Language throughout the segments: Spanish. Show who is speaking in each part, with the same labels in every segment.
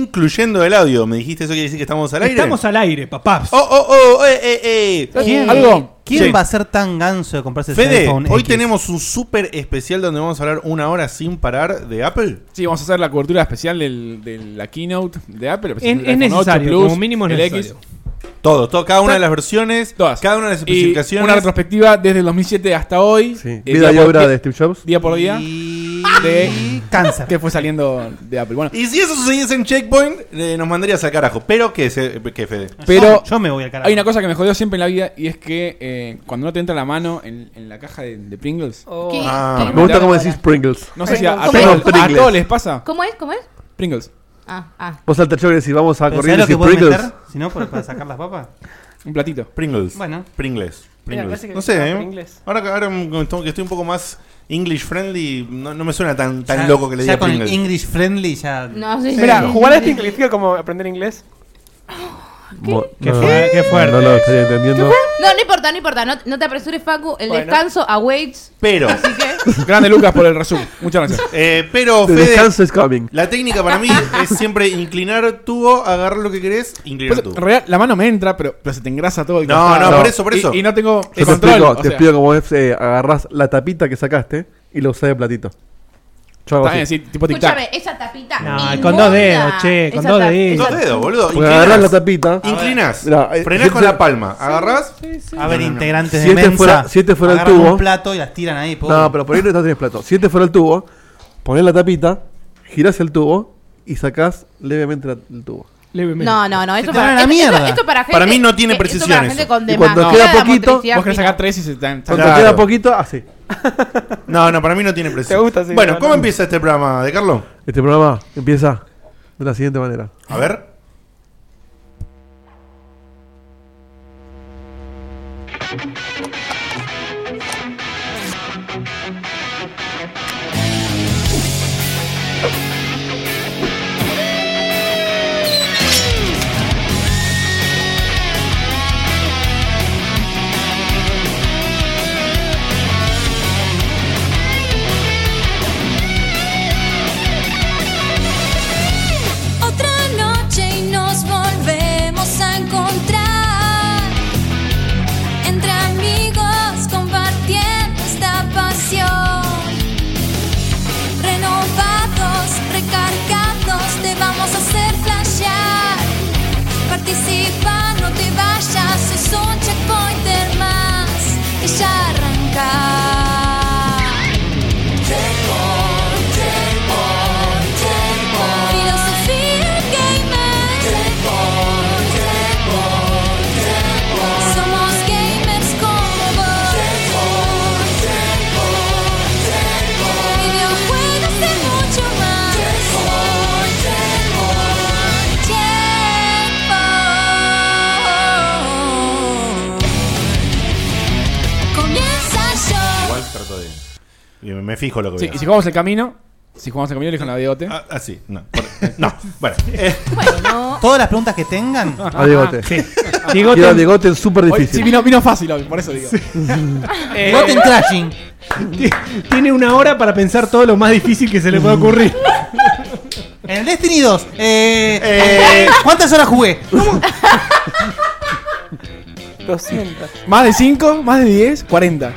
Speaker 1: incluyendo el audio. Me dijiste eso, quiere decir que estamos al aire.
Speaker 2: Estamos al aire, papás.
Speaker 1: Oh, oh, oh, eh, eh, eh.
Speaker 3: ¿Quién,
Speaker 1: ¿Algo?
Speaker 3: ¿quién
Speaker 1: Sí.
Speaker 3: va a ser tan ganso de comprarse ese
Speaker 1: Fede,
Speaker 3: iPhone
Speaker 1: hoy
Speaker 3: X?
Speaker 1: tenemos un súper especial donde vamos a hablar una hora sin parar de Apple.
Speaker 4: Sí, vamos a hacer la cobertura especial del- de la keynote de Apple. la presentación
Speaker 2: es
Speaker 4: del iPhone 8
Speaker 2: necesario,
Speaker 4: Plus,
Speaker 2: como mínimo es
Speaker 4: el
Speaker 2: necesario.
Speaker 4: X,
Speaker 1: Todo, todo, cada una de las versiones,
Speaker 4: todas.
Speaker 1: cada una de las
Speaker 4: Y
Speaker 1: especificaciones.
Speaker 4: Una retrospectiva desde el 2007 hasta hoy. eh,
Speaker 5: Sí. Vida y
Speaker 4: por
Speaker 5: obra
Speaker 4: día-
Speaker 5: de Steve Jobs.
Speaker 4: Día por día.
Speaker 3: Y...
Speaker 4: de-
Speaker 3: Cáncer.
Speaker 4: Que fue saliendo de Apple. Bueno,
Speaker 1: Y si eso sucediese en Checkpoint, eh, nos mandarías al carajo. Pero que, se, que Fede.
Speaker 3: Yo-
Speaker 4: pero
Speaker 3: yo me voy al carajo.
Speaker 4: hay una cosa que me jodió siempre en la vida y es que eh, cuando no te entra la mano en, en la caja de, de Pringles.
Speaker 6: Oh. ¿Qué?
Speaker 1: Ah,
Speaker 6: ¿Qué?
Speaker 5: Me gusta cómo decís Pringles.
Speaker 4: No sé si a, a
Speaker 6: Pringles.
Speaker 4: todos, a
Speaker 5: Pringles.
Speaker 4: todos les pasa.
Speaker 6: ¿Cómo es? ¿Cómo es?
Speaker 4: Pringles.
Speaker 6: Ah, ah.
Speaker 5: Vos Pues al tachero y decís, vamos a
Speaker 3: Pero ¿sabés lo
Speaker 5: correr y
Speaker 3: que puedes
Speaker 5: Pringles.
Speaker 3: meter? Eh, Si no, por- para sacar las papas.
Speaker 4: Un platito.
Speaker 1: Pringles.
Speaker 3: Bueno.
Speaker 1: Pringles.
Speaker 7: Mira,
Speaker 1: Pringles.
Speaker 7: parece que
Speaker 1: no sé,
Speaker 7: no,
Speaker 1: ¿eh?
Speaker 7: Pringles.
Speaker 1: Ahora, que- ahora como estoy- que estoy un poco más English friendly, no, no me suena tan, tan
Speaker 3: Ya-
Speaker 1: loco que le
Speaker 3: ya
Speaker 1: diga
Speaker 3: con
Speaker 1: Pringles.
Speaker 3: English friendly ya.
Speaker 6: No, sí,
Speaker 7: Mira,
Speaker 6: sí, sí,
Speaker 7: jugar a
Speaker 6: sí,
Speaker 7: este
Speaker 6: sí.
Speaker 7: significa como aprender inglés.
Speaker 5: Mo-
Speaker 2: Qué
Speaker 5: no,
Speaker 2: fuerte, qué fuerte.
Speaker 5: No lo estaría entendiendo.
Speaker 6: No, no importa, no importa. No, no te apresures, Facu. El
Speaker 7: Bueno.
Speaker 6: descanso awaits.
Speaker 1: Pero,
Speaker 6: Así que.
Speaker 4: Grande Lucas por el resumen. Muchas gracias.
Speaker 1: eh, pero
Speaker 5: The
Speaker 1: Fede,
Speaker 5: descanso is coming.
Speaker 1: la técnica para mí es siempre inclinar tubo, agarrar lo que querés, inclinar
Speaker 4: Pues, en
Speaker 1: tubo.
Speaker 4: realidad, la mano me entra, pero, pero se te engrasa todo el
Speaker 1: No,
Speaker 4: costado.
Speaker 1: no,
Speaker 5: por
Speaker 1: eso, por
Speaker 4: Y-
Speaker 1: eso.
Speaker 4: Y, no tengo
Speaker 5: Yo
Speaker 4: el
Speaker 5: te
Speaker 4: control.
Speaker 5: explico,
Speaker 4: o
Speaker 5: te
Speaker 4: sea,
Speaker 5: explico cómo es, eh, agarrás la tapita que sacaste y la usás de platito. Yo hago
Speaker 4: Está bien,
Speaker 5: así.
Speaker 4: sí, tipo tic
Speaker 6: Escúchame, esa tapita.
Speaker 2: No,
Speaker 6: inmunda.
Speaker 2: con dos dedos, che, con
Speaker 6: Esa
Speaker 2: dos
Speaker 6: ta-
Speaker 2: deditos.
Speaker 1: Dos dedos, boludo.
Speaker 5: Porque agarrás la
Speaker 1: Inclinás,
Speaker 5: tapita.
Speaker 1: inclinás,
Speaker 5: Mirá, eh,
Speaker 1: frenás
Speaker 5: yo-
Speaker 1: con la palma, agarrás.
Speaker 3: A ver,
Speaker 1: No, no, no.
Speaker 3: integrantes
Speaker 5: Si
Speaker 3: de
Speaker 5: este
Speaker 3: mensa.
Speaker 5: fuera- si este fuera el
Speaker 3: agarran
Speaker 5: tubo-
Speaker 3: un plato y las tiran ahí. pobre.
Speaker 5: No, pero por ahí no estás tenés plato. Si este fuera el tubo, ponés la tapita, girás el tubo y sacás levemente la- el tubo.
Speaker 2: Levemente.
Speaker 6: No, no, no. Esto
Speaker 3: te van a
Speaker 6: para,
Speaker 3: la
Speaker 6: esto- esto-
Speaker 3: mierda.
Speaker 6: esto para gente.
Speaker 1: Para mí no tiene
Speaker 6: esto para
Speaker 1: precisión
Speaker 6: gente
Speaker 1: eso.
Speaker 6: con
Speaker 5: Y cuando
Speaker 6: demasiada
Speaker 5: queda poquito,
Speaker 6: motricidad
Speaker 4: Vos querés
Speaker 6: fina.
Speaker 4: sacar tres y se te dan.
Speaker 5: Cuando
Speaker 1: Claro.
Speaker 5: queda poquito, así.
Speaker 1: No, no, para mí no tiene precisión.
Speaker 7: Te gusta, sí,
Speaker 1: bueno,
Speaker 7: no,
Speaker 1: ¿cómo
Speaker 7: no.
Speaker 1: empieza este programa, de Carlos?
Speaker 5: Este programa empieza de la siguiente manera.
Speaker 1: A ver.
Speaker 8: Otra noche y nos volvemos a encontrar entre amigos compartiendo esta pasión. Renovados, recargados, te vamos a hacer flashear. Participa, no te vayas, es un checkpointer más que ya arrancar. Filosofía gamer. Somos gamers como vos. Videojuegos y mucho más. Checkpoint. Comienza yo.
Speaker 1: Igual trato de. y Me me fijo lo que
Speaker 4: Sí,
Speaker 1: veo.
Speaker 4: y si jugamos el camino, si jugamos el camino, elijo la de Ote.
Speaker 1: Ah, ah, sí, no. por- eh, no, bueno. eh,
Speaker 6: Bueno,
Speaker 3: Todas las preguntas que tengan.
Speaker 5: A Diegote.
Speaker 2: Sí.
Speaker 5: Quiero a
Speaker 2: Diegote,
Speaker 5: Diegote es súper
Speaker 4: Hoy sí,
Speaker 5: difícil.
Speaker 4: vino, vino fácil hoy, por eso digo.
Speaker 7: Eh,
Speaker 3: Voten crashing.
Speaker 2: ti- tiene una hora para pensar todo lo más difícil que se le puede ocurrir.
Speaker 3: En el Destiny 2. eh,
Speaker 1: Eh.
Speaker 3: ¿Cuántas horas jugué?
Speaker 7: 200.
Speaker 4: Más de 5, más de 10, 40.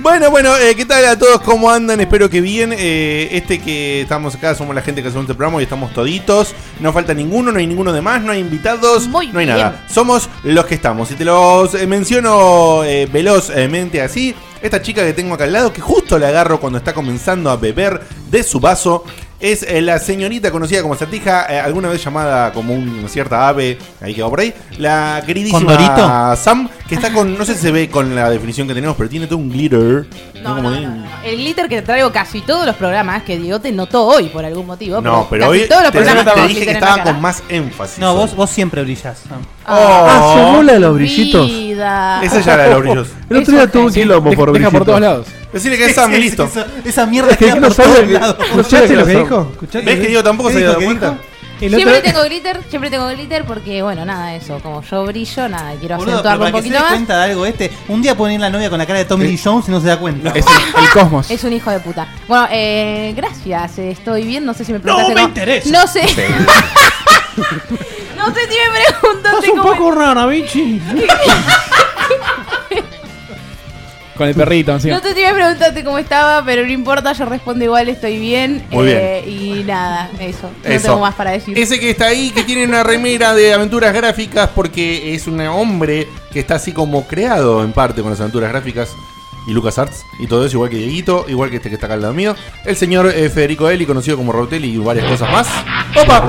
Speaker 1: Bueno, bueno, eh, ¿qué tal a todos? ¿Cómo andan? Espero que bien. Eh, este que estamos acá somos la gente que hacemos este programa y estamos toditos. No falta ninguno, no hay ninguno de más, no hay invitados,
Speaker 6: Muy
Speaker 1: no hay
Speaker 6: bien.
Speaker 1: nada. Somos los que estamos. Y te los eh, menciono eh, velozmente así. Esta chica que tengo acá al lado, que justo la agarro cuando está comenzando a beber de su vaso, es eh, la señorita conocida como Satija, eh, alguna vez llamada como una cierta ave, ahí que va por ahí. La queridísima
Speaker 3: ¿Condorito?
Speaker 1: Sam, que está con, no sé si se ve con la definición que tenemos, pero tiene todo un glitter.
Speaker 6: no,
Speaker 1: Como
Speaker 6: no,
Speaker 1: de-
Speaker 6: no, no. El glitter que traigo casi todos los programas que Diego te notó hoy por algún motivo.
Speaker 1: No, pero
Speaker 6: casi
Speaker 1: hoy
Speaker 6: todos los
Speaker 1: te,
Speaker 6: programas
Speaker 1: te
Speaker 6: tienen
Speaker 1: dije que
Speaker 6: glitter en la
Speaker 1: estaba
Speaker 6: cara.
Speaker 1: con más énfasis.
Speaker 3: No,
Speaker 1: hoy.
Speaker 3: vos, vos siempre brillás. ¿no?
Speaker 5: Ah,
Speaker 1: Oh.
Speaker 5: llamó la de los brillitos.
Speaker 3: Ah.
Speaker 6: Vida.
Speaker 1: Esa ya era de los brillos.
Speaker 5: El otro día
Speaker 6: Eso
Speaker 5: tuve un
Speaker 6: es-
Speaker 5: quilombo
Speaker 4: Deja-
Speaker 5: por
Speaker 4: deja
Speaker 5: brillitos.
Speaker 4: por todos lados.
Speaker 1: Decirle que es Sam, y listo.
Speaker 3: Esa, esa mierda
Speaker 5: Es que
Speaker 3: queda
Speaker 5: no
Speaker 3: por
Speaker 5: sabe
Speaker 3: todos
Speaker 5: que-
Speaker 3: lados.
Speaker 5: no sabe
Speaker 2: ¿Escuchaste lo que
Speaker 5: son.
Speaker 2: dijo? ¿Escuchaste
Speaker 1: ¿Ves
Speaker 2: lo
Speaker 1: que digo tampoco
Speaker 3: ¿Qué
Speaker 1: se había
Speaker 3: dijo?
Speaker 1: dado
Speaker 3: ¿Qué
Speaker 1: cuenta?
Speaker 3: dijo?
Speaker 2: El
Speaker 6: siempre
Speaker 2: otro-
Speaker 6: tengo glitter, siempre tengo glitter porque, bueno, nada, eso. Como yo brillo, nada, quiero
Speaker 3: Boludo, pero
Speaker 6: acentuarlo
Speaker 3: para
Speaker 6: un
Speaker 3: que se
Speaker 6: poquito
Speaker 3: dé
Speaker 6: más.
Speaker 3: cuenta de algo este, un día ponen la novia con la cara de Tommy Lee Jones y no se da cuenta.
Speaker 4: Es el, el cosmos.
Speaker 6: Es un hijo de puta. Bueno, eh, gracias, eh, estoy bien. No sé si me preguntaste.
Speaker 2: me
Speaker 6: cómo-
Speaker 2: interesa.
Speaker 6: No sé. no sé si me preguntaste
Speaker 2: Estás un
Speaker 6: cómo.
Speaker 2: poco rara, bichi.
Speaker 4: Con el perrito encima.
Speaker 6: No sé si me preguntaste cómo estaba, pero no importa, yo respondo igual, estoy bien.
Speaker 1: Muy
Speaker 6: eh, Y nada, eso. No
Speaker 1: Eso.
Speaker 6: tengo más para decir.
Speaker 1: Ese que está ahí, que tiene una remera de aventuras gráficas, porque es un hombre que está así como creado en parte con las aventuras gráficas y Lucas Arts y todo eso, igual que Dieguito, igual que este que está acá al lado mío. El señor eh, Federico Eli, conocido como Rautelli y varias cosas más. ¡Opa!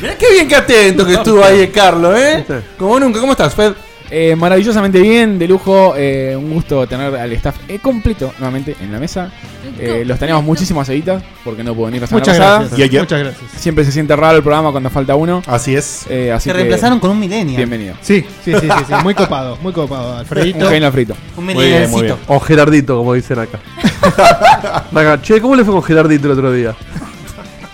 Speaker 1: Mirá qué bien que atento que estuvo ahí el Carlos, ¿eh?
Speaker 5: Sí.
Speaker 1: Como nunca, ¿cómo estás, Fed?
Speaker 4: Eh, maravillosamente bien, de lujo. eh, un gusto tener al staff eh, completo nuevamente en la mesa. Eh, los teníamos muchísimos editas porque no pudo venir la semana
Speaker 2: Muchas
Speaker 4: pasada.
Speaker 2: gracias.
Speaker 1: Ya, ya.
Speaker 2: Muchas gracias.
Speaker 4: Siempre se siente raro el programa cuando falta uno.
Speaker 1: Así es.
Speaker 4: Eh, así
Speaker 3: Se
Speaker 4: que,
Speaker 3: reemplazaron con un millennial.
Speaker 4: Bienvenido.
Speaker 2: Sí, sí, sí, sí, sí, Muy copado, muy copado,
Speaker 4: Un
Speaker 2: Alfredito.
Speaker 4: genio frito.
Speaker 3: Un
Speaker 1: Muy bien, muy
Speaker 3: millennialcito.
Speaker 1: bien.
Speaker 5: O Gerardito, como dicen acá. Acá, che, ¿cómo le fue con Gerardito el otro día?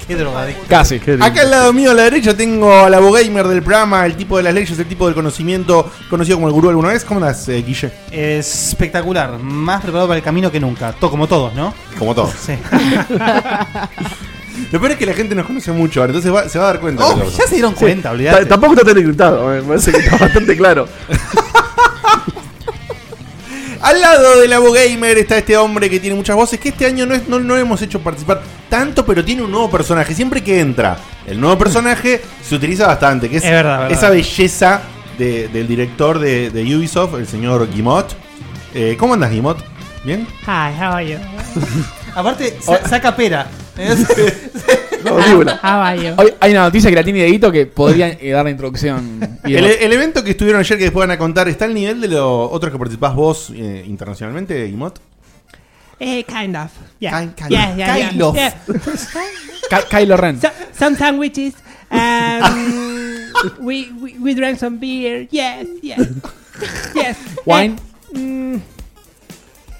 Speaker 3: Qué drogadicto.
Speaker 4: Casi.
Speaker 5: Qué lindo.
Speaker 1: Acá al lado mío, a la derecha, tengo al abogamer del programa, el tipo de las leyes, el tipo del conocimiento, conocido como el gurú alguna vez. ¿Cómo andas, eh, Guille?
Speaker 3: Espectacular. Más preparado para el camino que nunca. To- como todos, ¿no?
Speaker 1: Como todos.
Speaker 3: Sí.
Speaker 1: Lo peor es que la gente nos conoce mucho ahora, entonces va- se va a dar cuenta. de
Speaker 3: Oh,
Speaker 1: todo eso.
Speaker 3: ya se dieron cuenta,
Speaker 5: Ta-
Speaker 3: olvidate.
Speaker 5: Tampoco está tan gritado, me parece que está bastante claro.
Speaker 1: Al lado del abogamer está este hombre que tiene muchas voces, que este año no, es, no, no hemos hecho participar tanto, pero tiene un nuevo personaje. Siempre que entra el nuevo personaje, se utiliza bastante, que es,
Speaker 3: Es verdad, verdad.
Speaker 1: esa belleza de- del director de, de Ubisoft, el señor Guimot. Eh, ¿Cómo andas, Guimot? ¿Bien?
Speaker 9: Hi, how are you?
Speaker 3: Aparte, sa- saca pera.
Speaker 5: La mandíbula.
Speaker 9: How are you?
Speaker 4: Hoy hay una noticia que la tiene Edito que podría eh, dar la introducción. Y
Speaker 1: El, e-
Speaker 4: demás.
Speaker 1: el evento que estuvieron ayer que después van a contar, ¿está al nivel de los otros que participás vos eh, internacionalmente, Guimot?
Speaker 9: Eh, kind of. Yeah.
Speaker 1: Kind- kind
Speaker 9: yeah,
Speaker 1: of.
Speaker 9: yeah, yeah.
Speaker 3: Kind of.
Speaker 9: Yeah.
Speaker 4: Ky- Kylo Ren.
Speaker 9: So, some sandwiches. Um, we, we we drank some beer. Yes, yes, yes.
Speaker 4: Wine?
Speaker 9: Eh, mm,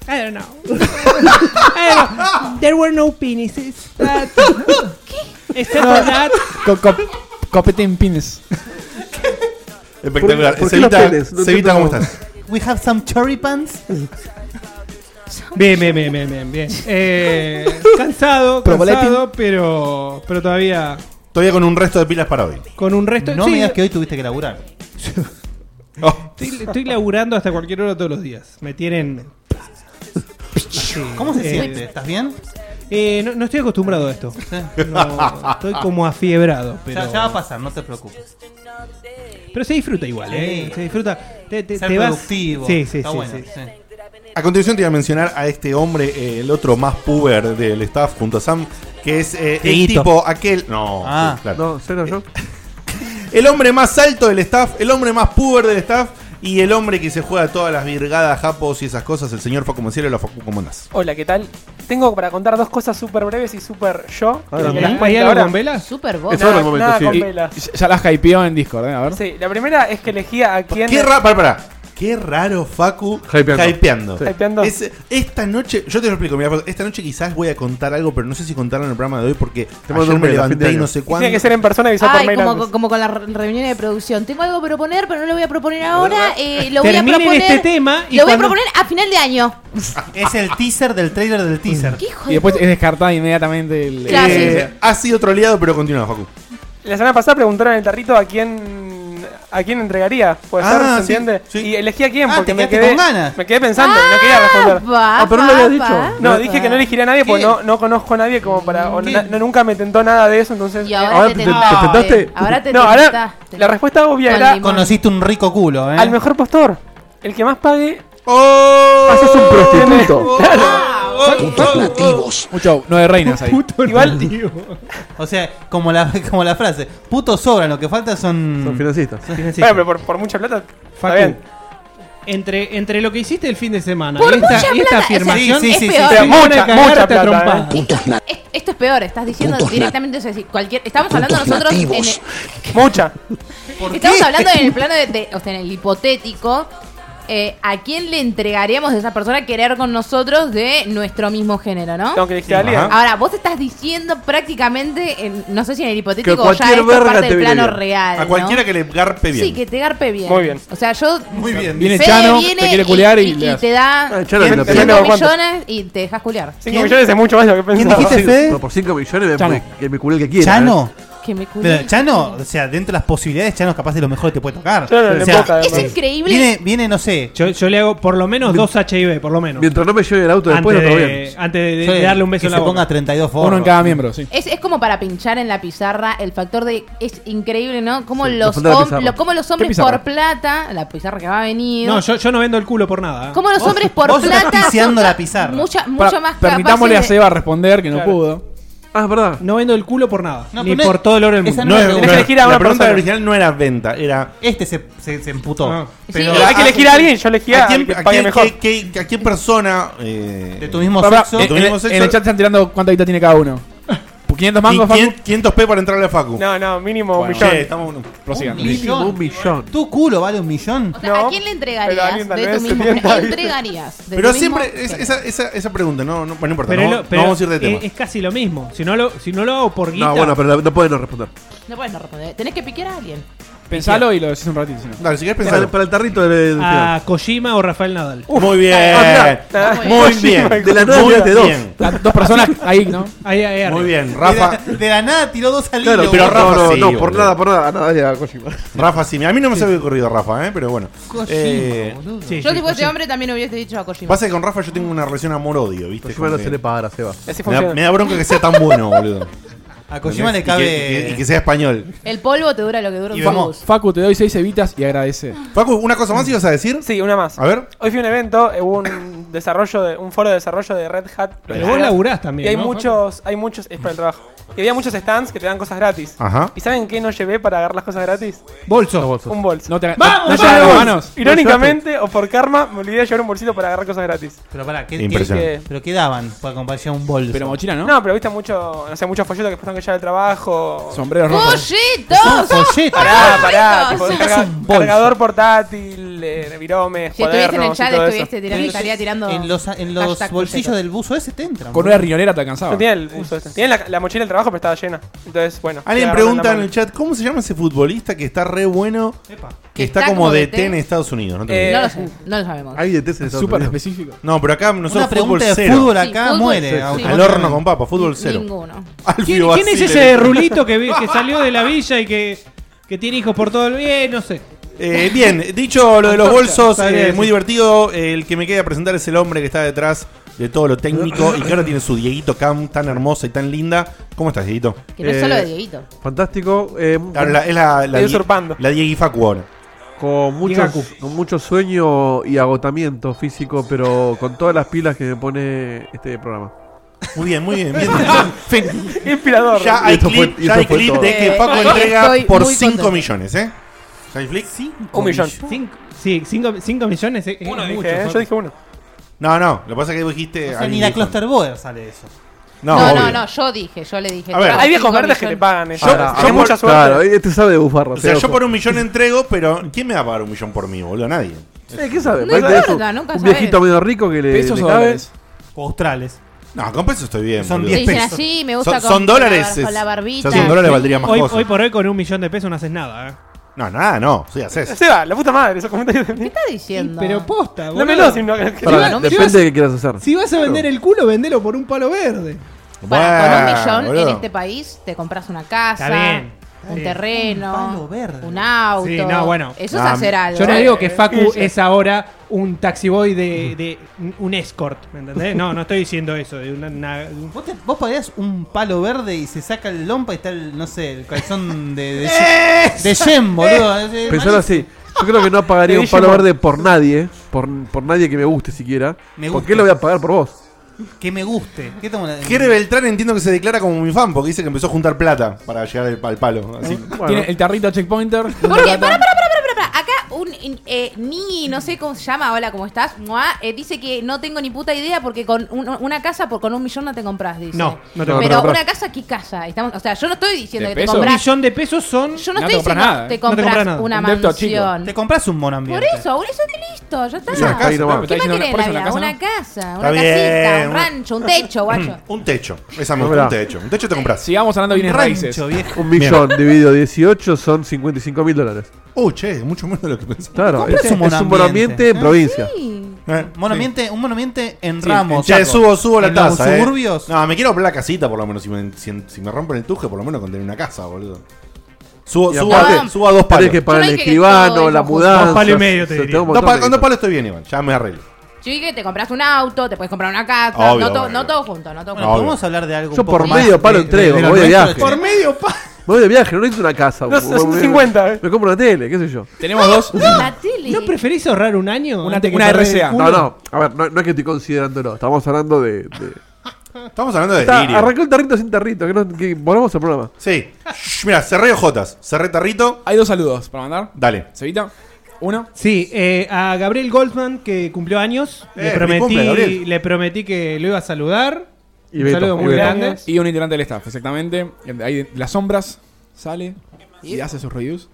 Speaker 9: I don't know. I don't know. There were no penises, but except for that,
Speaker 4: Co- co- Copete en pines.
Speaker 1: Espectacular.
Speaker 5: ¿Por qué
Speaker 1: Cevita,
Speaker 5: los peles? No
Speaker 1: Cevita, ¿cómo
Speaker 5: entiendo.
Speaker 1: estás?
Speaker 3: We have some cherry pants.
Speaker 2: Bien, bien, bien, bien, bien, bien. Eh, cansado,
Speaker 4: Proboletín.
Speaker 2: cansado, pero, pero todavía
Speaker 1: Todavía con un resto de pilas para hoy.
Speaker 2: con un resto.
Speaker 3: No
Speaker 2: sí,
Speaker 3: me digas que hoy tuviste que laburar.
Speaker 1: Oh,
Speaker 2: estoy, estoy laburando hasta cualquier hora todos los días. Me tienen.
Speaker 3: ¿Cómo se
Speaker 2: Eh,
Speaker 3: siente? ¿Estás bien?
Speaker 2: Eh, no, no estoy acostumbrado a esto. No, estoy como afiebrado, pero.
Speaker 3: Ya, ya va a pasar, no te preocupes.
Speaker 2: Pero se disfruta igual, ¿eh?
Speaker 3: Sí.
Speaker 2: Se disfruta. Te, te-
Speaker 3: Ser
Speaker 2: te vas-
Speaker 3: productivo.
Speaker 2: Sí, sí,
Speaker 3: está
Speaker 2: sí,
Speaker 3: bueno,
Speaker 2: sí.
Speaker 3: sí.
Speaker 1: A continuación te voy a mencionar a este hombre, eh, el otro más puber del staff junto a Sam, que es eh, el
Speaker 3: Dieguito.
Speaker 1: tipo aquel. No,
Speaker 3: Ah.
Speaker 1: sí, claro.
Speaker 5: No, ¿será yo?
Speaker 1: El hombre más alto del staff, el hombre más puber del staff y el hombre que se juega todas las virgadas, japos y esas cosas, el señor Facu Manciero y la Facu Comandas.
Speaker 7: Hola, ¿qué tal? Tengo para contar dos cosas súper breves y súper yo.
Speaker 5: Ah,
Speaker 7: que me
Speaker 5: ¿eh?
Speaker 7: las
Speaker 2: ¿Hay
Speaker 7: cuento
Speaker 2: algo
Speaker 7: ahora.
Speaker 2: con velas?
Speaker 6: Super vos.
Speaker 5: Es ahora el
Speaker 7: Nada-
Speaker 5: momento,
Speaker 7: nada
Speaker 5: sí.
Speaker 7: con
Speaker 4: Y-
Speaker 7: velas.
Speaker 4: y ya las hypeó en Discord, ¿eh? A ver.
Speaker 7: Sí, la primera es que elegí a quién.
Speaker 1: Qué raro, para, Qué raro Facu
Speaker 5: Hypeando.
Speaker 1: hypeando.
Speaker 5: Sí.
Speaker 7: Hypeando.
Speaker 1: Es- esta noche, yo te lo explico, mira, Facu, esta noche quizás voy a contar algo, pero no sé si contarlo en el programa de hoy porque
Speaker 5: mando
Speaker 1: ayer
Speaker 5: un
Speaker 1: me
Speaker 5: mail a fin de
Speaker 1: levanté y
Speaker 5: año.
Speaker 1: no sé cuándo.
Speaker 7: Tiene que ser en persona y avisar por
Speaker 6: Ay,
Speaker 7: mail
Speaker 6: como,
Speaker 7: antes.
Speaker 6: como con la re- reunión de producción. Tengo algo para proponer, pero no lo voy a proponer ahora. eh, lo voy a
Speaker 2: Terminen
Speaker 6: proponer.
Speaker 2: este tema y
Speaker 6: lo voy a
Speaker 2: cuando-
Speaker 6: proponer a final de año.
Speaker 3: Es el teaser del trailer del teaser.
Speaker 6: ¿Qué hijo
Speaker 4: Y
Speaker 6: de
Speaker 4: después es descartada inmediatamente el.
Speaker 6: Claro,
Speaker 4: el-
Speaker 1: Eh, ha sido troleado, pero continúa, Facu.
Speaker 7: La semana pasada preguntaron en el tarrito a quién a quién entregaría, ¿puede ser?
Speaker 1: Ah,
Speaker 7: ¿Se
Speaker 1: sí,
Speaker 7: entiende?
Speaker 1: sí.
Speaker 7: Y elegí a quién
Speaker 3: Ah,
Speaker 7: porque
Speaker 3: te
Speaker 7: me
Speaker 3: quedaste
Speaker 7: quedé
Speaker 3: con ganas.
Speaker 7: me quedé pensando y no quería responder.
Speaker 6: Va,
Speaker 5: Ah, pero no lo
Speaker 6: va,
Speaker 5: habías
Speaker 6: va.
Speaker 5: dicho.
Speaker 7: No, dije que no elegiría a nadie porque
Speaker 3: ¿Qué?
Speaker 7: no, no conozco a nadie como para. o
Speaker 3: ¿Qué?
Speaker 7: na- no, nunca me tentó nada de eso, entonces. Oh,
Speaker 6: Y ahora,
Speaker 5: Ahora
Speaker 6: te,
Speaker 5: te- te
Speaker 6: tentaste.
Speaker 5: tentaste.
Speaker 6: Ahora te
Speaker 7: no, ahora.
Speaker 6: tentaste.
Speaker 7: La respuesta obvia
Speaker 6: Con
Speaker 7: era
Speaker 6: limón.
Speaker 3: Conociste un rico culo, ¿eh?
Speaker 7: al mejor postor. El que más pague.
Speaker 1: ¡Oh!
Speaker 7: Haces un
Speaker 5: prostituto.
Speaker 7: Claro.
Speaker 4: Mucho, no de reinas ahí.
Speaker 2: Puto
Speaker 7: Igual-
Speaker 2: tío.
Speaker 3: O sea, como la, como la frase, putos sobran, lo que falta son...
Speaker 5: Son financistas.
Speaker 2: Fíjense.
Speaker 7: Bueno, pero por, por mucha plata. Está
Speaker 2: Facu,
Speaker 7: bien.
Speaker 2: Entre, entre lo que hiciste el fin de semana
Speaker 6: Por
Speaker 2: y esta,
Speaker 6: mucha
Speaker 2: y esta
Speaker 6: plata,
Speaker 2: afirmación,
Speaker 6: o sea,
Speaker 3: Sí, sí,
Speaker 6: es
Speaker 3: sí,
Speaker 6: peor.
Speaker 7: Pero
Speaker 2: me van a
Speaker 7: mucha,
Speaker 2: cagar
Speaker 7: mucha
Speaker 2: hasta
Speaker 7: plata, eh.
Speaker 2: trompada.
Speaker 6: Es- Esto es peor, estás diciendo directamente eso. Es decir, cualquier, estamos hablando nosotros en el,
Speaker 7: Mucha.
Speaker 6: Estamos hablando en el plano de, de- o sea, en el hipotético eh, ¿a quién le entregaríamos de esa persona querer con nosotros de nuestro mismo género, no?
Speaker 7: Tengo que elegir a alguien.
Speaker 1: Ajá.
Speaker 6: Ahora, vos estás diciendo prácticamente, en- no sé si en el hipotético
Speaker 5: Que
Speaker 6: o ya
Speaker 5: cualquier
Speaker 6: esto es
Speaker 5: verga
Speaker 6: parte
Speaker 5: te
Speaker 6: del
Speaker 5: viene
Speaker 6: plano
Speaker 5: bien.
Speaker 6: real.
Speaker 1: A
Speaker 6: ¿no?
Speaker 1: cualquiera que le garpe bien.
Speaker 6: Sí, que te garpe bien.
Speaker 7: Muy bien.
Speaker 6: O sea, yo.
Speaker 1: Muy bien.
Speaker 4: Viene
Speaker 6: Fede
Speaker 4: Chano,
Speaker 6: viene
Speaker 4: te quiere culear y,
Speaker 6: y,
Speaker 4: le hace.
Speaker 6: te da
Speaker 5: Ah, Chano,
Speaker 6: cien-
Speaker 5: la
Speaker 6: cinco
Speaker 7: pelea.
Speaker 6: millones y te dejas culear.
Speaker 7: 5 millones es mucho más de lo que
Speaker 3: ¿Quién
Speaker 7: pensaba.
Speaker 3: dijiste,
Speaker 5: Por cinco-
Speaker 3: Fede?
Speaker 5: pero Por 5 millones me-
Speaker 3: Chano.
Speaker 5: me, que me cure el que quiera.
Speaker 3: Chano.
Speaker 6: Que me culé.
Speaker 3: Pero Chano, o sea, dentro de las posibilidades, Chano es capaz de lo mejor que te puede tocar.
Speaker 7: Chano le
Speaker 3: o sea,
Speaker 7: boca,
Speaker 6: es
Speaker 7: además.
Speaker 6: increíble.
Speaker 3: viene, viene, no sé.
Speaker 2: Yo, yo le hago por lo menos dos HIV, por lo menos.
Speaker 5: Mientras no me lleve el auto después,
Speaker 2: antes
Speaker 5: no todo
Speaker 2: de,
Speaker 5: bien.
Speaker 2: antes de- de
Speaker 3: yo le-
Speaker 2: darle un beso
Speaker 3: que
Speaker 2: en la
Speaker 3: se
Speaker 2: boca. Mm.
Speaker 3: ponga 32 forros.
Speaker 4: Uno en cada miembro, sí.
Speaker 6: Es, es como para pinchar en la pizarra el factor de. Es increíble, ¿no? Como,
Speaker 5: Sí,
Speaker 6: los,
Speaker 5: la falta de la
Speaker 6: hom-
Speaker 5: pizarra.
Speaker 6: lo- como los hombres
Speaker 4: pizarra?
Speaker 6: por plata, la pizarra que va a venir.
Speaker 2: No, yo, yo no vendo el culo por nada. ¿eh?
Speaker 6: como los
Speaker 3: Vos-
Speaker 6: hombres por
Speaker 3: vos estás
Speaker 6: plata.
Speaker 3: piseando
Speaker 6: son
Speaker 3: la pizarra.
Speaker 6: Mucha,
Speaker 4: Para-
Speaker 6: mucho más
Speaker 4: permitámosle a
Speaker 6: capaces de-
Speaker 4: Seba responder, que no
Speaker 7: Claro.
Speaker 4: pudo.
Speaker 5: Ah, es verdad.
Speaker 2: No vendo el culo por nada.
Speaker 3: No,
Speaker 2: ni
Speaker 3: pero no
Speaker 2: por
Speaker 3: es-
Speaker 2: todo el oro del
Speaker 3: esa no
Speaker 2: mundo.
Speaker 1: No,
Speaker 3: es
Speaker 1: es-
Speaker 7: Tenés que elegir a
Speaker 1: la
Speaker 7: una
Speaker 1: pregunta
Speaker 7: persona.
Speaker 1: original no era venta, era
Speaker 3: Este se, se, se emputó.
Speaker 7: Ah.
Speaker 2: No.
Speaker 6: Sí,
Speaker 3: Pero
Speaker 7: Pero hay que elegir a alguien, yo elegí a
Speaker 1: ¿a
Speaker 7: alguien
Speaker 1: quién,
Speaker 7: que
Speaker 1: a
Speaker 7: pague
Speaker 1: quién-
Speaker 7: mejor.
Speaker 1: qué- qué- a quién persona eh,
Speaker 3: de tu mismo
Speaker 4: Pará,
Speaker 3: sexo.
Speaker 4: en-
Speaker 1: ¿De tu
Speaker 4: en,
Speaker 1: mismo
Speaker 4: el-
Speaker 1: sexo?
Speaker 4: en el chat están tirando cuánta guita tiene cada uno. 500 mangos,
Speaker 1: qui-
Speaker 4: Facu.
Speaker 1: quien- 500 P para entrarle a Facu.
Speaker 7: No, no, mínimo un
Speaker 4: Bueno.
Speaker 1: Che,
Speaker 7: millón.
Speaker 1: estamos
Speaker 4: Prosigan.
Speaker 3: Un millón.
Speaker 5: Un millón.
Speaker 3: ¿Tu culo vale un millón?
Speaker 6: O sea, ¿a
Speaker 7: No,
Speaker 6: quién le
Speaker 7: pero
Speaker 6: entregarías?
Speaker 7: alguien tal
Speaker 6: De
Speaker 7: vez
Speaker 6: tu mismo
Speaker 7: se sienta ahí.
Speaker 6: entregarías? de
Speaker 1: Pero
Speaker 6: tu mismo
Speaker 1: siempre es-
Speaker 6: género?
Speaker 1: esa, esa, esa pregunta, no, no, no importa,
Speaker 2: Pero,
Speaker 1: no,
Speaker 2: lo-
Speaker 1: no
Speaker 2: pero
Speaker 1: vamos a ir de tema.
Speaker 2: es, es casi lo mismo. Si no lo, si no lo hago por guita.
Speaker 5: No, bueno, pero la- no puedes no responder.
Speaker 6: No puedes no responder. Tenés que piquear a alguien.
Speaker 4: Pensalo y lo decís un ratito. si no.
Speaker 1: Dale, si querés
Speaker 5: Para,
Speaker 1: pensar.
Speaker 5: para el tarrito del, del
Speaker 2: a Kojima o Rafael Nadal.
Speaker 1: Muy bien.
Speaker 7: Ah,
Speaker 1: Muy
Speaker 7: sí,
Speaker 1: bien.
Speaker 7: me-
Speaker 5: De la nada
Speaker 1: Muy
Speaker 5: tiraste dos.
Speaker 1: bien.
Speaker 4: Las dos personas ahí, ¿no?
Speaker 2: Ahí, ahí arriba.
Speaker 1: Muy bien,
Speaker 3: De
Speaker 1: Rafa.
Speaker 3: la, de la nada tiró dos al
Speaker 5: final.
Speaker 3: hilo,
Speaker 1: pero
Speaker 5: no,
Speaker 1: Rafa
Speaker 5: no,
Speaker 1: sí,
Speaker 5: no, por
Speaker 1: boludo.
Speaker 5: nada, por nada. nada, dale a Kojima.
Speaker 1: Rafa, sí. A mí no me se había ocurrido Rafa, ¿eh? pero bueno.
Speaker 3: boludo. Kojima,
Speaker 1: Eh,
Speaker 3: boludo.
Speaker 2: Sí,
Speaker 6: Yo,
Speaker 2: sí,
Speaker 6: si fuese
Speaker 2: Kojima.
Speaker 6: hombre, también hubiese dicho a Kojima.
Speaker 1: Pasa que con Rafa yo tengo una relación amor-odio, ¿viste?
Speaker 5: Kojima no
Speaker 1: Como
Speaker 5: se le
Speaker 1: que
Speaker 5: paga, Seba.
Speaker 7: Así
Speaker 1: me, da,
Speaker 7: funciona.
Speaker 1: me da bronca que sea tan bueno, boludo.
Speaker 3: A Kojima le
Speaker 1: Y que- Y
Speaker 3: cabe.
Speaker 1: que, y que sea español.
Speaker 6: El polvo te dura lo que dura
Speaker 3: Y
Speaker 6: un
Speaker 3: vemos.
Speaker 6: bus.
Speaker 4: Facu, te doy 6 evitas y agradece.
Speaker 1: Facu, ¿una cosa más ibas a decir?
Speaker 7: Sí, una más.
Speaker 1: A ver.
Speaker 7: Hoy fui a un evento, eh, hubo un desarrollo de, un foro de desarrollo de Red Hat.
Speaker 2: Pero vos laburás también.
Speaker 7: Y hay
Speaker 2: ¿no,
Speaker 7: muchos, hay muchos, es para el trabajo. Y había muchos stands que te dan cosas gratis.
Speaker 1: Ajá.
Speaker 7: ¿Y saben qué no llevé para agarrar las cosas gratis?
Speaker 2: Facu? Bolso.
Speaker 7: Un bolso.
Speaker 4: No te
Speaker 2: ¡Vamos,
Speaker 4: no
Speaker 2: vamos!
Speaker 4: llegas a las manos.
Speaker 7: Irónicamente, o por karma, me olvidé de llevar un bolsito para agarrar cosas gratis.
Speaker 3: Pero pará, ¿qué,
Speaker 1: Impresionante.
Speaker 3: qué- pero qué daban para comparación a un bolso?
Speaker 4: Pero mochila, ¿no?
Speaker 7: No, pero viste mucho, no sé, muchos folletos que pasan que llevar al trabajo.
Speaker 4: Sombreros
Speaker 3: Son
Speaker 4: rojos.
Speaker 6: ¡Folletos!
Speaker 3: folletos.
Speaker 7: Pará, pará, tipo,
Speaker 6: Son-
Speaker 7: carga-
Speaker 3: es un bolso.
Speaker 7: cargador portátil, eh, viromes,
Speaker 6: Si estuviese en el
Speaker 7: cuadernos y
Speaker 6: chat,
Speaker 7: todo
Speaker 6: estuviese
Speaker 7: eso.
Speaker 6: tirando,
Speaker 3: Pero
Speaker 6: estaría tirando.
Speaker 3: En los, en los
Speaker 6: hashtag
Speaker 3: bolsillos
Speaker 6: folletos.
Speaker 3: del buzo ese te entran.
Speaker 4: Con una riñonera te alcanzaba.
Speaker 7: No tenía el uso este. Tenía la, la mochila del trabajo, pero estaba llena. Entonces, bueno.
Speaker 1: Alguien
Speaker 7: la agarré la
Speaker 1: pregunta en
Speaker 7: mano.
Speaker 1: el chat, ¿cómo se llama ese futbolista que está re bueno? Que está, como, de T en Estados Unidos. No, te
Speaker 7: Eh,
Speaker 1: olvides.
Speaker 6: No lo sé, no lo sabemos.
Speaker 5: Hay de TES en Estados
Speaker 4: Súper
Speaker 5: Unidos.
Speaker 4: específico.
Speaker 1: No, pero acá
Speaker 3: Una
Speaker 1: nosotros fútbol
Speaker 3: pregunta de
Speaker 1: cero.
Speaker 3: fútbol
Speaker 6: Sí,
Speaker 3: acá
Speaker 6: fútbol,
Speaker 3: muere.
Speaker 6: sí.
Speaker 1: Al horno con papa, fútbol cero.
Speaker 6: Ninguno.
Speaker 1: Alfio
Speaker 2: ¿Quién, quién es
Speaker 1: Basile.
Speaker 2: ese rulito que, vi- que salió de la villa y que, que tiene hijos por todo el bien? No sé.
Speaker 1: Eh, bien, dicho lo de los bolsos,
Speaker 2: Está bien,
Speaker 1: eh,
Speaker 2: sí.
Speaker 1: muy divertido. eh, El que me queda presentar es el hombre que está detrás de todo lo técnico y que ahora tiene su Dieguito Cam tan hermosa y tan linda. ¿Cómo estás, Dieguito?
Speaker 6: Que no es
Speaker 5: Eh,
Speaker 6: solo de Dieguito.
Speaker 5: Fantástico. eh,
Speaker 1: Claro, la- es la, la,
Speaker 7: Estoy usurpando.
Speaker 1: la Dieguifacu ahora.
Speaker 5: Con mucho,
Speaker 2: Gaku.
Speaker 5: con mucho sueño y agotamiento físico, pero con todas las pilas que me pone este programa.
Speaker 1: Muy bien, muy bien. bien. Fin.
Speaker 7: Inspirador.
Speaker 1: Ya hay
Speaker 5: esto fue-
Speaker 1: clip,
Speaker 5: y
Speaker 1: ya
Speaker 5: esto
Speaker 1: hay
Speaker 5: fue
Speaker 1: clip
Speaker 5: todo.
Speaker 1: de que
Speaker 6: Eh,
Speaker 1: Paco
Speaker 6: eh,
Speaker 1: entrega
Speaker 6: estoy
Speaker 1: por
Speaker 6: muy
Speaker 1: 5
Speaker 6: contenta.
Speaker 1: millones, ¿eh? ¿Ya hay clip?
Speaker 7: Un millón.
Speaker 2: Cinco- sí, cinco, cinco millones es, es
Speaker 7: Uno dije,
Speaker 2: mucho.
Speaker 7: eh,
Speaker 2: Facu.
Speaker 7: yo dije uno.
Speaker 1: No, no, lo que pasa es que vos dijiste.
Speaker 3: O sea, ni
Speaker 1: alguien
Speaker 3: la
Speaker 1: dijo.
Speaker 3: Cluster Boer sale de eso.
Speaker 1: No,
Speaker 6: No,
Speaker 1: obvio.
Speaker 6: no, no, yo dije, yo le dije.
Speaker 1: A ver.
Speaker 6: Trabajo
Speaker 7: Hay viejos
Speaker 6: cinco
Speaker 7: verdes que te
Speaker 6: millones.
Speaker 7: pagan eso.
Speaker 5: Ahora,
Speaker 7: Tenés
Speaker 5: yo
Speaker 7: mucha
Speaker 5: por-
Speaker 7: suerte.
Speaker 5: Claro, este sabe de bufarra.
Speaker 1: O sea,
Speaker 5: Seba.
Speaker 1: yo por un millón entrego, pero ¿quién me va a pagar un millón por mí, boludo? Nadie.
Speaker 5: Eh, ¿Qué sabe?
Speaker 6: No
Speaker 5: Parece
Speaker 6: importa,
Speaker 5: eso.
Speaker 6: nunca
Speaker 5: Un
Speaker 6: sabés.
Speaker 5: viejito medio rico que le,
Speaker 4: Pesos
Speaker 5: le
Speaker 4: o
Speaker 5: cabe.
Speaker 4: dólares.
Speaker 3: O australes.
Speaker 1: No, con peso estoy bien.
Speaker 3: Son
Speaker 1: boludo.
Speaker 6: Te
Speaker 3: 10
Speaker 6: dicen
Speaker 3: pesos.
Speaker 6: así, me gusta
Speaker 1: Son,
Speaker 6: con-
Speaker 1: son dólares.
Speaker 6: Con la,
Speaker 1: es-
Speaker 6: barbita.
Speaker 1: O sea, son dólares valdría más
Speaker 2: Hoy,
Speaker 1: cosas.
Speaker 2: hoy por hoy con un millón de pesos no haces nada. ¿eh?
Speaker 1: No, nada, no. Sí, haces.
Speaker 7: Seba, la puta madre, esos comentarios de
Speaker 6: ¿Qué
Speaker 7: mí.
Speaker 6: está diciendo?
Speaker 2: Pero posta, boludo.
Speaker 7: Dámelo si no. que-
Speaker 5: Pará,
Speaker 2: Si vas-
Speaker 5: depende
Speaker 2: si vas-
Speaker 5: de qué quieras hacer.
Speaker 2: Si vas a vender el culo, vendelo por un palo verde.
Speaker 6: Para, con un millón
Speaker 1: boludo.
Speaker 6: en este país te compras una casa,
Speaker 2: Está bien.
Speaker 6: un
Speaker 2: Sí.
Speaker 3: Un palo
Speaker 6: terreno,
Speaker 3: verde.
Speaker 6: un auto.
Speaker 2: Sí, no, bueno.
Speaker 6: Eso
Speaker 1: No,
Speaker 6: es hacer algo.
Speaker 2: Yo no
Speaker 6: ¿eh?
Speaker 2: digo que Facu es ahora un taxiboy de, de un escort, ¿me entendés? No, no estoy diciendo eso. De una, una- de un-
Speaker 3: ¿Vos, te, vos pagarías un palo verde y se saca el lompa y está el, no sé, el calzón de, de, de Jem,
Speaker 1: Eh,
Speaker 3: boludo. Es- es
Speaker 5: Pensalo
Speaker 3: malísimo.
Speaker 5: así. Eh. Yo creo que no pagaría
Speaker 2: Te
Speaker 5: un
Speaker 2: dije
Speaker 5: palo
Speaker 2: por-
Speaker 5: verde por nadie. Por, por nadie que me guste siquiera.
Speaker 3: Me
Speaker 5: ¿Por
Speaker 3: gusta.
Speaker 5: qué lo voy a pagar por vos?
Speaker 3: Que me guste. ¿Qué tomo la-
Speaker 1: Jere Beltrán entiendo que se declara como mi fan porque dice que empezó a juntar plata para llegar al, al palo. Así.
Speaker 5: Eh, Bueno,
Speaker 4: Tiene el tarrito checkpointer.
Speaker 6: Porque, pará, pará, pará, pará, pará, pará. Acá un eh, Ni, no sé cómo se llama, hola, ¿cómo estás? Mua, eh, dice que no tengo ni puta idea porque con un- una casa por con un millón no te compras, dice.
Speaker 2: No, no te
Speaker 6: Pero
Speaker 2: compras.
Speaker 6: una casa, ¿qué casa? Estamos, o sea, yo no estoy diciendo
Speaker 4: ¿De
Speaker 6: que te
Speaker 4: peso?
Speaker 2: Un
Speaker 6: compras.
Speaker 2: millón de pesos son.
Speaker 6: Yo no,
Speaker 4: No te
Speaker 6: estoy
Speaker 4: compras
Speaker 6: diciendo
Speaker 4: nada.
Speaker 2: No
Speaker 6: que te
Speaker 2: te compras
Speaker 6: compras
Speaker 2: nada.
Speaker 6: una
Speaker 4: Un depto chico.
Speaker 6: mansión.
Speaker 3: Te compras un monoambiente.
Speaker 6: Por eso, eso y listo, ya está.
Speaker 5: Es una casa y no más.
Speaker 4: Está
Speaker 6: ¿Qué más
Speaker 4: diciendo,
Speaker 6: querés
Speaker 4: por
Speaker 6: la
Speaker 4: eso una
Speaker 6: vida?
Speaker 4: casa,
Speaker 6: Una casa,
Speaker 4: ¿no?
Speaker 1: Está
Speaker 6: una
Speaker 1: bien,
Speaker 6: casita, un
Speaker 1: una-
Speaker 6: rancho, un techo, guacho.
Speaker 1: Un techo. Esa me
Speaker 5: No,
Speaker 1: gusta, un
Speaker 5: mirá.
Speaker 1: techo. Un techo te compras.
Speaker 4: Sigamos hablando de bienes raíces.
Speaker 3: Rancho, viejo.
Speaker 5: Un millón dividido 18 son 55 mil dólares.
Speaker 1: Oh, che, mucho menos de lo que pensé.
Speaker 5: Claro,
Speaker 3: Compras
Speaker 5: es,
Speaker 3: un
Speaker 5: es un buen ambiente
Speaker 3: monoambiente,
Speaker 5: en provincia.
Speaker 6: Sí.
Speaker 1: Eh,
Speaker 3: Monoambiente, Un monoambiente en
Speaker 4: Sí,
Speaker 3: Ramos.
Speaker 1: Che,
Speaker 3: Chaco.
Speaker 1: subo, subo la
Speaker 3: En los
Speaker 1: tasa. eh.
Speaker 3: suburbios.
Speaker 1: No, me quiero comprar la casita por lo menos. Si me, si- si me rompen el tuje, por lo menos con tener una casa, boludo. Subo,
Speaker 5: Y
Speaker 1: subo,
Speaker 6: aparte-
Speaker 1: a, subo a dos palos.
Speaker 5: Tenés que pagar
Speaker 6: Yo no
Speaker 5: el
Speaker 6: dije que todo
Speaker 5: escribano,
Speaker 6: es
Speaker 5: la
Speaker 6: injusto.
Speaker 5: mudanza.
Speaker 2: Dos palos y medio, te
Speaker 5: se- se-
Speaker 2: diría.
Speaker 1: Dos
Speaker 5: un montón
Speaker 1: pa-
Speaker 5: de
Speaker 1: con dos
Speaker 5: cosas.
Speaker 1: palos estoy bien, Iván. Ya me arreglo.
Speaker 6: Sí, que te compras un auto, te puedes comprar una casa,
Speaker 1: Obvio,
Speaker 6: no, to-
Speaker 1: obvio.
Speaker 6: no todo junto, no todo
Speaker 3: Bueno,
Speaker 1: No,
Speaker 6: junto.
Speaker 3: podemos hablar de algo.
Speaker 5: Yo
Speaker 3: un poco
Speaker 5: por
Speaker 3: más
Speaker 5: medio palo
Speaker 3: de-
Speaker 5: entrego,
Speaker 3: de lo
Speaker 5: voy de
Speaker 3: nuestro,
Speaker 5: viaje.
Speaker 3: che.
Speaker 5: Por
Speaker 2: medio pa.
Speaker 5: Me voy de viaje, no necesito una casa.
Speaker 7: No,
Speaker 5: Me- me-
Speaker 7: 50, eh.
Speaker 5: Me compro una tele, qué sé yo.
Speaker 2: ¡Ah!
Speaker 4: Tenemos dos.
Speaker 6: La tele.
Speaker 2: ¿No preferís ahorrar un año?
Speaker 4: Una-
Speaker 2: antes que
Speaker 4: una
Speaker 2: te ahorres
Speaker 4: RCA.
Speaker 2: el
Speaker 5: No,
Speaker 2: culo?
Speaker 5: no, a ver, no, no es que estoy considerándolo. Estamos hablando de. de-
Speaker 1: Estamos hablando de
Speaker 5: Está,
Speaker 1: delirio.
Speaker 5: arrancó el tarrito sin tarrito, que, no, que volvamos al programa.
Speaker 1: Sí. Shh, Mira, cerré ojotas. Cerré tarrito.
Speaker 4: Hay dos saludos para mandar.
Speaker 1: Dale.
Speaker 4: Cevita, uno.
Speaker 2: Sí, eh, a Gabriel Goldman, que cumplió años,
Speaker 1: Eh,
Speaker 2: le,
Speaker 1: feliz
Speaker 2: prometí,
Speaker 1: cumple, Gabriel.
Speaker 2: le prometí que lo iba a saludar.
Speaker 5: Y
Speaker 2: un
Speaker 5: Beto,
Speaker 2: saludo
Speaker 5: y
Speaker 2: muy
Speaker 5: Beto.
Speaker 2: grande.
Speaker 4: Y un integrante del staff, exactamente. Ahí de las sombras sale y hace sus reviews,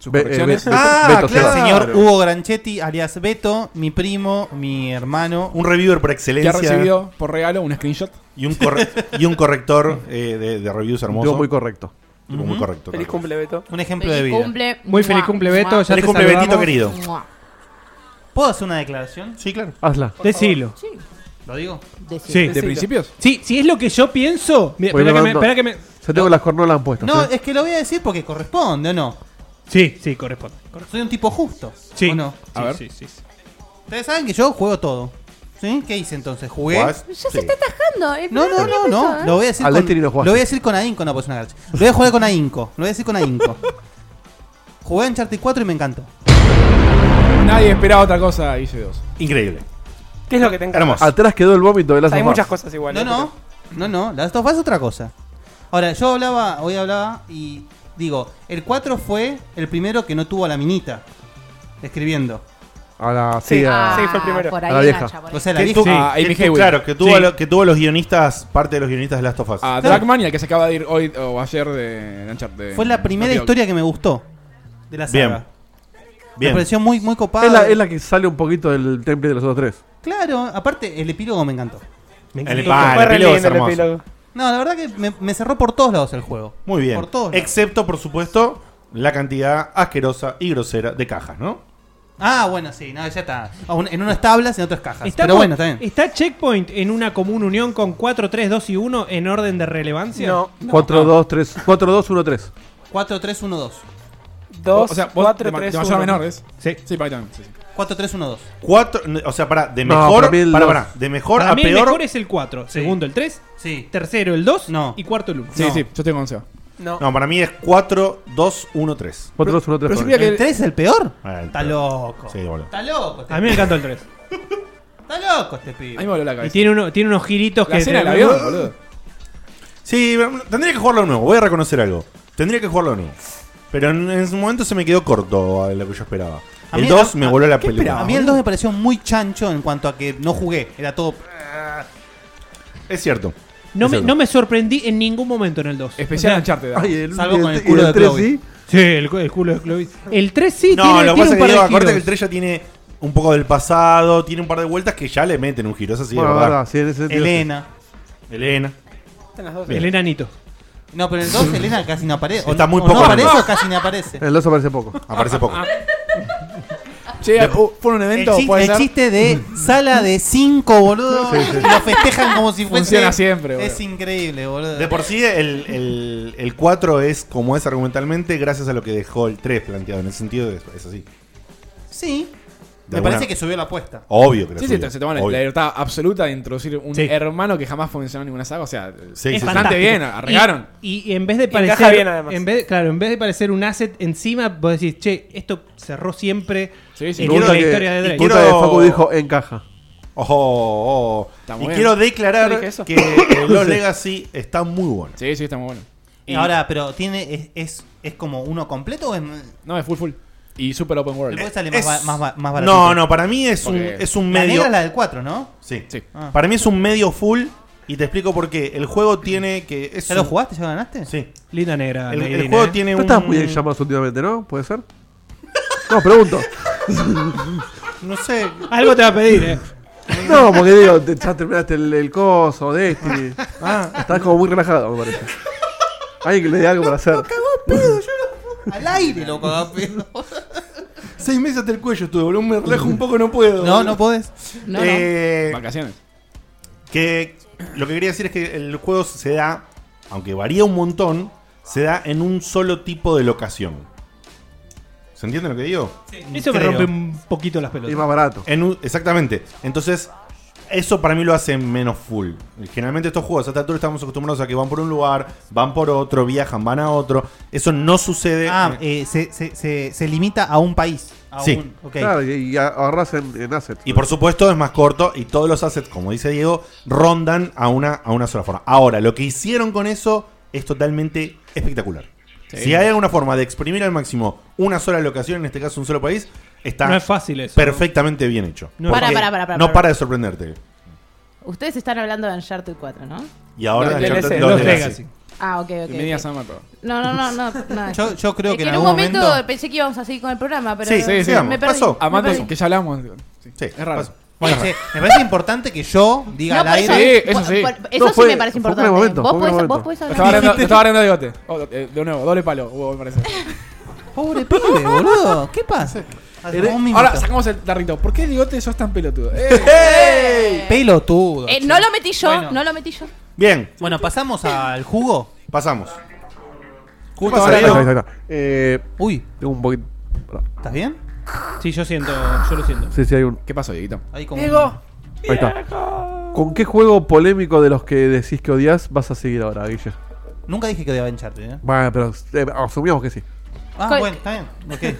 Speaker 4: sus
Speaker 5: Be- eh,
Speaker 4: correcciones.
Speaker 5: Be- Beto-
Speaker 1: Ah, claro.
Speaker 5: Beto Seba.
Speaker 1: Claro.
Speaker 3: Señor Hugo Granchetti, alias Beto, mi primo, mi hermano.
Speaker 1: Un reviewer por
Speaker 4: que ha
Speaker 1: excelencia.
Speaker 4: recibido por regalo un screenshot.
Speaker 1: Y un, corre- y un corrector eh, de, de reviews
Speaker 5: Un
Speaker 1: hermoso.
Speaker 5: tipo muy correcto.
Speaker 1: Tipo muy correcto.
Speaker 7: Feliz
Speaker 1: tal
Speaker 7: cumple, Beto.
Speaker 3: Un ejemplo de
Speaker 6: Feliz
Speaker 3: vida.
Speaker 6: cumple.
Speaker 2: Muy feliz
Speaker 6: Mua,
Speaker 2: cumple, Beto,
Speaker 6: mua,
Speaker 2: ya
Speaker 1: Feliz
Speaker 2: te
Speaker 1: cumple,
Speaker 2: saludamos.
Speaker 1: Betito, querido.
Speaker 6: mua.
Speaker 3: ¿Puedo hacer una declaración?
Speaker 1: cual. Sí, claro.
Speaker 5: Hazla.
Speaker 2: Decilo.
Speaker 6: Sí,
Speaker 3: ¿Lo digo?
Speaker 6: decí.
Speaker 2: Sí.
Speaker 4: ¿De
Speaker 7: Decilo.
Speaker 4: principios?
Speaker 2: Sí, si es lo que yo pienso. Mira, espera
Speaker 5: Voy
Speaker 2: que, me,
Speaker 5: grabando.
Speaker 2: espera que me.
Speaker 5: Ya tengo las cornolas puestas.
Speaker 3: No,
Speaker 5: ¿eh?
Speaker 3: es que lo voy a decir porque corresponde, ¿o no?
Speaker 2: Sí, sí, corresponde.
Speaker 3: Soy un tipo justo.
Speaker 2: Sí.
Speaker 3: ¿O no?
Speaker 4: A
Speaker 2: Sí,
Speaker 4: ver.
Speaker 2: sí, sí, sí.
Speaker 3: Ustedes saben que yo juego todo. ¿Sí? ¿Qué hice entonces?
Speaker 4: Pues,
Speaker 3: ¿Jugué?
Speaker 1: ¿Jugás?
Speaker 6: Ya
Speaker 1: Sí.
Speaker 6: se está atajando. eh,
Speaker 3: No, no,
Speaker 6: pero
Speaker 3: no, no.
Speaker 6: eso,
Speaker 3: Lo
Speaker 6: eh.
Speaker 3: voy a decir
Speaker 5: Al
Speaker 3: con.
Speaker 5: Destiny no
Speaker 3: lo
Speaker 5: jugaste.
Speaker 3: voy a decir con ahínco, no, pues una garcha. Lo voy a jugar con ahínco. Lo voy a decir con ahínco. Jugué en Charter 4 y me encantó.
Speaker 4: Nadie esperaba otra cosa, hice dos.
Speaker 2: eh,
Speaker 1: Increíble.
Speaker 7: ¿Qué es lo que te encanta?
Speaker 1: Hermoso.
Speaker 5: Atrás quedó el vómito de las
Speaker 7: Hay muchas cosas igual.
Speaker 3: No,
Speaker 7: ¿eh?
Speaker 3: no, no, no. Last of Us es otra cosa. Ahora, yo hablaba, hoy hablaba y digo, el 4 fue el primero que no tuvo a la minita escribiendo.
Speaker 5: A la,
Speaker 7: Sí.
Speaker 5: sí,
Speaker 7: Ah.
Speaker 5: a-
Speaker 7: fue el primero.
Speaker 6: Por
Speaker 5: A
Speaker 6: ahí
Speaker 5: la
Speaker 6: la
Speaker 5: vieja.
Speaker 6: hacha, por ahí.
Speaker 3: O sea, la
Speaker 1: Que tu-
Speaker 3: vieja.
Speaker 4: Ah,
Speaker 1: que
Speaker 4: Amy
Speaker 1: tu-
Speaker 4: Haywood.
Speaker 1: claro, que tuvo,
Speaker 2: Sí.
Speaker 1: a lo- que tuvo a los guionistas, parte de los guionistas de Last of Us.
Speaker 4: A
Speaker 3: Claro.
Speaker 4: Dragman y al que se acaba de ir hoy o ayer de de Uncharted. de-
Speaker 3: Fue la primera
Speaker 4: Naughty Dog.
Speaker 3: historia que me gustó de la saga.
Speaker 1: Bien.
Speaker 3: Me
Speaker 1: Bien.
Speaker 3: pareció muy, muy copada.
Speaker 5: es, la, es la que sale un poquito del temple de los otros tres.
Speaker 3: Claro, aparte, el epílogo me encantó. Me
Speaker 1: El,
Speaker 3: encantó.
Speaker 1: ah, el
Speaker 7: Fue re
Speaker 1: epílogo es
Speaker 7: lindo el
Speaker 1: hermoso.
Speaker 7: epílogo.
Speaker 3: No, la verdad que me, me cerró por todos lados el juego.
Speaker 1: Muy bien.
Speaker 3: Por todos lados.
Speaker 1: Excepto, por supuesto, la cantidad asquerosa y grosera de cajas, ¿no?
Speaker 3: Ah, bueno, sí, no, ya está. Aún- En uno es tablas, en otro es cajas.
Speaker 2: Está
Speaker 3: Pero
Speaker 2: por-
Speaker 3: bueno, está bien.
Speaker 2: ¿Está Checkpoint en una común unión con 4, 3, 2 y 1 en orden de relevancia?
Speaker 7: No.
Speaker 5: 4, 2, 3. 4, 2, 1, 3.
Speaker 3: 4, 3, 1, 2.
Speaker 4: O-
Speaker 7: 2,
Speaker 4: o sea, vos
Speaker 7: 4,
Speaker 4: de,
Speaker 7: 3,
Speaker 4: de mayor a
Speaker 3: Ah,
Speaker 7: 1.
Speaker 4: menor, ¿es?
Speaker 2: Sí.
Speaker 4: Sí, para ahí también. sí, sí.
Speaker 3: 4, 3, 1, 2.
Speaker 1: Cuatro, o sea, para de
Speaker 5: No,
Speaker 1: mejor,
Speaker 5: para mí el
Speaker 1: para,
Speaker 5: dos.
Speaker 1: para, de mejor
Speaker 2: Para
Speaker 1: a
Speaker 2: mí
Speaker 1: peor.
Speaker 2: el mejor es el 4, segundo el 3,
Speaker 3: Sí.
Speaker 2: tercero el 2
Speaker 3: No.
Speaker 2: y cuarto el 1.
Speaker 4: Sí,
Speaker 3: No.
Speaker 4: sí, yo estoy con Seba.
Speaker 7: No.
Speaker 1: No, para mí es 4, 2, 1, 3.
Speaker 5: 4, 2, 1, 3.
Speaker 4: Pero si mira que-
Speaker 3: ¿El 3 es el peor?
Speaker 1: Ah, el
Speaker 3: Está
Speaker 1: peor.
Speaker 3: loco.
Speaker 1: Sí, boludo.
Speaker 3: Está loco. Este
Speaker 2: A mí me encantó el 3.
Speaker 3: Está loco este
Speaker 4: A mí me
Speaker 3: pibe.
Speaker 4: voló la
Speaker 2: Y
Speaker 4: cabeza.
Speaker 2: tiene, uno- tiene unos giritos
Speaker 4: la
Speaker 2: que.
Speaker 4: escena del
Speaker 2: te-
Speaker 4: avión, boludo.
Speaker 1: Sí, tendría que jugarlo de nuevo, voy a reconocer algo. Tendría que jugarlo de nuevo. Pero en, en su momento se me quedó corto a lo que yo esperaba.
Speaker 3: A
Speaker 1: el
Speaker 3: mí-
Speaker 1: 2
Speaker 3: a-
Speaker 1: me
Speaker 3: a-
Speaker 1: voló la
Speaker 4: ¿qué
Speaker 1: película.
Speaker 3: A mí el 2 me pareció muy chancho en cuanto a que no jugué. Era todo.
Speaker 1: Es cierto.
Speaker 2: No, me,
Speaker 1: Exacto.
Speaker 2: no me sorprendí en ningún momento en el 2.
Speaker 4: Especial
Speaker 2: O sea,
Speaker 4: Uncharted. da.
Speaker 5: el,
Speaker 3: Salvo
Speaker 5: y
Speaker 3: con el
Speaker 5: y
Speaker 3: culo de
Speaker 5: tres,
Speaker 3: Chloe.
Speaker 5: sí.
Speaker 2: Sí, el, cu- el culo de Clovis. El 3 sí
Speaker 1: No,
Speaker 2: tiene,
Speaker 1: lo que pasa
Speaker 2: tiene un
Speaker 1: es que
Speaker 2: par
Speaker 1: Diego,
Speaker 2: de
Speaker 1: acuérdate que el
Speaker 2: giros.
Speaker 1: 3 ya tiene un poco del pasado, tiene un par de vueltas que ya le meten un giro. Es así, de
Speaker 5: Bueno,
Speaker 1: verdad.
Speaker 5: verdad, sí, en ese sentido.
Speaker 3: Elena.
Speaker 1: Elena.
Speaker 7: Están las dos.
Speaker 1: Bien.
Speaker 2: El enanito.
Speaker 3: No, pero en el 2 Elena casi no aparece. O
Speaker 1: Está
Speaker 3: no-
Speaker 1: muy
Speaker 3: o
Speaker 1: poco
Speaker 3: No aparece
Speaker 1: Elena.
Speaker 3: o casi no aparece.
Speaker 5: En el 2 aparece poco.
Speaker 1: Aparece poco.
Speaker 4: Che, uh, ¿fue un evento?
Speaker 3: chis-
Speaker 4: ¿Puede ser?
Speaker 3: chiste de sala de 5, boludo. Lo festejan como si fuese.
Speaker 4: Funciona siempre, boludo.
Speaker 3: Es increíble, boludo.
Speaker 1: De por sí, el, el, el 4 es como es argumentalmente, gracias a lo que dejó el 3 planteado. En el sentido de es así.
Speaker 3: Sí.
Speaker 1: De
Speaker 3: Me
Speaker 1: alguna-
Speaker 3: parece que subió la apuesta.
Speaker 1: Obvio que lo
Speaker 4: Sí, sí,
Speaker 1: subió,
Speaker 4: te- se toman la
Speaker 1: obvio.
Speaker 4: la libertad absoluta de introducir un
Speaker 2: Sí.
Speaker 4: hermano que jamás fue mencionado en ninguna saga. O sea,
Speaker 1: Sí,
Speaker 2: Es
Speaker 1: sí, sí.
Speaker 4: bastante
Speaker 2: fantástico.
Speaker 4: bien, arreglaron.
Speaker 2: Y, y en vez de
Speaker 7: encaja
Speaker 2: parecer.
Speaker 7: bien, además.
Speaker 2: En vez de- claro, en vez de parecer un asset encima, vos decís, che, esto cerró siempre
Speaker 4: Sí, sí,
Speaker 2: en
Speaker 5: me gusta
Speaker 2: la
Speaker 5: que-
Speaker 2: historia de Drake.
Speaker 1: Quiero-
Speaker 5: Puta de Facu dijo encaja.
Speaker 1: Ojo, ojo.
Speaker 4: Está
Speaker 1: Y
Speaker 4: muy bien.
Speaker 1: quiero
Speaker 7: Yo
Speaker 1: declarar
Speaker 7: dije eso.
Speaker 1: que eh, Los Legacy está muy bueno.
Speaker 4: Sí, sí, está muy bueno. Y-
Speaker 3: Ahora, pero tiene es, es, es como uno completo o es
Speaker 4: No, es full, full. Y super open world.
Speaker 3: Después sale más, ba- más, ba- más baratito.
Speaker 1: No, no, para mí es un,
Speaker 4: Porque-
Speaker 1: es un
Speaker 3: La
Speaker 1: medio.
Speaker 3: negra es la del 4, ¿no?
Speaker 1: Sí.
Speaker 4: Sí.
Speaker 3: Ah.
Speaker 1: Para mí es un medio full y te explico por qué. El juego tiene que. Es
Speaker 3: ¿Ya lo
Speaker 1: un-
Speaker 3: jugaste? ¿Ya lo ganaste?
Speaker 1: Sí.
Speaker 2: Linda negra.
Speaker 1: El, el
Speaker 2: Negrina,
Speaker 1: juego
Speaker 2: eh.
Speaker 1: tiene
Speaker 5: Tú
Speaker 1: un.
Speaker 5: estás muy llamados últimamente, ¿no? ¿Puede ser? No, pregunto.
Speaker 1: No sé.
Speaker 2: Algo te va a pedir, eh.
Speaker 5: No, porque digo, te- ya terminaste el, el coso, Destiny.
Speaker 2: Ah.
Speaker 5: Estás como muy relajado, me parece. Alguien que le dé algo para hacer.
Speaker 3: Al aire, loco.
Speaker 1: Seis meses hasta el cuello estuve, boludo. Me relajo un poco, no puedo.
Speaker 3: No, no podés.
Speaker 6: No, no.
Speaker 1: Eh,
Speaker 4: Vacaciones.
Speaker 1: que lo que quería decir es que el juego se da, aunque varía un montón, se da en un solo tipo de locación. ¿Se entiende lo que digo? Mm,
Speaker 2: Eso me
Speaker 1: Creo.
Speaker 2: rompe un poquito las
Speaker 5: Es
Speaker 2: pelotas.
Speaker 5: más barato.
Speaker 1: En un- exactamente. Entonces, eso para mí lo hace menos full. Generalmente estos juegos, hasta altura estamos acostumbrados a que van por un lugar, van por otro, viajan, van a otro. Eso no sucede.
Speaker 3: Ah, eh, se, se, se, se limita a un país. A
Speaker 1: Sí.
Speaker 3: un- ok.
Speaker 5: Claro, y, y ahorras en, en assets.
Speaker 1: y por supuesto es más corto y todos los assets, como dice Diego, rondan a una, a una sola forma. Ahora, lo que hicieron con eso es totalmente espectacular.
Speaker 4: Sí.
Speaker 1: Si hay alguna forma de exprimir al máximo una sola locación, en este caso un solo país, está
Speaker 2: No es fácil eso.
Speaker 1: perfectamente bien hecho.
Speaker 2: No es
Speaker 1: Porque
Speaker 6: Para, para, para, para,
Speaker 1: no
Speaker 6: para.
Speaker 1: para de sorprenderte.
Speaker 6: Ustedes están hablando de Uncharted 4, ¿no?
Speaker 1: Y ahora
Speaker 4: Los
Speaker 1: Uncharted-
Speaker 7: DLC,
Speaker 1: los
Speaker 2: Los
Speaker 1: DLC.
Speaker 2: Legacy.
Speaker 6: Ah, ok, ok.
Speaker 4: Bienvenida a
Speaker 6: ok.
Speaker 4: San Marco.
Speaker 6: No, no, no, no. no.
Speaker 3: Yo, yo creo
Speaker 6: Es
Speaker 3: que
Speaker 6: en un momento, pensé que íbamos a seguir con el programa, pero
Speaker 1: Sí,
Speaker 4: sí, sí,
Speaker 1: vamos.
Speaker 6: me perdí.
Speaker 1: Pasó.
Speaker 6: me
Speaker 4: Amando,
Speaker 6: perdí.
Speaker 4: que ya hablamos. Sí,
Speaker 1: Sí,
Speaker 4: es raro.
Speaker 1: pasó.
Speaker 3: Bueno, Eh, che, me parece importante que yo diga
Speaker 6: No,
Speaker 3: al
Speaker 6: por eso,
Speaker 3: aire.
Speaker 4: Sí, eso sí.
Speaker 6: por- eso
Speaker 5: No,
Speaker 6: sí
Speaker 5: fue-
Speaker 6: me parece
Speaker 5: fue un
Speaker 6: importante.
Speaker 5: momento,
Speaker 6: vos,
Speaker 5: fue un
Speaker 6: podés,
Speaker 5: momento.
Speaker 6: vos podés
Speaker 4: Estaba
Speaker 6: hablar.
Speaker 4: hablando, estaba hablando de bigote. Oh, eh, de nuevo, doble palo. hubo, me parece.
Speaker 3: Pobre pibe, boludo. ¿Qué pasa? Hace un
Speaker 4: Ahora
Speaker 3: minuto.
Speaker 4: sacamos el tarrito. ¿Por qué bigote sos tan pelotudo? Eh,
Speaker 3: Pelotudo.
Speaker 6: Eh, no lo metí yo,
Speaker 3: Bueno.
Speaker 6: no lo metí yo.
Speaker 1: Bien,
Speaker 3: Bueno, pasamos al jugo.
Speaker 1: pasamos.
Speaker 5: Justo
Speaker 1: ahora
Speaker 5: ahí
Speaker 1: digo-
Speaker 5: está, ahí está. Eh,
Speaker 3: Uy,
Speaker 5: tengo un poquito. pará.
Speaker 3: ¿estás bien?
Speaker 2: Sí, yo siento, yo lo siento.
Speaker 5: Sí, sí, hay un.
Speaker 4: ¿Qué pasó, Dieguito?
Speaker 3: Ahí como
Speaker 7: Diego,
Speaker 5: Ahí está. ¿Con qué juego polémico de los que decís que odias vas a seguir ahora, Guille?
Speaker 3: Nunca dije que debía encharte, ¿eh?
Speaker 5: Bueno, pero eh, asumíamos que sí.
Speaker 3: Ah,
Speaker 6: Con-
Speaker 3: bueno, está bien.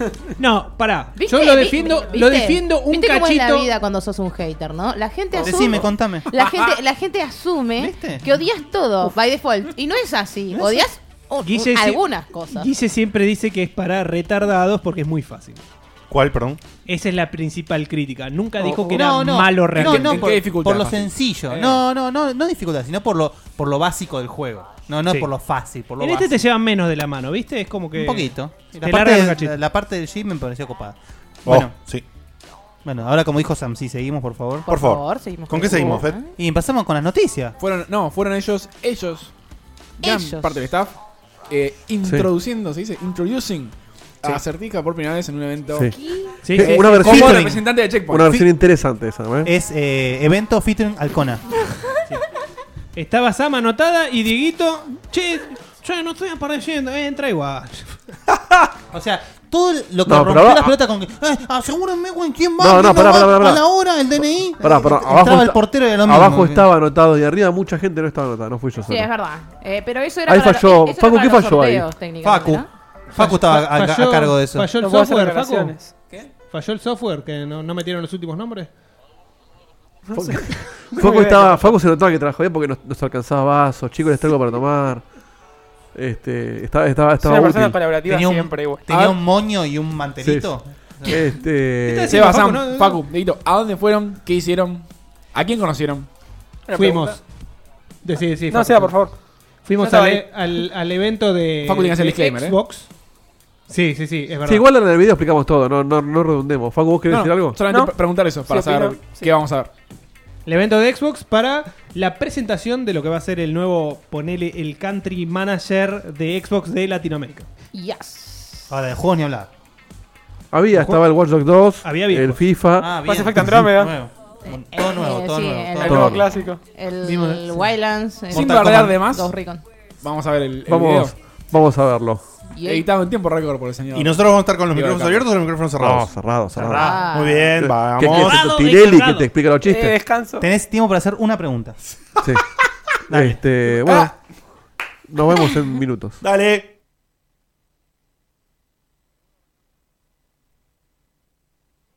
Speaker 3: Ok.
Speaker 2: No, pará.
Speaker 6: ¿Viste?
Speaker 2: Yo lo
Speaker 6: Vi-
Speaker 2: defiendo,
Speaker 6: vi-
Speaker 2: lo
Speaker 6: ¿viste?
Speaker 2: defiendo un
Speaker 6: ¿Viste cómo es
Speaker 2: cachito.
Speaker 6: la vida cuando sos un hater, ¿no? La gente asume.
Speaker 3: Decime, contame.
Speaker 6: La gente, la gente asume
Speaker 3: ¿Viste?
Speaker 6: que odias todo, by default. Y no es así.
Speaker 3: No es
Speaker 6: odias o-
Speaker 2: Guille sí-
Speaker 6: algunas cosas.
Speaker 2: Guille siempre dice que es para retardados porque es muy fácil.
Speaker 1: ¿Cuál, perdón?
Speaker 2: Esa es la principal crítica. Nunca dijo que
Speaker 3: Oh, No,
Speaker 2: era
Speaker 3: no,
Speaker 2: malo
Speaker 3: No,
Speaker 2: realmente.
Speaker 3: no,
Speaker 4: ¿En
Speaker 3: por,
Speaker 4: qué dificultad,
Speaker 3: por lo
Speaker 4: fácil?
Speaker 3: sencillo.
Speaker 4: Eh.
Speaker 3: No, no, no, no dificultad, sino por lo, por lo básico del juego. No, no
Speaker 2: Sí.
Speaker 3: por lo fácil, por lo
Speaker 2: en este te
Speaker 3: básico.
Speaker 2: llevan menos de la mano, ¿viste? Es como que.
Speaker 3: Un poquito. La
Speaker 2: te
Speaker 3: parte,
Speaker 2: largan un
Speaker 3: del-
Speaker 2: cachito.
Speaker 3: la parte del jeep me pareció copada.
Speaker 1: Oh,
Speaker 3: Bueno,
Speaker 1: sí.
Speaker 3: bueno, ahora como dijo Sam, sí, seguimos, por favor.
Speaker 1: Por favor.
Speaker 6: seguimos
Speaker 1: ¿Con qué
Speaker 6: el juego,
Speaker 1: seguimos, Fed?
Speaker 6: ¿eh?
Speaker 3: Y pasamos con las noticias.
Speaker 4: Fueron, no, fueron ellos, ellos, gran
Speaker 6: Ellos.
Speaker 4: parte del staff, eh, introduciendo, se dice, introducing a Certica por primera vez en un evento.
Speaker 5: Sí.
Speaker 2: Sí,
Speaker 5: Eh,
Speaker 2: sí.
Speaker 5: una versión,
Speaker 4: Como
Speaker 5: featuring.
Speaker 4: representante de Checkpoint.
Speaker 5: Una versión interesante esa, ¿no?
Speaker 3: Es eh, evento featuring Alcona.
Speaker 2: Estaba Sam anotada y Dieguito. Che, yo no estoy apareciendo. Entra igual.
Speaker 3: O sea, todo lo que
Speaker 5: No, pero
Speaker 3: rompió
Speaker 5: ahora-
Speaker 3: las pelotas con que. "Eh, asegúrenme con quién va,
Speaker 5: No, no,
Speaker 3: quién
Speaker 5: pará,
Speaker 3: va,
Speaker 5: pará, pará,
Speaker 3: a la
Speaker 5: pará.
Speaker 3: hora, el DNI.
Speaker 5: Pará, pará,
Speaker 3: Entraba
Speaker 5: abajo
Speaker 3: el
Speaker 5: está-
Speaker 3: portero y era lo mismo.
Speaker 5: Abajo estaba anotado y arriba mucha gente no estaba anotada, no fui yo
Speaker 6: Sí,
Speaker 5: solo.
Speaker 6: es verdad. Eh, pero eso era
Speaker 5: Ahí
Speaker 6: para
Speaker 5: falló.
Speaker 6: lo- eso era
Speaker 5: Facu,
Speaker 6: para
Speaker 5: ¿qué
Speaker 6: los
Speaker 5: falló ahí?
Speaker 6: sorteos, técnicamente,
Speaker 3: Facu.
Speaker 6: ¿no?
Speaker 3: Facu estaba a, a- a
Speaker 2: Falló-
Speaker 3: cargo de eso.
Speaker 2: Falló el
Speaker 7: no puedo hacer
Speaker 2: software, Facu.
Speaker 7: relaciones.
Speaker 2: Falló el software que no, no metieron los últimos nombres.
Speaker 7: Muy
Speaker 5: Facu,
Speaker 7: bien.
Speaker 5: estaba, Facu se notaba que trabajó bien porque nos, nos alcanzaba vasos, chicos, les traigo para tomar. Este, estaba,
Speaker 7: Es una
Speaker 5: estaba, estaba
Speaker 7: persona
Speaker 5: útil.
Speaker 7: palabrativa
Speaker 3: Tenía un-
Speaker 7: siempre igual.
Speaker 3: Tenía
Speaker 4: A-
Speaker 3: un moño y un mantelito.
Speaker 5: Este,
Speaker 2: Sí,
Speaker 4: Seba,
Speaker 2: Facu,
Speaker 4: Sam,
Speaker 2: no, no, no.
Speaker 4: Facu, Dieguito, ¿a dónde fueron? ¿Qué hicieron? ¿A quién conocieron?
Speaker 7: Una
Speaker 2: Fuimos.
Speaker 7: pregunta.
Speaker 2: Decí, decí,
Speaker 7: No
Speaker 2: Facu.
Speaker 7: sea, por favor.
Speaker 2: Fuimos
Speaker 7: No
Speaker 2: al, e-,
Speaker 7: estaba
Speaker 2: al, al evento de,
Speaker 4: Facu tiene que hacer
Speaker 2: de
Speaker 4: el disclaimer, ¿eh?
Speaker 2: Xbox. Sí, sí, sí, es verdad.
Speaker 5: sí, igual en el video explicamos todo, no, no, no redundemos. Facu, ¿vos querés
Speaker 4: No, no,
Speaker 5: decir algo?
Speaker 4: Solamente
Speaker 7: No.
Speaker 4: pre- preguntar eso, para
Speaker 7: Sí,
Speaker 4: saber
Speaker 7: opino, sí.
Speaker 4: qué vamos a ver.
Speaker 2: El evento de Xbox para la presentación de lo que va a ser el nuevo, ponele, el country manager de Xbox de Latinoamérica.
Speaker 6: Yes.
Speaker 3: Ahora, de juegos ni hablar.
Speaker 5: Había, estaba el Watch Dogs 2,
Speaker 2: Había viejo.
Speaker 5: el FIFA.
Speaker 3: Ah,
Speaker 7: Mass Effect Andrómeda.
Speaker 3: Nuevo. Todo
Speaker 6: Eh,
Speaker 3: nuevo, todo
Speaker 6: sí,
Speaker 3: nuevo. todo
Speaker 6: eh,
Speaker 7: El
Speaker 5: Todo.
Speaker 3: nuevo.
Speaker 7: nuevo clásico.
Speaker 6: El
Speaker 3: Vimos- sí.
Speaker 6: Wildlands. eh,
Speaker 4: Sin
Speaker 3: Mortal
Speaker 4: bardear
Speaker 3: Kombat
Speaker 4: de más,
Speaker 6: Ghost Recon.
Speaker 4: vamos a ver el, el
Speaker 5: Vamos,
Speaker 4: video.
Speaker 5: vamos a verlo.
Speaker 6: Y el-
Speaker 4: Editado en tiempo récord por el señor.
Speaker 1: ¿Y nosotros vamos a estar con los
Speaker 4: Digo,
Speaker 1: micrófonos
Speaker 4: acá.
Speaker 1: abiertos o los micrófonos
Speaker 5: No,
Speaker 1: cerrados?
Speaker 5: cerrado, cerrado.
Speaker 6: Ah.
Speaker 1: Muy bien,
Speaker 5: ¿Qué
Speaker 1: vamos.
Speaker 5: quieres?
Speaker 2: Cerrado y
Speaker 5: Tinelli que
Speaker 2: cerrado.
Speaker 5: te explica los
Speaker 7: Eh,
Speaker 5: chistes.
Speaker 7: descanso.
Speaker 3: Tenés tiempo para hacer una pregunta.
Speaker 5: Sí. Este, bueno, nos vemos en minutos.
Speaker 1: Dale.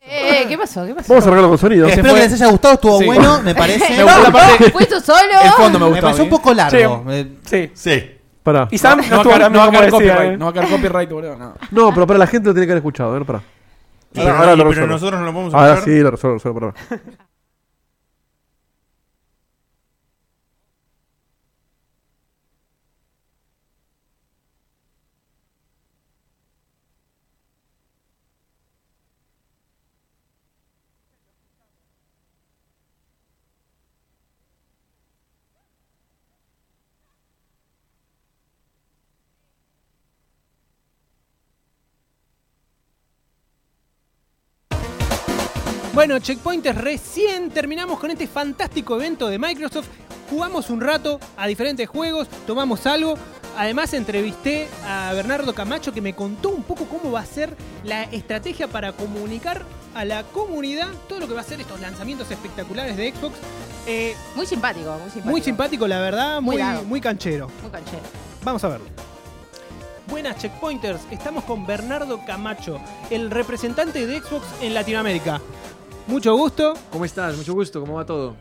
Speaker 6: Eh, eh, ¿Qué pasó? ¿Qué pasó?
Speaker 5: Vamos a arreglarlo con sonido.
Speaker 4: Eh,
Speaker 3: Espero
Speaker 4: fue-
Speaker 3: que les haya gustado, estuvo
Speaker 4: Sí.
Speaker 3: bueno, me parece.
Speaker 4: Me gustó la parte.
Speaker 6: ¿Fuiste
Speaker 3: Ah,
Speaker 6: solo?
Speaker 4: El fondo me
Speaker 3: me
Speaker 4: gustó.
Speaker 3: pareció
Speaker 4: a
Speaker 3: un
Speaker 4: mí.
Speaker 3: poco largo. Eh,
Speaker 7: Sí.
Speaker 1: Sí.
Speaker 5: Pará.
Speaker 7: Y Sam no,
Speaker 4: No va a
Speaker 7: estuvo
Speaker 4: caer-
Speaker 7: hablando
Speaker 4: no va a
Speaker 7: como
Speaker 4: caer
Speaker 7: decía.
Speaker 4: copyright,
Speaker 7: eh.
Speaker 4: no va a caer copyright, boludo. no.
Speaker 5: No, pero para la gente lo tiene que haber escuchado. A ver, pará.
Speaker 8: Pero,
Speaker 5: ahora
Speaker 8: y-
Speaker 5: lo
Speaker 8: pero
Speaker 5: resuelvo.
Speaker 8: nosotros no lo podemos
Speaker 5: Ahora
Speaker 8: escuchar.
Speaker 5: sí, lo resuelvo, resuelvo, perdón.
Speaker 2: Bueno, checkpointers, recién terminamos con este fantástico evento de Microsoft. Jugamos un rato a diferentes juegos, tomamos algo. Además, entrevisté a Bernardo Camacho que me contó un poco cómo va a ser la estrategia para comunicar a la comunidad todo lo que va a ser estos lanzamientos espectaculares de Xbox. Eh,
Speaker 6: Muy simpático, muy simpático.
Speaker 2: muy simpático, la verdad,
Speaker 6: Muy
Speaker 2: muy,
Speaker 6: largo.
Speaker 2: muy canchero.
Speaker 6: Muy canchero.
Speaker 2: Vamos a verlo. Buenas checkpointers, estamos con Bernardo Camacho, el representante de Xbox en Latinoamérica. Mucho gusto,
Speaker 10: ¿Cómo estás? Mucho gusto, ¿cómo va todo?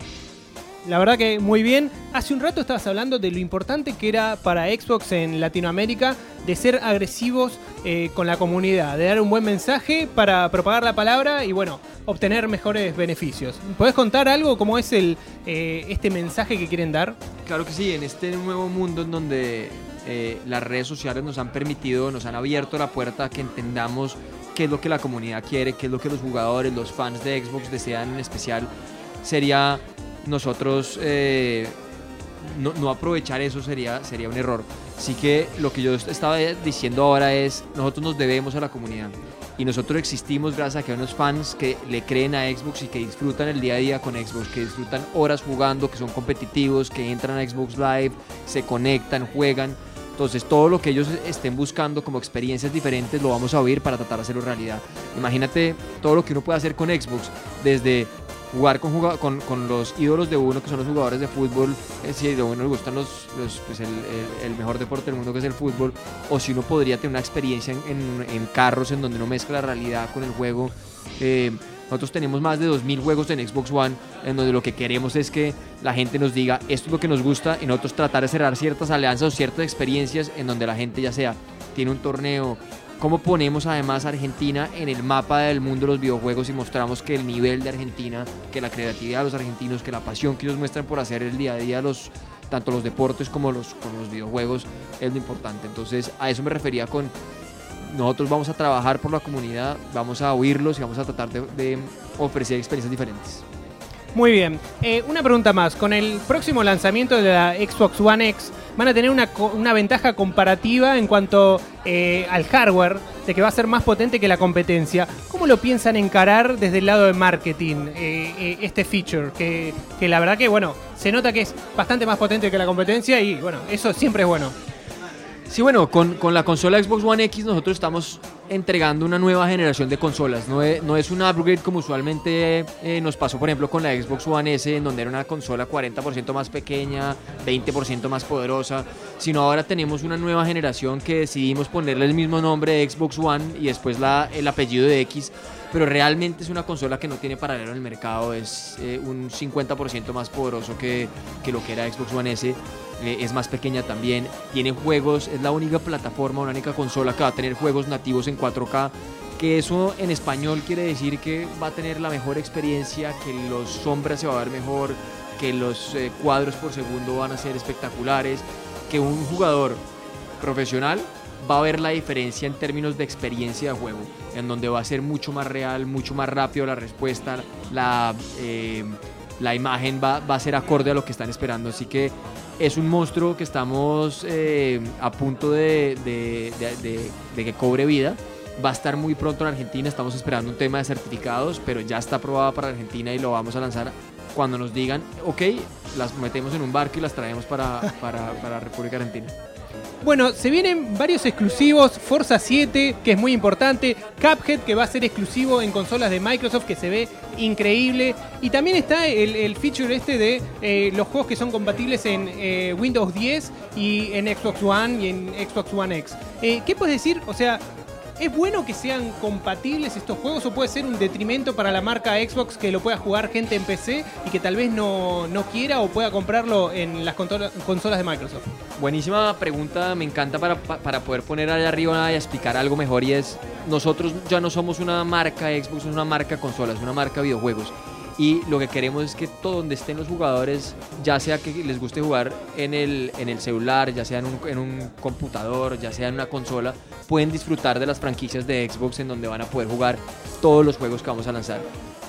Speaker 2: la verdad que muy bien. Hace un rato estabas hablando de lo importante que era para Xbox en Latinoamérica de ser agresivos eh, con la comunidad, de dar un buen mensaje para propagar la palabra y bueno, obtener mejores beneficios. ¿Podés contar algo cómo es el, eh, este mensaje que quieren dar?
Speaker 10: Claro que sí, en este nuevo mundo en donde eh, las redes sociales nos han permitido, nos han abierto la puerta a que entendamos qué es lo que la comunidad quiere, qué es lo que los jugadores, los fans de Xbox desean en especial, sería nosotros eh, no, no aprovechar eso sería, sería un error. Así que lo que yo est- estaba diciendo ahora es, nosotros nos debemos a la comunidad. Y nosotros existimos gracias a que hay unos fans que le creen a Xbox y que disfrutan el día a día con Xbox, que disfrutan horas jugando, que son competitivos, que entran a Xbox Live, se conectan, juegan. Entonces todo lo que ellos estén buscando como experiencias diferentes lo vamos a oír para tratar de hacerlo realidad. Imagínate todo lo que uno puede hacer con Xbox, desde jugar con, juga- con, con los ídolos de uno que son los jugadores de fútbol, eh, si a uno le gustan los, los, pues, el, el- el mejor deporte del mundo que es el fútbol, o si uno podría tener una experiencia en, en- en carros en donde uno mezcla la realidad con el juego. Eh, nosotros tenemos más de 2.000 juegos en Xbox One, en donde lo que queremos es que la gente nos diga esto es lo que nos gusta y nosotros tratar de cerrar ciertas alianzas o ciertas experiencias en donde la gente ya sea tiene un torneo. ¿Cómo ponemos además a Argentina en el mapa del mundo de los videojuegos y mostramos que el nivel de Argentina, que la creatividad de los argentinos, que la pasión que ellos muestran por hacer el día a día los, tanto los deportes como los, como los videojuegos es lo importante? Entonces a eso me refería con nosotros vamos a trabajar por la comunidad, vamos a oírlos y vamos a tratar de, de ofrecer experiencias diferentes.
Speaker 2: Muy bien. Eh, una pregunta más. Con el próximo lanzamiento de la Xbox One X, ¿van a tener una, co- una ventaja comparativa en cuanto eh, al hardware, de que va a ser más potente que la competencia? ¿Cómo lo piensan encarar desde el lado de marketing, eh, eh, este feature? Que, que la verdad que, bueno, se nota que es bastante más potente que la competencia y, bueno, eso siempre es bueno.
Speaker 10: Sí, bueno, con, con la consola Xbox One X nosotros estamos entregando una nueva generación de consolas. No es, no es un upgrade como usualmente eh, nos pasó, por ejemplo, con la Xbox One S, en donde era una consola 40% más pequeña, 20% más poderosa, sino ahora tenemos una nueva generación que decidimos ponerle el mismo nombre de Xbox One y después la- el apellido de X, pero realmente es una consola que no tiene paralelo en el mercado, es eh, un 50% más poderoso que, que lo que era Xbox One S, eh, es más pequeña también, tiene juegos, es la única plataforma, una única consola que va a tener juegos nativos en 4K, que eso en español quiere decir que va a tener la mejor experiencia, que los sombras se va a ver mejor, que los eh, cuadros por segundo van a ser espectaculares, que un jugador profesional va a ver la diferencia en términos de experiencia de juego, en donde va a ser mucho más real, mucho más rápido la respuesta, la, eh, la imagen va, va a ser acorde a lo que están esperando. Así que es un monstruo que estamos eh, a punto de, de- de- de- de que cobre vida. Va a estar muy pronto en Argentina, estamos esperando un tema de certificados, pero ya está aprobada para Argentina y lo vamos a lanzar cuando nos digan, ok, las metemos en un barco y las traemos para, para, para República Argentina.
Speaker 2: Bueno, se vienen varios exclusivos, Forza 7, que es muy importante, Cuphead, que va a ser exclusivo en consolas de Microsoft, que se ve increíble, y también está el, el feature este de eh, los juegos que son compatibles en eh, Windows 10 y en Xbox One y en Xbox One X. Eh, ¿Qué puedes decir? O sea,
Speaker 9: ¿Es bueno que sean compatibles estos juegos o puede ser un detrimento para la marca Xbox que lo pueda jugar gente en PC y que tal vez no, no quiera o pueda comprarlo en las contola- consolas de Microsoft?
Speaker 10: Buenísima pregunta, me encanta para, pa- para poder poner allá arriba y explicar algo mejor y es, nosotros ya no somos una marca Xbox, es una marca consolas, una marca videojuegos y lo que queremos es que todo donde estén los jugadores, ya sea que les guste jugar en el, en el celular, ya sea en un, en un computador, ya sea en una consola, pueden disfrutar de las franquicias de Xbox en donde van a poder jugar todos los juegos que vamos a lanzar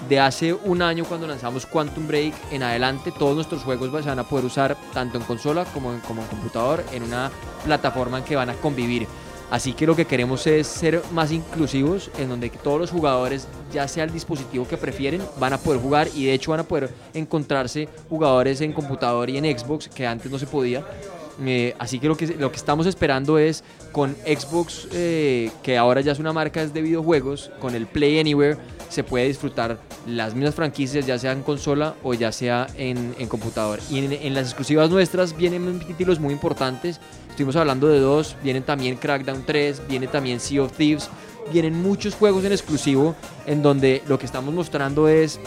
Speaker 10: de hace un año cuando lanzamos Quantum Break en adelante, todos nuestros juegos se van a poder usar tanto en consola como en, como en computador, en una plataforma en que van a convivir. Así que lo que queremos es ser más inclusivos, en donde todos los jugadores, ya sea el dispositivo que prefieren, van a poder jugar y de hecho van a poder encontrarse jugadores en computador y en Xbox, que antes no se podía. Eh, así que lo, que lo que estamos esperando es con Xbox, eh, que ahora ya es una marca es de videojuegos, con el Play Anywhere se puede disfrutar las mismas franquicias, ya sea en consola o ya sea en, en computador. Y en, en las exclusivas nuestras vienen títulos muy importantes. Estuvimos hablando de dos, vienen también Crackdown 3, viene también Sea of Thieves, vienen muchos juegos en exclusivo en donde lo que estamos mostrando es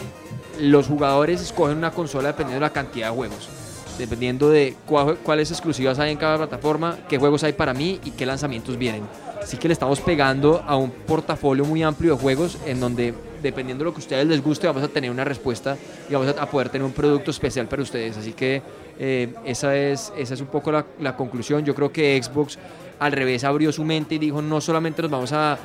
Speaker 10: los jugadores escogen una consola dependiendo de la cantidad de juegos, dependiendo de cua- cuáles exclusivas hay en cada plataforma, qué juegos hay para mí y qué lanzamientos vienen. Así que le estamos pegando a un portafolio muy amplio de juegos en donde dependiendo de lo que a ustedes les guste vamos a tener una respuesta y vamos a a poder tener un producto especial para ustedes. Así que eh, esa, es, esa es un poco la, la conclusión. Yo creo que Xbox al revés abrió su mente y dijo no solamente nos vamos a,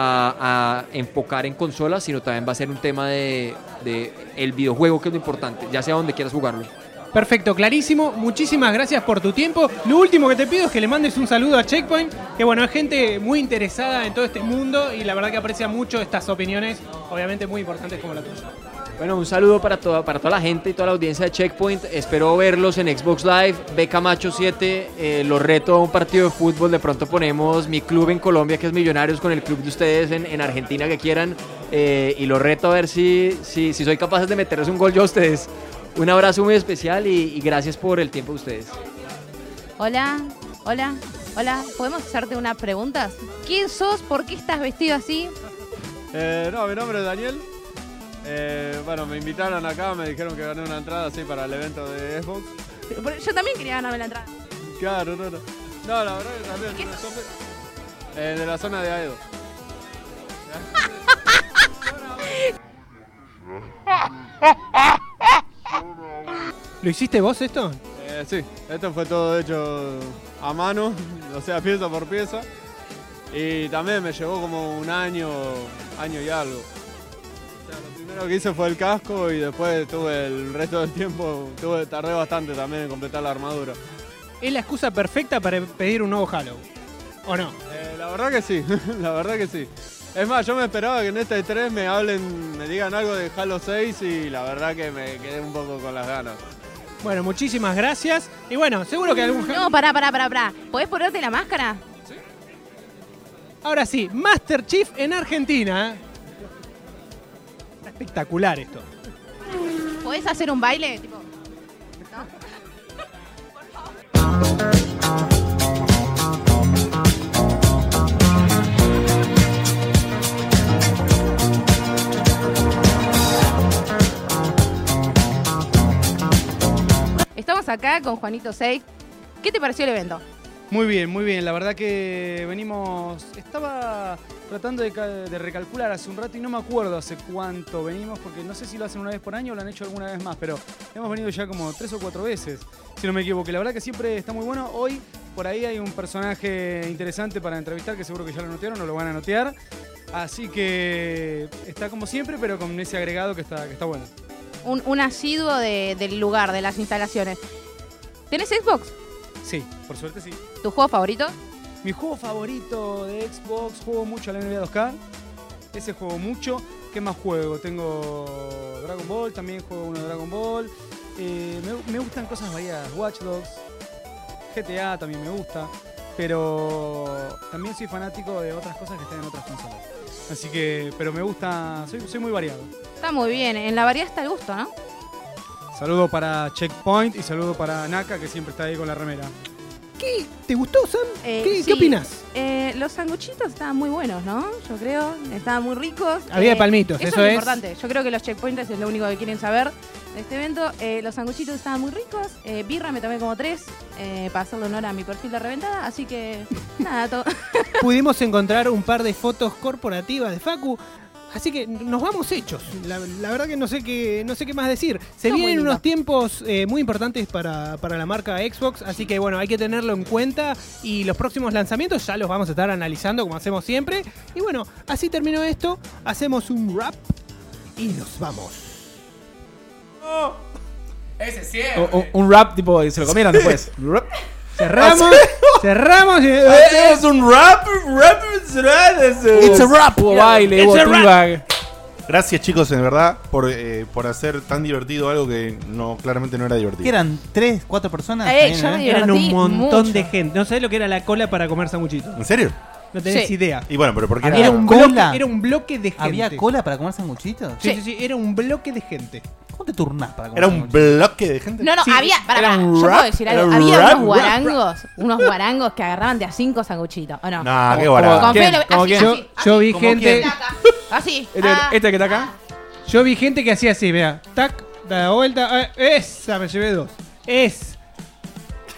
Speaker 10: a- a enfocar en consolas, sino también va a ser un tema de, de el videojuego que es lo importante, ya sea donde quieras jugarlo.
Speaker 9: Perfecto, clarísimo. Muchísimas gracias por tu tiempo. Lo último que te pido es que le mandes un saludo a Checkpoint, que bueno, es gente muy interesada en todo este mundo y la verdad que aprecia mucho estas opiniones, obviamente muy importantes como la tuya.
Speaker 10: Bueno, un saludo para toda, para toda la gente y toda la audiencia de Checkpoint. Espero verlos en Xbox Live. Beca Macho 7, eh, los reto a un partido de fútbol. De pronto ponemos mi club en Colombia, que es Millonarios, con el club de ustedes en, en Argentina que quieran. eh, y los reto a ver si, si, si soy capaz de meterles un gol yo a ustedes. Un abrazo muy especial y, y gracias por el tiempo de ustedes.
Speaker 6: Hola, hola, hola. ¿Podemos hacerte unas preguntas? ¿Quién sos? ¿Por qué estás vestido así?
Speaker 11: Eh, no, mi nombre es Daniel. Eh, bueno, me invitaron acá, me dijeron que gané una entrada así para el evento de Xbox.
Speaker 6: Pero Yo también quería ganarme la entrada.
Speaker 11: Claro, no, no. No, la verdad que también. no soy- Eh, de la zona de Aedo.
Speaker 9: ¿Lo hiciste vos esto?
Speaker 11: Eh, sí, esto fue todo hecho a mano, o sea, pieza por pieza. Y también me llevó como un año, año y algo. O sea, lo primero que hice fue el casco y después tuve el resto del tiempo, tuve, tardé bastante también en completar la armadura.
Speaker 9: Es la excusa perfecta para pedir un nuevo Halo. ¿O no?
Speaker 11: Eh, la verdad que sí, la verdad que sí. Es más, yo me esperaba que en este 3 me hablen, me digan algo de Halo 6 y la verdad que me quedé un poco con las ganas.
Speaker 9: Bueno, muchísimas gracias. Y bueno, seguro que algún...
Speaker 6: No, pará, pará, pará, pará. ¿Podés ponerte la máscara?
Speaker 9: Ahora sí, Master Chief en Argentina. ¿eh? Está espectacular esto.
Speaker 6: ¿Podés hacer un baile? Tipo, Estamos acá con Juanito Seix. ¿Qué te pareció el evento?
Speaker 12: Muy bien, muy bien. La verdad que venimos. Estaba tratando de, ca- de recalcular hace un rato y no me acuerdo hace cuánto venimos, porque no sé si lo hacen una vez por año o lo han hecho alguna vez más, pero hemos venido ya como tres o cuatro veces, si no me equivoco. Y La verdad que siempre está muy bueno. Hoy por ahí hay un personaje interesante para entrevistar que seguro que ya lo notearon o lo van a notear. Así que está como siempre, pero con ese agregado que está, que está bueno.
Speaker 6: Un, un asiduo de- del lugar, de las instalaciones. ¿Tenés Xbox?
Speaker 12: Sí, por suerte sí.
Speaker 6: ¿Tu juego favorito?
Speaker 12: Mi juego favorito de Xbox, juego mucho al NBA 2K. Ese juego mucho. ¿Qué más juego? Tengo Dragon Ball, también juego uno de Dragon Ball. Eh, me, me gustan cosas variadas. Watch Dogs, GTA también me gusta. Pero también soy fanático de otras cosas que están en otras consolas. Así que, pero me gusta, soy, soy muy variado.
Speaker 6: Está muy bien. En la variedad está el gusto, ¿no?
Speaker 12: Saludo para Checkpoint y saludo para Naka que siempre está ahí con la remera.
Speaker 9: ¿Qué? ¿Te gustó, Sam?
Speaker 6: Eh,
Speaker 9: ¿Qué,
Speaker 6: sí.
Speaker 9: qué opinás?
Speaker 6: Eh, los sanguchitos estaban muy buenos, ¿no? Yo creo, estaban muy ricos.
Speaker 9: Había
Speaker 6: Eh,
Speaker 9: palmitos,
Speaker 6: eso,
Speaker 9: eso
Speaker 6: es,
Speaker 9: es.
Speaker 6: importante. Yo creo que los checkpointers es lo único que quieren saber de este evento. Eh, los sanguchitos estaban muy ricos. Eh, birra me tomé como tres eh, para hacerle honor a mi perfil de reventada. Así que, nada, todo.
Speaker 9: Pudimos encontrar un par de fotos corporativas de Facu. Así que nos vamos hechos. La, la verdad que no sé qué, no sé qué más decir. Se
Speaker 6: Está muy
Speaker 9: vienen
Speaker 6: linda.
Speaker 9: unos tiempos eh, muy importantes para, para la marca Xbox, así que bueno, hay que tenerlo en cuenta. Y los próximos lanzamientos ya los vamos a estar analizando como hacemos siempre. Y bueno, así terminó esto. Hacemos un wrap y nos vamos.
Speaker 4: Ese O- o- un rap tipo y se lo comieron después.
Speaker 9: Cerramos, cerramos. y-
Speaker 1: Hacemos un rap, rap,
Speaker 4: It's a rap. Hubo baile, hubo teabag.
Speaker 1: Gracias chicos, en verdad, por, eh, por hacer tan divertido algo que no claramente no era divertido.
Speaker 3: ¿Qué eran? ¿Tres, cuatro personas?
Speaker 6: Eh,
Speaker 3: También,
Speaker 6: yo
Speaker 3: ¿eh?
Speaker 6: me
Speaker 2: Eran un
Speaker 6: divertí
Speaker 2: montón
Speaker 6: mucho.
Speaker 2: de gente. No sabés lo que era la cola para comer sanguchitos.
Speaker 1: ¿En serio?
Speaker 2: No tenés
Speaker 6: Sí.
Speaker 2: idea.
Speaker 1: Y bueno, pero ¿por qué
Speaker 2: Era
Speaker 1: era-
Speaker 2: un
Speaker 3: ¿Cola?
Speaker 2: bloque, era un bloque de gente.
Speaker 3: ¿Había cola para comer sanguchitos?
Speaker 2: Sí, sí, sí, era un bloque de gente.
Speaker 3: ¿Cómo te turnás para comer
Speaker 1: Era un bloque de gente.
Speaker 6: No, no,
Speaker 2: Sí,
Speaker 6: había, para,
Speaker 2: era
Speaker 6: para,
Speaker 2: un
Speaker 6: yo
Speaker 2: rap,
Speaker 6: puedo decir
Speaker 1: era
Speaker 6: algo.
Speaker 1: un
Speaker 6: Había
Speaker 1: rap,
Speaker 6: unos
Speaker 1: rap, rap.
Speaker 6: guarangos, unos guarangos que agarraban de a cinco sanguchitos, ¿o no?
Speaker 1: Nah, qué
Speaker 6: Como-
Speaker 1: guarango.
Speaker 6: Con
Speaker 9: ¿Quién?
Speaker 6: pelo, así,
Speaker 9: ¿Cómo
Speaker 6: así,
Speaker 9: quién? Yo- yo vi
Speaker 6: ¿Cómo
Speaker 9: gente-
Speaker 6: quién? Así.
Speaker 9: Este,
Speaker 6: ah,
Speaker 9: este que está acá. Yo vi gente que hacía así, vea. Tac, da la vuelta. ah, esa, me llevé dos. Es.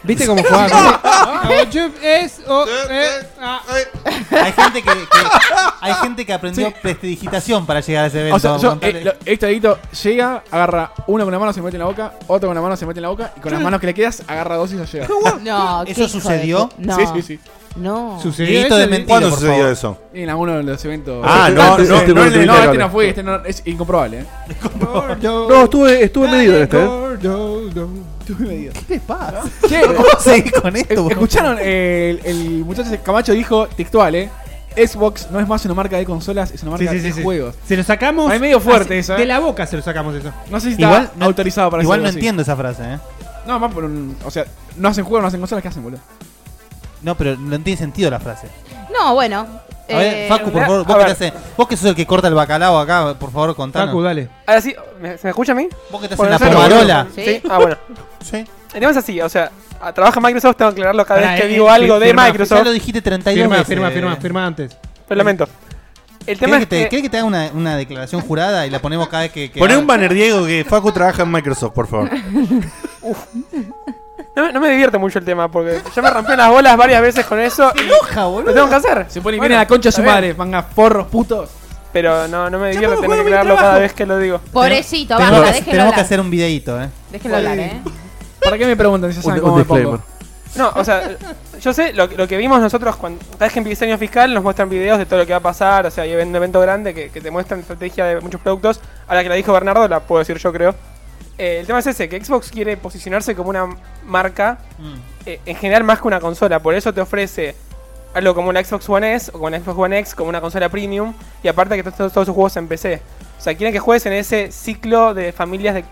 Speaker 9: ¿Viste cómo jugaba? Ah, chup, es. oh, eh, ah.
Speaker 3: Hay gente que, que- hay gente que aprendió prestidigitación para llegar a ese evento.
Speaker 4: O sea, yo,
Speaker 3: Contale.
Speaker 4: eh, lo- este adicto llega, agarra una con la mano, se mete en la boca, otra con la mano, se mete en la boca, y con las manos que le quedas, agarra dos y se llega.
Speaker 6: No, qué
Speaker 3: ¿Eso
Speaker 6: hijo de
Speaker 3: sucedió?
Speaker 6: pu- No.
Speaker 4: Sí, sí, sí.
Speaker 6: No.
Speaker 4: ¿Sucedió
Speaker 3: Grito
Speaker 4: eso,
Speaker 3: de
Speaker 4: Diego?
Speaker 3: mentira, ¿Cuándo por sucedió favor?
Speaker 1: eso?
Speaker 4: En alguno de los eventos.
Speaker 1: Ah, no,
Speaker 4: Antes,
Speaker 1: no,
Speaker 4: este,
Speaker 1: no,
Speaker 4: no, este
Speaker 1: no,
Speaker 4: no,
Speaker 1: no,
Speaker 4: este no fue, este no, es incomprobable. eh.
Speaker 5: No, estuve, estuve medido en este, ¿eh?
Speaker 3: ¿Qué les pasa?
Speaker 4: Che,
Speaker 3: seguir con esto?
Speaker 4: ¿Escucharon? Eh, el, el muchacho ese, Camacho dijo textual, eh. Xbox no es más una marca de consolas, es una marca
Speaker 9: Sí, sí, sí,
Speaker 4: de
Speaker 9: sí.
Speaker 4: juegos.
Speaker 9: Se lo sacamos.
Speaker 4: Ahí medio
Speaker 2: Ah,
Speaker 4: fuerte
Speaker 9: así,
Speaker 4: eso, eh.
Speaker 9: De la boca se lo sacamos eso.
Speaker 4: No sé si está
Speaker 3: Igual no-
Speaker 4: autorizado para
Speaker 3: Igual
Speaker 4: hacer
Speaker 3: no
Speaker 4: algo así.
Speaker 3: entiendo esa frase, ¿eh?
Speaker 4: No, más por un. O sea, no hacen juegos, no hacen consolas, ¿qué hacen, boludo?
Speaker 3: No, pero no tiene sentido la frase.
Speaker 6: No, bueno.
Speaker 3: A ver,
Speaker 6: eh,
Speaker 3: Facu, por favor, vos que, te hace- vos que sos el que corta el bacalao acá, por favor, contanos.
Speaker 9: Facu, dale.
Speaker 7: Ahora sí, ¿me- ¿se me escucha a mí?
Speaker 3: Vos que estás
Speaker 7: Bueno,
Speaker 3: en la
Speaker 7: no sé,
Speaker 3: pomarola.
Speaker 7: ¿no? Sí, ah, bueno.
Speaker 1: Sí.
Speaker 7: El tema es así, o sea, a- trabaja Microsoft, tengo que aclararlo cada
Speaker 9: Pará,
Speaker 7: vez que
Speaker 9: eh,
Speaker 7: digo
Speaker 9: eh,
Speaker 7: algo de
Speaker 9: firma,
Speaker 7: Microsoft.
Speaker 3: Ya lo dijiste 32
Speaker 9: Firma,
Speaker 3: veces.
Speaker 9: firma, firma, firma antes.
Speaker 7: Lo lamento. El tema
Speaker 3: eh? ¿Querés que
Speaker 7: es
Speaker 3: te,
Speaker 7: que,
Speaker 3: querés que te haga una, una declaración jurada y la ponemos cada vez que... que
Speaker 1: Poné
Speaker 3: haga-
Speaker 1: un banner, Diego, que Facu trabaja en Microsoft, por favor.
Speaker 7: no, me- no me divierte mucho el tema porque ya me rompieron las bolas varias veces con eso. y
Speaker 3: ¡Enoja,
Speaker 7: Lo
Speaker 3: boludo!
Speaker 7: tengo que hacer.
Speaker 4: Se pone
Speaker 7: Bueno,
Speaker 4: viene a la concha de su
Speaker 7: está
Speaker 4: madre, manga forros, putos.
Speaker 7: bien, Pero no, no me
Speaker 4: Ya
Speaker 7: divierte tener que
Speaker 4: puedo jugar a mi
Speaker 7: aclararlo cada
Speaker 4: trabajo.
Speaker 7: vez que lo digo.
Speaker 6: Pobrecito,
Speaker 3: Tenemos,
Speaker 6: basta,
Speaker 3: que,
Speaker 6: déjelo
Speaker 3: tenemos que
Speaker 6: hablar.
Speaker 3: hacer un videíto, ¿eh?
Speaker 6: Déjelo hablar, ¿eh?
Speaker 4: ¿Para qué me preguntan si ya
Speaker 5: Un,
Speaker 4: saben
Speaker 5: un
Speaker 4: cómo me pongo?
Speaker 5: disclaimer.
Speaker 7: No, o sea, yo sé lo, lo que vimos nosotros cuando. Cada vez que empieza el año fiscal nos muestran videos de todo lo que va a pasar. O sea, hay un evento grande que, que te muestran estrategia de muchos productos. Ahora que la dijo Bernardo, la puedo decir yo, creo. Eh, el tema es ese: que Xbox quiere posicionarse como una marca,
Speaker 3: Mm.
Speaker 7: eh, en general más que una consola. Por eso te ofrece algo como la Xbox One S o como la Xbox One X, como una consola premium. Y aparte, que todos, todos sus juegos en PC. O sea, quieren que juegues en ese ciclo de familias de.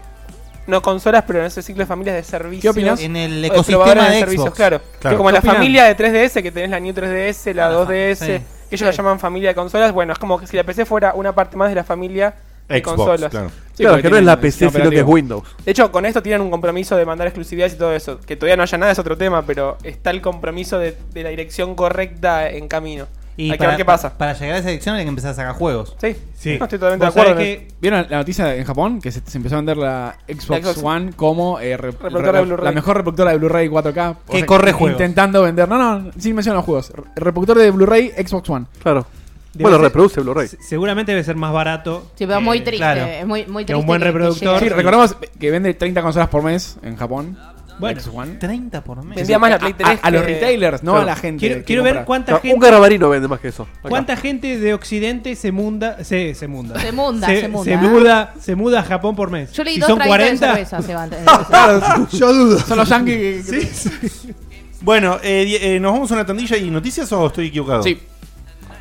Speaker 7: No consolas, pero en ese ciclo de familias de servicios.
Speaker 4: ¿Qué opinás?
Speaker 3: En el
Speaker 7: O de proveedores
Speaker 3: ecosistema de
Speaker 7: servicios,
Speaker 3: Xbox.
Speaker 7: claro.
Speaker 1: Claro.
Speaker 7: Que como la
Speaker 4: ¿Qué opinan?
Speaker 7: familia de 3DS, que tenés la New 3DS, la
Speaker 3: Ajá,
Speaker 7: 2DS,
Speaker 3: sí.
Speaker 7: que ellos la llaman familia de consolas, bueno, es como que si la PC fuera una parte más de la familia de
Speaker 1: Xbox,
Speaker 7: consolas.
Speaker 1: claro.
Speaker 4: Sí,
Speaker 5: Claro,
Speaker 4: porque
Speaker 5: que no es la
Speaker 4: tienen
Speaker 5: PC,
Speaker 4: sistema
Speaker 5: sino que es
Speaker 4: operativo.
Speaker 5: Windows.
Speaker 7: De hecho, con esto tienen un compromiso de mandar exclusividades y todo eso. Que todavía no haya nada es otro tema, pero está el compromiso de, de la dirección correcta en camino.
Speaker 3: Y
Speaker 7: Hay que
Speaker 3: para,
Speaker 7: ver qué pasa.
Speaker 3: Para llegar a esa edición hay que empezar a sacar juegos.
Speaker 7: Sí,
Speaker 2: Sí.
Speaker 7: No, estoy totalmente de
Speaker 4: Vos
Speaker 7: acuerdo.
Speaker 4: sabés
Speaker 7: en
Speaker 4: que- ¿Vieron la noticia en Japón? Que se, se empezó a vender la Xbox,
Speaker 7: La Xbox-
Speaker 4: One como eh, re-
Speaker 7: Reproductora de
Speaker 4: la-
Speaker 7: Blu-ray.
Speaker 4: la mejor reproductora de Blu-ray 4K.
Speaker 3: Que corre juegos.
Speaker 4: Intentando vender. No, no, sin mencionar los juegos. Re- Reproductor de Blu-ray Xbox One.
Speaker 5: Claro.
Speaker 2: Debe
Speaker 5: bueno,
Speaker 2: ser-
Speaker 5: reproduce Blu-ray.
Speaker 2: Se- Seguramente debe ser más barato.
Speaker 6: Sí, pero muy
Speaker 2: Eh,
Speaker 6: triste.
Speaker 3: claro.
Speaker 6: Es muy, muy
Speaker 2: Que
Speaker 6: triste.
Speaker 2: un buen
Speaker 6: que- que
Speaker 2: reproductor-
Speaker 4: Sí,
Speaker 6: llegue.
Speaker 4: recordemos que vende 30 consolas por mes en Japón.
Speaker 2: Bueno,
Speaker 4: Xbox One.
Speaker 3: 30 por mes.
Speaker 7: Vendía más la Play 3
Speaker 4: A, a los
Speaker 7: que-
Speaker 4: retailers, no
Speaker 5: Claro.
Speaker 4: a la gente.
Speaker 2: Quiero,
Speaker 4: que
Speaker 2: quiero
Speaker 4: compra.
Speaker 2: ver cuánta
Speaker 5: No, un
Speaker 2: gente.
Speaker 5: garabarino vende más que eso. Acá.
Speaker 2: ¿Cuánta gente de Occidente se munda, se, se munda?
Speaker 6: Se munda, se munda. ¿eh?
Speaker 2: muda, se muda a Japón por mes.
Speaker 6: Yo leí
Speaker 2: si
Speaker 6: dos
Speaker 2: son
Speaker 6: traguitos de
Speaker 2: 40,
Speaker 6: cerveza, Seba, antes de-
Speaker 4: yo dudo. Son los yankees que-
Speaker 1: Bueno, eh, Die- eh, nos vamos a una tandilla y noticias o estoy equivocado?
Speaker 4: Sí.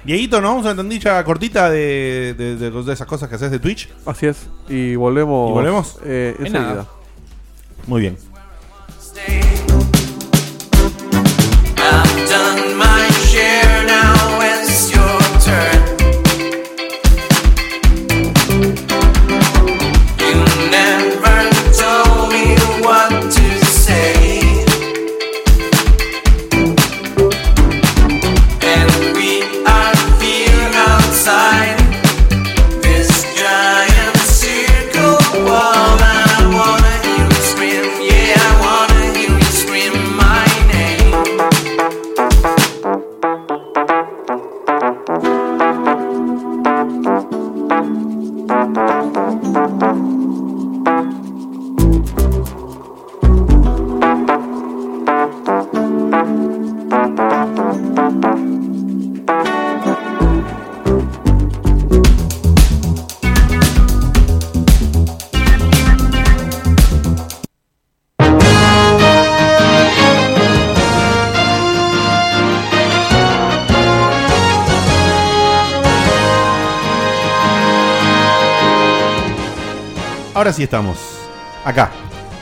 Speaker 1: Dieguito, nos vamos a una tandilla cortita de, de- de- de esas cosas que haces de Twitch.
Speaker 5: Así es. Y volvemos.
Speaker 1: ¿Y volvemos?
Speaker 5: Eh,
Speaker 4: En nada.
Speaker 5: enseguida.
Speaker 1: Muy bien.
Speaker 13: I've done my share, now it's your turn. You never told me what to say.
Speaker 1: Ahora sí estamos. Acá.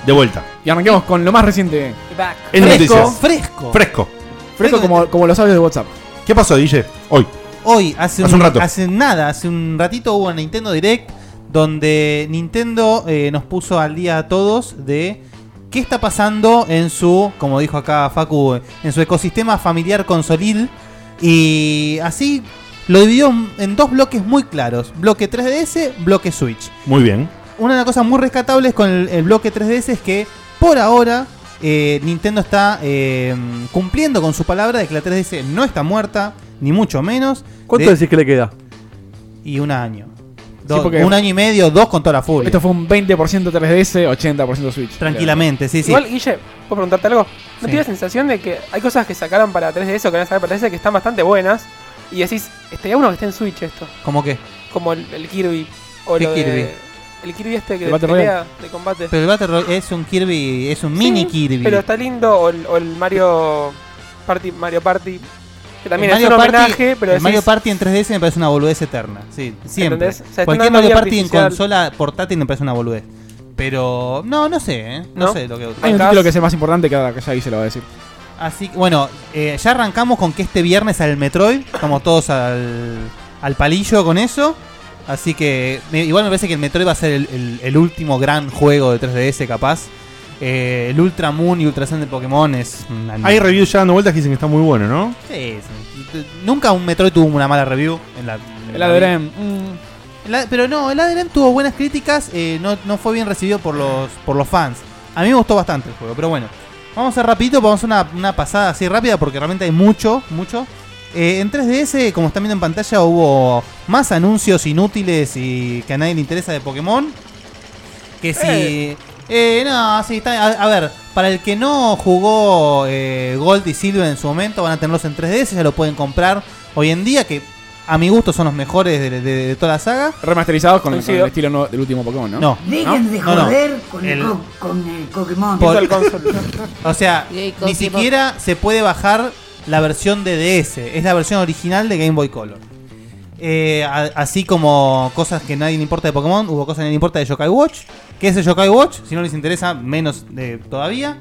Speaker 1: De vuelta.
Speaker 4: Y arranquemos con lo más reciente.
Speaker 7: Back.
Speaker 1: En
Speaker 3: Fresco,
Speaker 1: noticias.
Speaker 3: fresco.
Speaker 1: Fresco.
Speaker 4: Fresco como, como los audios de WhatsApp.
Speaker 1: ¿Qué pasó, DJ? Hoy.
Speaker 3: Hoy, hace,
Speaker 1: Hace un
Speaker 3: un,
Speaker 1: rato.
Speaker 3: hace nada, hace un ratito hubo un Nintendo Direct donde Nintendo eh, nos puso al día a todos de qué está pasando en su, como dijo acá Facu, en su ecosistema familiar consolil. Y así lo dividió en dos bloques muy claros: bloque 3DS, bloque Switch
Speaker 1: Muy bien.
Speaker 3: una de las cosas muy rescatables con el, el bloque 3DS es que por ahora eh, Nintendo está eh, cumpliendo con su palabra de que la 3DS no está muerta, ni mucho menos.
Speaker 5: ¿Cuánto
Speaker 3: De-
Speaker 5: decís que le queda?
Speaker 3: Y un año. Dos-
Speaker 4: porque-
Speaker 3: un año y medio, dos con toda la furia.
Speaker 4: Esto fue un 20% 3DS, 80% Switch.
Speaker 3: Tranquilamente, sí,
Speaker 7: Igual, Guille, ¿puedo preguntarte algo? ¿No tiene la sensación de que hay cosas que sacaron para 3DS o que van a sacar para 3DS que están bastante buenas? Y decís, estaría uno que esté en Switch esto.
Speaker 3: ¿Cómo qué?
Speaker 7: Como el, el Kirby. O
Speaker 3: ¿Qué
Speaker 7: lo de-
Speaker 3: Kirby?
Speaker 7: el Kirby este que
Speaker 3: ¿El
Speaker 7: de
Speaker 3: Battle
Speaker 7: pelea,
Speaker 3: Royale?
Speaker 7: de combate.
Speaker 3: Pero el Battle Royale es un Kirby, es un mini
Speaker 7: Sí,
Speaker 3: Kirby.
Speaker 7: Pero está lindo. O el, o el Mario Party. Mario Party. Que también
Speaker 3: El
Speaker 7: es un homenaje, pero
Speaker 3: el
Speaker 7: decís,
Speaker 3: Mario Party en 3DS me parece una boludez eterna. Sí, siempre.
Speaker 7: ¿Entendés? O sea,
Speaker 3: Cualquier
Speaker 7: tiene una
Speaker 3: Mario
Speaker 7: vida
Speaker 3: Party en
Speaker 7: artificial.
Speaker 3: consola portátil me parece una boludez. Pero no, no sé, ¿eh? no, sé lo que
Speaker 4: Hay un título que es el más importante que ahora que ya se lo va a decir.
Speaker 3: Así que, bueno, eh, ya arrancamos con que este viernes al Metroid. Estamos todos al, al palillo con eso. Así que me- igual me parece que el Metroid va a ser el, el- el último gran juego de 3DS capaz. Eh, el Ultra Moon y Ultra Sun de Pokémon es... una-
Speaker 1: Hay reviews ya dando vueltas que dicen que está muy bueno, ¿no?
Speaker 3: Sí, sí. Nunca un Metroid tuvo una mala review en la... en
Speaker 4: El
Speaker 3: la-
Speaker 4: ADRM.
Speaker 3: el A- pero no, el ADN tuvo buenas críticas, eh, no, no fue bien recibido por los, por los fans. A mí me gustó bastante el juego, pero bueno. Vamos a hacer rapidito, vamos a hacer una, una pasada así rápida porque realmente hay mucho, mucho. Eh, en 3DS, como están viendo en pantalla, hubo más anuncios inútiles y que a nadie le interesa de Pokémon. Que si... Eh. no, sí, está, a, a ver, para el que no jugó eh, Gold y Silver en su momento, van a tenerlos en 3DS, ya lo pueden comprar hoy en día, que a mi gusto son los mejores de, de- de toda la saga.
Speaker 4: Remasterizados con, el- con el estilo nuevo del último Pokémon, ¿no?
Speaker 3: No.
Speaker 14: Dejen de
Speaker 3: No, no.
Speaker 14: joder Con, el...
Speaker 3: El-
Speaker 14: co- con el Pokémon.
Speaker 3: Por- Virtual O sea,
Speaker 14: Y ahí
Speaker 3: ni
Speaker 14: conseguimos-
Speaker 3: siquiera se puede bajar la versión de DS. Es la versión original de Game Boy Color. Eh, a- así como cosas que nadie le importa de Pokémon, hubo cosas que nadie le importa de Yokai Watch. ¿Qué es el Yokai Watch? Si no les interesa, menos eh, todavía.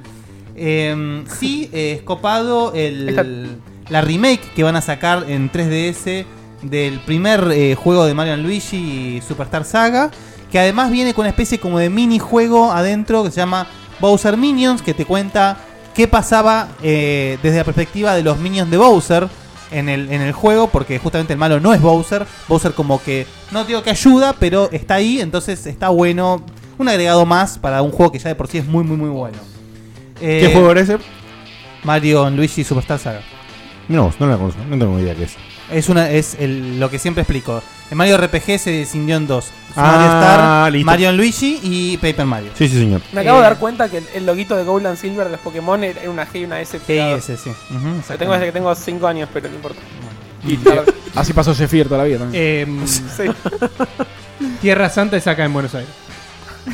Speaker 3: Eh, sí, eh, es copado el, la remake que van a sacar en 3DS del primer eh, juego de Mario Luigi y Superstar Saga. Que además viene con una especie como de minijuego adentro que se llama Bowser Minions, que te cuenta qué pasaba eh, desde la perspectiva de los minions de Bowser en el, en el juego, porque justamente el malo no es Bowser. Bowser como que, no digo que ayuda, pero está ahí, entonces está bueno. Un agregado más para un juego que ya de por sí es muy, muy, muy bueno.
Speaker 1: ¿Qué juego era ese?
Speaker 3: Mario Luigi Superstar Saga.
Speaker 1: No, no la conozco. No tengo idea qué es.
Speaker 3: Es una es el- lo que siempre explico. En Mario RPG se descendió en dos. Mario
Speaker 1: Ah,
Speaker 3: Star,
Speaker 1: listo.
Speaker 3: Mario Luigi y Paper Mario.
Speaker 1: Sí, sí, señor.
Speaker 7: Me
Speaker 3: Eh.
Speaker 7: acabo de dar cuenta que el, el loguito de Gold and Silver de los Pokémon era una G y una S. pegado.
Speaker 3: S, sí. Ujú,
Speaker 7: Lo
Speaker 3: exactamente.
Speaker 7: tengo desde que tengo 5 años, pero no importa.
Speaker 4: Y así pasó Zephyr toda la vida también.
Speaker 3: Eh,
Speaker 2: Em, Tierra Santa es acá en Buenos Aires.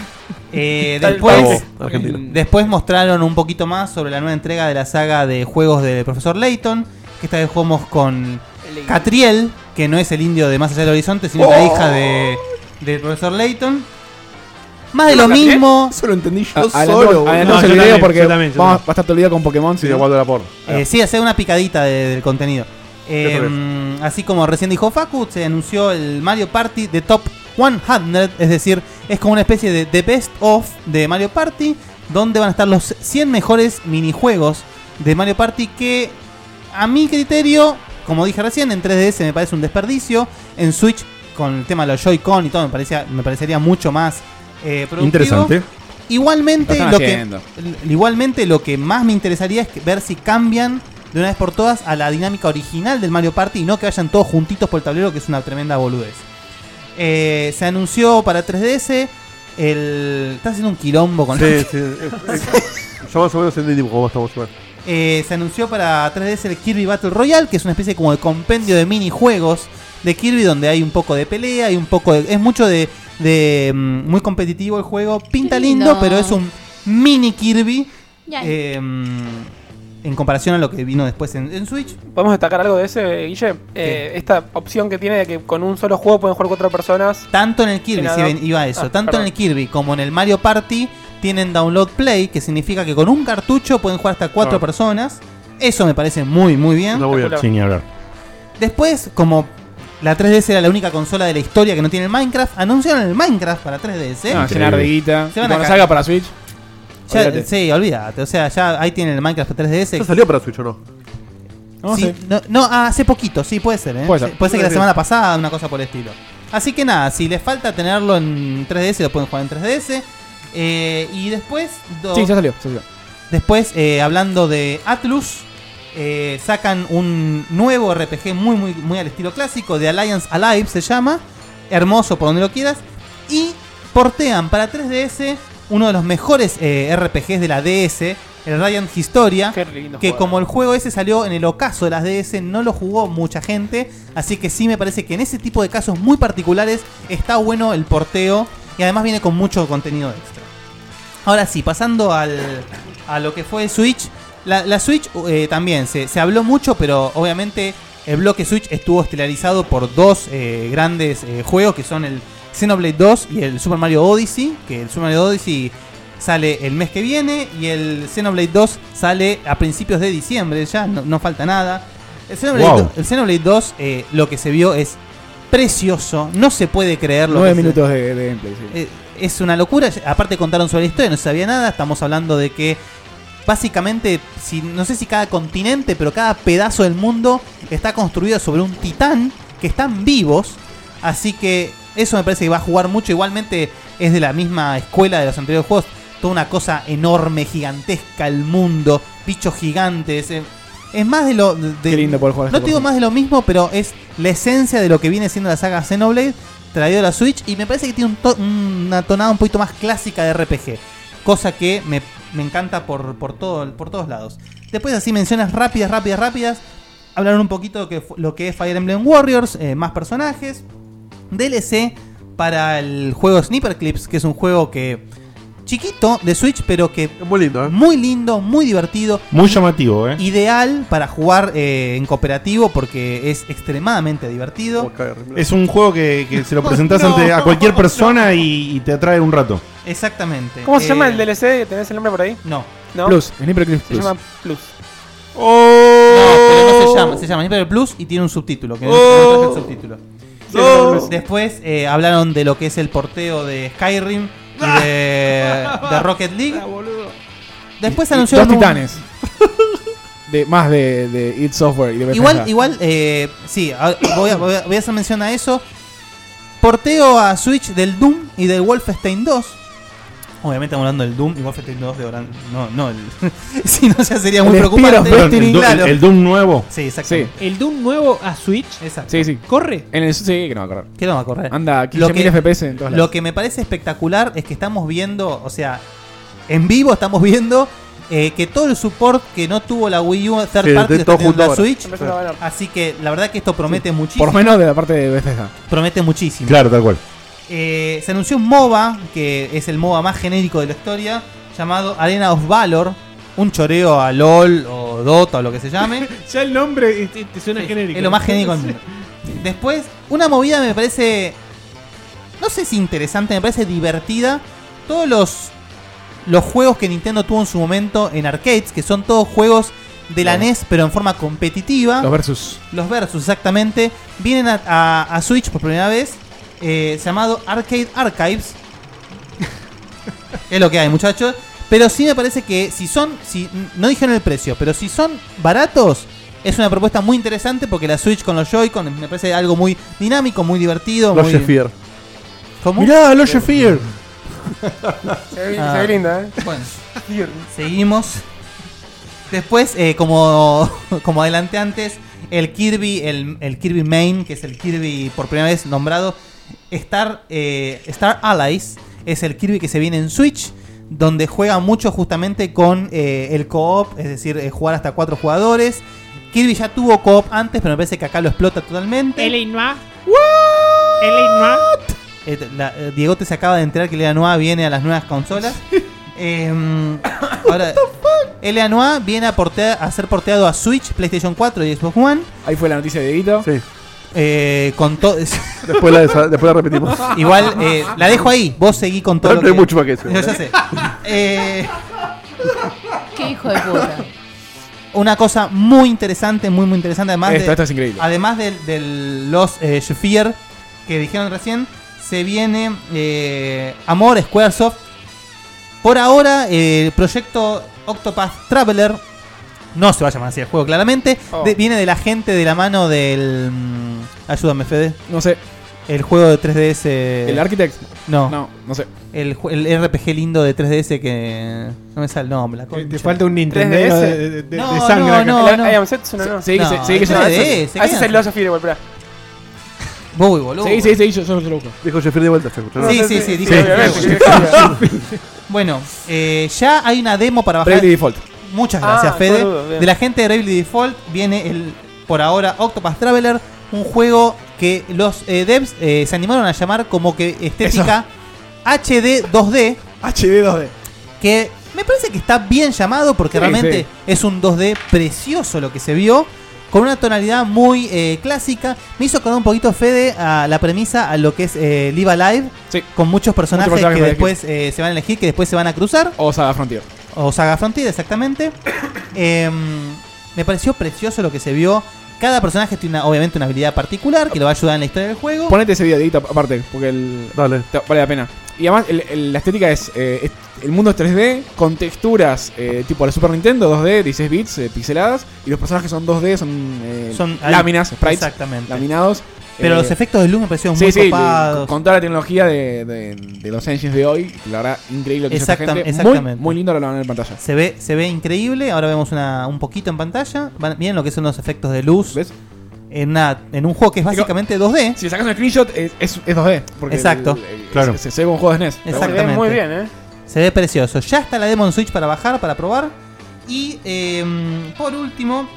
Speaker 3: Eh, después, mm, después mostraron un poquito más sobre la nueva entrega de la saga de juegos del profesor Layton. Que esta vez jugamos con Catriel, que no es el indio de Más allá del horizonte, sino la
Speaker 1: Oh.
Speaker 3: hija de, del profesor Layton. Más de lo
Speaker 1: ¿Catriel?
Speaker 3: mismo.
Speaker 1: Eso lo entendí yo
Speaker 4: Adelantamos- adelantamos el video porque vamos a estar todo el día con Pokémon.
Speaker 3: Sí,
Speaker 4: igual
Speaker 5: de la porra.
Speaker 3: Eh, sí, hacer una picadita de- del contenido. Eh,
Speaker 4: Eso es.
Speaker 3: mm, así como recién dijo Facu, se anunció el Mario Party de Top 100, es decir, es como una especie de The Best of de Mario Party, donde van a estar los 100 mejores minijuegos de Mario Party que a mi criterio, como dije recién, en 3DS me parece un desperdicio, en Switch con el tema de los Joy-Con y todo me, parecía, me parecería mucho más eh, productivo.
Speaker 1: Interesante. Lo
Speaker 3: Igualmente
Speaker 1: están
Speaker 3: lo, que,
Speaker 1: haciendo.
Speaker 3: l- igualmente lo que más me interesaría es que- ver si cambian de una vez por todas a la dinámica original del Mario Party y no que vayan todos juntitos por el tablero, que es una tremenda boludez. Eh, se anunció para 3DS el... Estás haciendo un quilombo con
Speaker 5: Sí, sí. eh, eh, Yo más o menos entendí cómo estamos igual.
Speaker 3: Eh, se anunció para 3DS el Kirby Battle Royale, que es una especie como de compendio de minijuegos de Kirby, donde hay un poco de pelea, hay un poco de. Es mucho de. de, mm, muy competitivo el juego. Pinta
Speaker 6: Qué
Speaker 3: lindo,
Speaker 6: lindo.
Speaker 3: pero es un mini Kirby.
Speaker 6: Ya.
Speaker 3: Eh, mm, en comparación a lo que vino después en, en Switch.
Speaker 7: ¿Podemos destacar algo de ese, Guille? Eh, esta opción que tiene de que con un solo juego pueden jugar cuatro personas. Ah,
Speaker 3: Tanto en el Kirby, si ven, iba a
Speaker 5: Ah,
Speaker 3: eso, tanto en el Kirby como en el Mario Party tienen download play, que significa que con un cartucho pueden jugar hasta cuatro
Speaker 1: Ah.
Speaker 3: personas. Eso me parece muy, muy bien.
Speaker 1: No voy a sin ni hablar.
Speaker 3: Después, como la 3DS era la única consola de la historia que no tiene el Minecraft, anunciaron el Minecraft para 3DS.
Speaker 4: No, Ah, llenar de guita.
Speaker 3: Se van
Speaker 4: Y cuando
Speaker 3: a
Speaker 4: salga
Speaker 3: cagar.
Speaker 4: para Switch.
Speaker 3: Ya-
Speaker 4: olvídate.
Speaker 3: sí, olvídate. O sea, ya ahí tienen el Minecraft 3DS.
Speaker 5: ¿Ya salió para Switch o no?
Speaker 3: No, sí, no, no, ah, hace poquito, sí, puede ser, ¿eh?
Speaker 5: Puede
Speaker 3: Puede
Speaker 5: ser.
Speaker 3: ser, que la
Speaker 5: Sí.
Speaker 3: semana pasada, una cosa por el estilo. Así que nada, si les falta tenerlo en 3DS, lo pueden jugar en 3DS. Eh, y después. do-
Speaker 4: Sí, ya salió, ya salió.
Speaker 3: Después, eh, hablando de Atlus, eh, sacan un nuevo RPG muy, muy, muy al estilo clásico, de Alliance Alive se llama, hermoso por donde lo quieras, y portean para 3DS uno de los mejores eh, RPGs de la DS, el Radiant Historia, que
Speaker 7: juego.
Speaker 3: como el juego ese salió en el ocaso de las DS, no lo jugó mucha gente, así que sí me parece que en ese tipo de casos muy particulares está bueno el porteo y además viene con mucho contenido extra. Ahora sí, pasando al, a lo que fue el Switch. La, la Switch eh, también se, se habló mucho, pero obviamente el bloque Switch estuvo estelarizado por dos eh, grandes eh, juegos que son el Xenoblade 2 y el Super Mario Odyssey. Que el Super Mario Odyssey sale el mes que viene y el Xenoblade 2 sale a principios de diciembre, ya no, no falta nada. El Xenoblade,
Speaker 4: Wow.
Speaker 3: 2, el Xenoblade 2, eh, lo que se vio es precioso, no se puede creer Eh, lo
Speaker 4: Nueve
Speaker 3: que se-
Speaker 4: minutos de, de gameplay, sí.
Speaker 3: eh, es una locura. Aparte contaron sobre la historia, no se sabía nada. Estamos hablando de que básicamente, si, no sé si cada continente, pero cada pedazo del mundo está construido sobre un titán que están vivos. Así que eso me parece que va a jugar mucho. Igualmente es de la misma escuela de los anteriores juegos. Toda una cosa enorme, gigantesca, el mundo, bichos gigantes. eh, es más de lo. de-
Speaker 4: Qué lindo poder jugar a
Speaker 3: no
Speaker 4: este
Speaker 3: te digo más de lo mismo, pero es la esencia de lo que viene siendo la saga Xenoblade, traído a la Switch, y me parece que tiene un to- una tonada un poquito más clásica de RPG, cosa que me, me encanta por, por, todo, por todos lados. Después así menciones rápidas, rápidas, rápidas, hablaron un poquito de lo que, fu- lo que es Fire Emblem Warriors, eh, más personajes, DLC para el juego Sniper Clips, que es un juego que... Chiquito de Switch, pero que
Speaker 5: muy lindo, ¿eh?
Speaker 3: muy lindo, muy divertido
Speaker 1: Muy llamativo, ¿eh?
Speaker 3: ideal para jugar eh, en cooperativo porque es extremadamente divertido.
Speaker 1: Es un juego que, que se lo presentas
Speaker 3: No,
Speaker 1: ante a cualquier persona y, y te atrae un rato.
Speaker 3: Exactamente.
Speaker 7: ¿Cómo se
Speaker 3: Eh,
Speaker 7: llama el DLC? ¿Tenés el nombre por ahí?
Speaker 3: No.
Speaker 7: ¿No?
Speaker 4: Clip
Speaker 7: Se llama Plus.
Speaker 3: No, pero no se llama, se llama Sniper Plus y tiene un subtítulo. Que no- no traje el subtítulo. Después eh, hablaron de lo que es el porteo de Skyrim y de, de Rocket League. Después anunciaron
Speaker 4: Dos
Speaker 3: un-
Speaker 4: titanes. de, más de, de id Software y de Bethesda.
Speaker 3: Igual, igual, eh, sí, ahora voy a, voy a- voy a hacer mención a eso. Porteo a Switch del Doom y del Wolfenstein 2. Obviamente estamos hablando del Doom y Wolfenstein 2 de Oran. No, no, el- si no ya sería muy
Speaker 2: El Spear
Speaker 3: preocupante.
Speaker 2: of Destiny. El Doom-
Speaker 3: Claro.
Speaker 2: el
Speaker 1: Doom nuevo.
Speaker 3: Sí, exactamente.
Speaker 2: El Doom nuevo a Switch.
Speaker 3: Exacto.
Speaker 4: Sí, sí.
Speaker 2: ¿Corre?
Speaker 4: En el, sí, que no va a correr.
Speaker 3: Que no va a correr.
Speaker 4: Anda,
Speaker 3: Lo
Speaker 4: 15.000
Speaker 3: que-
Speaker 4: FPS en todas
Speaker 3: Lo que me parece espectacular es que estamos viendo, o sea, en vivo estamos viendo eh, que todo el support que no tuvo la Wii U third party
Speaker 4: Sí, de
Speaker 3: lo
Speaker 4: todo
Speaker 3: está teniendo
Speaker 4: junto
Speaker 3: la
Speaker 4: ahora.
Speaker 3: Switch.
Speaker 4: Empezaron a
Speaker 3: Así que la verdad que esto promete muchísimo.
Speaker 4: Por lo menos de la parte de Bethesda.
Speaker 3: Promete muchísimo.
Speaker 1: Claro, tal cual.
Speaker 3: Eh, se anunció un MOBA, que es el MOBA más genérico de la historia, llamado Arena of Valor. Un choreo a LOL o Dota o lo que se llame.
Speaker 2: Ya el nombre eh, te, te suena genérico.
Speaker 3: es lo más genérico del mundo. Después, una movida me parece. No sé si interesante, me parece divertida. Todos los, los juegos que Nintendo tuvo en su momento en arcades, que son todos juegos de la NES, pero en forma competitiva.
Speaker 4: Los versus.
Speaker 3: Los versus, exactamente. Vienen a, a- a Switch por primera vez. eh, llamado Arcade Archives. es lo que hay, muchachos. Pero sí me parece que si son. Si, no dijeron el precio, pero si son baratos. Es una propuesta muy interesante porque la Switch con los Joy-Con me parece algo muy dinámico, muy divertido.
Speaker 5: Lo
Speaker 3: muy...
Speaker 5: Fear.
Speaker 3: ¿Cómo?
Speaker 1: Mirá, lo Fear.
Speaker 7: Se ve,
Speaker 3: Ah.
Speaker 7: se ve linda, ¿eh?
Speaker 3: Bueno. Seguimos. Después, eh, como, como adelanté antes, el Kirby, el, el Kirby Main, que es el Kirby por primera vez nombrado, Star, eh, Star Allies, es el Kirby que se viene en Switch, donde juega mucho justamente con eh, el co-op, es decir, eh, jugar hasta cuatro jugadores. Kirby ya tuvo co-op antes, pero me parece que acá lo explota totalmente.
Speaker 14: L.A. Noir. L.A. Noir.
Speaker 3: Eh, la- eh, Diego te se acaba de enterar que la nueva viene a las nuevas consolas. Em, ahora, L.A. Noire viene a, portea- a ser porteado a Switch, PlayStation 4 y Xbox One. Eh,
Speaker 4: Ahí fue la noticia de Guito.
Speaker 5: Sí.
Speaker 3: con todo.
Speaker 5: Después la, desa- después la repetimos.
Speaker 3: Igual eh, la dejo ahí. Vos seguí con todo.
Speaker 5: No,
Speaker 3: lo
Speaker 5: no hay
Speaker 3: que-
Speaker 5: mucho más que eso.
Speaker 3: Yo ya sé. Eh,
Speaker 6: Qué hijo de puta.
Speaker 3: una cosa muy interesante, muy muy interesante. Además
Speaker 4: Esto,
Speaker 3: de,
Speaker 4: esto es increíble.
Speaker 3: Además del, del Los eh, Shuffier que dijeron recién, se viene eh, Amor Squaresoft. Por ahora, eh, el proyecto Octopath Traveler no se va a llamar así el juego, claramente.
Speaker 4: Oh.
Speaker 3: de- viene de la gente de la mano del. mm, ayúdame, Fede.
Speaker 4: No sé.
Speaker 3: El juego de 3DS. eh,
Speaker 4: ¿El Architect?
Speaker 3: No.
Speaker 4: No, no sé.
Speaker 3: El, ju- el RPG lindo de 3DS que. No me sale el nombre. la concha.
Speaker 2: falta un Nintendo de- de- de-
Speaker 3: no,
Speaker 2: de sangre acá.
Speaker 3: No, no, no.
Speaker 7: I am Setsuna, no.
Speaker 3: Sí, sí, sí, sí, que es
Speaker 7: no,
Speaker 3: una
Speaker 7: eso-
Speaker 3: DS,
Speaker 7: ah, ese es
Speaker 3: quedan.
Speaker 7: el Lost of Fury, volverá.
Speaker 3: Voy, boludo.
Speaker 4: Sí, sí, sí, yo, yo, yo lo busco.
Speaker 5: Dijo Jeffrey de vuelta.
Speaker 3: Sí, sí, sí, dijo- Bueno, eh, ya hay una demo para bajar.
Speaker 4: Bravely Default.
Speaker 3: Muchas
Speaker 4: Ah,
Speaker 3: gracias, Fede.
Speaker 4: boludo, bien.
Speaker 3: de la gente de Bravely Default viene el, por ahora, Octopath Traveler, un juego que los eh, devs eh, se animaron a llamar como que estética HD 2D.
Speaker 4: HD 2D.
Speaker 3: Que me parece que está bien llamado porque
Speaker 4: Sí,
Speaker 3: realmente
Speaker 4: sí.
Speaker 3: es un 2D precioso lo que se vio. Con una tonalidad muy eh, clásica. Me hizo acordar un poquito, Fede, a la premisa a lo que es eh, Live Alive. Con muchos personajes,
Speaker 4: personajes
Speaker 3: que
Speaker 4: para
Speaker 3: después eh, se van a elegir, que después se van a cruzar.
Speaker 4: O Saga Frontier.
Speaker 3: O Saga Frontier, exactamente. Em, me pareció precioso lo que se vio. Cada personaje tiene una- obviamente una habilidad particular que lo va a ayudar en la historia del juego.
Speaker 4: Ponete ese video, Dieguito, aparte, porque el, te- vale la pena. Y además, el- el- la estética es, eh, es- El mundo es 3D con texturas eh, tipo la Super Nintendo, 2D, 16 bits, eh, pixeladas. Y los personajes son 2D, son, eh,
Speaker 3: Son-
Speaker 4: láminas, sprites.
Speaker 3: Exactamente.
Speaker 4: Laminados. Eh,
Speaker 3: Pero los efectos de luz me parecieron muy
Speaker 4: sí,
Speaker 3: copados.
Speaker 4: le- Con toda la tecnología de, de- de los engines de hoy, la verdad, increíble lo que hizo esta
Speaker 3: Exactam-
Speaker 4: gente. Muy-
Speaker 3: exactamente.
Speaker 4: Muy, lindo lo van a ver en pantalla.
Speaker 3: Se ve, se ve increíble. Ahora vemos una- un poquito en pantalla. Van- Miren lo que son los efectos de luz. En, una- en un juego que es básicamente 2D.
Speaker 4: Si sacas un screenshot, es, es, es 2D. Porque
Speaker 3: Exacto.
Speaker 4: el- el- Se, se- se ve como un juego de SNES. pero bueno.
Speaker 3: Exactamente.
Speaker 4: ¿eh?
Speaker 3: Se ve precioso. Ya está la demo en Switch para bajar, para probar. Y em, por último,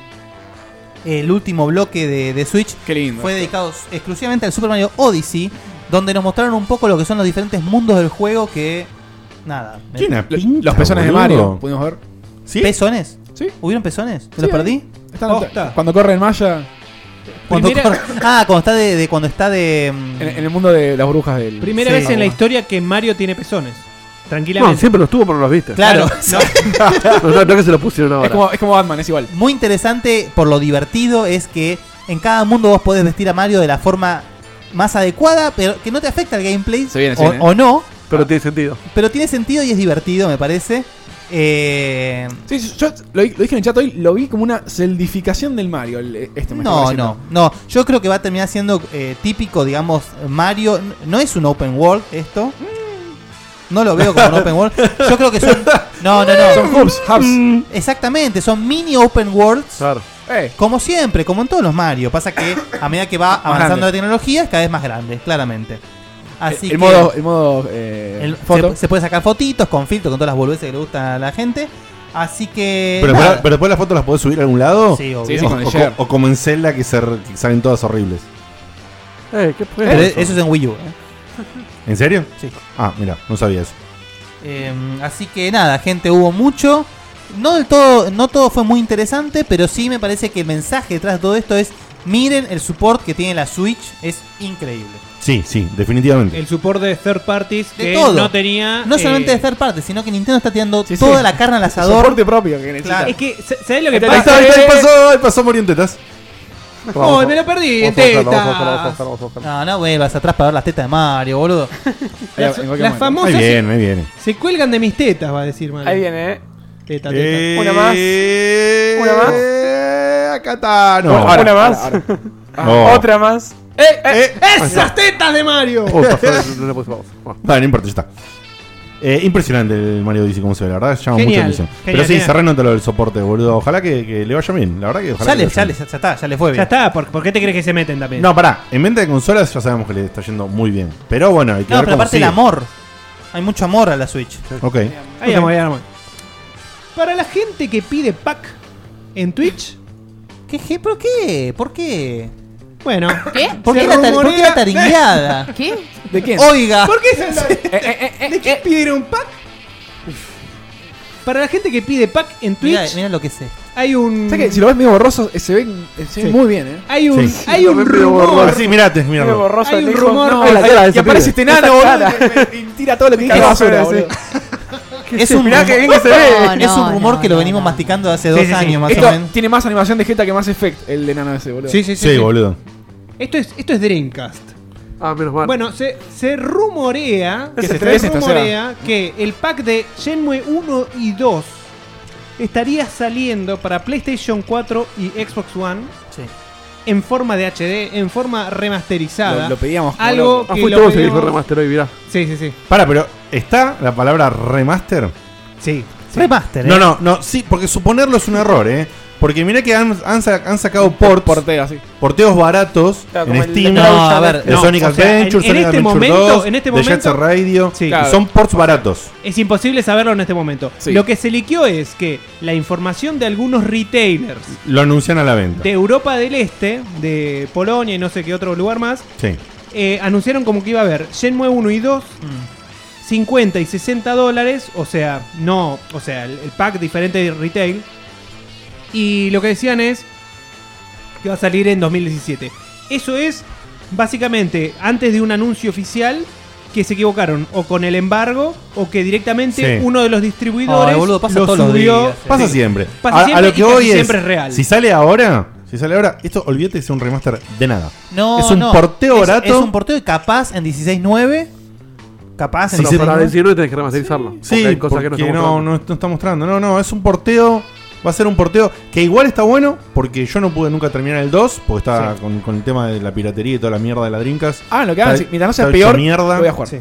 Speaker 3: el último bloque de, de Switch fue dedicado exclusivamente al Super Mario Odyssey, donde nos mostraron un poco lo que son los diferentes mundos del juego que... Nada. Eh, me-
Speaker 1: Tiene
Speaker 4: Los-
Speaker 1: pinta,
Speaker 4: los pezones de
Speaker 1: boludo.
Speaker 4: Mario, pudimos ver.
Speaker 3: ¿Pezones?
Speaker 4: ¿Sí?
Speaker 3: ¿Hubieron pezones? ¿Te
Speaker 4: Sí,
Speaker 3: los
Speaker 4: ahí.
Speaker 3: perdí?
Speaker 4: Están- cuando corre en Maya.
Speaker 3: Cuando
Speaker 4: Primera-
Speaker 3: corre- Ah, cuando está de, de- cuando está de em,
Speaker 4: En, en el mundo de las brujas del.
Speaker 2: Primera
Speaker 3: Sí.
Speaker 2: vez en la historia que Mario tiene pezones. Tranquilamente.
Speaker 5: No, siempre los tuvo, pero no los viste.
Speaker 2: Claro.
Speaker 5: No, no, no que se los pusieron ahora.
Speaker 4: Batman, es igual.
Speaker 3: Muy interesante por lo divertido es que en cada mundo vos podés vestir a Mario de la forma más adecuada, pero que no te afecta el gameplay
Speaker 5: Se viene, se
Speaker 3: o,
Speaker 5: viene.
Speaker 3: o no,
Speaker 5: Pero tiene sentido.
Speaker 3: pero tiene sentido y es divertido, me parece. Eh,
Speaker 4: Sí, sí, yo lo, di- lo dije en el chat hoy, lo vi como una celdificación del Mario. el- este me
Speaker 3: no,
Speaker 4: estaba
Speaker 3: no,
Speaker 4: diciendo.
Speaker 3: no. Yo creo que va a terminar siendo eh, típico, digamos, Mario. N- No es un open world esto. No lo veo como un open world. Yo creo que son. No, no, no.
Speaker 4: Son hubs, hubs.
Speaker 3: Exactamente, son mini open worlds.
Speaker 4: Eh.
Speaker 3: Como siempre, como en todos los Mario. Pasa que a medida que va avanzando
Speaker 4: grande.
Speaker 3: la tecnología es cada vez más grande, claramente. Así
Speaker 4: el,
Speaker 3: que-
Speaker 4: modo. El modo eh,
Speaker 3: el-
Speaker 4: foto.
Speaker 3: Se, se puede sacar fotitos con filtro, con todas las boludeces que le gusta a la gente. Así que.
Speaker 1: Pero,
Speaker 3: nada.
Speaker 1: después- pero después las fotos las podés subir a algún lado.
Speaker 3: Sí, obvio.
Speaker 1: o,
Speaker 3: Sí, sí, con el
Speaker 1: o co-
Speaker 3: share.
Speaker 1: o como en Zelda que, se re- que salen todas horribles.
Speaker 5: Eh, ¿qué
Speaker 3: Pero
Speaker 5: fue
Speaker 3: eso es en Wii U. ¿eh?
Speaker 1: ¿En serio?
Speaker 3: Sí.
Speaker 1: Ah, mira, no sabía eso.
Speaker 3: Eh, así que nada, gente, hubo mucho. No del todo, no todo fue muy interesante, pero sí me parece que el mensaje detrás de todo esto es miren el support que tiene la Switch, es increíble.
Speaker 1: Sí, sí,
Speaker 3: Eh,
Speaker 1: definitivamente.
Speaker 2: El support de third parties
Speaker 3: De
Speaker 2: que
Speaker 3: todo.
Speaker 2: no tenía.
Speaker 3: No solamente
Speaker 2: eh,
Speaker 3: de third party, sino que Nintendo está tirando toda la carne al asador.
Speaker 4: Soporte propio que necesita.
Speaker 2: Es que, ¿sa- ¿sabés lo que
Speaker 1: Ahí está,
Speaker 2: pasa?
Speaker 1: ahí está, ahí pasó, ahí pasó muriendo tetas.
Speaker 2: Oh, me lo perdí, en tetas.
Speaker 3: No, no vuelvas atrás para ver las tetas de Mario, boludo.
Speaker 2: Las- en cualquier las momento. famosas-
Speaker 1: Ahí viene, ahí viene.
Speaker 2: Se cuelgan de mis tetas, va a decir Mario.
Speaker 7: Ahí viene, eh.
Speaker 2: Teta, teta.
Speaker 7: Una más. Una más.
Speaker 2: Eh,
Speaker 1: acá
Speaker 2: Ah,
Speaker 1: está. no.
Speaker 7: Una
Speaker 1: Ahora, ahora,
Speaker 7: más.
Speaker 1: ahora.
Speaker 7: Ah,
Speaker 1: No.
Speaker 7: Otra más. ¡Eh, eh!
Speaker 2: ¡Esas tetas de Mario!
Speaker 5: Oh,
Speaker 1: Puta, Fred, Ah, no importa, ya está. Eh, impresionante el Mario Odyssey como se ve, la verdad, llama mucha
Speaker 3: Genial,
Speaker 1: atención.
Speaker 3: genial,
Speaker 1: Pero sí,
Speaker 3: genial.
Speaker 1: se renota lo del soporte, boludo. Ojalá que, que le vaya bien, la verdad que ojalá.
Speaker 3: Ya
Speaker 1: que le
Speaker 3: le,
Speaker 1: vaya
Speaker 3: ya
Speaker 1: bien.
Speaker 3: le- ya está, ya le fue bien.
Speaker 2: Ya está, ¿por, por qué te crees que se meten también?
Speaker 1: No, pará, en venta de consolas ya sabemos que le está yendo muy bien. Pero bueno, hay que
Speaker 3: No,
Speaker 1: ver
Speaker 3: pero
Speaker 1: cómo
Speaker 3: aparte el
Speaker 1: sigue.
Speaker 3: amor. Hay mucho amor a la Switch.
Speaker 1: Ok.
Speaker 2: Ahí vamos, ahí vamos. Para la gente que pide pack en Twitch.
Speaker 3: ¿Qué, je- ¿Por qué? ¿Por qué?
Speaker 2: Bueno.
Speaker 3: ¿Qué? ¿Por qué la tar- por qué la taringueada?
Speaker 6: ¿Qué?
Speaker 3: ¿De quién? Oiga.
Speaker 2: ¿Por qué se ¿De quién pidieron pack? Para la gente que pide pack en Twitch.
Speaker 3: Mira, mira lo que sé.
Speaker 2: Hay un.
Speaker 4: ¿Sabes que si lo ves medio borroso, eh, se ve, eh, se ve
Speaker 2: Sí.
Speaker 4: muy bien, ¿eh?
Speaker 2: Hay un-
Speaker 1: Sí.
Speaker 2: hay un rumor.
Speaker 1: Así, mirate,
Speaker 4: Medio
Speaker 1: miralo.
Speaker 4: borroso
Speaker 2: Hay
Speaker 4: el
Speaker 2: un
Speaker 4: Xbox.
Speaker 2: rumor.
Speaker 4: No,
Speaker 1: Ay, la
Speaker 4: hay-
Speaker 1: cara de
Speaker 4: y
Speaker 1: ese
Speaker 4: aparece este
Speaker 1: pibe.
Speaker 4: enano,
Speaker 1: Esa
Speaker 4: boludo, y- y tira todo lo que dije a la basura, boludo.
Speaker 3: Es un
Speaker 4: Mirá
Speaker 3: rumor,
Speaker 4: que bien que se ve.
Speaker 3: No, es un rumor que lo venimos masticando hace dos años más
Speaker 4: Esto
Speaker 3: o menos.
Speaker 4: Tiene más animación de Jeta que más Effect, el enano ese, boludo.
Speaker 2: Sí, sí, sí, Sí, sí.
Speaker 1: boludo.
Speaker 2: Esto es, esto es Dreamcast.
Speaker 5: Ah, menos mal.
Speaker 2: Bueno, se, se rumorea,
Speaker 4: Que
Speaker 2: se,
Speaker 4: se estrese esta,
Speaker 2: rumorea que el pack de Shenmue 1 y 2 estaría saliendo para PlayStation 4 y Xbox One en forma de HD, en forma remasterizada.
Speaker 1: Lo- lo pedíamos como
Speaker 2: Algo
Speaker 5: Ah,
Speaker 2: que
Speaker 5: fuiste
Speaker 2: lo
Speaker 5: vos el que dijo
Speaker 2: pedíamos-
Speaker 5: remaster hoy, mirá.
Speaker 2: Sí, sí, sí.
Speaker 1: Para, pero ¿está la palabra remaster?
Speaker 2: Sí. eh.
Speaker 3: Remaster,
Speaker 1: No, no, no, sí, porque suponerlo es un error, ¿eh? Porque mirá que han, han sa- han sacado ports, porteos baratos
Speaker 3: Claro,
Speaker 1: en
Speaker 3: como el
Speaker 1: Steam.
Speaker 3: de- No, a ver,
Speaker 1: de
Speaker 3: no,
Speaker 1: Sonic
Speaker 2: o sea, en-
Speaker 1: Adventure,
Speaker 2: en
Speaker 1: Sonic
Speaker 2: este
Speaker 1: Adventure
Speaker 2: momento-
Speaker 1: 2,
Speaker 2: en este
Speaker 1: de Jet Set
Speaker 2: momento-
Speaker 1: Radio.
Speaker 2: Sí.
Speaker 1: y
Speaker 2: Claro.
Speaker 1: Son ports baratos.
Speaker 2: Es imposible saberlo en este momento. Lo que se liqueó es que la información de algunos retailers
Speaker 1: Lo anuncian a la venta.
Speaker 2: de Europa del Este, de Polonia y no sé qué otro lugar más,
Speaker 1: Sí.
Speaker 2: eh, anunciaron como que iba a haber Shenmue 1 y 2, 50 y 60 dólares, o sea, no, o sea, el, el pack diferente de retail. Y lo que decían es que va a salir en 2017. Eso es básicamente antes de un anuncio oficial que se equivocaron o con el embargo o que directamente
Speaker 1: Sí.
Speaker 2: uno de los distribuidores
Speaker 3: Ay, boludo, pasa
Speaker 2: lo
Speaker 3: todos los
Speaker 2: subió.
Speaker 3: días, eh.
Speaker 1: Pasa
Speaker 2: Sí.
Speaker 1: siempre.
Speaker 2: Pasa
Speaker 1: a, a
Speaker 2: siempre
Speaker 1: lo que
Speaker 2: y casi
Speaker 1: hoy es.
Speaker 2: siempre es real.
Speaker 1: Si sale ahora, si sale ahora, esto olvídate que sea un remaster de nada.
Speaker 3: No,
Speaker 1: es un
Speaker 3: no.
Speaker 1: porteo
Speaker 3: Es-
Speaker 1: barato.
Speaker 3: Es un porteo y capaz en 16.9. Capaz en
Speaker 1: Si se-
Speaker 5: Para
Speaker 3: 16.9.
Speaker 5: decirlo tenés que remasterizarlo.
Speaker 1: Sí,
Speaker 5: porque hay cosas que no
Speaker 1: porque
Speaker 5: estamos
Speaker 1: no, no, no está mostrando. No, no, es un porteo. Va a ser un porteo que igual está bueno porque yo no pude nunca terminar el 2 porque estaba con, con el tema de la piratería y toda la mierda de la Dreamcast.
Speaker 4: Ah, lo que hagan,
Speaker 1: Está-
Speaker 4: sí, mientras no sea
Speaker 1: está hecho
Speaker 4: peor,
Speaker 1: mierda.
Speaker 4: lo voy a jugar. Sí.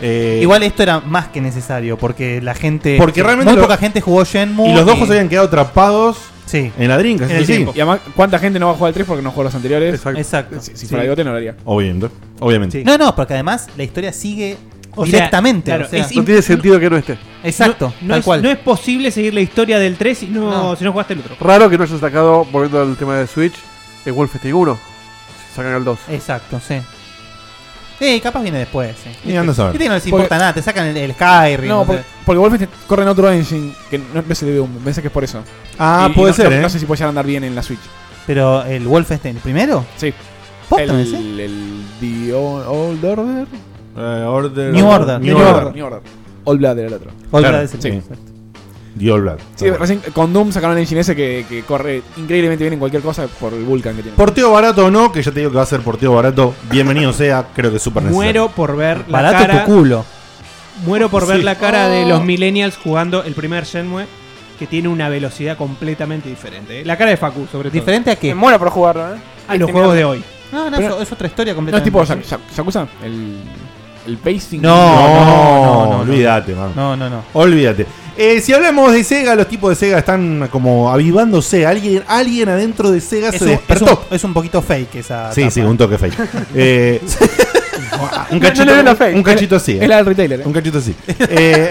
Speaker 1: Eh,
Speaker 3: Igual esto era más que necesario porque la gente.
Speaker 1: Porque realmente
Speaker 3: Muy
Speaker 1: lo-
Speaker 3: poca gente jugó Shenmue.
Speaker 1: Y los dos juegos habían quedado atrapados en la Dreamcast.
Speaker 4: En el
Speaker 1: sí, sí.
Speaker 4: tiempo. Y además, ¿cuánta gente no va a jugar al 3 porque no jugó los anteriores?
Speaker 5: Exacto.
Speaker 4: Si, si
Speaker 3: Sí.
Speaker 4: fuera bigote, no lo haría.
Speaker 1: Obviamente. Obviamente.
Speaker 3: No, no, porque además la historia sigue
Speaker 2: O sea,
Speaker 3: directamente.
Speaker 2: claro,
Speaker 3: o sea-
Speaker 2: es No tiene sentido
Speaker 5: que no esté.
Speaker 3: Exacto,
Speaker 2: No, no
Speaker 3: tal
Speaker 2: es,
Speaker 3: cual.
Speaker 2: no es posible seguir la historia del 3 si no, si no jugaste el otro.
Speaker 5: Raro que no hayan sacado, volviendo al tema de Switch, el Wolfenstein 1. Si Sacan el 2.
Speaker 3: Exacto, sí. Eh, capaz viene después. Sí.
Speaker 5: Y anda a saber.
Speaker 3: Viste que Este no les
Speaker 5: Porque-
Speaker 3: importa nada, te sacan el, el Skyrim.
Speaker 4: No,
Speaker 3: no
Speaker 4: por-
Speaker 3: sé.
Speaker 4: porque Wolfenstein corre en otro engine que no es de Doom. Pensé que es por eso.
Speaker 1: Ah,
Speaker 4: Y- y
Speaker 1: puede
Speaker 4: no-
Speaker 1: ser,
Speaker 4: no-
Speaker 1: ¿eh?
Speaker 4: No sé si puede llegar a andar bien en la Switch.
Speaker 3: Pero el Wolfenstein, ¿el primero?
Speaker 4: Sí.
Speaker 3: ¿Posta,
Speaker 4: El,
Speaker 3: me decís?
Speaker 4: el, The O- Old Order.
Speaker 1: Eh, Order-
Speaker 3: New Order.
Speaker 1: New
Speaker 3: New
Speaker 1: Order.
Speaker 4: New Order. Old Blood era el otro.
Speaker 1: Claro,
Speaker 3: Blood es el
Speaker 1: sí.
Speaker 3: primero,
Speaker 1: The All Blood.
Speaker 4: Sí, recién con Doom sacaron el engine ese que, que corre increíblemente bien en cualquier cosa por el Vulcan que tiene.
Speaker 1: Porteo barato o no, que ya te digo que va a ser porteo barato, bienvenido sea, creo que es súper necesario.
Speaker 2: Muero por ver la
Speaker 1: Barato
Speaker 2: cara.
Speaker 1: tu culo.
Speaker 2: Muero por ver
Speaker 1: Sí.
Speaker 2: la cara de
Speaker 1: Oh.
Speaker 2: los millennials jugando el primer Shenmue que tiene una velocidad completamente diferente. ¿eh? La cara de Facu, sobre todo.
Speaker 3: ¿Diferente a qué?
Speaker 7: Me muero por jugarlo, ¿eh?
Speaker 3: Ah,
Speaker 2: A los juegos de hoy.
Speaker 3: No, no,
Speaker 4: Este Pero-
Speaker 3: eso- es otra historia
Speaker 4: No es
Speaker 3: completamente.
Speaker 4: tipo Yak- Yak- Yakuza. El, el pacing.
Speaker 1: No, no, olvídate, man.
Speaker 3: No, no, no.
Speaker 1: Olvídate. Eh, si hablamos de Sega, los tipos de Sega están como avivándose. Alguien, ah, alguien adentro de Sega
Speaker 3: Es
Speaker 1: se
Speaker 3: un, es,
Speaker 1: despertó.
Speaker 3: un, es un poquito fake esa.
Speaker 1: Sí,
Speaker 3: Ah, tapa.
Speaker 1: sí, un toque fake. Eh, un
Speaker 3: No,
Speaker 1: cachito,
Speaker 3: no le veo la fake.
Speaker 1: un cachito así.
Speaker 3: Era
Speaker 4: el retailer.
Speaker 1: Un cachito así. Eh,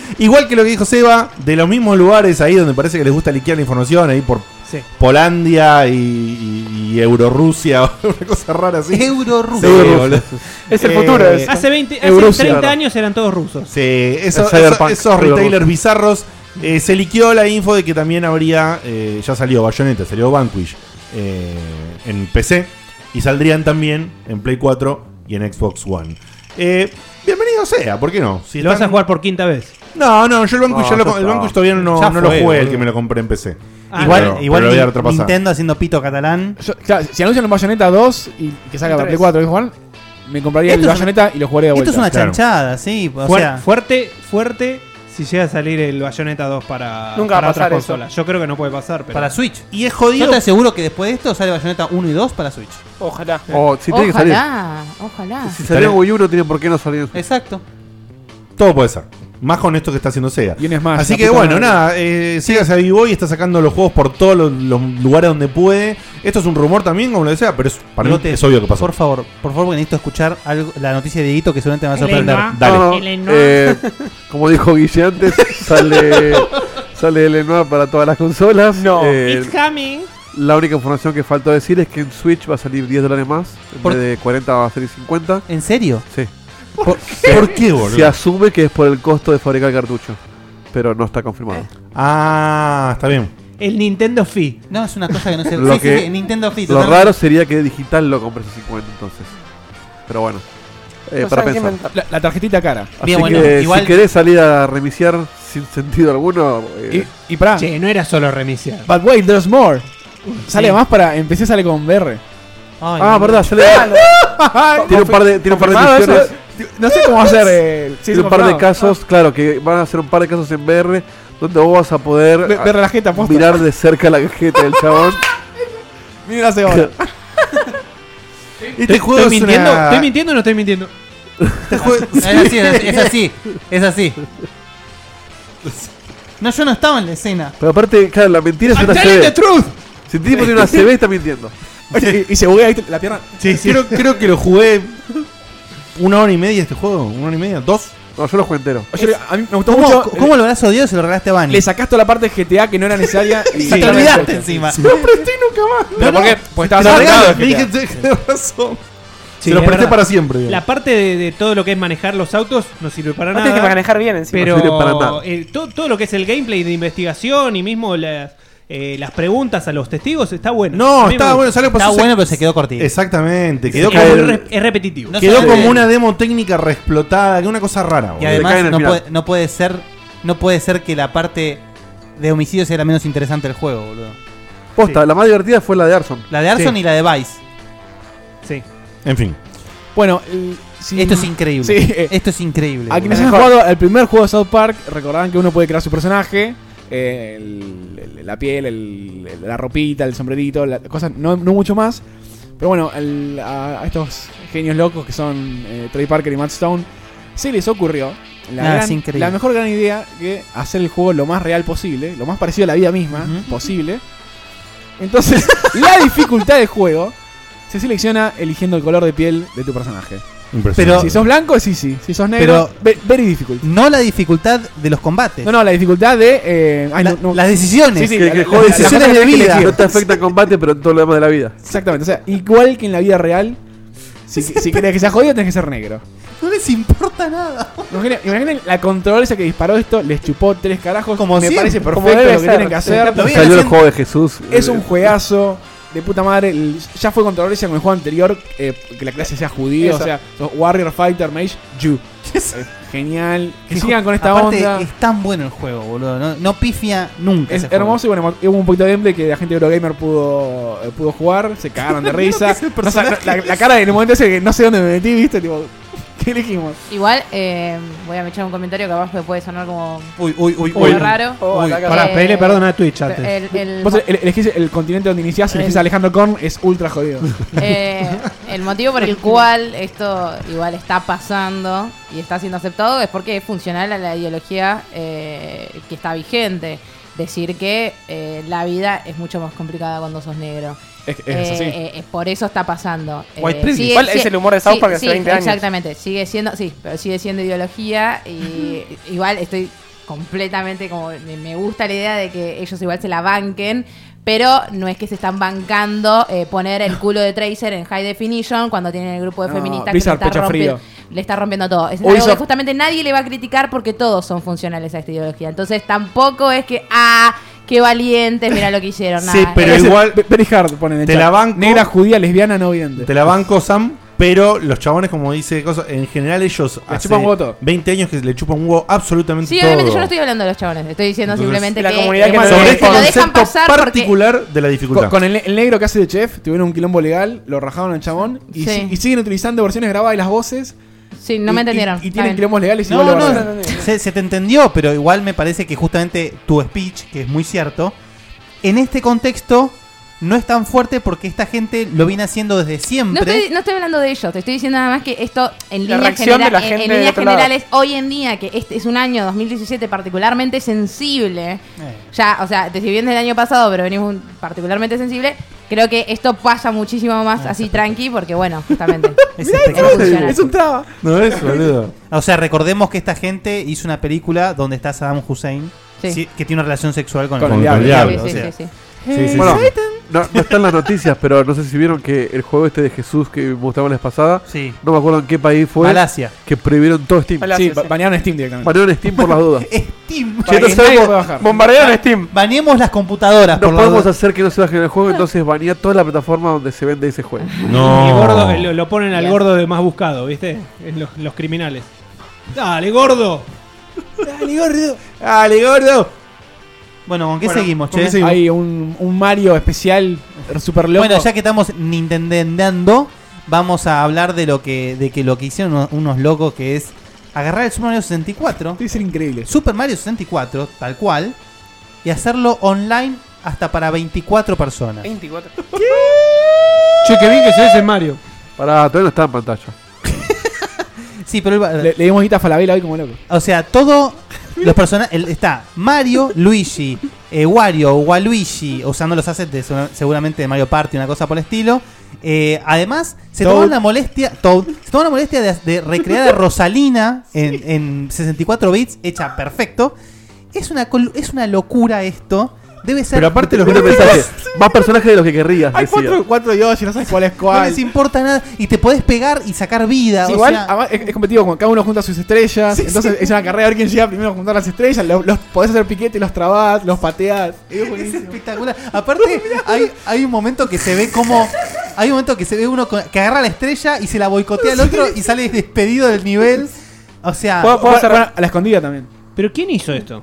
Speaker 1: igual que lo que dijo Seba, de los mismos lugares ahí donde parece que les gusta liquear la información, ahí por
Speaker 2: Sí.
Speaker 1: Polandia y, y- y Eurorrusia, una cosa rara así.
Speaker 3: Eurorrusia.
Speaker 1: Sí, boludo. Eh,
Speaker 2: Hace, 20, hace
Speaker 1: Eurusia.
Speaker 2: 30 años eran todos rusos.
Speaker 1: Sí, eso-
Speaker 2: El
Speaker 1: eso-
Speaker 2: Cyberpunk.
Speaker 1: esos retailers bizarros. eh, se liqueó la info de que también habría. eh, ya salió Bayonetta, salió Vanquish eh, en PC. Y saldrían también en Play 4 y en Xbox One. Eh, bienvenido sea, ¿por qué no? Si
Speaker 2: Lo vas
Speaker 1: están-
Speaker 2: a jugar por quinta vez.
Speaker 1: No, no, yo el Vanquish,
Speaker 2: No,
Speaker 1: ya lo-
Speaker 2: ya
Speaker 1: el
Speaker 2: está.
Speaker 1: Vanquish todavía no,
Speaker 2: Ya
Speaker 1: no lo
Speaker 2: fue,
Speaker 1: jugué, el
Speaker 2: boludo.
Speaker 1: que me lo compré en PC. Pero-
Speaker 2: Ah,
Speaker 3: Igual,
Speaker 1: pero
Speaker 3: igual
Speaker 1: lo voy a
Speaker 3: Ni-
Speaker 1: dar otra pasada.
Speaker 3: Nintendo haciendo pito catalán.
Speaker 4: Yo- claro, si anuncian un Bayonetta 2 y que salga para
Speaker 3: Tres.
Speaker 4: Play 4 y Juan, me compraría
Speaker 3: Esto
Speaker 4: el
Speaker 3: es una-
Speaker 4: Bayonetta y lo jugaría de
Speaker 3: esto
Speaker 4: vuelta.
Speaker 3: es una chanchada, sí. O
Speaker 2: Fuer-
Speaker 3: sea,
Speaker 2: Fuerte, fuerte si llega a salir el Bayonetta 2 para,
Speaker 7: Nunca va
Speaker 2: para
Speaker 7: a pasar
Speaker 2: otras
Speaker 7: eso.
Speaker 2: consolas. Yo creo que no puede pasar. Pero...
Speaker 3: para Switch.
Speaker 1: Y es
Speaker 3: Yo te aseguro que después de esto sale Bayonetta 1 y 2 para Switch. Eh. Oh,
Speaker 7: Ojalá.
Speaker 8: Oh,
Speaker 5: O si tiene que salir.
Speaker 6: ojalá, ojalá.
Speaker 5: Si salió en Wii U, no tiene por qué no salir en Switch.
Speaker 3: Exacto.
Speaker 1: Todo puede ser. Más con esto que está haciendo Sega.
Speaker 4: Y un Smash,
Speaker 1: Así
Speaker 4: la
Speaker 1: que
Speaker 4: puta
Speaker 1: bueno,
Speaker 4: madre.
Speaker 1: nada, eh, Sega se avivó y está sacando los juegos por todos los, los lugares donde puede. Esto es un rumor también, como lo decía, pero es, para mí
Speaker 3: Bigote,
Speaker 1: es obvio que pasó.
Speaker 3: Por favor, por favor, porque necesito escuchar algo- la noticia de Dieguito que seguramente me va a
Speaker 5: El
Speaker 3: sorprender.
Speaker 5: Enua. Dale. No, no, El Enua. eh, Como dijo Guille antes, sale, sale el Lenoir para todas las consolas. No.
Speaker 14: coming.
Speaker 5: la única información que faltó decir es que en Switch va a salir 10 dólares más. En
Speaker 3: Por-
Speaker 5: vez de 40 va a salir 50.
Speaker 3: ¿En serio?
Speaker 5: Sí.
Speaker 3: ¿Por,
Speaker 1: ¿Por qué, boludo?
Speaker 5: Se asume que es por el costo de fabricar el cartucho. pero no está confirmado.
Speaker 1: Ah, está bien.
Speaker 2: El Nintendo Fi.
Speaker 3: No, es una cosa que no se.
Speaker 5: Lo,
Speaker 3: sí, sí,
Speaker 5: que-
Speaker 3: sí, Nintendo Fit.
Speaker 5: lo raro sería que digital lo compres a 50 entonces. Pero bueno, eh, para pensar.
Speaker 4: La, la tarjetita cara.
Speaker 5: Así que si querés salir a remiciar sin sentido alguno, eh,
Speaker 4: Y, y pará.
Speaker 2: Che, no era solo remisiar.
Speaker 4: But wait, there's more. Sale
Speaker 5: Sí.
Speaker 4: más para. Empecé sale con BR.
Speaker 5: Ah, no. verdad, sale- Tiene un par de- tiene un par de
Speaker 4: Confirmado Ah, eso.
Speaker 5: misiones.
Speaker 4: No sé cómo hacer. eh, sí,
Speaker 5: tiene un par de
Speaker 4: confirmado.
Speaker 5: casos, claro, que van a hacer un par de casos en VR donde vos vas a poder
Speaker 4: Ve- ver la jeta, posta.
Speaker 5: mirar de cerca la cajeta del chabón.
Speaker 4: Mira, hace ahora.
Speaker 1: Este juego es
Speaker 2: mintiendo?
Speaker 1: una-
Speaker 2: ¿Estoy mintiendo o no estoy mintiendo?
Speaker 3: Este Es así, es así, es así. No, yo no estaba en la escena.
Speaker 5: Pero aparte, claro, la mentira es
Speaker 3: I'm
Speaker 5: una
Speaker 3: telling
Speaker 5: CB.
Speaker 3: the truth.
Speaker 5: Si el tipo tiene una CB, está mintiendo.
Speaker 4: y se buguea ahí la pierna.
Speaker 1: Creo, creo que lo jugué una hora y media este juego. Una hora y media, dos.
Speaker 5: No, yo lo jugué entero.
Speaker 4: Oye, a mí me gustó
Speaker 1: ¿Cómo-
Speaker 4: mucho.
Speaker 1: cómo
Speaker 3: lo habrás odiado se lo regalaste a Bani?
Speaker 4: Le sacaste toda la parte de GTA que no era necesaria. y
Speaker 3: Sí. Te olvidaste encima.
Speaker 4: Sí.
Speaker 3: No
Speaker 1: presté nunca más.
Speaker 4: ¿Pero por qué? Pues estabas
Speaker 1: Te lo
Speaker 4: atrapado
Speaker 1: regalo,
Speaker 4: en
Speaker 1: le
Speaker 4: GTA.
Speaker 1: dije, tenés razón.
Speaker 2: Sí,
Speaker 1: Se lo
Speaker 2: es
Speaker 1: presté
Speaker 2: verdad.
Speaker 1: para siempre. digamos.
Speaker 2: La parte de, de todo lo que es manejar los autos no sirve para
Speaker 7: No
Speaker 2: nada.
Speaker 7: tenés que manejar bien encima.
Speaker 2: Pero
Speaker 7: No sirve para nada.
Speaker 2: eh, todo, todo lo que es el gameplay de investigación y mismo las, eh, las preguntas a los testigos está bueno. A
Speaker 1: No,
Speaker 2: mí me
Speaker 1: estaba bueno,
Speaker 2: gusta.
Speaker 1: sale por
Speaker 2: Está
Speaker 1: eso
Speaker 2: bueno,
Speaker 3: se quedó cortito.
Speaker 1: Exactamente,
Speaker 2: Se
Speaker 1: quedó
Speaker 2: queda
Speaker 1: como,
Speaker 2: muy re- es repetitivo. No
Speaker 1: quedó
Speaker 2: sabe-
Speaker 1: como una demo técnica reexplotada, que una cosa rara.
Speaker 3: Y
Speaker 1: boludo.
Speaker 3: además no puede, no puede ser no puede ser que la parte de homicidio sea la menos interesante del juego, boludo.
Speaker 5: Posta, la más divertida fue la de Arson.
Speaker 3: La de Arson y la de Vice.
Speaker 2: Sí.
Speaker 1: En fin.
Speaker 4: Bueno, si-
Speaker 3: esto es increíble.
Speaker 4: Sí, eh,
Speaker 3: Esto es increíble.
Speaker 4: A quienes han
Speaker 3: boludo.
Speaker 4: jugado al primer juego de South Park, recordarán que uno puede crear su personaje. eh, el- el- la piel, el- el- la ropita, el sombrerito, la- cosas, no, no mucho más. Pero bueno, al- a, a estos genios locos que son eh, Trey Parker y Matt Stone, se les ocurrió la,
Speaker 3: Nada,
Speaker 4: gran-
Speaker 3: Ah, es increíble.
Speaker 4: la mejor gran idea que hacer el juego lo más real posible, lo más parecido a la vida misma posible. Entonces, la dificultad del juego se selecciona eligiendo el color de piel de tu personaje.
Speaker 3: Pero-
Speaker 4: si sos blanco, sí, sí. Si sos negro,
Speaker 3: Pero
Speaker 4: ve- very difficult.
Speaker 3: no la dificultad de los combates.
Speaker 4: No, no, la dificultad de. eh, ay, no, no.
Speaker 3: las decisiones.
Speaker 4: Sí, sí,
Speaker 5: que,
Speaker 4: la-
Speaker 5: que
Speaker 4: la-
Speaker 5: joder,
Speaker 4: la- la-
Speaker 5: decisiones de
Speaker 4: la- la- la-
Speaker 5: vida.
Speaker 4: la-
Speaker 5: No te afecta el combate, pero en todo lo demás de la vida.
Speaker 4: Exactamente, o sea, igual que en la vida real, si, si querés que sea jodido, tenés que ser negro.
Speaker 3: No les importa nada.
Speaker 4: Imaginen, imaginen la controversia que disparó esto, les chupó tres carajos. Como me
Speaker 3: siempre,
Speaker 4: parece
Speaker 3: como
Speaker 4: perfecto
Speaker 3: debe
Speaker 4: lo que
Speaker 3: ser.
Speaker 4: tienen que hacer.
Speaker 3: Lo
Speaker 5: Salió el juego de Jesús. eh.
Speaker 4: Es un juegazo de puta madre. el- Ya fue controversia con el juego anterior, eh, que la clase sea judío,
Speaker 3: Esa.
Speaker 4: o sea, sos Warrior, Fighter, Mage, Jew. Eh, genial. Que
Speaker 3: Hijo,
Speaker 4: sigan con esta
Speaker 3: aparte,
Speaker 4: onda.
Speaker 3: Es tan bueno el juego, boludo. No, no pifia nunca.
Speaker 4: Es
Speaker 3: ese juego.
Speaker 4: hermoso y bueno, hubo un poquito de gameplay que la gente de Eurogamer pudo, eh, pudo jugar, se cagaron de
Speaker 3: Lo que
Speaker 4: risa.
Speaker 3: es el
Speaker 4: No sa-
Speaker 3: personaje.
Speaker 4: la, la cara en el momento ese que no sé dónde me metí, viste, tipo, ¿qué elegimos?
Speaker 6: Igual, eh, voy a echar un comentario que capaz que puede sonar como.
Speaker 3: Uy, uy, uy,
Speaker 6: como
Speaker 4: uy.
Speaker 6: raro.
Speaker 4: Oh, Uy, acá, acá.
Speaker 2: pará,
Speaker 6: Eh,
Speaker 2: pedile perdón a Twitch antes.
Speaker 6: El, el-
Speaker 4: Vos ele- elegís el continente donde iniciás, elegís a Alejandro Korn, es ultra jodido.
Speaker 6: Eh, el motivo por el cual esto igual está pasando y está siendo aceptado es porque es funcional a la ideología eh, que está vigente. Decir que eh, la vida es mucho más complicada cuando sos negro.
Speaker 4: Es- es así.
Speaker 6: es Eh, por eso está pasando.
Speaker 7: White
Speaker 6: Eh,
Speaker 7: privilege. Igual es el humor de South Park de hace 20 años.
Speaker 6: Exactamente, sigue siendo, sí, pero sigue siendo ideología y igual estoy completamente como, me- me gusta la idea de que ellos igual se la banquen, pero no es que se están bancando eh, poner el culo de Tracer en High Definition cuando tienen el grupo de
Speaker 4: No,
Speaker 6: feministas
Speaker 4: Blizzard,
Speaker 6: que le está,
Speaker 4: pecho frío.
Speaker 6: rompiendo, le está rompiendo todo. Es
Speaker 4: Ubisoft.
Speaker 6: algo que justamente nadie le va a criticar porque todos son funcionales a esta ideología. Entonces tampoco es que, ah, qué valientes, mira lo que hicieron.
Speaker 1: Sí,
Speaker 6: nada.
Speaker 1: pero
Speaker 6: Es-
Speaker 1: igual-
Speaker 4: Ve- Very hard, ponen en el
Speaker 1: Te
Speaker 4: chat.
Speaker 1: la banco.
Speaker 4: Negra, judía, lesbiana, no vidente.
Speaker 1: Te la banco, Sam, pero los chabones, como dice cosas, en general ellos hace
Speaker 4: chupan huevo todo.
Speaker 1: 20 años que le chupan un huevo absolutamente
Speaker 6: Sí,
Speaker 1: todo.
Speaker 6: obviamente yo no estoy hablando de los chabones, estoy diciendo
Speaker 1: Entonces,
Speaker 6: simplemente
Speaker 7: la
Speaker 6: que,
Speaker 7: comunidad que
Speaker 6: eh,
Speaker 7: no
Speaker 6: lo
Speaker 1: Sobre este
Speaker 6: dejan
Speaker 1: concepto
Speaker 6: pasar porque
Speaker 1: particular de la dificultad.
Speaker 4: Con, con el, ne- el negro que hace de chef, tuvieron un quilombo legal, lo rajaron al chabón y,
Speaker 6: Sí.
Speaker 4: si- y siguen utilizando versiones grabadas de las voces.
Speaker 6: Sí, no
Speaker 4: y-
Speaker 6: me
Speaker 4: y-
Speaker 6: entendieron.
Speaker 4: Y,
Speaker 6: Está
Speaker 4: tienen
Speaker 6: bien.
Speaker 4: quilombos legales y
Speaker 3: No,
Speaker 4: igual lo
Speaker 3: no,
Speaker 4: guardan.
Speaker 3: se, se te entendió, pero igual me parece que justamente tu speech, que es muy cierto, en este contexto no es tan fuerte porque esta gente lo viene haciendo desde
Speaker 6: No
Speaker 3: siempre.
Speaker 6: estoy, no estoy hablando de ellos, te estoy diciendo nada más que esto en
Speaker 7: La
Speaker 6: líneas,
Speaker 7: reacción de la
Speaker 6: genera- en-
Speaker 7: gente
Speaker 6: en
Speaker 7: de
Speaker 6: líneas
Speaker 7: otro lado.
Speaker 6: generales, hoy en día, que este es un año 2017 particularmente sensible,
Speaker 7: Eh.
Speaker 6: ya, o sea, desde bien del año pasado, pero venimos un- particularmente sensible, creo que esto pasa muchísimo más
Speaker 7: Ah,
Speaker 6: así tranqui, porque bueno, justamente.
Speaker 3: Es espectacular.
Speaker 4: Es un traba.
Speaker 1: No es, boludo.
Speaker 3: O sea, recordemos que esta gente hizo una película donde está Saddam Hussein,
Speaker 6: Sí.
Speaker 3: sí, que tiene una relación sexual con,
Speaker 4: Con
Speaker 3: el,
Speaker 4: el
Speaker 3: con el
Speaker 4: diablo. Eh,
Speaker 3: diablo,
Speaker 6: Sí,
Speaker 3: o sea.
Speaker 6: sí, sí, sí.
Speaker 3: Sí, sí,
Speaker 5: bueno,
Speaker 3: sí.
Speaker 5: no, no están las noticias, pero no sé si vieron que el juego este de Jesús que mostramos la vez pasada,
Speaker 3: Sí.
Speaker 5: no me acuerdo en qué país fue,
Speaker 3: Malasia.
Speaker 5: que prohibieron todo Steam.
Speaker 4: Malasia, Sí, sí. ba- banearon Steam directamente.
Speaker 5: Banearon Steam por las dudas.
Speaker 3: Steam.
Speaker 5: Che, no sabemos-
Speaker 4: Bombardearon Steam.
Speaker 3: Baneemos las computadoras.
Speaker 5: No
Speaker 3: por las
Speaker 5: podemos
Speaker 3: dudas.
Speaker 5: hacer que no se baje el juego, entonces banea toda la plataforma donde se vende ese juego.
Speaker 2: Y gordo, lo, lo ponen al gordo de más buscado, ¿viste? En los, los criminales. Dale, gordo. Dale, gordo.
Speaker 1: Dale, gordo.
Speaker 3: Bueno, ¿con qué
Speaker 4: Bueno,
Speaker 3: seguimos,
Speaker 4: ¿con
Speaker 3: che?
Speaker 4: qué seguimos? Hay un, Mario especial super loco.
Speaker 3: Bueno, ya que estamos nintendendeando, vamos a hablar de lo que de que lo que hicieron unos, unos locos que es agarrar el Super Mario 64.
Speaker 4: Debe ser increíble.
Speaker 3: Super Mario 64, tal cual, y hacerlo online hasta para 24 personas.
Speaker 7: 24.
Speaker 3: Che, qué bien que se hace
Speaker 2: Mario.
Speaker 5: Pará, todavía no está en pantalla.
Speaker 3: Sí, pero le,
Speaker 4: dimos guita a Falabella hoy como loco.
Speaker 3: O sea, todo los personajes está Mario, Luigi, eh, Wario, Waluigi, usando los assets de segura- seguramente de Mario Party, una cosa por el estilo. Eh, además, se
Speaker 2: Toad.
Speaker 3: tomó la molestia, Toad, se tomó la molestia de, de recrear a Rosalina en, en 64 bits, hecha perfecto. Es una col- es una locura esto. Debe ser
Speaker 5: Pero aparte los mensajes, más personajes de los que querrías, decía.
Speaker 4: cuatro y dos y no sabes cuál es
Speaker 3: No les importa nada y te podés pegar y sacar vida.
Speaker 4: Sí,
Speaker 3: o
Speaker 4: igual
Speaker 3: sea-
Speaker 4: además, es, es competitivo, como cada uno junta sus estrellas. entonces es una carrera a ver quién llega primero a juntar las estrellas. Los, los podés hacer piquete, los trabás, los pateás.
Speaker 3: Es espectacular. Aparte, hay, hay un momento que se ve como. Hay un momento que se ve uno con- que agarra la estrella y se la boicotea al otro y sale despedido del nivel. O sea.
Speaker 4: Puedo- puedo hacer a la escondida también.
Speaker 2: ¿Pero quién hizo esto?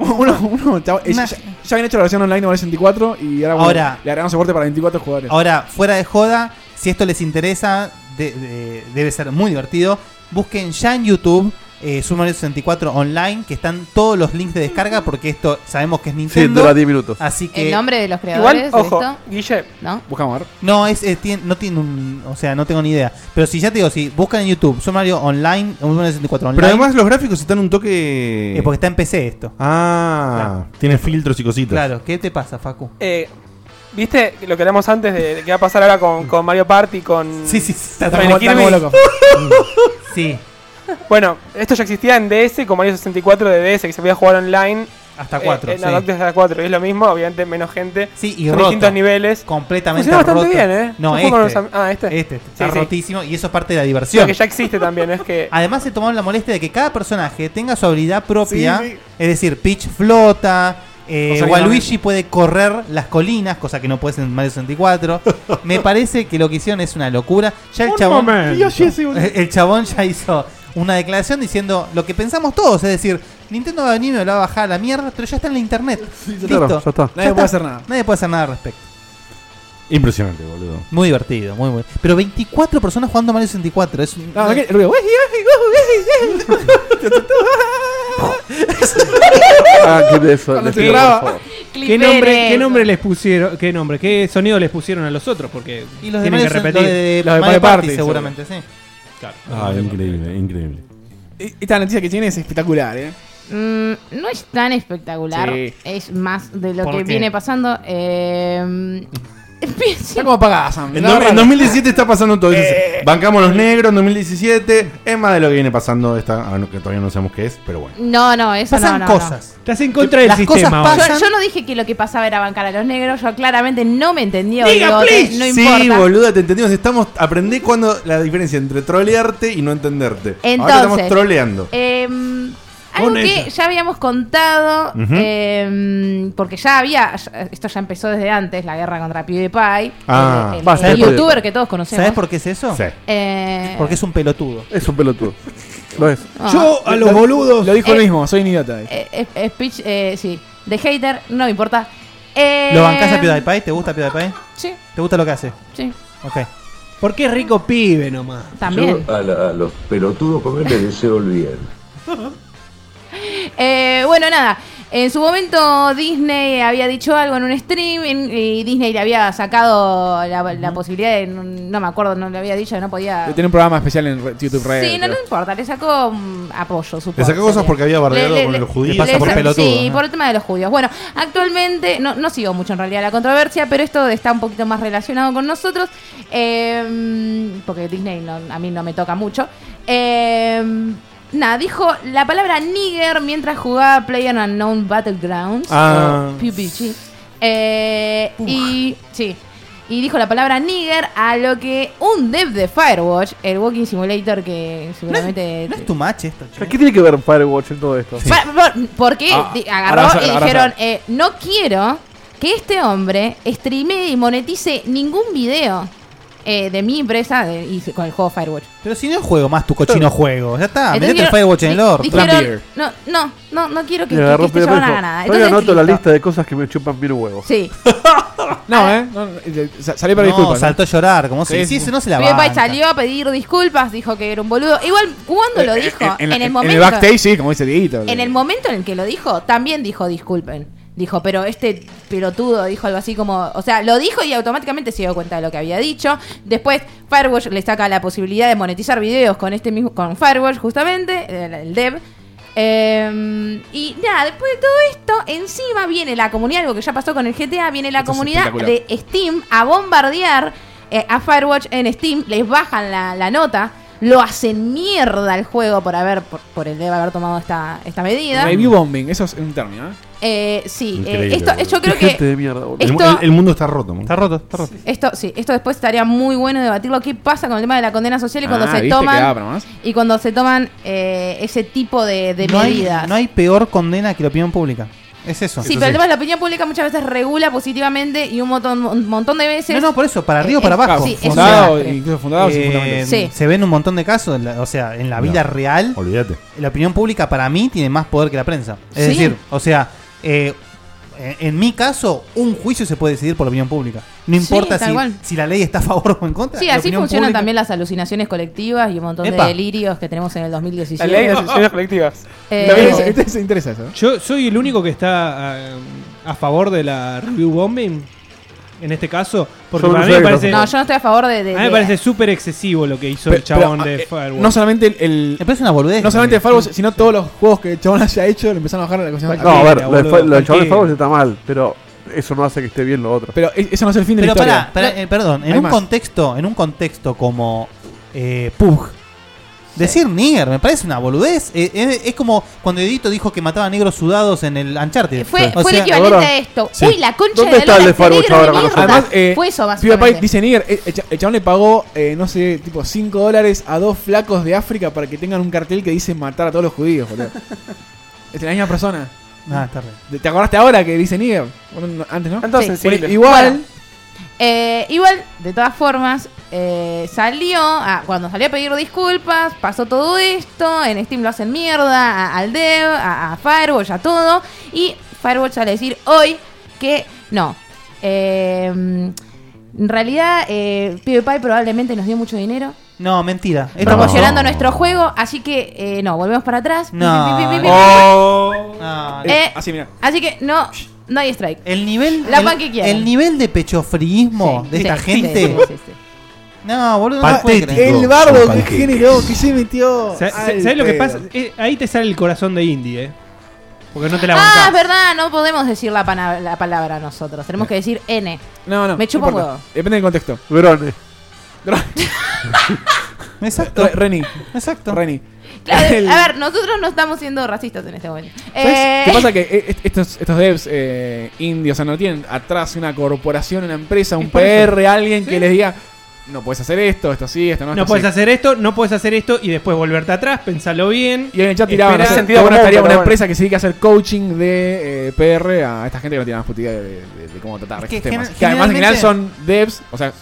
Speaker 4: uno, uno, chavo, es-
Speaker 3: Una-
Speaker 4: ya, ya habían hecho la versión online de Mario 64 y ahora, bueno,
Speaker 3: Ahora-
Speaker 4: le agregamos soporte para 24 jugadores.
Speaker 3: Ahora, fuera de joda, si esto les interesa, de- de- debe ser muy divertido. Busquen ya en YouTube eh, Super Mario 64 Online, que están todos los links de descarga, porque esto sabemos que es Nintendo.
Speaker 5: dura 10 minutos.
Speaker 3: Así que.
Speaker 6: El nombre de los creadores
Speaker 7: Igual, ojo,
Speaker 6: de esto.
Speaker 7: Guille,
Speaker 6: ¿no?
Speaker 4: Buscamos
Speaker 3: No, es, eh, tien- no tiene un. O sea, no tengo ni idea. Pero si ya te digo, si buscan en YouTube Super Mario Online, Super Mario 64 Online.
Speaker 1: Pero además los gráficos están un toque.
Speaker 3: Eh, porque está en PC esto.
Speaker 1: Ah, tiene filtros y cositas.
Speaker 3: Claro, ¿qué te pasa, Facu?
Speaker 7: eh, ¿viste lo que hablamos antes de, de qué va a pasar ahora con, con Mario Party? Con,
Speaker 3: Sí, sí, sí, está
Speaker 7: con
Speaker 3: como-
Speaker 7: el
Speaker 3: está como
Speaker 7: Kirby?
Speaker 3: loco. Sí.
Speaker 7: Bueno, esto ya existía en DS con Mario 64 de DS que se podía jugar online.
Speaker 3: Hasta cuatro,
Speaker 7: Eh, en
Speaker 3: sí.
Speaker 7: Adaptive hasta 4. Y es lo mismo, obviamente menos gente.
Speaker 3: Sí, y
Speaker 7: Son
Speaker 3: roto.
Speaker 7: distintos niveles.
Speaker 3: Completamente
Speaker 7: Funciona bastante
Speaker 3: roto.
Speaker 7: bien, ¿eh?
Speaker 3: No,
Speaker 7: Yo juego con
Speaker 3: este.
Speaker 7: los am- ah, este.
Speaker 3: Este está
Speaker 7: Sí, sí.
Speaker 3: rotísimo y eso es parte de la
Speaker 7: Lo
Speaker 3: diversión.
Speaker 7: que ya existe también es que
Speaker 3: Además se tomaron la molestia de que cada personaje tenga su habilidad propia.
Speaker 7: Sí, sí.
Speaker 3: Es decir, Peach flota, eh,
Speaker 7: O sea,
Speaker 3: Waluigi puede correr las colinas, cosa que no puedes en Mario 64. Me parece que lo que hicieron es una locura. Ya el
Speaker 2: Un
Speaker 3: chabón,
Speaker 2: momento. Yoshi es un-
Speaker 3: el chabón ya hizo una declaración diciendo lo que pensamos todos. Es decir, Nintendo va a venir y me lo va a bajar a la mierda, pero ya está en la internet.
Speaker 5: está,
Speaker 3: Listo.
Speaker 5: ya está. Nadie
Speaker 4: puede hacer nada.
Speaker 3: Nadie puede hacer nada al respecto.
Speaker 1: Impresionante, boludo.
Speaker 3: Muy divertido, muy bueno. Pero 24 personas jugando Mario 64. Es un-
Speaker 4: No, el ruido.
Speaker 5: Ah, qué eso.
Speaker 2: Cuando
Speaker 5: les
Speaker 2: se
Speaker 5: pido, por
Speaker 2: graba.
Speaker 5: favor.
Speaker 2: ¿Qué nombre, ¿Qué nombre les pusieron? ¿Qué nombre? ¿Qué sonido les pusieron a los otros? Porque
Speaker 3: Y los de
Speaker 2: tienen
Speaker 3: Mario,
Speaker 2: que repetir.
Speaker 3: los de Mario Party, seguramente, sí.
Speaker 1: Ah, increíble, increíble.
Speaker 4: Y- E, Esta noticia que tiene es espectacular, ¿eh?
Speaker 6: Mm, no es tan espectacular.
Speaker 4: Sí.
Speaker 6: Es más de lo
Speaker 4: ¿Por
Speaker 6: que
Speaker 4: qué?
Speaker 6: viene pasando. Eh,
Speaker 4: Está como apagada, Sam.
Speaker 1: En,
Speaker 4: No,
Speaker 1: dos- en
Speaker 4: raro.
Speaker 1: 2017 está pasando todo. Dices, Bancamos los negros en 2017. Es más de lo que viene pasando. Esta, ah, no, que todavía no sabemos qué es, pero bueno.
Speaker 6: no, no, eso
Speaker 3: Pasan
Speaker 6: no, no, no.
Speaker 3: cosas.
Speaker 2: Estás en contra del
Speaker 6: Las cosas
Speaker 2: sistema. ahora.
Speaker 6: Yo, yo no dije que lo que pasaba era bancar a los negros. Yo claramente no me entendió.
Speaker 2: Diga,
Speaker 6: digo,
Speaker 2: please.
Speaker 6: te- no importa.
Speaker 1: sí, boluda, te entendimos. Estamos, aprendí cuando la diferencia entre trolearte y no entenderte.
Speaker 6: Entonces,
Speaker 1: Ahora estamos troleando.
Speaker 6: em, algo
Speaker 1: Con
Speaker 6: que
Speaker 1: ella.
Speaker 6: ya habíamos contado,
Speaker 1: Ujú.
Speaker 6: em, porque ya había, ya- esto ya empezó desde antes, la guerra contra PewDiePie,
Speaker 1: Ah,
Speaker 6: el, el-
Speaker 3: basta
Speaker 6: el
Speaker 3: de
Speaker 6: youtuber
Speaker 3: PewDiePie.
Speaker 6: que todos conocemos.
Speaker 3: ¿Sabes por qué es eso?
Speaker 6: Eh,
Speaker 3: Porque es un pelotudo.
Speaker 5: Es un pelotudo. Lo es.
Speaker 6: Ah. Yo
Speaker 4: a los
Speaker 3: boludos.
Speaker 4: Lo dijo
Speaker 6: Eh,
Speaker 4: lo mismo, soy un idiota.
Speaker 6: eh, eh, speech, eh, sí, de hater, no me importa. Eh,
Speaker 3: ¿Lo bancás a PewDiePie? ¿Te gusta PewDiePie?
Speaker 6: Sí.
Speaker 3: ¿Te gusta lo que hace?
Speaker 6: Sí.
Speaker 3: Ok.
Speaker 2: Porque es rico pibe nomás.
Speaker 6: También.
Speaker 15: Yo a, la- a los pelotudos comer les deseo el bien.
Speaker 6: Eh, bueno, nada. En su momento Disney había dicho algo en un stream en- y Disney le había sacado la, la posibilidad de, no, no me acuerdo, no le había dicho, no podía...
Speaker 4: Tiene un programa especial en re- YouTube Red.
Speaker 6: Sí, no, no importa, le sacó mm, apoyo, supongo.
Speaker 1: Le saca cosas
Speaker 6: sería.
Speaker 1: porque había bardeado
Speaker 6: Le- le-
Speaker 1: con
Speaker 6: le-
Speaker 1: los judíos.
Speaker 6: le sa- Sí, por el tema de los judíos. Bueno, actualmente, no, no sigo mucho en realidad la controversia, pero esto está un poquito más relacionado con nosotros, eh, porque Disney no- a mí no me toca mucho. Eh, nada, dijo la palabra nigger mientras jugaba Player Unknown Battlegrounds,
Speaker 1: Ah.
Speaker 6: o PUBG. Eh, y sí. Y dijo la palabra nigger a lo que un dev de Firewatch, el Walking Simulator que seguramente
Speaker 3: Es tu match esto, che.
Speaker 5: ¿Qué tiene que ver Firewatch en todo esto?
Speaker 6: Pa- por- Porque
Speaker 5: Ah,
Speaker 6: di-
Speaker 5: ahora vas
Speaker 6: agarró
Speaker 5: a-
Speaker 6: y
Speaker 5: ahora vas a-
Speaker 6: dijeron, eh, no quiero que este hombre streamee y monetice ningún video eh, de mi empresa de- y se- con el juego Firewatch.
Speaker 3: Pero si no es juego más tu cochino juego. Ya está,
Speaker 6: Entonces
Speaker 3: metete el
Speaker 6: dijeron-
Speaker 3: Firewatch en el
Speaker 6: di-
Speaker 3: orto.
Speaker 6: dijeron, no, no, no, no quiero que,
Speaker 5: Le
Speaker 6: que-
Speaker 5: agarró
Speaker 6: que este
Speaker 5: Pedro
Speaker 6: chabón
Speaker 5: y dijo,
Speaker 6: haga nada.
Speaker 5: Todavía
Speaker 6: Entonces,
Speaker 5: anoto la
Speaker 6: listo.
Speaker 5: lista de cosas que me chupan bien huevos.
Speaker 6: Sí.
Speaker 4: No, eh. no, eh, sa- salí para
Speaker 3: No,
Speaker 4: disculpas.
Speaker 3: saltó a llorar, como si hiciese, no se la
Speaker 6: PewDiePie salió a pedir disculpas, dijo que era un boludo. Igual, ¿cuándo lo
Speaker 4: Eh,
Speaker 6: dijo?
Speaker 4: eh,
Speaker 6: En,
Speaker 4: la-
Speaker 6: el momento.
Speaker 4: En el backstage, sí, como dice Dieguito. eh.
Speaker 6: En el momento en el que lo dijo, también dijo disculpen. Dijo, pero este pelotudo dijo algo así como. O sea, lo dijo y automáticamente se dio cuenta de lo que había dicho. Después, Firewatch le saca la posibilidad de monetizar videos con este mismo. con Firewatch, justamente, el, el dev. Eh, y nada, después de todo esto, encima viene la comunidad, algo que ya pasó con el GTA, viene la
Speaker 8: Esto es
Speaker 6: comunidad de
Speaker 8: espectacular.
Speaker 6: Steam a bombardear eh, a Firewatch en Steam, les bajan la, la nota, lo hacen mierda el juego por haber, por, por el debe haber tomado esta, esta medida.
Speaker 4: Review bombing, eso es un término, ¿eh?
Speaker 6: Eh, sí, eh,
Speaker 1: Increíble,
Speaker 6: esto,
Speaker 1: boludo.
Speaker 6: yo creo que
Speaker 1: El, mu-
Speaker 6: esto-
Speaker 1: el- el mundo está roto. Está
Speaker 3: roto, está roto.
Speaker 6: esto, sí, esto después estaría muy bueno debatirlo. ¿Qué pasa con el tema de la condena social y cuando
Speaker 3: Ah,
Speaker 6: se
Speaker 3: ¿viste? Quedaba para
Speaker 6: toman
Speaker 3: más.
Speaker 6: y cuando se toman eh, ese tipo de, de
Speaker 3: no, hay,
Speaker 6: medidas?
Speaker 3: no hay peor condena que la opinión pública. Es eso.
Speaker 6: Sí, pero el tema de la opinión pública muchas veces regula positivamente y un montón, un montón de veces.
Speaker 3: No, no, por eso, para arriba o
Speaker 6: Eh,
Speaker 3: para
Speaker 6: es-
Speaker 3: abajo.
Speaker 6: sí, es un desastre.
Speaker 4: sin
Speaker 3: Eh,
Speaker 6: fundamento. Sí.
Speaker 3: Se ven un montón de casos, en la- o sea, en la vida real.
Speaker 1: Olvídate.
Speaker 3: La opinión pública para mí tiene más poder que la prensa. Es
Speaker 6: Sí.
Speaker 3: decir, o sea, eh, en- en mi caso, un juicio se puede decidir por la opinión pública. No
Speaker 6: Sí,
Speaker 3: importa
Speaker 6: tal
Speaker 3: si,
Speaker 6: cual.
Speaker 3: si la ley está a favor o en contra.
Speaker 6: Sí,
Speaker 3: la
Speaker 6: así
Speaker 3: opinión
Speaker 6: funcionan
Speaker 3: pública-
Speaker 6: también las alucinaciones colectivas y un montón
Speaker 3: Epa.
Speaker 6: de delirios que tenemos en el 2017.
Speaker 7: La ley de asociaciones colectivas.
Speaker 6: Eh,
Speaker 7: También
Speaker 6: eh,
Speaker 7: se-
Speaker 4: se interesa eso.
Speaker 2: Yo soy el único que está eh, a favor de la review bombing. En este caso, porque
Speaker 4: Yo no
Speaker 2: para mí
Speaker 4: sé
Speaker 2: me
Speaker 4: qué
Speaker 2: parece.
Speaker 6: No, yo no estoy a favor de. de-
Speaker 2: A mí me
Speaker 6: de-
Speaker 2: parece súper excesivo lo que hizo
Speaker 4: Pero-
Speaker 2: el chabón
Speaker 4: pero,
Speaker 2: de
Speaker 4: eh,
Speaker 2: Firewall.
Speaker 4: No solamente el. el
Speaker 3: una boludez.
Speaker 4: No solamente Firewall, sino todos los juegos que el chabón haya hecho le empezaron a bajar la cuestión.
Speaker 5: No, a ver, lo de
Speaker 4: boludo,
Speaker 5: fa- lo del chabón de
Speaker 4: cualquiera.
Speaker 5: Firewatch está mal, pero eso no hace que esté bien lo otro.
Speaker 4: Pero e- eso no es el fin de
Speaker 3: Pero
Speaker 4: la historia.
Speaker 3: pará, pará, eh, perdón, en
Speaker 4: Hay
Speaker 3: un
Speaker 4: más.
Speaker 3: contexto, en un contexto como eh, Pug, decir nigger me parece una boludez. Eh, eh, es como cuando Edito dijo que mataba a negros sudados en el Uncharted.
Speaker 6: Eh, Fue,
Speaker 3: O
Speaker 6: fue el
Speaker 3: sea-
Speaker 6: equivalente a esto.
Speaker 3: Sí.
Speaker 6: Uy, la concha
Speaker 3: ¿Dónde
Speaker 6: de
Speaker 3: está el
Speaker 6: la lora,
Speaker 3: de Firewatch
Speaker 6: este negro
Speaker 3: ahora
Speaker 6: de
Speaker 3: con
Speaker 6: mierda.
Speaker 4: Además, eh,
Speaker 6: Fue eso, básicamente.
Speaker 4: PewDiePie dice Nigger, eh, el, cha- el chabón le pagó, eh, no sé, tipo 5 dólares a dos flacos de África para que tengan un cartel que dice matar a todos los judíos, boludo. es la misma persona.
Speaker 3: Ah, está re.
Speaker 4: ¿Te- ¿Te acordaste ahora que dice Nigger? Bueno, no, antes, ¿no?
Speaker 6: todos Sí.
Speaker 4: Bueno,
Speaker 6: sensibles.
Speaker 4: igual,
Speaker 6: Eh, igual, de todas formas, eh, salió, ah, cuando salió a pedir disculpas, pasó todo esto, en Steam lo hacen mierda, a- al dev, a, a Firewatch, a todo, y Firewatch sale a decir hoy que no. Eh, en realidad, eh, PewDiePie probablemente nos dio mucho dindinero.
Speaker 3: No, mentira. Esta
Speaker 6: Estamos
Speaker 3: pasó.
Speaker 6: llorando nuestro juego, así que eh, no, volvemos para atrás.
Speaker 3: No.
Speaker 6: Pi, pi, pi, pi, pi, pi.
Speaker 3: No,
Speaker 6: Eh,
Speaker 3: no.
Speaker 4: así, mira.
Speaker 6: Así que no, no hay strike.
Speaker 3: El nivel,
Speaker 6: La
Speaker 3: el,
Speaker 6: pan que quieran.
Speaker 3: el nivel de pechofriismo de esta
Speaker 6: sí,
Speaker 3: gente.
Speaker 6: sí, sí,
Speaker 3: No, boludo, no lo puedo
Speaker 4: Patético.
Speaker 3: creer.
Speaker 4: Ah, el bardo que generó, que se metió.
Speaker 2: Sa- sa-
Speaker 4: al
Speaker 2: ¿Sabes lo que
Speaker 4: pedo.
Speaker 2: pasa? Eh, ahí te sale el corazón de Indy, ¿eh? Porque no te la
Speaker 6: Ah,
Speaker 2: bancás.
Speaker 6: es verdad, no podemos decir la, pana- la palabra nosotros. Tenemos que decir N.
Speaker 4: No, no.
Speaker 6: Me
Speaker 4: no
Speaker 6: chupa un
Speaker 4: importa.
Speaker 6: huevo.
Speaker 4: Depende del contexto.
Speaker 5: Verone.
Speaker 3: Exacto.
Speaker 4: Reni.
Speaker 3: Exacto.
Speaker 4: Reni.
Speaker 6: Claro,
Speaker 4: El-
Speaker 6: A ver, nosotros no estamos siendo racistas en este momento.
Speaker 4: ¿Sabes
Speaker 6: Eh,
Speaker 4: ¿Qué pasa? Que eh, est- estos, estos devs eh, indios, o sea, no tienen atrás una corporación, una empresa, un
Speaker 2: por eso.
Speaker 4: PR, alguien que les diga, no puedes hacer esto, esto sí, esto no.
Speaker 2: No
Speaker 4: esto
Speaker 2: puedes
Speaker 4: sí".
Speaker 2: hacer esto, no puedes hacer esto y después volverte atrás, pensarlo bien.
Speaker 4: Y en el chat tiraban,
Speaker 2: esperá-
Speaker 4: no sé, qué bueno estaría una empresa que se dedica a hacer coaching de eh, PR a esta gente que no tiene más puta idea de, de- de cómo tratar
Speaker 3: que
Speaker 4: estos temas.
Speaker 3: gener-
Speaker 4: Que además en general son
Speaker 3: generalmente-
Speaker 4: devs, o sea,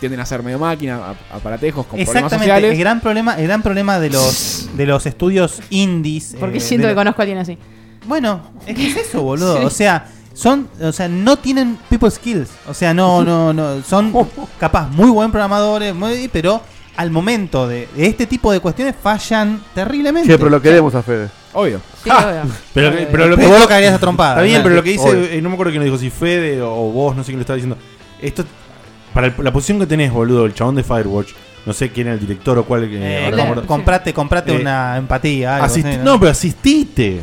Speaker 4: tienden a ser medio máquina, a- aparatejos con problemas
Speaker 3: Exactamente,
Speaker 4: sociales.
Speaker 3: el gran problema, el gran problema de los de los estudios indies.
Speaker 6: Porque
Speaker 3: eh,
Speaker 6: siento
Speaker 3: de
Speaker 6: que
Speaker 3: la-
Speaker 6: conozco a alguien así.
Speaker 3: Bueno, es que es eso, boludo.
Speaker 6: Sí.
Speaker 3: O sea, son, o sea, no tienen people skills. O sea, no, no, no. Son capaz muy buen programadores, muy- pero al momento de, de este tipo de cuestiones fallan terriblemente.
Speaker 5: Che, pero lo queremos a Fede.
Speaker 4: Obvio.
Speaker 6: Sí, obvio.
Speaker 1: Ah. Pero, que- pero lo que
Speaker 3: Vos lo cagarías a trompada.
Speaker 1: Está bien,
Speaker 3: Claro.
Speaker 1: pero lo que dice,
Speaker 3: Obvio.
Speaker 1: eh, no me acuerdo quién lo dijo, si Fede o vos, no sé quién lo estaba diciendo. Esto, para el- la posición que tenés, boludo, el chabón de Firewatch, no sé quién era el director o cuál. eh, ahora no me acuerdo.
Speaker 3: comprate, comprate
Speaker 1: Eh,
Speaker 3: una empatía. algo,
Speaker 1: asisti-
Speaker 3: sí,
Speaker 1: no, pero asistite,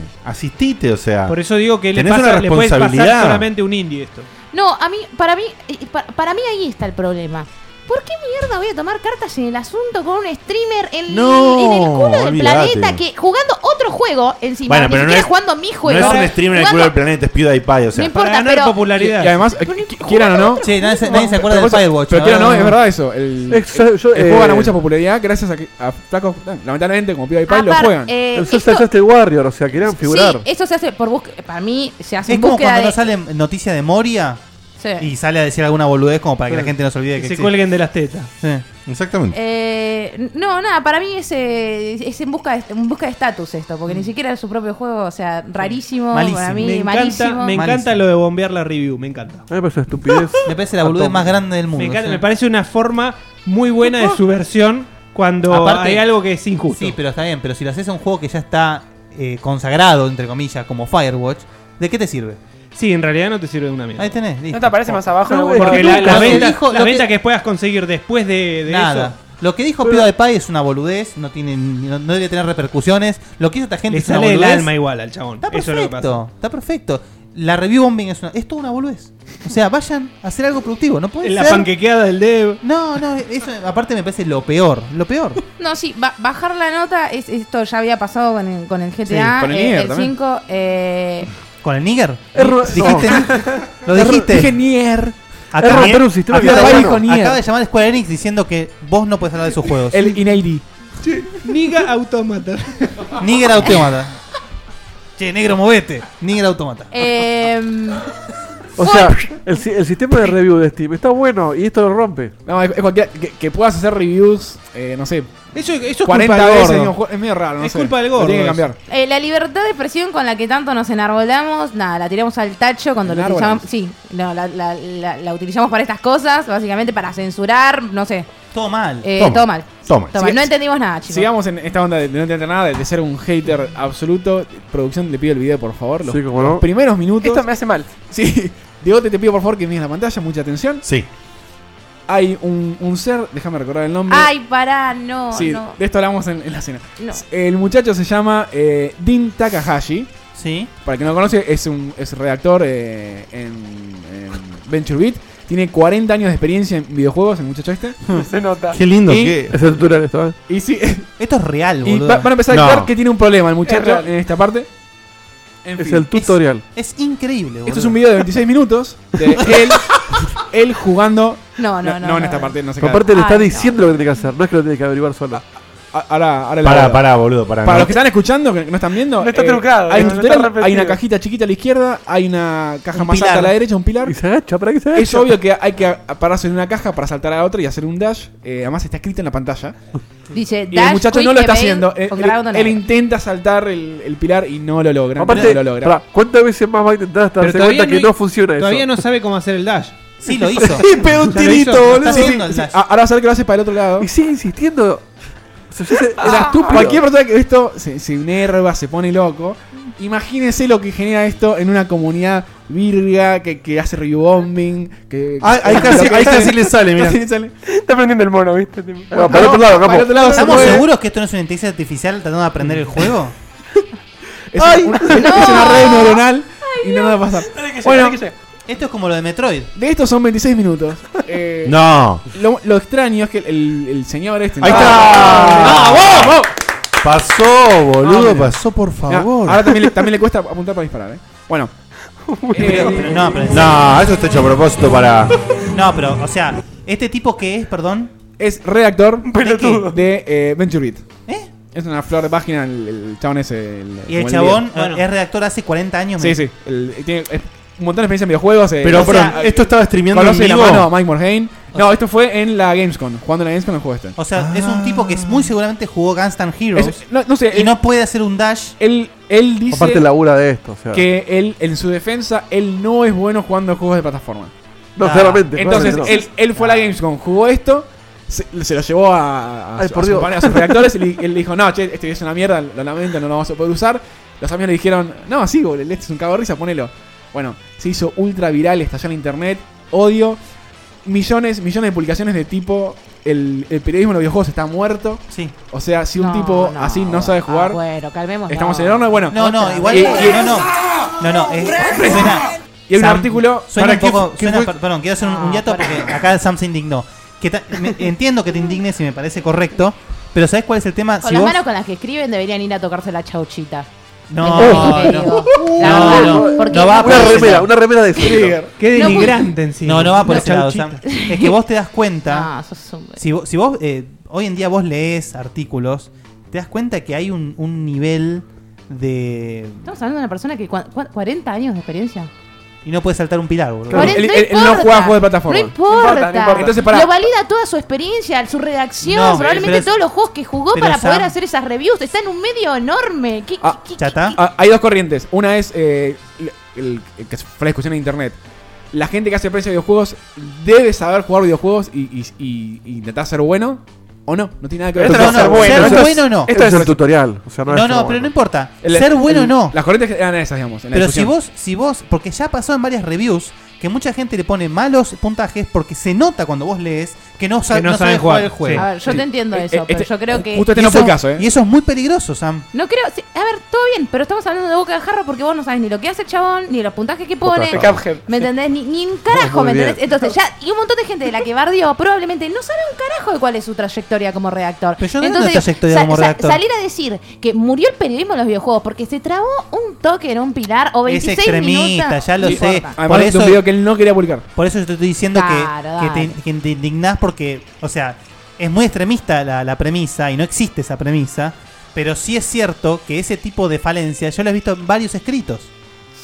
Speaker 1: asistite, o sea.
Speaker 2: Por eso digo que le,
Speaker 1: tenés
Speaker 2: pasa,
Speaker 1: una
Speaker 2: le puedes pasar
Speaker 1: responsabilidad.
Speaker 6: Oh,
Speaker 2: solamente un indie esto.
Speaker 6: No, a mí, para mí, eh, pa- para, mí ahí está el problema.
Speaker 16: ¿Por qué mierda voy a tomar cartas en el asunto con un streamer en,
Speaker 1: No,
Speaker 16: en el culo del
Speaker 1: olvídate.
Speaker 16: planeta que jugando otro juego encima?
Speaker 1: Bueno,
Speaker 16: ni
Speaker 1: pero no
Speaker 16: siquiera
Speaker 1: es-
Speaker 16: jugando mi
Speaker 1: No
Speaker 16: juego.
Speaker 1: es un streamer en el culo del
Speaker 16: Jugando-
Speaker 1: planeta, es PewDiePie, o sea.
Speaker 16: No importa, Para ganar pero- popularidad.
Speaker 4: Y, y además, eh, qui- quieran o no.
Speaker 3: Sí, nadie se- nadie se acuerda
Speaker 4: pero
Speaker 3: del
Speaker 4: por eso-
Speaker 3: Firewatch,
Speaker 4: Pero
Speaker 3: la
Speaker 4: quieran o no,
Speaker 3: verdad.
Speaker 4: es verdad eso. El,
Speaker 5: Ex-
Speaker 4: el-
Speaker 5: yo-
Speaker 4: el juego gana
Speaker 5: eh,
Speaker 4: mucha popularidad gracias a que a flacos, lamentablemente, como PewDiePie, lo
Speaker 6: Apar-
Speaker 4: juegan.
Speaker 6: eh,
Speaker 5: el
Speaker 6: esto-
Speaker 5: Social Justice Warrior, o sea, querían figurar.
Speaker 6: Sí, eh, eso se hace por búsqueda. Para mí se hace
Speaker 3: Es
Speaker 6: en
Speaker 3: como cuando
Speaker 6: búsqueda de.
Speaker 3: no sale noticia de Moria
Speaker 6: Sí.
Speaker 3: y sale a decir alguna boludez como para que la
Speaker 2: Sí.
Speaker 3: gente no se olvide
Speaker 2: Que
Speaker 3: que
Speaker 2: se
Speaker 3: existe.
Speaker 2: cuelguen de las tetas.
Speaker 1: Exactamente.
Speaker 6: Eh, no, nada, para mí es, eh, es en busca de, en busca de estatus esto, porque ni siquiera es su propio juego, o sea, rarísimo, para mí,
Speaker 2: me encanta,
Speaker 6: malísimo.
Speaker 2: me encanta lo de bombear la review, me encanta.
Speaker 5: Me parece estupidez.
Speaker 3: Me parece la boludez más grande del mundo,
Speaker 2: Me, encanta,
Speaker 3: sí.
Speaker 2: me parece una forma muy buena de subversión cuando
Speaker 3: Aparte-
Speaker 2: hay algo que es injusto.
Speaker 3: Sí, pero está bien, pero si lo haces a un juego que ya está eh, consagrado, entre comillas, como Firewatch, ¿de qué te sirve?
Speaker 2: Sí, en realidad no te sirve de una mierda.
Speaker 3: Ahí tenés, listo.
Speaker 7: ¿No te aparece más abajo? en algún
Speaker 2: Porque
Speaker 7: lado?
Speaker 2: la, la
Speaker 3: lo que
Speaker 2: venta,
Speaker 3: dijo-
Speaker 2: la
Speaker 3: lo
Speaker 2: venta que... puedas conseguir después de, de
Speaker 3: Nada.
Speaker 2: eso.
Speaker 3: Lo que dijo Pido de Pai es una boludez, no tiene no, no debe tener repercusiones. Lo que hizo esta gente
Speaker 2: Le
Speaker 3: es una
Speaker 2: sale del
Speaker 3: boludez.
Speaker 2: alma igual al chabón.
Speaker 3: Está
Speaker 2: Eso es lo que
Speaker 3: perfecto,
Speaker 2: pasa.
Speaker 3: está perfecto. La review bombing es una es toda una boludez. O sea, vayan a hacer algo productivo, no puede
Speaker 2: La
Speaker 3: ser.
Speaker 2: panquequeada del dev.
Speaker 3: No, no, eso aparte me parece lo peor, lo peor.
Speaker 6: No, sí, ba- bajar la nota, es, esto ya había pasado con el, con el GTA,
Speaker 3: Sí, con el
Speaker 6: eh,
Speaker 3: Nier
Speaker 6: el
Speaker 3: también.
Speaker 6: 5. Eh,
Speaker 3: ¿Con el nigger?
Speaker 5: Error-
Speaker 3: ¿Dijiste?
Speaker 5: no.
Speaker 3: ¿Lo
Speaker 5: Error-
Speaker 3: dijiste?
Speaker 5: dije
Speaker 4: Nier.
Speaker 5: Es romper un sistema que
Speaker 3: acaba,
Speaker 5: está
Speaker 3: acaba
Speaker 5: bueno.
Speaker 3: de llamar Square Enix diciendo que vos no podés hablar de sus juegos.
Speaker 4: El Inairi.
Speaker 2: Niga Automata.
Speaker 3: Nigger Automata. che, negro, movete. Nigger Automata.
Speaker 6: em,
Speaker 5: O sea, el, si- el sistema de review de Steam está bueno y esto lo rompe.
Speaker 4: No, es, es cualquiera- que, que puedas hacer reviews, eh, no sé.
Speaker 2: Eso, eso es
Speaker 4: 40
Speaker 2: culpa del
Speaker 4: veces
Speaker 2: gordo.
Speaker 4: el mismo juego. Es medio raro, no
Speaker 2: Es
Speaker 4: sé.
Speaker 2: culpa del
Speaker 4: Lo Tiene que
Speaker 2: gordo
Speaker 4: cambiar.
Speaker 6: eh, la libertad de expresión con la que tanto nos enarbolamos, nada, la tiramos al tacho cuando la
Speaker 4: Enarbolamos.
Speaker 6: utilizamos. Sí, no, la, la- la- la utilizamos para estas cosas, básicamente para censurar, no sé.
Speaker 3: Todo mal.
Speaker 6: Eh,
Speaker 4: Toma.
Speaker 6: todo mal.
Speaker 4: Toma.
Speaker 6: Todo mal.
Speaker 4: Siga-
Speaker 6: no entendimos nada, chicos.
Speaker 4: Sigamos en esta onda de, de no entender nada, de, de ser un hater absoluto. Producción, le pido el video, por favor. Los,
Speaker 5: Sí, cómo no.
Speaker 4: los primeros minutos.
Speaker 7: Esto me hace mal.
Speaker 4: Sí. Diego, te, te pido por favor que mires la pantalla, mucha atención.
Speaker 1: Sí.
Speaker 4: Hay un, un ser, déjame recordar el nombre.
Speaker 6: Ay, pará, no,
Speaker 4: sí,
Speaker 6: Oh, no.
Speaker 4: de esto hablamos en, en la cena.
Speaker 6: No.
Speaker 4: El muchacho se llama eh, Din Takahashi.
Speaker 3: Sí.
Speaker 4: Para el que no lo conoce, es un es redactor eh, en, en VentureBeat. Tiene 40 años de experiencia en videojuegos, el muchacho este.
Speaker 7: Se nota.
Speaker 4: Y-
Speaker 5: Es el tutorial esto, ¿eh?
Speaker 4: Y sí.
Speaker 3: Esto es real,
Speaker 4: Y
Speaker 3: boludo.
Speaker 4: va- van a empezar a
Speaker 5: No.
Speaker 4: aclarar que tiene un problema el
Speaker 5: Es
Speaker 4: muchacho
Speaker 5: real.
Speaker 4: en esta parte. En
Speaker 5: Es
Speaker 4: fin.
Speaker 5: el tutorial.
Speaker 3: Es increíble, boludo.
Speaker 4: Esto es un video de 26 minutos de él, él jugando.
Speaker 6: No, no, no,
Speaker 4: en
Speaker 6: no,
Speaker 4: esta
Speaker 6: no.
Speaker 4: parte, no sé qué. Ah,
Speaker 5: Aparte le está diciendo lo que tiene que hacer, no es que lo tiene que averiguar solo.
Speaker 4: Ahora, ahora
Speaker 1: Pará, pará, boludo, pará.
Speaker 4: Para
Speaker 1: no.
Speaker 4: los que están escuchando, que no están viendo. eh,
Speaker 7: No está trucado,
Speaker 5: eh,
Speaker 4: Hay, un
Speaker 7: no, no
Speaker 4: tutorial,
Speaker 7: está repetido.
Speaker 4: hay una cajita chiquita a la izquierda, hay una caja
Speaker 5: Un
Speaker 4: más
Speaker 5: pilar.
Speaker 4: alta a la derecha, un pilar.
Speaker 5: Y se agacha, ¿para qué se agacha?
Speaker 4: Es obvio que hay que a- pararse en una caja para saltar a la otra y hacer un dash. Eh, además está escrito en la pantalla.
Speaker 6: Dice,
Speaker 4: Y el muchacho no lo está haciendo. Eh, Él,
Speaker 6: Él,
Speaker 4: él intenta saltar el, el pilar y no lo logra.
Speaker 5: Aparte,
Speaker 4: no lo logra.
Speaker 5: pará, ¿cuántas veces más va a intentar hasta darse
Speaker 2: todavía
Speaker 5: cuenta que no funciona eso?
Speaker 2: Todavía no sabe cómo hacer el dash.
Speaker 3: Sí, lo hizo.
Speaker 5: Y pegó un
Speaker 2: Ya lo hizo,
Speaker 5: tirito,
Speaker 2: lo
Speaker 5: boludo.
Speaker 2: está
Speaker 5: Sí,
Speaker 2: haciendo
Speaker 5: sí,
Speaker 2: el
Speaker 5: sí.
Speaker 2: dash.
Speaker 4: A- Ahora vas a ver que lo hace para el otro lado.
Speaker 5: Y sigue insistiendo. Se- se- se-
Speaker 4: O sea,
Speaker 5: estúpido.
Speaker 4: Ah, Cualquier persona que ve esto se, se enerva, se pone loco. Imagínense lo que genera esto en una comunidad virga que, que hace review bombing. Que,
Speaker 1: Ah, ahí
Speaker 4: que-
Speaker 1: casi-
Speaker 4: lo que
Speaker 1: ahí
Speaker 4: hace-
Speaker 1: casi le sale, mirá.
Speaker 4: casi le sale.
Speaker 7: Está aprendiendo el mono, ¿viste? Tipo,
Speaker 5: Bueno, para el otro lado,
Speaker 4: Para el
Speaker 5: vamos.
Speaker 4: otro lado se
Speaker 3: ¿Estamos
Speaker 4: mueve.
Speaker 3: seguros que esto no es una inteligencia artificial tratando de aprender el juego?
Speaker 4: Mm. Es, una, una- es una red neuronal y no nada va a pasar. bueno,
Speaker 3: Esto es como lo de Metroid.
Speaker 4: de estos son 26 minutos. Eh,
Speaker 1: No.
Speaker 4: Lo, lo extraño es que el, el señor este.
Speaker 1: Ahí
Speaker 4: Ah,
Speaker 1: está.
Speaker 4: vamos.
Speaker 1: Pasó, boludo,
Speaker 4: Ah, mira.
Speaker 1: pasó, por
Speaker 4: Mirá,
Speaker 1: favor.
Speaker 4: Ahora también le, también le cuesta apuntar para disparar, ¿eh? Bueno.
Speaker 3: Pero- pero no, pero-
Speaker 1: No, eso está hecho a propósito para.
Speaker 3: No, pero, o sea, ¿este tipo qué es, perdón?
Speaker 4: Es redactor de, de eh, VentureBeat. ¿Eh? Es una flor de página, el, el chabón ese. el-
Speaker 3: Y el
Speaker 4: como
Speaker 3: chabón
Speaker 4: líder.
Speaker 3: eh, es redactor hace 40 años.
Speaker 4: Sí,
Speaker 3: me-
Speaker 4: sí. el- tiene eh, un montón de experiencia en videojuegos. eh,
Speaker 1: Pero,
Speaker 4: o sea,
Speaker 1: perdón, ¿esto estaba streameando
Speaker 4: conoce
Speaker 1: en
Speaker 4: la
Speaker 1: vivo?
Speaker 4: mano a Mike Morhaime. No, esto fue en la Gamescom. Jugando en la Gamescom, el juego este.
Speaker 3: O sea, es un tipo que es muy seguramente jugó Gunstar Heroes.
Speaker 4: Es- no, no sé.
Speaker 3: y
Speaker 4: él-
Speaker 3: no puede hacer un dash.
Speaker 4: Él, él dice
Speaker 5: Aparte labura de esto, o sea.
Speaker 4: que él, en su defensa, él no es bueno jugando juegos de plataforma.
Speaker 5: No, claramente.
Speaker 4: Entonces,
Speaker 5: claramente
Speaker 4: él, él fue a la Gamescom, jugó esto, se, se lo llevó a, a,
Speaker 5: Ay,
Speaker 4: su-
Speaker 5: por
Speaker 4: a su
Speaker 5: Dios.
Speaker 4: pan- a sus redactores y le- él dijo, no, che, este es una mierda, lo lamento, no lo vamos a poder usar. Los amigos le dijeron, no, sí, boludo, este es un cago de risa, ponelo. Bueno, se hizo ultra viral, estalló en internet, odio, millones, millones de publicaciones de tipo, el, el periodismo en los videojuegos está muerto.
Speaker 3: Sí.
Speaker 4: O sea, si un
Speaker 6: No,
Speaker 4: tipo
Speaker 6: no,
Speaker 4: así no sabe jugar,
Speaker 6: Ah, bueno, calmemos.
Speaker 4: estamos en el horno, bueno. Eh,
Speaker 3: No, no, igual.
Speaker 4: Y- y-
Speaker 3: no, no. No, no. es- suena,
Speaker 4: Y hay un
Speaker 3: Sam-
Speaker 4: artículo...
Speaker 3: Suena
Speaker 4: Ahora,
Speaker 3: un
Speaker 4: ¿qué
Speaker 3: poco.
Speaker 4: fu- qué
Speaker 3: suena-
Speaker 4: fue?
Speaker 3: per- perdón, quiero hacer un, un
Speaker 6: No,
Speaker 3: hiato
Speaker 6: pará.
Speaker 3: porque acá Sam se indignó. que ta- me- entiendo que te indignes y me parece correcto, pero ¿sabes cuál es el tema?
Speaker 6: Con
Speaker 3: Si
Speaker 6: las
Speaker 3: vos-
Speaker 6: manos con las que escriben deberían ir a tocarse la chauchita.
Speaker 3: No,
Speaker 6: Es lo
Speaker 3: no,
Speaker 6: que te digo. La verdad,
Speaker 3: no, no,
Speaker 6: porque
Speaker 3: no va
Speaker 6: no
Speaker 3: por
Speaker 6: puede
Speaker 3: ese
Speaker 6: ser.
Speaker 3: lado.
Speaker 5: una remera de Trigger.
Speaker 2: Qué denigrante encima.
Speaker 3: No, no va por
Speaker 2: Una
Speaker 3: ese lado. Sam.
Speaker 2: chauchita.
Speaker 3: Es que vos te das cuenta.
Speaker 6: No, Ah, sos un-
Speaker 3: Si vos, si vos, eh, hoy en día vos lees artículos, te das cuenta que hay un, un nivel de.
Speaker 6: Estamos hablando de una persona que cua- cua- 40 años de experiencia.
Speaker 3: Y no puede saltar un pilar, boludo.
Speaker 6: Por eso, importa. No importa.
Speaker 3: Entonces, pará.
Speaker 6: Lo valida toda su experiencia, su redacción,
Speaker 3: No,
Speaker 6: probablemente
Speaker 3: pero es-
Speaker 6: todos los juegos que jugó
Speaker 4: pero
Speaker 6: para
Speaker 4: Sam-
Speaker 6: poder hacer esas reviews. Está en un medio enorme. ¿Qué-
Speaker 4: Ah,
Speaker 6: qué-
Speaker 4: Ah, hay dos corrientes. Una es eh, el, el- que fue la discusión en internet. La gente que hace prensa de videojuegos debe saber jugar videojuegos y, y, y- y intentar ser bueno o no. No tiene nada que ver.
Speaker 3: Esto no, no, ser bueno o no.
Speaker 4: Esto es
Speaker 5: el tutorial. O sea, no,
Speaker 3: No,
Speaker 5: es
Speaker 3: no,
Speaker 5: como-
Speaker 3: pero no importa.
Speaker 4: el-
Speaker 3: ser bueno o
Speaker 4: el-
Speaker 3: no.
Speaker 4: Las corrientes eran esas, digamos. en la
Speaker 3: Pero si
Speaker 4: discusión.
Speaker 3: vos, si vos, porque ya pasó en varias reviews que mucha gente le pone malos puntajes porque se nota cuando vos lees que no, sa-
Speaker 2: Que no
Speaker 3: no saben
Speaker 2: saben
Speaker 3: jugar el
Speaker 2: jugar,
Speaker 3: juego.
Speaker 6: A ver, yo te entiendo eso, pero yo creo que.
Speaker 3: Y
Speaker 6: eh, este no
Speaker 3: eso- Y eso es muy peligroso, Sam.
Speaker 6: No creo. sí, a ver, todo bien, pero estamos hablando de boca de jarro porque vos no sabes ni lo que hace el chabón, ni los puntajes que
Speaker 3: Boca de
Speaker 6: pone.
Speaker 3: jarro. Cuphead.
Speaker 6: ¿Me entendés? Ni, ni un carajo,
Speaker 3: Muy
Speaker 6: ¿me
Speaker 3: bien.
Speaker 6: entendés? Entonces, ya. Y un montón de gente de la que bardió probablemente no sabe un carajo de cuál es su trayectoria como redactor.
Speaker 3: Pero yo no tengo
Speaker 6: Entonces,
Speaker 3: trayectoria como redactor.
Speaker 6: Salir a decir que murió el periodismo en los videojuegos porque se trabó un toque en un pilar o
Speaker 3: Es
Speaker 6: 26
Speaker 3: extremista,
Speaker 6: minutos.
Speaker 3: ya lo
Speaker 6: No
Speaker 3: sé.
Speaker 6: importa.
Speaker 4: Además, es un video que él no quería publicar.
Speaker 3: Por eso yo te estoy diciendo que-
Speaker 6: Claro,
Speaker 3: que,
Speaker 6: dale.
Speaker 3: te, que te indignás porque, o sea, es muy extremista la, la premisa y no existe esa premisa. Pero sí es cierto que ese tipo de falencias yo lo he visto en varios escritos.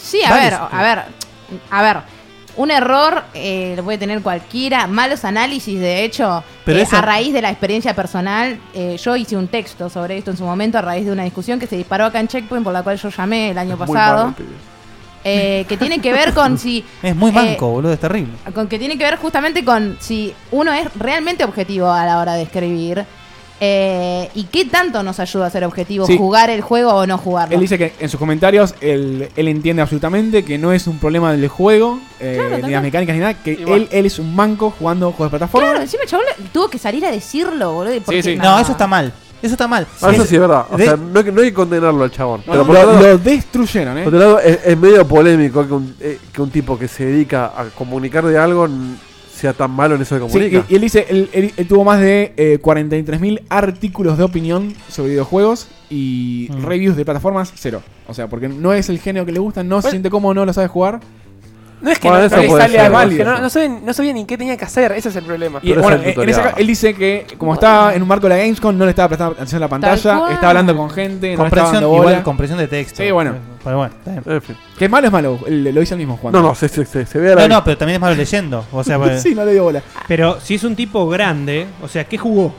Speaker 6: Sí, a
Speaker 3: Varios
Speaker 6: ver,
Speaker 3: escritos.
Speaker 6: a ver, a ver. Un error eh, lo puede tener cualquiera, malos análisis, de hecho,
Speaker 3: Pero
Speaker 6: eh,
Speaker 3: eso-
Speaker 6: a raíz de la experiencia personal, eh, yo hice un texto sobre esto en su momento a raíz de una discusión que se disparó acá en Checkpoint, por la cual yo llamé el año
Speaker 3: Muy
Speaker 6: pasado,
Speaker 3: malo el pibe.
Speaker 6: eh, que tiene que ver con si...
Speaker 3: Es muy
Speaker 6: eh,
Speaker 3: manco, boludo, es terrible.
Speaker 4: Ah,
Speaker 6: con que tiene que ver justamente con si uno es realmente objetivo a la hora de escribir eh, y qué tanto nos ayuda a ser objetivo
Speaker 4: Sí.
Speaker 6: jugar el juego o no jugarlo.
Speaker 4: Él dice que en sus comentarios él, él entiende absolutamente que no es un problema del juego, eh, ni las mecánicas ni nada, que él, él es un manco jugando juegos de plataforma.
Speaker 6: Claro, encima el chabón tuvo que salir a decirlo, boludo. porque
Speaker 3: No, eso está mal. Eso está mal.
Speaker 5: Ah, eso sí, es verdad. O
Speaker 3: De-
Speaker 5: sea, no, hay que- no hay que condenarlo al chabón.
Speaker 4: No,
Speaker 5: pero
Speaker 4: no,
Speaker 5: por
Speaker 4: lo-
Speaker 5: otro lado-
Speaker 4: lo destruyeron, ¿eh?
Speaker 5: Por otro lado, es, es medio polémico que un, eh, que un tipo que se dedica a comunicar de algo n- sea tan malo en eso de
Speaker 4: Sí,
Speaker 5: comunicar.
Speaker 4: y, y él dice, él, él- él tuvo más de eh, 43.000 artículos de opinión sobre videojuegos y
Speaker 7: Mm.
Speaker 4: reviews de plataformas, cero. O sea, porque no es el género que le gusta, no se siente cómodo, no lo sabe jugar.
Speaker 7: No es que
Speaker 4: Bueno,
Speaker 7: no,
Speaker 4: eso
Speaker 7: no le
Speaker 4: puede
Speaker 7: sale
Speaker 4: ser,
Speaker 7: a válido,
Speaker 4: puede ser.
Speaker 7: no, no sabía, no sabía ni qué tenía que hacer, ese es el problema.
Speaker 4: Y bueno, eh, en- en esa ca- él dice que como estaba en un marco de la Gamescom, no le estaba prestando atención a la pantalla,
Speaker 3: cual.
Speaker 4: estaba hablando con gente, no le estaba
Speaker 3: Comprensión-
Speaker 4: dando
Speaker 3: igual,
Speaker 4: bola.
Speaker 3: comprensión de texto.
Speaker 4: Sí, bueno.
Speaker 3: Pero bueno, está bien.
Speaker 4: Que malo es malo, él- lo hizo el mismo Juan.
Speaker 5: No, no, se, se, se, se ve a la
Speaker 3: No, no, pero también es malo leyendo. O sea, porque-
Speaker 4: Sí, no le dio bola.
Speaker 2: Pero si es un tipo grande, o sea, ¿qué jugó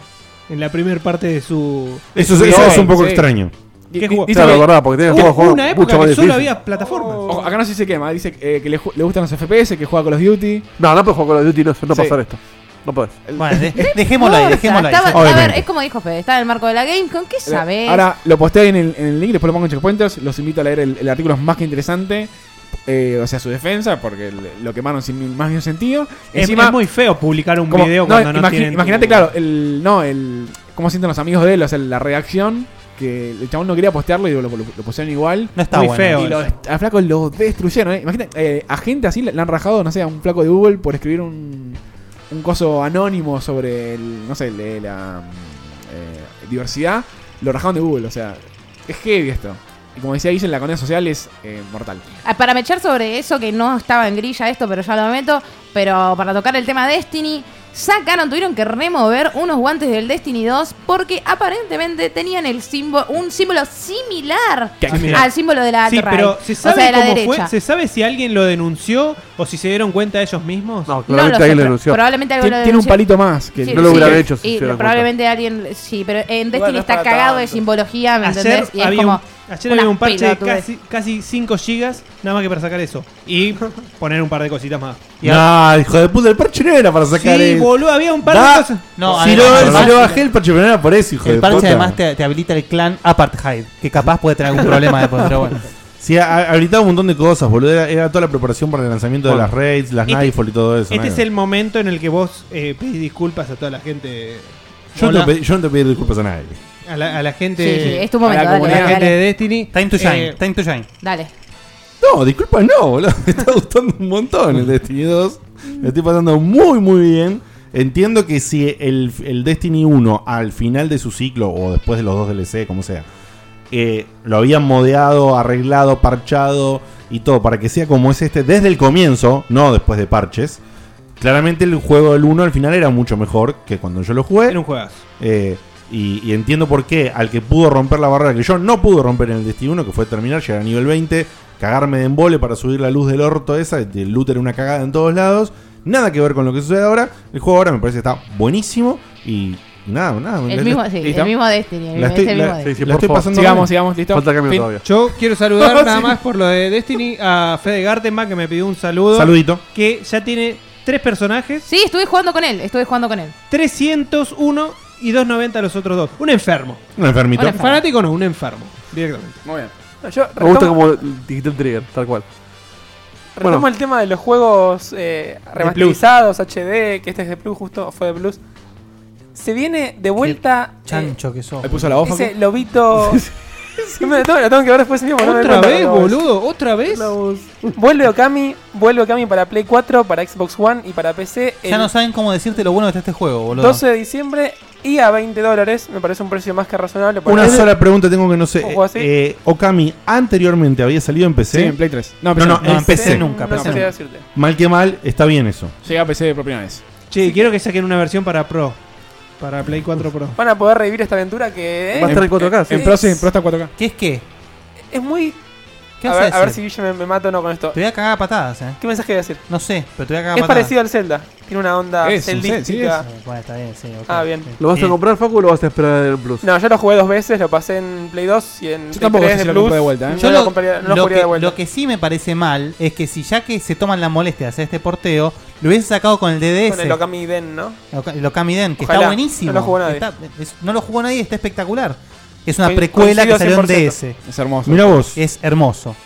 Speaker 2: en la primera parte de su. de
Speaker 1: Eso es-
Speaker 2: su
Speaker 1: eso
Speaker 2: video?
Speaker 1: es un poco extraño.
Speaker 2: ¿Qué jugó?
Speaker 5: Claro, que- verdad, porque tenía
Speaker 2: Hubo
Speaker 5: juegos- juegos
Speaker 2: una época
Speaker 5: mucho más
Speaker 2: que solo
Speaker 5: difícil.
Speaker 2: había plataformas.
Speaker 4: Ojo, Oh, acá no se dice quema, dice eh, que le, ju- le gustan los FPS, que juega con los Duty.
Speaker 5: No, no puedes jugar con los Duty, no, no
Speaker 4: Sí.
Speaker 5: pasar esto. No podés.
Speaker 3: Bueno, de-
Speaker 4: dejémoslo ahí,
Speaker 6: importa,
Speaker 4: dejémoslo ahí.
Speaker 6: estaba- a ver,
Speaker 4: Obviamente.
Speaker 6: es como dijo Fede, está en el marco de la game,
Speaker 2: Eh,
Speaker 6: ¿con qué sabes?
Speaker 4: Eh, Ahora lo posteé en el, en el link, después lo pongo en Checkpointers. Los invito a leer el, el artículo, es más que interesante. eh, o sea, su defensa, porque el- lo quemaron sin ni- más ni un sentido.
Speaker 2: Es- es muy feo publicar un
Speaker 4: como-
Speaker 2: video
Speaker 4: no,
Speaker 2: cuando no
Speaker 4: imagi-
Speaker 2: tienen tu-
Speaker 4: Imagínate, claro, el, no, el, cómo sienten los amigos de él, o sea, la reacción. Que el chabón no quería postearlo y lo, lo, lo postearon igual.
Speaker 3: No está Muy bueno. feo
Speaker 4: Y lo,
Speaker 3: eso.
Speaker 4: a Flaco lo destruyeron. ¿eh? Imagínate, eh, a gente así le, le han rajado, no sé, a un Flaco de Google por escribir un, un coso anónimo sobre, el, no sé, el- la mm, eh, diversidad. Lo rajaron de Google, o sea, es heavy esto. Y como decía Guille, la condena social es eh, mortal.
Speaker 6: Ah, Para mechar sobre eso, que no estaba en grilla esto, pero ya lo meto, pero para tocar el tema Destiny, sacaron, tuvieron que remover unos guantes del Destiny 2 porque aparentemente tenían el símbolo, un símbolo similar
Speaker 2: ¿Qué?
Speaker 6: al símbolo de la
Speaker 2: Sí,
Speaker 6: alt-right,
Speaker 2: pero ¿se
Speaker 6: o
Speaker 2: sabe,
Speaker 6: sea, de la
Speaker 2: cómo
Speaker 6: derecha.
Speaker 2: fue? ¿se sabe si alguien lo denunció o si se dieron cuenta ellos mismos? No,
Speaker 6: claramente No lo sé, alguien lo pero- denunció. probablemente alguien
Speaker 4: Tien-
Speaker 6: lo
Speaker 4: Tiene un
Speaker 6: denunció.
Speaker 4: palito más que
Speaker 6: Sí,
Speaker 4: el-
Speaker 5: No lo
Speaker 6: sí,
Speaker 5: hubieran
Speaker 6: sí.
Speaker 5: hecho si
Speaker 6: Y
Speaker 5: se hubieran
Speaker 6: probablemente alguien. Sí, pero en Destiny
Speaker 2: no es
Speaker 6: está
Speaker 2: para
Speaker 6: cagado de
Speaker 2: tanto.
Speaker 6: simbología, ¿me
Speaker 2: Ayer,
Speaker 6: entendés? Y es
Speaker 2: había,
Speaker 6: como
Speaker 2: ayer había
Speaker 6: una
Speaker 2: un parche de
Speaker 6: pelotudez.
Speaker 2: casi, casi 5 gigas, nada más que para sacar eso. Y poner un par de cositas más. Y
Speaker 1: No, hijo de puta, el parche no era para sacar
Speaker 2: Sí,
Speaker 1: el-
Speaker 2: boludo, había un par de
Speaker 1: Da-
Speaker 2: cosas.
Speaker 3: No,
Speaker 1: si,
Speaker 3: además-
Speaker 1: lo,
Speaker 3: además-
Speaker 1: si lo bajé el parche, pero no era por eso, hijo
Speaker 3: el
Speaker 1: de
Speaker 3: parche
Speaker 1: puta.
Speaker 3: además te, te habilita el clan Apartheid, que capaz puede tener algún problema después, pero bueno.
Speaker 1: Sí, ha- ha- habilitaba un montón de cosas, boludo. Era, era toda la preparación para el lanzamiento
Speaker 2: Bueno.
Speaker 1: de las raids, las
Speaker 2: Este-
Speaker 1: Nightfall y todo eso.
Speaker 2: Este
Speaker 1: nada.
Speaker 2: es el momento en el que vos eh, pedís disculpas a toda la gente.
Speaker 1: yo, no
Speaker 2: Hola.
Speaker 1: te pedí, yo no te pedí disculpas a nadie.
Speaker 2: A la, a la gente.
Speaker 6: Sí, sí, es tu momento,
Speaker 2: a la
Speaker 6: dale,
Speaker 2: comunidad
Speaker 6: dale,
Speaker 2: gente
Speaker 6: dale.
Speaker 2: de Destiny.
Speaker 3: Time to shine, time to shine.
Speaker 6: Dale.
Speaker 1: No, disculpas no, boludo. Me está gustando un montón el Destiny 2. Me estoy pasando muy, muy bien. Entiendo que si el, el Destiny 1 al final de su ciclo o después de los dos DLC, como sea, eh, lo habían modeado, arreglado, parchado y todo para que sea como es este desde el comienzo, no después de parches. Claramente el juego del 1 al final era mucho mejor que cuando yo lo jugué. Era
Speaker 2: un juegazo.
Speaker 1: Eh, y, y entiendo por qué al que pudo romper la barrera que yo no pude romper en el Destiny 1, que fue terminar, llegar a nivel 20, cagarme de embole para subir la luz del orto esa, el loot era una cagada en todos lados. Nada que ver con lo que sucede ahora. El juego ahora me parece que está buenísimo y nada, nada.
Speaker 6: El
Speaker 1: le-
Speaker 6: mismo-
Speaker 1: le-
Speaker 6: sí, el
Speaker 1: ¿Listo?
Speaker 6: mismo Destiny, el
Speaker 1: La
Speaker 6: mismo- es
Speaker 1: estoy-
Speaker 6: el
Speaker 1: la-
Speaker 6: mismo Destiny.
Speaker 1: la estoy pasando
Speaker 4: Sigamos,
Speaker 1: mal.
Speaker 4: sigamos, listo. Falta cambio
Speaker 2: Fin.
Speaker 4: todavía.
Speaker 2: Yo quiero saludar nada
Speaker 4: Sí.
Speaker 2: más por lo de Destiny a Fede Gartenbach que me pidió un saludo.
Speaker 1: Saludito.
Speaker 2: Que ya tiene tres personajes,
Speaker 6: Sí, estuve jugando con él, estuve jugando con él.
Speaker 2: 301 y 290 los otros dos. Un enfermo.
Speaker 1: Un enfermito.
Speaker 2: Un fanático no, un enfermo. Directamente.
Speaker 7: Muy bien. Yo
Speaker 5: Me gusta
Speaker 7: retomo-
Speaker 5: como el Digital Trigger, tal cual.
Speaker 7: Retomo
Speaker 5: Bueno.
Speaker 7: el tema de los juegos eh, remasterizados, HD, que este es de Plus, justo fue de Plus. Se viene de vuelta.
Speaker 3: chancho que sos.
Speaker 7: Le
Speaker 3: Ahí puso la hoja,
Speaker 7: Ese
Speaker 3: ¿no?
Speaker 7: lobito. Sí, me lo tengo, lo tengo que ver después mismo.
Speaker 2: ¿Otra vez, boludo? ¿Otra vez?
Speaker 7: Vuelve Okami, vuelve Okami para Play 4, para Xbox One y para PC.
Speaker 3: Ya
Speaker 7: el
Speaker 3: no saben cómo decirte lo bueno que está este juego, boludo.
Speaker 7: 12 de diciembre y a 20 dólares. Me parece un precio más que razonable. para-
Speaker 1: Una
Speaker 7: Es de-
Speaker 1: sola pregunta tengo que no sé.
Speaker 7: ¿Un juego así?
Speaker 1: Eh, Okami anteriormente había salido en PC.
Speaker 7: Sí, en Play 3.
Speaker 1: No,
Speaker 7: No,
Speaker 1: no,
Speaker 7: PC
Speaker 1: no,
Speaker 7: no. No,
Speaker 1: en PC.
Speaker 7: nunca, No, PC no. decirte.
Speaker 1: Mal que mal, está bien eso.
Speaker 4: Llega a PC de propia vez.
Speaker 2: Che, quiero que saquen una versión para Pro. Para Play 4 Pro.
Speaker 7: Van a poder revivir esta aventura que.
Speaker 4: en 4K. En,
Speaker 7: sí.
Speaker 4: Pro sí, en Pro está en 4K.
Speaker 3: ¿Qué es qué?
Speaker 7: Es muy.
Speaker 3: ¿Qué
Speaker 7: a,
Speaker 3: vas a
Speaker 7: ver, a ver si
Speaker 3: decir?
Speaker 7: Guille me, me mato o no con esto.
Speaker 3: Te voy a cagar a patadas, eh.
Speaker 7: ¿Qué mensaje voy a decir?
Speaker 3: No sé, pero te voy a cagar a
Speaker 7: Es
Speaker 3: patadas.
Speaker 7: parecido al Zelda. Tiene una onda
Speaker 3: Es un Zelda, sí,
Speaker 7: celdística.
Speaker 3: es. Bueno, está bien, sí, ok.
Speaker 7: Ah, bien.
Speaker 5: ¿Lo vas a
Speaker 7: Bien.
Speaker 5: comprar, Facu, o lo vas a esperar en el Plus?
Speaker 7: No, yo lo jugué dos veces, lo pasé en Play 2 y en
Speaker 5: Yo
Speaker 7: Play
Speaker 5: tampoco
Speaker 7: 3
Speaker 5: sé si
Speaker 7: de
Speaker 5: lo
Speaker 7: Plus.
Speaker 5: compré de vuelta, ¿eh?
Speaker 7: No
Speaker 3: Yo
Speaker 7: lo,
Speaker 3: lo,
Speaker 7: compraría- no lo
Speaker 3: lo
Speaker 7: jugaría
Speaker 3: que,
Speaker 7: de vuelta.
Speaker 3: lo que sí me parece mal es que si ya que se toman la molestia de hacer este porteo, lo hubiesen sacado con el DDS.
Speaker 7: Con el Okami Den, ¿no?
Speaker 3: Oka- el Okami Den, que
Speaker 7: Ojalá.
Speaker 3: está buenísimo.
Speaker 7: No lo jugó nadie.
Speaker 3: Está- es- no lo jugó nadie, está espectacular. Es una
Speaker 7: Coin-
Speaker 3: precuela que
Speaker 7: coincido
Speaker 3: salió en
Speaker 7: 100%.
Speaker 3: DS.
Speaker 7: Es hermoso.
Speaker 1: Mirá vos.
Speaker 3: Es hermoso.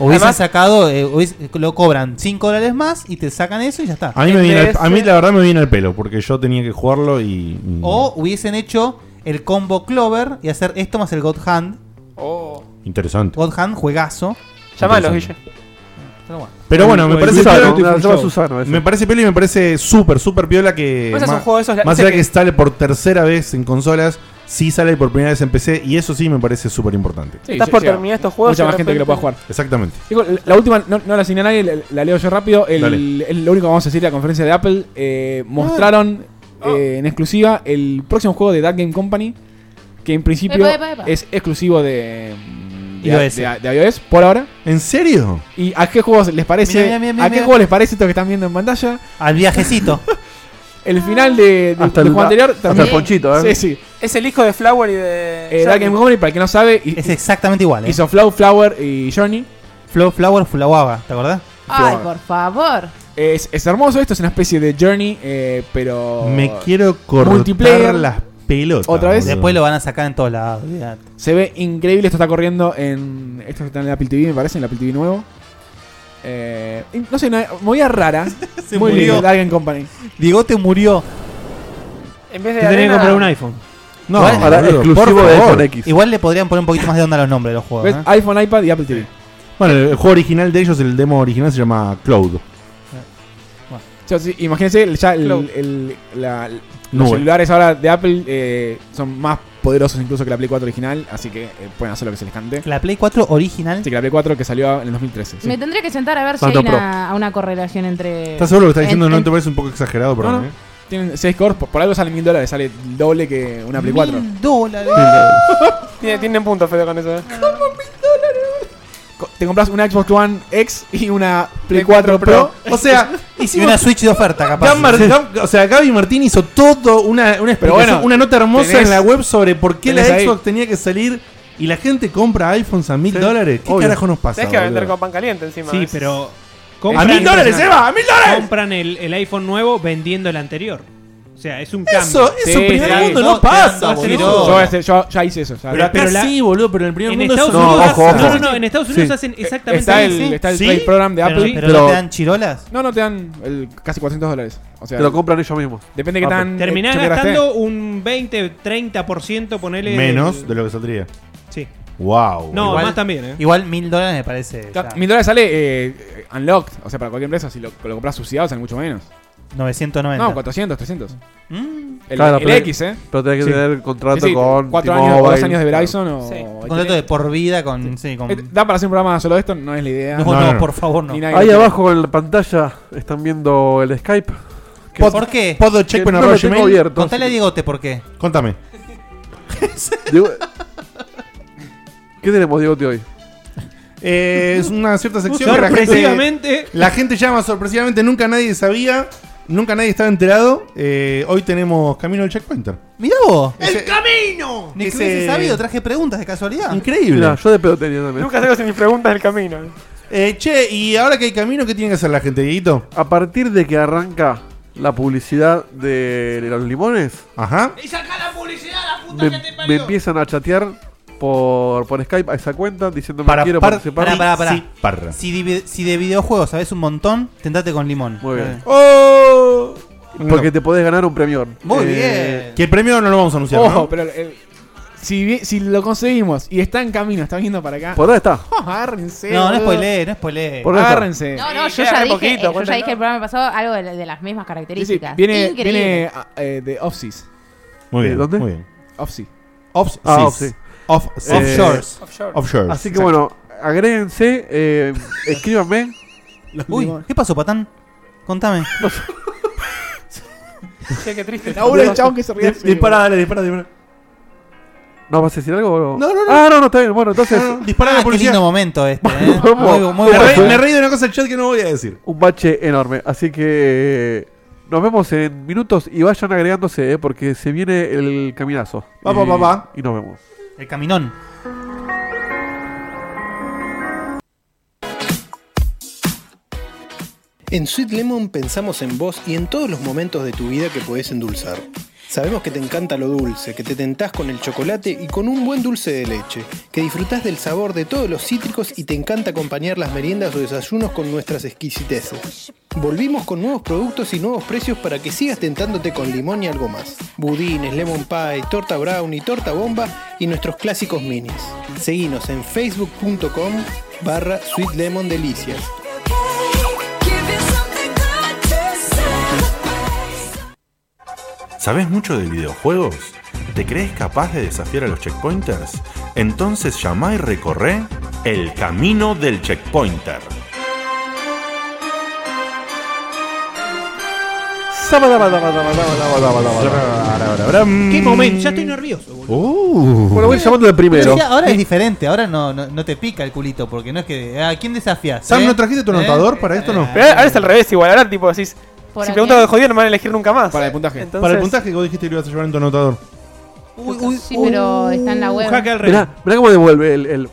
Speaker 3: Hubiesen
Speaker 7: Además-
Speaker 3: sacado, eh, hubiese- lo cobran 5 dólares más y te sacan eso y ya está.
Speaker 1: A mí, me viene al- a mí la verdad me viene al pelo, porque yo tenía que jugarlo y. y-
Speaker 7: Oh.
Speaker 3: O hubiesen hecho el combo Clover y hacer esto más el God Hand.
Speaker 1: Interesante.
Speaker 3: God Hand, juegazo.
Speaker 1: Llámalo,
Speaker 3: Guille.
Speaker 1: Pero bueno, me
Speaker 3: El
Speaker 1: parece
Speaker 3: Susano,
Speaker 1: piola-
Speaker 3: el llama Susano, ese.
Speaker 1: me parece piola y me parece súper, súper piola que.
Speaker 7: Pues es un
Speaker 1: ma-
Speaker 7: juego de esos-
Speaker 1: más
Speaker 7: ese
Speaker 1: allá que
Speaker 7: que-
Speaker 1: sale por tercera vez en consolas, sí sale por primera vez en PC y eso sí me parece súper importante.
Speaker 7: Sí, Estás sí, por sí. terminar estos juegos
Speaker 4: Mucha
Speaker 7: y de
Speaker 4: más gente que lo pueda
Speaker 7: repente-
Speaker 4: jugar.
Speaker 1: Exactamente.
Speaker 4: Digo, la última no, no la asigné a nadie, la, la leo yo rápido. El,
Speaker 1: Dale.
Speaker 4: el- lo único que vamos a decir de la conferencia de Apple, eh, mostraron
Speaker 7: Ah.
Speaker 4: eh, en exclusiva el próximo juego de That Game Company, que en principio
Speaker 6: Epa, epa, epa.
Speaker 4: es exclusivo de, mm, de,
Speaker 3: iOS.
Speaker 4: de- de iOS por ahora.
Speaker 1: ¿En serio?
Speaker 4: ¿Y a qué juegos les parece?
Speaker 3: Mira, mira, mira,
Speaker 4: ¿A qué
Speaker 3: mira.
Speaker 4: juego les parece esto que están viendo en pantalla?
Speaker 3: Al viajecito.
Speaker 7: Ah,
Speaker 4: el final de, de-
Speaker 5: Hasta
Speaker 4: del
Speaker 5: el-
Speaker 4: juego anterior
Speaker 5: hasta
Speaker 4: también-
Speaker 5: el ponchito, ¿eh?
Speaker 4: Sí, sí.
Speaker 7: Es el hijo de Flower y de.
Speaker 4: Eh, Dark Game Company, para el que no sabe, es
Speaker 3: exactamente igual. eh.
Speaker 4: Hizo Flow, Flower y Journey.
Speaker 3: Flow, Flower, Fulawaba, ¿te acordás?
Speaker 7: Ah,
Speaker 6: Ay, por favor.
Speaker 4: Es, es hermoso esto, es una especie de Journey, eh, pero.
Speaker 1: Me quiero cortar
Speaker 4: Multiplayer.
Speaker 1: las pelotas.
Speaker 4: Otra vez.
Speaker 1: boludo.
Speaker 3: Después lo van a sacar en todos lados. olvidate.
Speaker 4: Se ve increíble, esto está corriendo en. Esto está en el Apple TV, me parece, en el Apple TV nuevo. Eh, y no sé, una movida rara.
Speaker 3: Se
Speaker 4: muy
Speaker 3: murió.
Speaker 4: lindo, Dark Game Company.
Speaker 3: Diego te murió.
Speaker 7: En
Speaker 4: Eh,
Speaker 7: vez
Speaker 2: Te tenés que comprar un iPhone. Igual- boludo, por favor.
Speaker 3: Igual le podrían poner un poquito más de onda a los nombres de los juegos.
Speaker 4: ¿Ves?
Speaker 3: ¿eh?
Speaker 4: iPhone, iPad y Apple TV.
Speaker 1: Bueno, el juego original de ellos, el demo original se llama Cloud.
Speaker 4: Yo, sí, imagínense, el- ya el-
Speaker 7: Cloud.
Speaker 4: el- la- los
Speaker 1: Nube.
Speaker 4: celulares ahora de Apple eh, son más poderosos incluso que la Play 4 original, así que eh, pueden hacer lo que se les cante.
Speaker 3: ¿La Play 4 original?
Speaker 4: Sí, que la Play 4 que salió en el 2013. sí.
Speaker 6: Me tendría que sentar a ver si
Speaker 4: Tanto
Speaker 6: hay una, una correlación entre.
Speaker 1: ¿Estás seguro lo que estás
Speaker 6: en-
Speaker 1: diciendo? no
Speaker 6: en-
Speaker 1: te parece un poco exagerado, perdón.
Speaker 4: No, no.
Speaker 1: eh?
Speaker 4: Tienen 6 cores, por, por algo sale 1000 dólares, sale el doble que una Play 4.
Speaker 3: dólares.
Speaker 7: Tiene- Tienen puntos, Fede, con eso. ¿eh?
Speaker 4: Co- Te compras una Xbox One X y una Play 4 Pro.
Speaker 1: O sea, hicimos-
Speaker 3: de oferta,
Speaker 1: Gab Mar- Gab- o sea, Gaby Martín hizo todo una, una
Speaker 4: Pero
Speaker 1: explicación,
Speaker 4: bueno,
Speaker 1: una nota hermosa
Speaker 4: tenés-
Speaker 1: en la web sobre por qué la
Speaker 4: tenés ahí.
Speaker 1: Xbox tenía que salir y la gente compra iPhones a mil
Speaker 4: Sí,
Speaker 1: dólares. ¿Qué
Speaker 4: obvio.
Speaker 1: carajo nos pasa?
Speaker 7: Tenés que vender
Speaker 1: boludo?
Speaker 7: con pan caliente encima.
Speaker 2: Sí,
Speaker 7: es-
Speaker 2: pero.
Speaker 1: ¡A mil dólares, Eva!
Speaker 2: Eva!
Speaker 1: ¡A mil dólares!
Speaker 2: Compran el, el iPhone nuevo vendiendo el anterior. O sea, es un
Speaker 1: Eso-
Speaker 2: cambio.
Speaker 1: eso en primer mundo no pasa, boludo.
Speaker 4: Yo, voy a hacer- yo ya hice eso. ya.
Speaker 1: Pero acá sí, boludo, pero en el primer
Speaker 2: en
Speaker 1: mundo
Speaker 2: Estados
Speaker 1: eso no
Speaker 2: Unidos,
Speaker 1: pasa.
Speaker 2: no, no, no, en Estados Unidos
Speaker 1: Sí.
Speaker 2: hacen
Speaker 1: Eh,
Speaker 2: exactamente
Speaker 4: está el- está el ¿Sí? Play Program de
Speaker 2: Pero-
Speaker 4: Apple.
Speaker 2: pero-
Speaker 3: ¿Pero no te dan chirolas?
Speaker 4: No, no te dan el casi 400 dólares. O sea,
Speaker 5: Te lo compran ellos mismos.
Speaker 4: Depende que
Speaker 5: Apple.
Speaker 4: tan.
Speaker 2: Ah, terminás
Speaker 4: eh, yo que gasté.
Speaker 2: gastando un 20, 30%, ponele. del-
Speaker 1: Menos de lo que saldría.
Speaker 2: Sí.
Speaker 1: Wow.
Speaker 2: No,
Speaker 3: Igual-
Speaker 2: más también, ¿eh?
Speaker 3: Igual mil dólares me parece. ya.
Speaker 4: Mil dólares sale eh, unlocked. O sea, para cualquier empresa, si lo, lo compras suciado, sale mucho menos.
Speaker 3: 990.
Speaker 4: No, 400, 300.
Speaker 3: Mm.
Speaker 4: El,
Speaker 5: Claro,
Speaker 4: el
Speaker 5: pero-
Speaker 4: X, ¿eh?
Speaker 5: pero tenés que tener contrato con
Speaker 4: 4
Speaker 5: T-Mobile,
Speaker 4: años, o dos años de
Speaker 5: claro.
Speaker 4: Verizon o.
Speaker 5: Sí.
Speaker 4: o
Speaker 3: Contrato de por vida con. Sí, con
Speaker 4: Eh, Da para hacer un programa solo de esto, no es la idea.
Speaker 5: No, no, no.
Speaker 4: Ni nadie
Speaker 5: Ahí
Speaker 4: lo-
Speaker 5: abajo en la pantalla están viendo el Skype.
Speaker 3: ¿Por qué?
Speaker 5: Que no lo tengo abierto.
Speaker 3: Contale a Diegote por qué.
Speaker 1: Contame.
Speaker 5: Diego- ¿Qué tenemos, Diego, hoy?
Speaker 1: Eh, es una cierta sección. que la gente-
Speaker 5: Sorpresivamente.
Speaker 1: La gente, llama sorpresivamente. Nunca nadie sabía. Nunca nadie estaba enterado. Eh, hoy tenemos Camino al Checkpointer.
Speaker 3: Mirá vos.
Speaker 1: ¡El
Speaker 3: camino! Ni que
Speaker 1: Ese-
Speaker 3: hubiese sabido, traje preguntas de casualidad.
Speaker 5: Ah.
Speaker 1: Increíble.
Speaker 5: Mirá, yo de pedo tenía también.
Speaker 1: Nunca
Speaker 4: salgo sin mis preguntas del camino.
Speaker 1: Eh, che, y ahora que hay camino, ¿qué tiene que hacer la gente, Dieguito?
Speaker 5: A partir de que arranca la publicidad de los limones.
Speaker 1: Ajá.
Speaker 5: Y saca la publicidad, la puta me, me empiezan a chatear por, por Skype a esa cuenta diciéndome
Speaker 3: Para,
Speaker 5: quiero
Speaker 3: par-
Speaker 5: participar.
Speaker 3: pará, pará, pará.
Speaker 1: parra.
Speaker 3: Si, de, vi- si de videojuegos sabes un montón, tentate con limón.
Speaker 5: Muy
Speaker 1: Eh.
Speaker 5: bien.
Speaker 1: ¡Oh!
Speaker 5: Porque te podés ganar un premión.
Speaker 3: Muy
Speaker 5: Eh, Oh,
Speaker 1: Que el premio no lo vamos a anunciar.
Speaker 4: Ojo,
Speaker 1: ¿no?
Speaker 4: pero eh, si, vi- si lo conseguimos y está en camino, está viendo para acá.
Speaker 5: Por ahí está.
Speaker 4: Agárrense.
Speaker 3: No, no
Speaker 4: boludo.
Speaker 3: spoilé, no spoilé.
Speaker 4: Por eso. Agárrense.
Speaker 6: No, no,
Speaker 4: Sí,
Speaker 6: yo
Speaker 4: queda
Speaker 6: ya,
Speaker 4: re
Speaker 6: dije,
Speaker 4: poquito,
Speaker 6: eh, yo ya
Speaker 4: cuéntenlo.
Speaker 6: dije el programa pasado algo de, de las mismas
Speaker 4: Sí, sí,
Speaker 6: características.
Speaker 4: viene,
Speaker 6: Increíble.
Speaker 4: viene ah, eh, de Offseas.
Speaker 1: Muy bien.
Speaker 5: ¿De dónde?
Speaker 1: Muy bien.
Speaker 4: Offsea.
Speaker 1: Offs-
Speaker 5: Ah,
Speaker 1: sis.
Speaker 5: offsea.
Speaker 1: Off-
Speaker 5: Eh,
Speaker 1: sis. Offshores.
Speaker 5: Así que bueno, agréguense, eh, escríbanme.
Speaker 3: Uy, ¿qué pasó, patán? Contame.
Speaker 7: Che, qué triste.
Speaker 4: Ahora el chabón que se ríe.
Speaker 1: Dispara, dale, dispara, dispara.
Speaker 5: ¿No vas a decir algo?
Speaker 1: No, no, no.
Speaker 5: Ah, no, no, está bien. Bueno, entonces.
Speaker 1: Dispara
Speaker 3: Ah,
Speaker 1: la
Speaker 3: qué
Speaker 1: policía.
Speaker 3: lindo momento este. ¿eh?
Speaker 5: Vamos.
Speaker 3: Muy- muy
Speaker 1: me,
Speaker 3: bueno.
Speaker 1: reí, me reí de una cosa del chat que no voy a decir.
Speaker 5: un bache enorme. Así que eh, nos vemos en minutos y vayan agregándose, eh, porque se viene el caminazo.
Speaker 1: Va, va,
Speaker 5: Y-
Speaker 1: va, va.
Speaker 5: Y nos vemos.
Speaker 3: El caminón.
Speaker 17: En Sweet Lemon pensamos en vos y en todos los momentos de tu vida que podés endulzar. Sabemos que te encanta lo dulce, que te tentás con el chocolate y con un buen dulce de leche, que disfrutás del sabor de todos los cítricos y te encanta acompañar las meriendas o desayunos con nuestras exquisiteces. Volvimos con nuevos productos y nuevos precios para que sigas tentándote con limón y algo más. Budines, lemon pie, torta brownie, torta bomba y nuestros clásicos minis. Seguinos en facebook.com barra Sweet Lemon Delicias.
Speaker 1: ¿Sabes mucho de videojuegos? ¿Te crees capaz de desafiar a los checkpointers? Entonces llama y recorre el camino del checkpointer.
Speaker 2: ¿Qué momento? Ya estoy nervioso. boludo.
Speaker 5: Bueno, voy llamando de primero.
Speaker 3: Pero ya ahora es diferente, ahora no, no, no te pica el culito, porque no es que. ¿A quién desafías?
Speaker 7: Sam,
Speaker 3: eh?
Speaker 7: ¿no trajiste tu
Speaker 3: ¿Eh?
Speaker 7: anotador
Speaker 1: para esto? No.
Speaker 7: Pero ahora es al revés, igual. Ahora, tipo, decís.
Speaker 6: Por
Speaker 7: si
Speaker 6: acá.
Speaker 7: preguntas de jodido, no me van a elegir nunca más. Para el
Speaker 4: puntaje.
Speaker 1: Para el puntaje que vos dijiste que lo ibas a llevar en tu anotador.
Speaker 6: sí, pero está en la web.
Speaker 5: Mirá, mirá cómo devuelve el. el-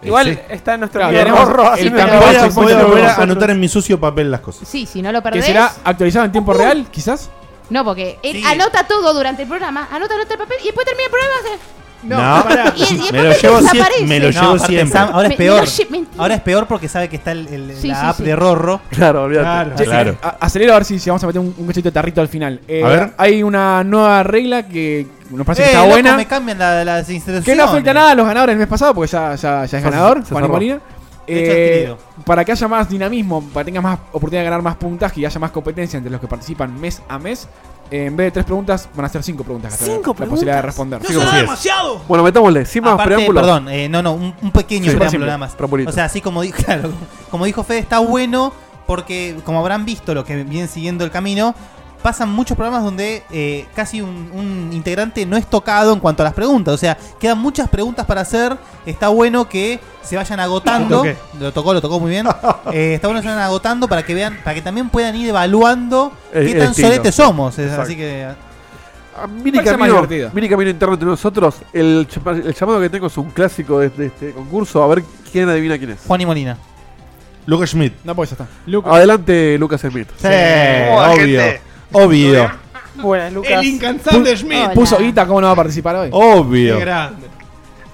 Speaker 7: Igual
Speaker 5: Sí.
Speaker 7: está en nuestro
Speaker 4: Claro,
Speaker 7: video
Speaker 4: tenemos
Speaker 7: horror,
Speaker 4: el
Speaker 7: haciendo
Speaker 1: Voy
Speaker 7: una
Speaker 1: a-
Speaker 7: grabación
Speaker 1: voy a
Speaker 7: con
Speaker 1: volver a
Speaker 7: nosotros.
Speaker 1: anotar en mi sucio papel las cosas.
Speaker 6: Sí, si no lo
Speaker 4: Que
Speaker 6: perdés.
Speaker 4: será actualizado en tiempo real, quizás.
Speaker 6: No, porque él anota todo durante el programa. Anota, anota el papel y después termina el programa. hace- Y el- y el
Speaker 3: Me lo
Speaker 6: papel
Speaker 3: llevo sie-
Speaker 6: desaparece.
Speaker 3: me lo llevo aparte, siempre. Sam, ahora es
Speaker 6: Me- me
Speaker 3: peor.
Speaker 6: lo lle- mentira.
Speaker 3: Ahora es peor porque sabe que está el, el-
Speaker 6: Sí,
Speaker 3: la
Speaker 6: sí,
Speaker 3: app
Speaker 6: sí.
Speaker 3: de Rorro.
Speaker 5: Claro, olvídate.
Speaker 4: Che, eh, a- acelera a ver si, si vamos a meter un, un cachito de tarrito al final. Eh,
Speaker 3: A ver.
Speaker 4: Hay una nueva regla que nos parece
Speaker 3: Eh,
Speaker 4: que está
Speaker 3: loco,
Speaker 4: buena.
Speaker 3: Me cambian la, las
Speaker 4: Que
Speaker 3: instrucciones.
Speaker 4: no afecta nada a los ganadores del mes pasado, porque ya, ya, ya es
Speaker 3: Se-
Speaker 4: ganador,
Speaker 3: se
Speaker 4: Juan y
Speaker 3: cerró.
Speaker 4: Molina.
Speaker 5: Este
Speaker 3: Derecho
Speaker 4: Eh,
Speaker 3: adquirido.
Speaker 4: para que haya más dinamismo, para que tengas más oportunidad de ganar más puntaje y haya más competencia entre los que participan mes a mes, eh, en vez de tres preguntas, van a ser cinco preguntas. que tengan La posibilidad de responder.
Speaker 5: Sí, como si es. Bueno, metámosle, sin más
Speaker 3: Aparte,
Speaker 5: preámbulos.
Speaker 3: Perdón, eh, no, no, un, un pequeño
Speaker 5: Sí,
Speaker 3: preámbulo
Speaker 5: simple,
Speaker 3: nada más.
Speaker 5: preambulito.
Speaker 3: O sea, así como, di- claro, como dijo Fede, está bueno porque, como habrán visto los que vienen siguiendo el camino, pasan muchos programas donde eh, casi un, un integrante no es tocado en cuanto a las preguntas. O sea, quedan muchas preguntas para hacer. Está bueno que se vayan agotando.
Speaker 2: Lo toqué.
Speaker 3: Lo tocó, lo tocó muy bien. Eh, está bueno que se vayan agotando para que vean, para que también puedan ir evaluando
Speaker 5: El-
Speaker 3: qué
Speaker 5: Eh, el
Speaker 3: tan
Speaker 5: estilo.
Speaker 3: soletes somos. Es-
Speaker 5: Exacto. Ah,
Speaker 3: así que.
Speaker 5: Mini camino, mini camino interno entre nosotros. El, ch- el llamado que tengo es un clásico de, de este concurso. A ver quién adivina quién es.
Speaker 3: Juan y Molina.
Speaker 1: Lucas Schmidt.
Speaker 4: No, pues ya está.
Speaker 5: Adelante, Lucas Schmidt.
Speaker 1: Sí, obvio. Obvio.
Speaker 7: Buenas, Lucas.
Speaker 4: Pu- Puso guita, ¿cómo no va a participar hoy?
Speaker 1: Obvio.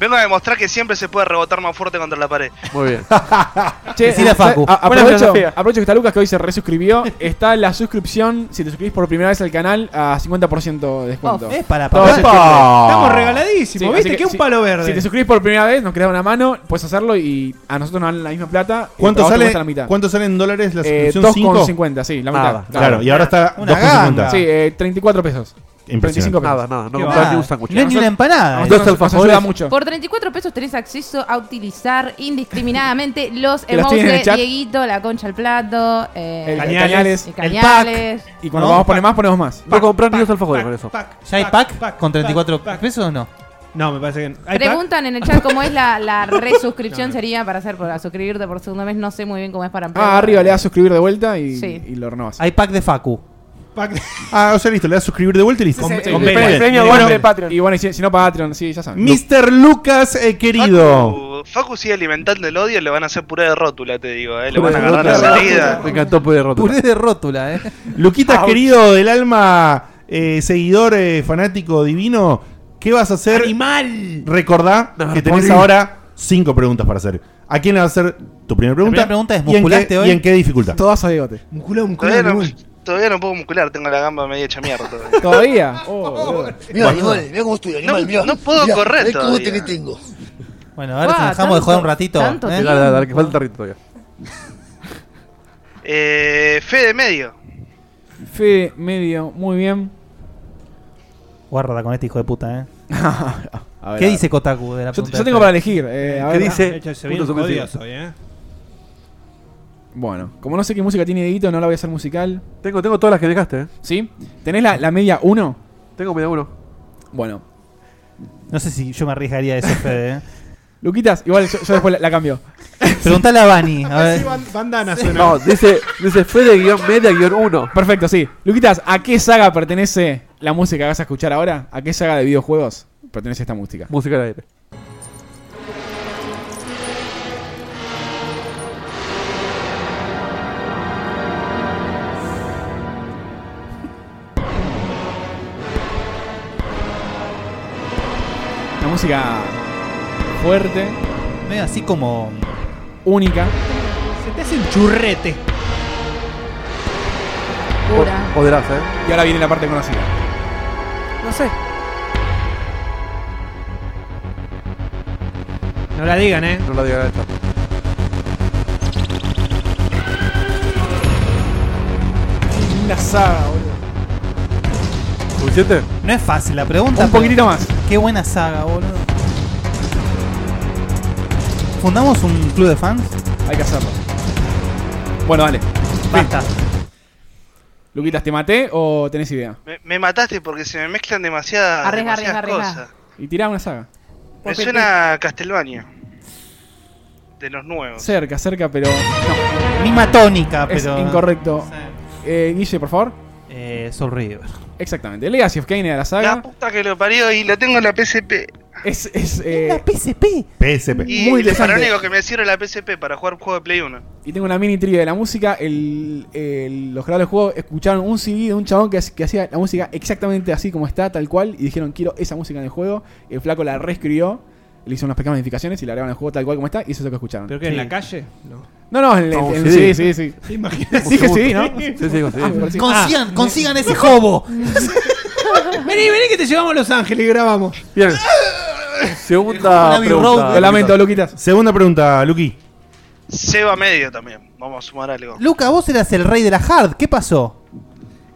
Speaker 18: Vengo a demostrar que siempre se puede rebotar más fuerte contra la pared.
Speaker 5: Muy bien.
Speaker 18: Decile a Facu.
Speaker 4: eh,
Speaker 6: Ah,
Speaker 4: a-
Speaker 18: Buena
Speaker 4: aprovecho,
Speaker 18: filosofía.
Speaker 4: aprovecho que está Lucas que hoy se resuscribió. Está la suscripción, si te suscribís por primera vez al canal, a 50% de descuento.
Speaker 3: Oh, es para
Speaker 4: Todo
Speaker 3: papá.
Speaker 4: septiembre.
Speaker 3: Estamos regaladísimos,
Speaker 4: así
Speaker 3: ¿viste? Que un
Speaker 4: si-
Speaker 3: palo verde.
Speaker 4: Si te suscribís por primera vez, nos querés dar una mano, puedes hacerlo y a nosotros nos dan la misma plata. y
Speaker 1: ¿Cuánto
Speaker 4: para vos te
Speaker 1: sale-
Speaker 4: cuesta la mitad.
Speaker 1: cuánto sale en dólares la
Speaker 4: Eh,
Speaker 1: suscripción?
Speaker 4: 2,50, sí, la
Speaker 1: Nada,
Speaker 4: mitad.
Speaker 1: claro, y ahora está
Speaker 4: Una
Speaker 1: 2,50.
Speaker 4: ganga. Sí, eh, 34 pesos.
Speaker 1: Impresionante.
Speaker 4: 35 pesos.
Speaker 1: Nada, nada, no
Speaker 4: Qué
Speaker 1: comprar
Speaker 4: va.
Speaker 1: ni ¿eh? un sándwich.
Speaker 4: No es ni una
Speaker 1: Dos
Speaker 4: empanada. Nos- nos- nos
Speaker 1: alfajores.
Speaker 4: ayuda mucho.
Speaker 6: Por 34 pesos tenés acceso a utilizar indiscriminadamente los
Speaker 4: Que los
Speaker 6: emojis
Speaker 4: tienen en el
Speaker 6: de
Speaker 4: chat.
Speaker 6: Dieguito, la concha al plato, eh,
Speaker 4: El cañales,
Speaker 6: el
Speaker 4: el
Speaker 6: cañales.
Speaker 4: Y cuando vamos a poner más, ponemos más.
Speaker 3: Voy a comprar
Speaker 4: pack,
Speaker 3: niños alfajores
Speaker 4: pack,
Speaker 3: con eso. ¿Ya hay pack, con 34 pesos o no?
Speaker 2: No, me parece que.
Speaker 6: Preguntan en el chat cómo es la, la resuscripción sería para hacer, para suscribirte por segundo mes. No sé muy bien cómo es para
Speaker 4: Ah,
Speaker 6: ampliar.
Speaker 4: arriba le das suscribir de vuelta y,
Speaker 6: Sí.
Speaker 4: y lo renovas.
Speaker 3: Hay pack de Facu.
Speaker 1: Ah, o sea, listo, le das suscribir de vuelta y listo.
Speaker 4: Con-
Speaker 1: Sí,
Speaker 4: con
Speaker 1: sí,
Speaker 4: premio.
Speaker 1: sí.
Speaker 4: Premio
Speaker 1: Bueno,
Speaker 4: de Patreon. Y bueno, y si, si no Patreon, sí, ya saben.
Speaker 1: Mr. Lucas, eh, querido.
Speaker 18: Facu- Facu sigue alimentando el odio, le van a hacer puré de rótula, te digo, ¿eh? le
Speaker 1: Puré
Speaker 18: van a
Speaker 1: de
Speaker 18: agarrar la
Speaker 1: rótula.
Speaker 18: salida.
Speaker 1: Me encantó puré de rótula.
Speaker 3: Puré de rótula, eh.
Speaker 1: Luquitas,
Speaker 3: Ouch.
Speaker 1: querido del alma, eh, seguidor, eh, fanático divino, ¿qué vas a hacer? ¡Animal! Recordá que tenés
Speaker 3: morí.
Speaker 1: ahora cinco preguntas para hacer. ¿A quién le vas a hacer tu primera pregunta?
Speaker 3: primera pregunta
Speaker 1: ¿Y
Speaker 3: es,
Speaker 1: en qué-
Speaker 3: ¿musculaste hoy?
Speaker 1: ¿Y en qué dificultad?
Speaker 4: Todas a bigote.
Speaker 18: Todavía no, todavía no puedo muscular, tengo la gamba media hecha mierda todavía.
Speaker 4: ¿Todavía?
Speaker 6: Oh,
Speaker 18: Bueno.
Speaker 19: mira cómo estoy,
Speaker 18: No- no puedo correr
Speaker 19: mirá cómo
Speaker 18: todavía.
Speaker 19: te que tengo.
Speaker 3: Bueno, ahora si nos dejamos de joder un ratito.
Speaker 19: tanto
Speaker 3: ¿eh?
Speaker 19: tiempo. Dale, dale, dale, que
Speaker 5: falta rito todavía.
Speaker 18: Eh, fe de medio.
Speaker 4: Fede, medio, muy bien.
Speaker 3: Guarda con este hijo de puta, eh.
Speaker 4: A ver,
Speaker 3: ¿Qué
Speaker 4: a ver.
Speaker 3: dice Kotaku de la
Speaker 4: Yo-
Speaker 3: pregunta
Speaker 4: yo
Speaker 3: de
Speaker 4: tengo
Speaker 3: Fede?
Speaker 4: para elegir, eh, a ¿Qué ver. dice?
Speaker 2: Echa, se vienen
Speaker 4: Puntos suspensivos.
Speaker 2: jodidos hoy, ¿eh?
Speaker 4: Bueno, como no sé qué música tiene Edito, no la voy a hacer musical.
Speaker 5: Tengo, tengo todas las que dejaste, eh.
Speaker 4: ¿Sí? ¿Tenés la, la media 1?
Speaker 5: Tengo media 1.
Speaker 4: Bueno.
Speaker 3: No sé si yo me arriesgaría a eso, Fede. ¿eh?
Speaker 4: Luquitas, igual yo, yo después la, la cambio.
Speaker 3: Preguntale a Bani. A ver.
Speaker 2: bandana
Speaker 4: suena.
Speaker 5: No, dice, dice Fede guión media guión 1.
Speaker 4: Perfecto, sí. Luquitas, ¿a qué saga pertenece la música que vas a escuchar ahora? ¿A qué saga de videojuegos pertenece esta música?
Speaker 5: Música al aire.
Speaker 4: Una música fuerte.
Speaker 3: Medio así como.
Speaker 4: Única.
Speaker 2: Se te hace un churrete.
Speaker 5: Poderás, eh.
Speaker 4: Y ahora viene la parte conocida.
Speaker 7: No sé.
Speaker 2: No la digan, eh.
Speaker 5: No la digan esta.
Speaker 4: Una saga, boludo.
Speaker 5: ¿Suficiente?
Speaker 3: No es fácil la pregunta.
Speaker 4: Un poquitito más.
Speaker 3: Qué buena saga, boludo. ¿Fundamos un club de fans?
Speaker 4: Hay que hacerlo. Bueno, dale.
Speaker 3: Basta.
Speaker 4: Luquitas, ¿te maté o tenés idea?
Speaker 18: Me, me mataste porque se me mezclan demasiadas,
Speaker 6: Arriesga,
Speaker 18: demasiadas
Speaker 6: arriesga,
Speaker 18: cosas.
Speaker 6: arriesga.
Speaker 4: Y tirá una saga.
Speaker 18: Me suena a Castelvania. De los nuevos.
Speaker 4: Cerca, cerca, pero. No.
Speaker 3: Misma tónica,
Speaker 4: Es
Speaker 3: pero-
Speaker 4: incorrecto. Eh, Guille, por favor.
Speaker 3: Eh, Soul River.
Speaker 4: Exactamente. Legacy of Kane era la saga.
Speaker 18: Puta que lo parió y lo tengo en la PSP.
Speaker 4: Es, es, eh,
Speaker 3: PSP.
Speaker 1: PSP.
Speaker 18: Y
Speaker 4: Muy
Speaker 18: para
Speaker 4: interesante.
Speaker 18: lo único que me sirve la PSP para jugar juego de Play 1.
Speaker 4: Y tengo una mini trivia de la música. El, el- los creadores del juego escucharon un CD de un chabón que, que hacía la música exactamente así como está, tal cual. Y dijeron, quiero esa música en el juego. El flaco la reescribió. Le hizo unas pequeñas modificaciones y la agregaron al juego tal cual como está. Y eso es lo que escucharon.
Speaker 2: ¿Pero qué? ¿En la calle? No.
Speaker 4: No, no, en, el-
Speaker 2: No,
Speaker 4: en-
Speaker 2: CD.
Speaker 4: sí, sí, sí.
Speaker 2: Imagínate.
Speaker 4: Dije sí, ¿no?
Speaker 2: Sí, sí, sí.
Speaker 4: Ah, por sí.
Speaker 2: Consigan-
Speaker 4: Ah.
Speaker 2: consigan ese jobo. vení, vení que te llevamos a Los Ángeles y grabamos.
Speaker 5: Bien. Segunda pregunta.
Speaker 1: Lo lamento, Luquitas. Segunda pregunta, Luqui.
Speaker 18: Seba medio también. Vamos a sumar algo.
Speaker 3: Luca, vos eras el rey de la hard. ¿Qué pasó?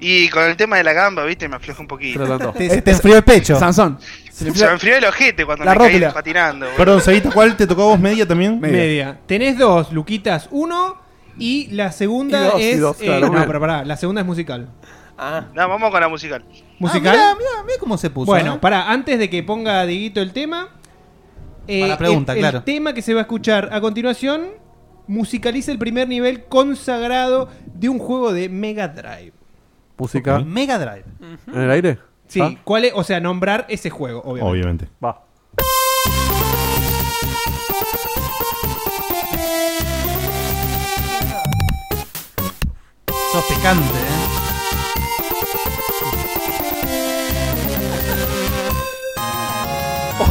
Speaker 18: Y con el tema de la gamba, viste, me afloja un poquito.
Speaker 3: Te-
Speaker 4: Este
Speaker 3: se te enfrió el pecho.
Speaker 4: Sansón.
Speaker 18: Se me enfrió el ojete cuando
Speaker 1: La
Speaker 18: me caí
Speaker 1: rótula.
Speaker 18: patinando. boludo.
Speaker 1: Perdón, Seguita, ¿cuál te tocó a vos media también?
Speaker 2: Media. Tenés dos, Luquitas, uno. Y la segunda
Speaker 1: Y dos, y
Speaker 2: es.
Speaker 1: dos,
Speaker 2: eh,
Speaker 1: claro,
Speaker 2: no,
Speaker 1: bien.
Speaker 2: pero pará, la segunda es musical.
Speaker 18: No, Ah, vamos con la musical.
Speaker 2: ¿Musical?
Speaker 3: Ah, mirá, mirá, mirá cómo se puso.
Speaker 2: bueno,
Speaker 3: ¿eh?
Speaker 2: pará, antes de que ponga Dieguito el tema. eh,
Speaker 3: Para la pregunta,
Speaker 2: el, el
Speaker 3: claro.
Speaker 2: tema que se va a escuchar a continuación musicaliza el primer nivel consagrado de un juego de Mega Drive.
Speaker 5: Música.
Speaker 3: Mega Drive.
Speaker 5: ¿En el aire?
Speaker 2: Sí,
Speaker 5: ¿Ah?
Speaker 2: ¿cuál es? O sea, nombrar ese juego, obviamente.
Speaker 1: Obviamente.
Speaker 5: Va.
Speaker 3: Sos picante, eh. Oh.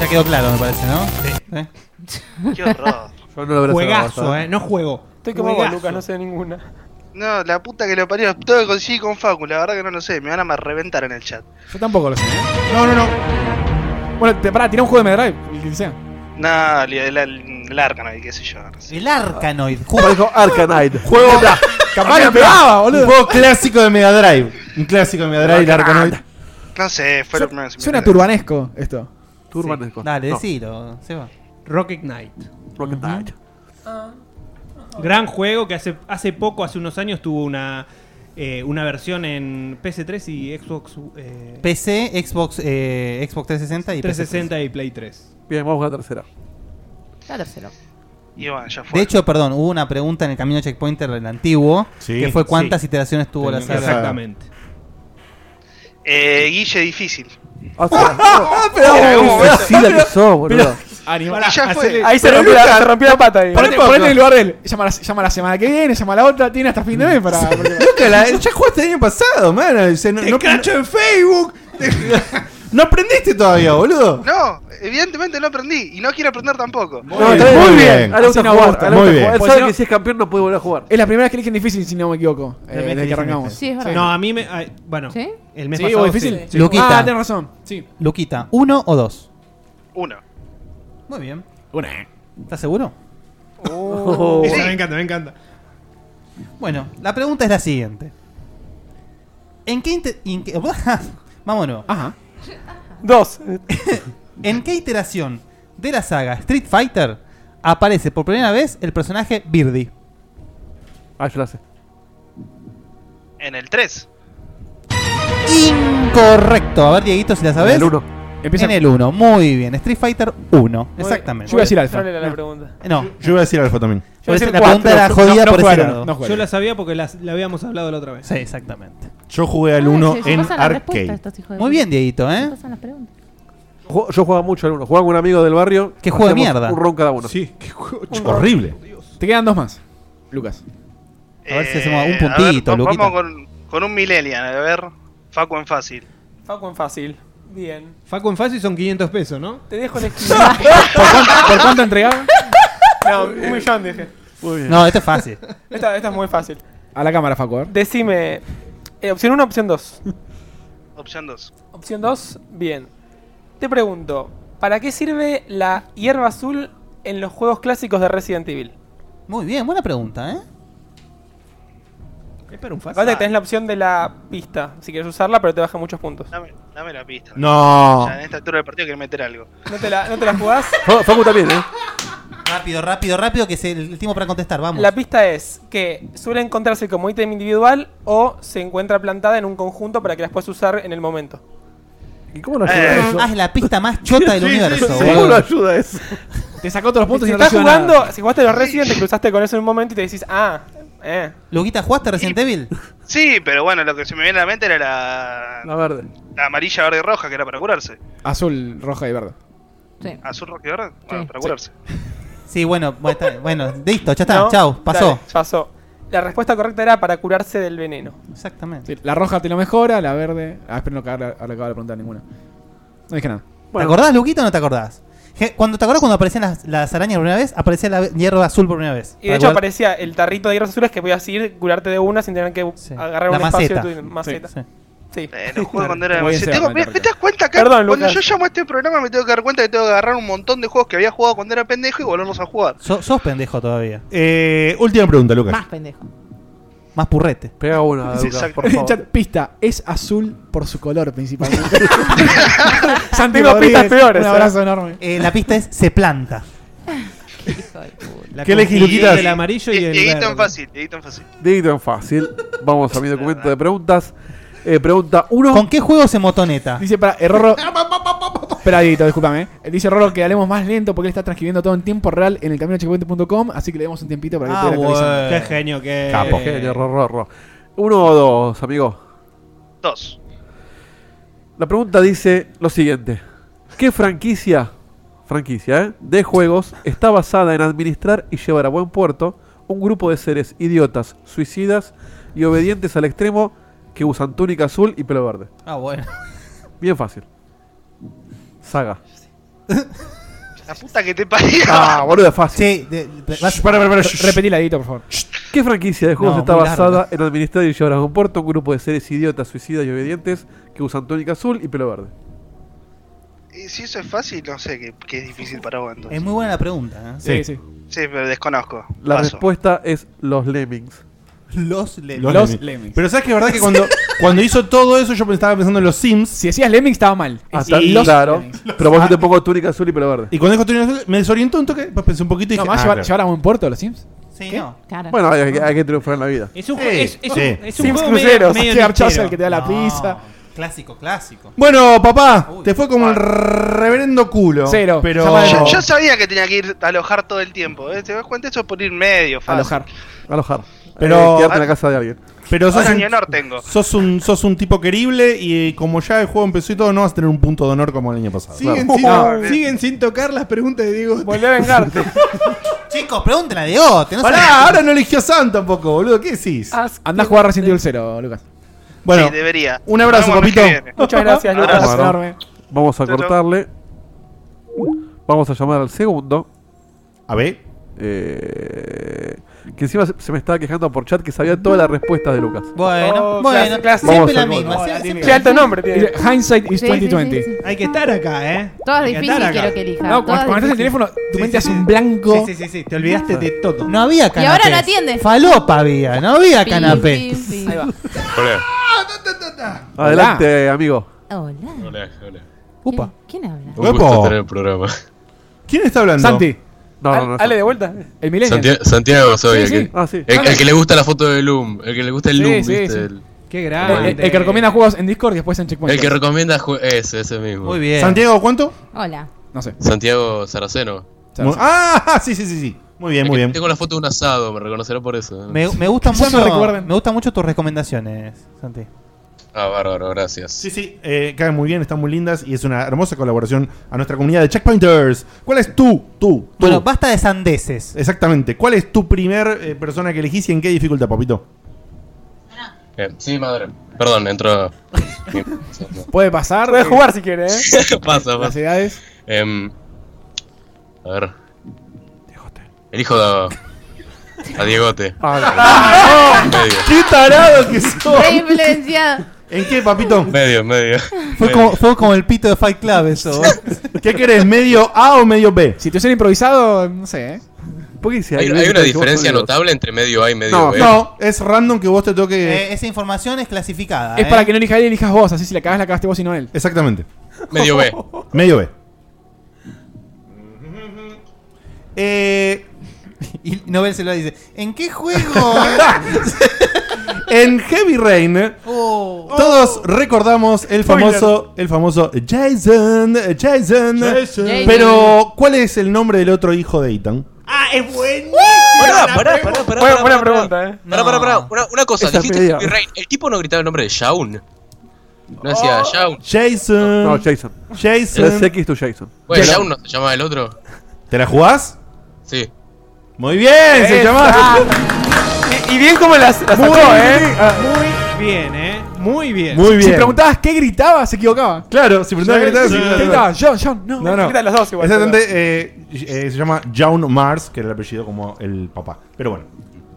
Speaker 3: ya quedó claro, me parece, ¿no? ¿Eh? Sí.
Speaker 18: Qué horror.
Speaker 3: Yo no lo hubiera
Speaker 9: Juegazo,
Speaker 3: cerrado,
Speaker 9: eh, no juego.
Speaker 7: Estoy como vos,
Speaker 9: Juegazo.
Speaker 7: Lucas, no sé ninguna.
Speaker 18: No, la puta que lo parió. Todo que conseguí con Facu, la verdad que no lo sé. Me van a ma- reventar en el chat.
Speaker 4: Yo tampoco lo sé. ¿eh?
Speaker 2: No, no, no.
Speaker 4: Bueno, te, pará, tirá un juego de Mega Drive, el que sea.
Speaker 18: No, li- el, el, el Arcanine, qué sé yo.
Speaker 3: El Arcanoid.
Speaker 5: dijo Arcanite.
Speaker 1: Juego.
Speaker 4: Capaz que pegaba, boludo.
Speaker 1: Un juego clásico de Mega Drive. Un clásico de Mega Drive, el Arkanoid.
Speaker 18: Ah, No sé, fue lo primero que se me
Speaker 4: Suena
Speaker 18: ocurrió.
Speaker 4: turbanesco esto.
Speaker 5: Turbanesco.
Speaker 3: Dale,
Speaker 5: No.
Speaker 3: decilo, Seba.
Speaker 9: Rocket Knight.
Speaker 5: Rocket Knight.
Speaker 9: Ah, Gran juego que hace, hace poco, hace unos años, tuvo una, eh, una versión en PS3 y Xbox eh,
Speaker 3: PC, Xbox, eh, Xbox 360 y PC.
Speaker 9: 360 y Play 3.
Speaker 5: Bien, vamos a la tercera.
Speaker 6: La tercera.
Speaker 18: Y bueno, ya fue.
Speaker 3: De hecho, perdón, hubo una pregunta en el camino checkpointer del antiguo,
Speaker 1: Sí.
Speaker 3: que fue cuántas
Speaker 1: Sí.
Speaker 3: iteraciones tuvo la
Speaker 1: Tenía
Speaker 3: saga.
Speaker 1: que saber.
Speaker 18: Eh, Guille, difícil.
Speaker 5: pero
Speaker 18: Mira, ¿cómo ves?
Speaker 5: que sos, boludo.
Speaker 18: Y ya fue.
Speaker 4: Ahí se
Speaker 7: Pero
Speaker 4: rompió,
Speaker 7: Lucas-
Speaker 4: la, se rompió la pata. Ahí.
Speaker 7: Por
Speaker 4: Ponete,
Speaker 7: ejemplo.
Speaker 4: ponete en el lugar de él. Llama la, llama la semana que viene, llama la otra, tiene hasta fin de mes para.
Speaker 1: Nunca la- ya jugaste el año pasado, man. O sea, no, no-
Speaker 18: en Facebook!
Speaker 1: no aprendiste todavía, boludo.
Speaker 18: No, evidentemente no aprendí. Y no quiero aprender tampoco.
Speaker 1: No, está bien, muy bien.
Speaker 5: Ahora
Speaker 4: Así
Speaker 5: gusta
Speaker 4: no
Speaker 5: jugar.
Speaker 4: gusta,
Speaker 5: ahora le gusta
Speaker 4: muy bien.
Speaker 5: jugar. Él
Speaker 4: Pues
Speaker 5: sabe
Speaker 4: no-
Speaker 5: que si es campeón no puede volver a jugar.
Speaker 4: Es la primera vez que eligen difícil, si no me equivoco. eh,
Speaker 9: La primera vez que
Speaker 4: desde que
Speaker 9: eligen
Speaker 4: arrancamos.
Speaker 9: difícil. Sí, es verdad. No, a mí me- ay, bueno, ¿Sí? el mes pasado,
Speaker 4: o difícil.
Speaker 9: sí.
Speaker 3: Luquita.
Speaker 4: Ah, tenés razón. Sí.
Speaker 3: Luquita, ¿uno o dos?
Speaker 18: Uno.
Speaker 3: Muy bien. Una. ¿Estás seguro?
Speaker 9: Esa Oh. me encanta, me encanta.
Speaker 3: Bueno, la pregunta es la siguiente. ¿En qué, inte- en qué- Vámonos.
Speaker 4: Ajá.
Speaker 3: Dos. ¿En qué iteración de la saga Street Fighter aparece por primera vez el personaje Birdie?
Speaker 5: Ah, yo la sé.
Speaker 18: En el 3.
Speaker 3: Incorrecto. A ver, Dieguito, si la sabes.
Speaker 5: En el uno.
Speaker 4: Empieza-
Speaker 3: En el 1. Muy bien. Street Fighter 1. Exactamente.
Speaker 4: Yo iba a decir alfa.
Speaker 7: No le la pregunta.
Speaker 4: Eh,
Speaker 3: No.
Speaker 1: Yo iba a decir alfa también.
Speaker 3: Yo iba a decir
Speaker 4: la
Speaker 3: cuatro. No, no jugaron, no
Speaker 9: Yo la sabía porque las- la habíamos hablado la otra vez.
Speaker 3: Sí, exactamente.
Speaker 1: Yo jugué al
Speaker 9: Ah,
Speaker 1: 1 en arcade.
Speaker 3: Muy bien, Dieguito, ¿eh?
Speaker 5: Ju- Yo jugaba mucho al uno. Jugaba con un amigo del barrio.
Speaker 3: Qué juego de
Speaker 5: Hacíamos
Speaker 3: mierda.
Speaker 5: Un ron cada uno.
Speaker 1: Sí, qué juego horrible.
Speaker 4: Te quedan dos más, Lucas.
Speaker 3: A ver si
Speaker 18: Eh,
Speaker 3: hacemos un
Speaker 18: a ver,
Speaker 3: puntito,
Speaker 18: va-
Speaker 3: Luquita.
Speaker 18: Vamos con, con un Millennial, a ver. Facu en fácil.
Speaker 7: Facu en fácil. Bien.
Speaker 9: Facu en fácil son 500 pesos, ¿no?
Speaker 7: Te dejo el esquina.
Speaker 4: ¿Por cuánto, por cuánto entregaba?
Speaker 7: no, un millón dije.
Speaker 5: Muy bien.
Speaker 3: No, esto es fácil.
Speaker 7: Esta, esta es muy fácil.
Speaker 4: A la cámara, Facu. a ver.
Speaker 7: Decime. eh, opción 1, opción 2.
Speaker 18: Opción 2.
Speaker 7: Opción 2, bien. Te pregunto, ¿para qué sirve la hierba azul en los juegos clásicos de Resident Evil?
Speaker 3: Muy bien, buena pregunta, ¿eh?
Speaker 9: Espera un
Speaker 7: Aparte que tenés la opción de la pista, si quieres usarla, pero te baja muchos puntos.
Speaker 18: Dame, dame la pista.
Speaker 1: No.
Speaker 18: Ya en este esta altura del partido quiero meter algo.
Speaker 7: ¿No te la, no te la jugás?
Speaker 5: Fa- Facu también, ¿eh?
Speaker 3: Rápido, rápido, rápido, que es el tiempo para contestar. Vamos.
Speaker 7: La pista es que suele encontrarse como ítem individual o se encuentra plantada en un conjunto para que las puedas usar en el momento.
Speaker 5: ¿Y cómo lo ayuda
Speaker 18: Eh.
Speaker 5: eso?
Speaker 3: Ah, es la pista más chota del
Speaker 5: Sí, sí,
Speaker 3: universo,
Speaker 5: sí.
Speaker 3: boludo.
Speaker 5: ¿Cómo lo ayuda eso?
Speaker 4: Te sacó todos los puntos
Speaker 7: Si
Speaker 4: y no te
Speaker 7: estás
Speaker 4: ayuda nada.
Speaker 7: jugando, si jugaste los Resident, te cruzaste con eso en un momento y te decís, ah, eh.
Speaker 3: Luquita, ¿jugaste Resident Evil?
Speaker 18: Sí, pero bueno, lo que se me viene a la mente era la,
Speaker 5: La verde.
Speaker 18: la amarilla, verde y roja, que era para curarse.
Speaker 4: Azul, roja y verde.
Speaker 6: Sí.
Speaker 18: Azul, roja y verde. Bueno,
Speaker 6: Sí.
Speaker 18: para curarse.
Speaker 3: Sí, bueno, bueno, está- bueno, listo, ya está,
Speaker 7: No,
Speaker 3: chao, pasó.
Speaker 7: dale, pasó. La respuesta correcta era para curarse del veneno.
Speaker 3: Exactamente.
Speaker 4: Sí, la roja te lo mejora, la verde. Ah, espero no cagarle- ahora acabo de preguntar ninguna. No dije nada.
Speaker 3: ¿Te acordás, Luquita, o no te acordás? Je- Cuando te acordás cuando aparecían las, las arañas por primera vez, aparecía la hierba azul por primera vez.
Speaker 7: Y de hecho aparecía el tarrito de hierbas azules que podías ir, curarte de una sin tener que agarrar
Speaker 3: La
Speaker 7: un
Speaker 3: maceta.
Speaker 7: espacio de tu maceta.
Speaker 3: Sí,
Speaker 7: Sí.
Speaker 18: Eh, lo juego cuando era
Speaker 4: Muy bien,
Speaker 18: demasiado.
Speaker 4: Seba,
Speaker 18: Tengo-
Speaker 4: me
Speaker 18: ¿me,
Speaker 4: encanta.
Speaker 18: me das cuenta acá?
Speaker 7: Perdón,
Speaker 18: cuando
Speaker 7: Lucas.
Speaker 18: yo llamo a este programa me tengo que dar cuenta que tengo que agarrar un montón de juegos que había jugado cuando era pendejo y volverlos a jugar.
Speaker 3: So- sos pendejo todavía.
Speaker 1: Eh, última pregunta, Lucas.
Speaker 6: Más pendejo.
Speaker 3: Más purrete.
Speaker 5: Pega una,
Speaker 18: Sí,
Speaker 5: Lucas,
Speaker 18: exacto.
Speaker 5: por favor.
Speaker 4: Chat, pista, es azul por su color principalmente. Santi
Speaker 7: Tengo
Speaker 4: Rodríguez,
Speaker 7: pistas peores,
Speaker 4: Un
Speaker 7: ¿eh?
Speaker 4: abrazo enorme.
Speaker 3: Eh, la pista es se planta.
Speaker 9: La
Speaker 1: ¿Qué
Speaker 9: confusión
Speaker 1: elegí, Luquitas?
Speaker 9: del amarillo y
Speaker 18: Die-
Speaker 9: el
Speaker 18: Dieguito en
Speaker 9: verde.
Speaker 18: fácil, Dieguito en fácil.
Speaker 5: Dicto en fácil. Vamos a mi documento de preguntas. Eh, pregunta 1.
Speaker 3: ¿Con qué juego se motoneta?
Speaker 4: Dice para eh, Rorro. Espera, Dieguito, discúlpame. eh. Dice Rorro que hablemos más lento porque él está transcribiendo todo en tiempo real en el camino checkpoint.com. Así que le demos un tiempito para que
Speaker 3: Ah,
Speaker 4: pueda ir actualizando.
Speaker 3: bueno.
Speaker 9: Qué genio que.
Speaker 1: Capo.
Speaker 5: Uno o dos, amigo.
Speaker 18: Dos.
Speaker 5: La pregunta dice lo siguiente. ¿Qué franquicia, franquicia, eh, de juegos está basada en administrar y llevar a buen puerto un grupo de seres idiotas, suicidas y obedientes al extremo que usan túnica azul y pelo verde?
Speaker 3: Ah, bueno.
Speaker 5: Bien fácil. Saga.
Speaker 18: La puta que te parió.
Speaker 5: Ah, boludo, es fácil.
Speaker 3: Sí, de,
Speaker 4: para, para, para, repetí la edita, por favor.
Speaker 5: ¿Qué franquicia de juegos
Speaker 4: No,
Speaker 5: está
Speaker 4: muy larga.
Speaker 5: basada en administrar y llevar a un puerto un grupo de seres idiotas, suicidas y obedientes que usan túnica azul y pelo verde?
Speaker 18: Y si eso es fácil, no sé qué, qué es difícil para vos entonces.
Speaker 3: Es muy buena la pregunta. ¿eh?
Speaker 5: Sí, sí.
Speaker 18: Sí, pero desconozco.
Speaker 5: La
Speaker 18: Paso.
Speaker 5: respuesta es los Lemmings.
Speaker 3: Los Lemmings.
Speaker 1: Los Lemmings. Pero sabes que es verdad que cuando, cuando hizo todo eso yo estaba pensando en los Sims.
Speaker 4: Si decías Lemmings estaba mal.
Speaker 5: Hasta,
Speaker 1: Y-
Speaker 5: claro.
Speaker 1: Los-
Speaker 5: Pero vos yo te pongo túnica azul y pelo verde.
Speaker 1: Y cuando dijo túnica azul, me desorientó un toque, después pensé un poquito y
Speaker 4: No,
Speaker 1: dije,
Speaker 4: más
Speaker 1: ah,
Speaker 4: llevar,
Speaker 1: claro.
Speaker 4: llevar a buen puerto los Sims.
Speaker 3: Sí,
Speaker 4: ¿Qué?
Speaker 3: no.
Speaker 5: Bueno, hay,
Speaker 1: Ah,
Speaker 5: que- hay que triunfar en la vida.
Speaker 2: Es un,
Speaker 4: Sí,
Speaker 2: jue- es, es
Speaker 4: sí.
Speaker 2: un, es un
Speaker 4: Sims
Speaker 2: juego
Speaker 4: Cruceros,
Speaker 2: medio, medio
Speaker 4: Steve Jobs
Speaker 2: nipero.
Speaker 4: el que te da la pizza.
Speaker 3: Clásico, clásico.
Speaker 1: Bueno, papá, te fue como el reverendo culo.
Speaker 4: Cero.
Speaker 1: Pero
Speaker 18: Yo, yo sabía que tenía que ir a alojar todo el tiempo. ¿eh? ¿Te das cuenta? Eso es por ir medio fácil.
Speaker 1: Alojar.
Speaker 5: Alojar.
Speaker 1: Pero-
Speaker 5: Eh, quedarte en la casa de alguien.
Speaker 1: Pero sos
Speaker 18: Ahora
Speaker 1: un,
Speaker 18: ni honor tengo.
Speaker 1: sos un sos un tipo querible y eh, como ya el juego empezó y todo, no vas a tener un punto de honor como el año pasado.
Speaker 19: Siguen, sin, siguen sin tocar las preguntas de Diego.
Speaker 4: Volví a vengarte.
Speaker 3: Chicos, pregúntenle a Diego. No
Speaker 1: Pará,
Speaker 3: se-
Speaker 1: ahora no eligió Sam tampoco, boludo. ¿Qué decís?
Speaker 4: Andá a jugar Resident Evil 0, Lucas.
Speaker 1: Bueno,
Speaker 4: Sí, debería.
Speaker 1: un abrazo,
Speaker 4: Nos vemos
Speaker 1: papito.
Speaker 4: el que viene. Muchas gracias, Lucas.
Speaker 5: Bueno,
Speaker 4: Enorme.
Speaker 5: Vamos a
Speaker 4: Chau, chau.
Speaker 5: cortarle. Vamos a llamar al segundo. Eh,
Speaker 1: A ver.
Speaker 5: que encima se se me estaba quejando por chat que sabía todas las respuestas de Lucas.
Speaker 3: Bueno,
Speaker 4: Oh,
Speaker 3: bueno,
Speaker 4: clase, clase.
Speaker 5: Vamos
Speaker 3: siempre la
Speaker 5: al gol.
Speaker 3: misma.
Speaker 5: Hola,
Speaker 3: siempre-
Speaker 4: Diego.
Speaker 3: siempre-
Speaker 4: Qué alto nombre tiene. Hindsight is
Speaker 16: Sí, sí,
Speaker 4: 2020.
Speaker 16: sí, sí.
Speaker 2: Hay que estar acá, ¿eh?
Speaker 16: Todo es
Speaker 2: Hay
Speaker 16: difícil,
Speaker 2: estar acá.
Speaker 16: quiero que elijas.
Speaker 4: No, cuando
Speaker 16: Todo es
Speaker 4: conectas el
Speaker 16: difícil.
Speaker 4: teléfono, tu mente hace un blanco.
Speaker 2: Sí, sí, sí, sí, te olvidaste de todo.
Speaker 3: No había
Speaker 16: Y
Speaker 3: canapés.
Speaker 16: ahora no atiende.
Speaker 3: Falopa había, no había canapé.
Speaker 16: Ahí va.
Speaker 5: Adelante, amigo.
Speaker 16: Hola.
Speaker 20: Hola, hola.
Speaker 3: Upa.
Speaker 16: ¿Quién habla?
Speaker 20: Un gusto estar en el programa.
Speaker 1: ¿Quién está hablando?
Speaker 4: Santi.
Speaker 5: No,
Speaker 4: Al- Ale de vuelta. El milenio.
Speaker 20: Santia- Santiago soy,
Speaker 4: Sí,
Speaker 20: el,
Speaker 4: sí.
Speaker 20: que,
Speaker 4: Ah, sí.
Speaker 20: el, el que le gusta la foto de Loom. El que le gusta el
Speaker 4: Sí,
Speaker 20: Loom,
Speaker 4: sí,
Speaker 20: ¿viste?
Speaker 4: sí.
Speaker 20: El,
Speaker 2: Qué
Speaker 4: El, el- el que recomienda juegos en Discord y después en Checkpoint.
Speaker 20: el que recomienda jue- ese, ese mismo.
Speaker 4: Muy bien.
Speaker 1: Santiago, ¿cuánto?
Speaker 16: Hola.
Speaker 4: No sé.
Speaker 20: Santiago Saraceno.
Speaker 1: Mu- Ah, sí, sí, sí, sí. Muy bien,
Speaker 20: El
Speaker 1: muy
Speaker 20: que
Speaker 1: bien.
Speaker 20: Tengo la foto de un asado, me reconocerá por eso.
Speaker 3: Me, me gustan
Speaker 1: Ya me
Speaker 3: mucho,
Speaker 1: recuerdan.
Speaker 3: me gustan mucho tus recomendaciones, Santi.
Speaker 20: Ah, bárbaro, gracias.
Speaker 1: Sí, sí, eh, caen muy bien, están muy lindas y es una hermosa colaboración a nuestra comunidad de Checkpointers. ¿Cuál es tú, tú, tú?
Speaker 3: Bueno, basta de sandeces.
Speaker 1: Exactamente. ¿Cuál es tu primer eh, persona que elegís y en qué dificultad, papito?
Speaker 20: Bien, Sí, madre. Perdón, entró.
Speaker 4: Puede pasar. Puede jugar si quiere, ¿eh?
Speaker 20: pasa,
Speaker 4: Las
Speaker 20: pasa.
Speaker 4: edades.
Speaker 20: Em, a ver. Elijo a, a Diegote. Medio.
Speaker 1: ¡Qué tarado que sos!
Speaker 16: Re influenciado.
Speaker 1: ¿En qué, papito?
Speaker 20: Medio, medio.
Speaker 3: Fue como, fue como el pito de Fight Club eso.
Speaker 1: ¿Qué querés, medio A o medio B?
Speaker 4: Si te hacen improvisado, no sé, ¿eh?
Speaker 5: ¿Por qué dice
Speaker 20: ¿Hay, hay una diferencia notable entre medio A y medio
Speaker 1: No,
Speaker 20: B.
Speaker 1: no, es random que vos te toque.
Speaker 3: Eh, esa información es clasificada.
Speaker 4: Es
Speaker 3: ¿eh?
Speaker 4: para que no elija él, elijas vos. Así si la cagás, la cagaste vos y no él.
Speaker 1: Exactamente.
Speaker 20: Medio B.
Speaker 1: Medio B. Eh,
Speaker 3: Y Nobel se lo dice. ¿En qué juego? eh?"
Speaker 1: en Heavy Rain,
Speaker 3: Oh.
Speaker 1: todos recordamos el famoso, el famoso Jason, eh, Jason,
Speaker 19: Jason.
Speaker 1: Pero, ¿cuál es el nombre del otro hijo de Ethan?
Speaker 19: Ah, es bueno.
Speaker 20: Pará, pará, pará, pará.
Speaker 7: Buena- buena
Speaker 20: pregunta,
Speaker 7: eh.
Speaker 20: Pará, pará, pará. Una, una cosa,
Speaker 5: Esa
Speaker 20: dijiste
Speaker 5: media.
Speaker 20: Heavy Rain. El tipo no gritaba el nombre de Shaun. No decía Shaun.
Speaker 1: Jason.
Speaker 5: No, Jason.
Speaker 1: Jason.
Speaker 5: Es X tu Jason.
Speaker 20: Bueno,
Speaker 1: Pero-
Speaker 20: Shaun no se llamaba el otro.
Speaker 1: ¿Te la jugás?
Speaker 20: Sí.
Speaker 1: Muy bien, se
Speaker 4: Esa.
Speaker 1: llama.
Speaker 4: Y, y bien como las, las sacó, ¿eh?
Speaker 2: Muy bien, ¿eh? Muy bien.
Speaker 1: Muy bien.
Speaker 4: Si preguntabas qué gritaba, se equivocaba.
Speaker 1: Claro, si preguntaba
Speaker 4: Sí,
Speaker 1: qué gritaba,
Speaker 4: sí.
Speaker 1: se gritaba.
Speaker 4: Gritaba, John, John, no.
Speaker 1: No, no.
Speaker 4: Gritan los dos igual.
Speaker 1: Exactamente, eh, eh, se llama John Mars, que era el apellido como el papá. Pero bueno,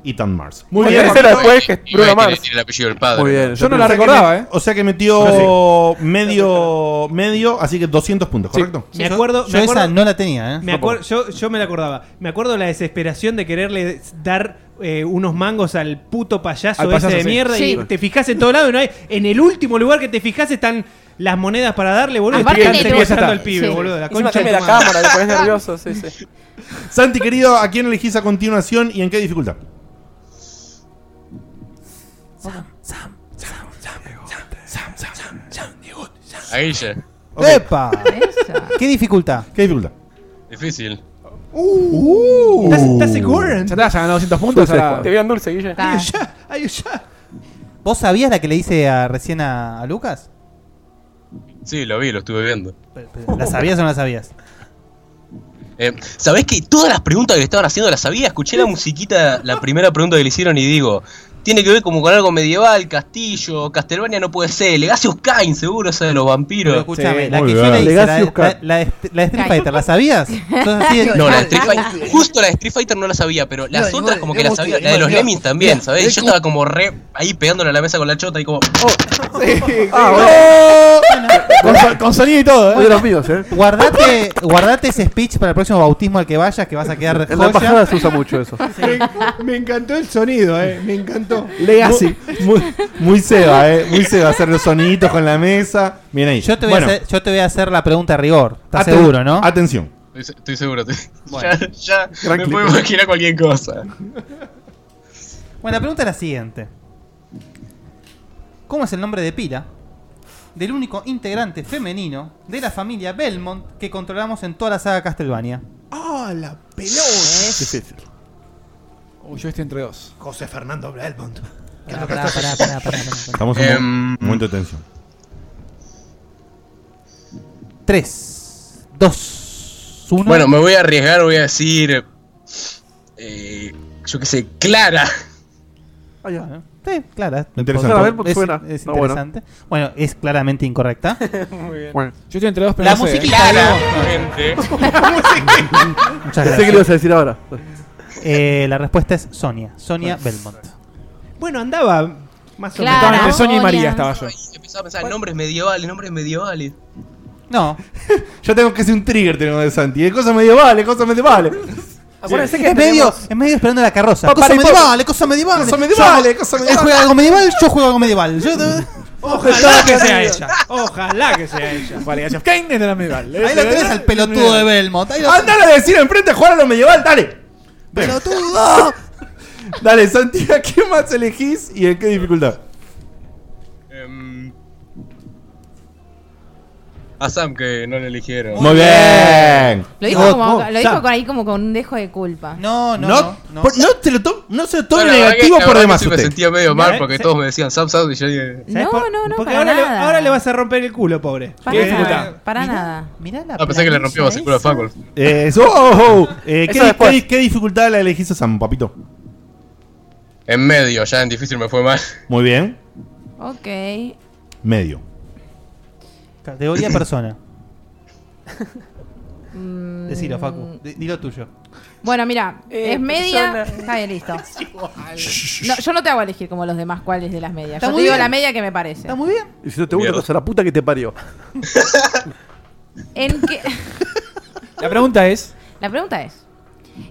Speaker 1: Ethan Mars.
Speaker 4: Muy
Speaker 1: Bueno,
Speaker 4: bien.
Speaker 1: ese
Speaker 4: Ese era
Speaker 1: era-
Speaker 4: después que
Speaker 20: Y
Speaker 4: Bruno
Speaker 20: tiene-
Speaker 4: Mars.
Speaker 20: tiene el apellido del padre.
Speaker 5: Muy bien.
Speaker 1: Yo no
Speaker 4: la recordaba, ¿eh?
Speaker 1: O sea que metió medio, medio, así que 200 puntos, ¿correcto?
Speaker 2: Me acuerdo,
Speaker 3: Yo
Speaker 2: me acuerdo-
Speaker 3: esa no la tenía, ¿eh?
Speaker 2: Me acuer- yo, yo me la acordaba. Me acuerdo la desesperación de quererle dar eh, unos mangos al puto payaso,
Speaker 4: Al payaso,
Speaker 2: ese de
Speaker 4: sí.
Speaker 2: mierda
Speaker 16: Sí.
Speaker 2: y te fijas en todo lado y no hay. En el último lugar que te fijas están las monedas para darle, boludo. y
Speaker 16: Aparte
Speaker 2: están
Speaker 16: en el
Speaker 2: secuestrando
Speaker 16: lugar.
Speaker 2: al pibe,
Speaker 16: Sí.
Speaker 2: boludo. La
Speaker 16: Encima
Speaker 2: concha de
Speaker 7: Dame la
Speaker 2: tu madre.
Speaker 7: cámara, te pones nervioso, sí, sí.
Speaker 1: Santi, querido, ¿a quién elegís a continuación y en qué dificultad?
Speaker 20: A Guille.
Speaker 3: ¡Epa! ¿Qué dificultad?
Speaker 1: ¿Qué dificultad?
Speaker 20: Difícil.
Speaker 19: Uh,
Speaker 3: Uh.
Speaker 2: ¿Estás, estás seguro?
Speaker 4: Ya está, ya ganó 200 puntos.
Speaker 5: Suceso.
Speaker 4: ahora-
Speaker 7: Te vieron dulce, Guille.
Speaker 16: Está.
Speaker 2: Ay, ya.
Speaker 3: ¿Vos sabías la que le hice a- recién a, a Lucas?
Speaker 20: Sí, lo vi, lo estuve viendo.
Speaker 3: ¿La sabías o no la sabías?
Speaker 20: Eh, ¿Sabés que todas las preguntas que le estaban haciendo las sabía? Escuché la musiquita, la primera pregunta que le hicieron y digo, tiene que ver como con algo medieval, castillo, Castlevania no puede ser, Legacy of Kain seguro esa de los vampiros.
Speaker 3: Pero escúchame, la que yo le hice, la, la- la de St- la de Street Fighter, ¿la sabías? Sos así de-
Speaker 20: No, la de Street Fighter, justo la de Street Fighter no la sabía, pero las
Speaker 3: No,
Speaker 20: otras
Speaker 3: igual,
Speaker 20: como que la
Speaker 3: digamos
Speaker 20: sabía,
Speaker 3: que-
Speaker 20: la de los
Speaker 3: digamos,
Speaker 20: Lemmings también,
Speaker 3: mira,
Speaker 20: ¿sabes?
Speaker 3: es Oh.
Speaker 20: Yo
Speaker 3: como-
Speaker 20: estaba como re ahí pegándole a la mesa con la chota y como...
Speaker 8: Ah,
Speaker 4: Con, sonido y todo,
Speaker 5: Es de los míos, ¿eh?
Speaker 3: Guardate, guardate ese speech para el próximo bautismo al que vayas, que vas a quedar.
Speaker 5: En la embajada se usa mucho eso.
Speaker 19: Me, me encantó el sonido, eh. Me encantó.
Speaker 1: Muy, muy Seba, eh. Muy Seba, hacer los soniditos con la mesa. Bien ahí.
Speaker 3: Yo te, voy a hacer, yo te voy a hacer la pregunta a rigor. ¿Estás
Speaker 1: Aten-
Speaker 3: seguro, no?
Speaker 1: Atención.
Speaker 20: Estoy, se- estoy seguro, estoy-
Speaker 3: Bueno.
Speaker 20: ya, ya
Speaker 3: Gran
Speaker 20: me
Speaker 3: clip.
Speaker 20: puedo imaginar cualquier cosa.
Speaker 3: Bueno, la pregunta es la siguiente: ¿Cómo es el nombre de pila del único integrante femenino de la familia Belmont que controlamos en toda la saga Castlevania?
Speaker 19: ¡Ah, la pelota!
Speaker 5: Difícil.
Speaker 4: Uy, yo estoy entre dos.
Speaker 19: José Fernando Belmont.
Speaker 3: Pará, pará, pará, pará, pará, pará.
Speaker 1: Estamos en un
Speaker 20: Em.
Speaker 1: momento de tensión.
Speaker 3: 3, 2, 1.
Speaker 20: Bueno, me voy a arriesgar, voy a decir... eh, yo qué sé, Clara.
Speaker 3: Sí, clara.
Speaker 20: Interesante.
Speaker 3: Es-
Speaker 20: A ver, pues,
Speaker 3: es,
Speaker 20: suena.
Speaker 3: es
Speaker 20: Está bueno.
Speaker 3: interesante. Bueno. es claramente incorrecta.
Speaker 4: Muy bien.
Speaker 5: Bueno.
Speaker 4: Yo estoy entre dos, pero
Speaker 3: La
Speaker 4: no sé.
Speaker 3: musiquita Clara,
Speaker 20: de-
Speaker 3: Muchas
Speaker 5: Pensé que lo ibas a decir ahora.
Speaker 3: Eh, la respuesta es Sonia. Sonia Belmont.
Speaker 2: Bueno, andaba más
Speaker 3: Clara,
Speaker 2: o
Speaker 3: Estaba
Speaker 2: menos.
Speaker 3: entre Sonia y María estaba yo.
Speaker 20: Empezaba a pensar en nombres medievales, nombres medievales.
Speaker 3: No.
Speaker 1: Yo tengo que hacer un trigger tengo de Santi. Es cosa medievales, cosa medievales.
Speaker 3: Acuérdense que es medio, es medio esperando la carroza.
Speaker 1: Papá
Speaker 3: Cosa
Speaker 1: de
Speaker 3: medieval,
Speaker 1: Pablo.
Speaker 3: cosa medieval.
Speaker 1: Cosa medieval, cosa medieval.
Speaker 3: Él juega algo medieval, yo juego algo medieval. Yo-
Speaker 9: Ojalá que sea ella. Ojalá que sea ella.
Speaker 4: Vale, gracias. Kane era la medieval. ¿eh?
Speaker 3: Ahí lo tenés al pelotudo de Belmont. Ahí lo
Speaker 1: Andale a decir enfrente a jugar a lo medieval, dale.
Speaker 8: Ah,
Speaker 3: ¡Pelotudo!
Speaker 1: Dale, Santi, ¿a qué más elegís y en qué dificultad?
Speaker 20: Em, a Sam que no le eligieron.
Speaker 1: Muy bien.
Speaker 6: Lo dijo,
Speaker 1: Vos,
Speaker 6: como,
Speaker 1: vos,
Speaker 6: lo dijo
Speaker 1: Sam.
Speaker 6: con ahí como con un dejo de culpa.
Speaker 3: No,
Speaker 1: No, por- no te lo to- no se lo tome
Speaker 20: No, la verdad
Speaker 1: negativo
Speaker 20: que- la
Speaker 1: por
Speaker 20: verdad
Speaker 1: demás.
Speaker 20: que sí me
Speaker 1: usted. ¿Eh?
Speaker 20: sentía medio mal
Speaker 2: Mira,
Speaker 20: porque
Speaker 2: se-
Speaker 20: todos me decían Sam Sam y yo dije...
Speaker 2: ¿Sabes por-
Speaker 6: no, no,
Speaker 2: Porque
Speaker 6: para
Speaker 2: ahora, le-
Speaker 6: nada.
Speaker 2: ahora le vas a romper el culo, pobre. Eh,
Speaker 6: Para nada. Para nada.
Speaker 3: Mirá la
Speaker 20: Ah, pensé que le rompíamos el culo a Facu.
Speaker 1: Eh, eso- oh, oh, oh. Eh,
Speaker 20: Eso
Speaker 1: ¿qué, di-
Speaker 20: después.
Speaker 1: qué di- qué dificultad la elegís a Sam, papito?
Speaker 20: En medio, ya en difícil me fue mal.
Speaker 1: Muy bien,
Speaker 6: Ok.
Speaker 1: medio.
Speaker 3: Categoría persona.
Speaker 6: Mm,
Speaker 3: Decilo, Facu. Di- Dilo tuyo.
Speaker 6: Bueno, mira,
Speaker 7: Eh,
Speaker 6: es media.
Speaker 7: persona.
Speaker 6: Está bien, listo. No, yo no te hago elegir como los demás cuál es de las medias.
Speaker 3: Está
Speaker 6: Yo te
Speaker 3: muy
Speaker 6: digo
Speaker 3: bien.
Speaker 6: la media que me parece. Está
Speaker 3: muy bien.
Speaker 5: Y si no te gusta, entonces a la puta que te parió.
Speaker 6: ¿En qué?
Speaker 4: La pregunta es.
Speaker 6: La pregunta es: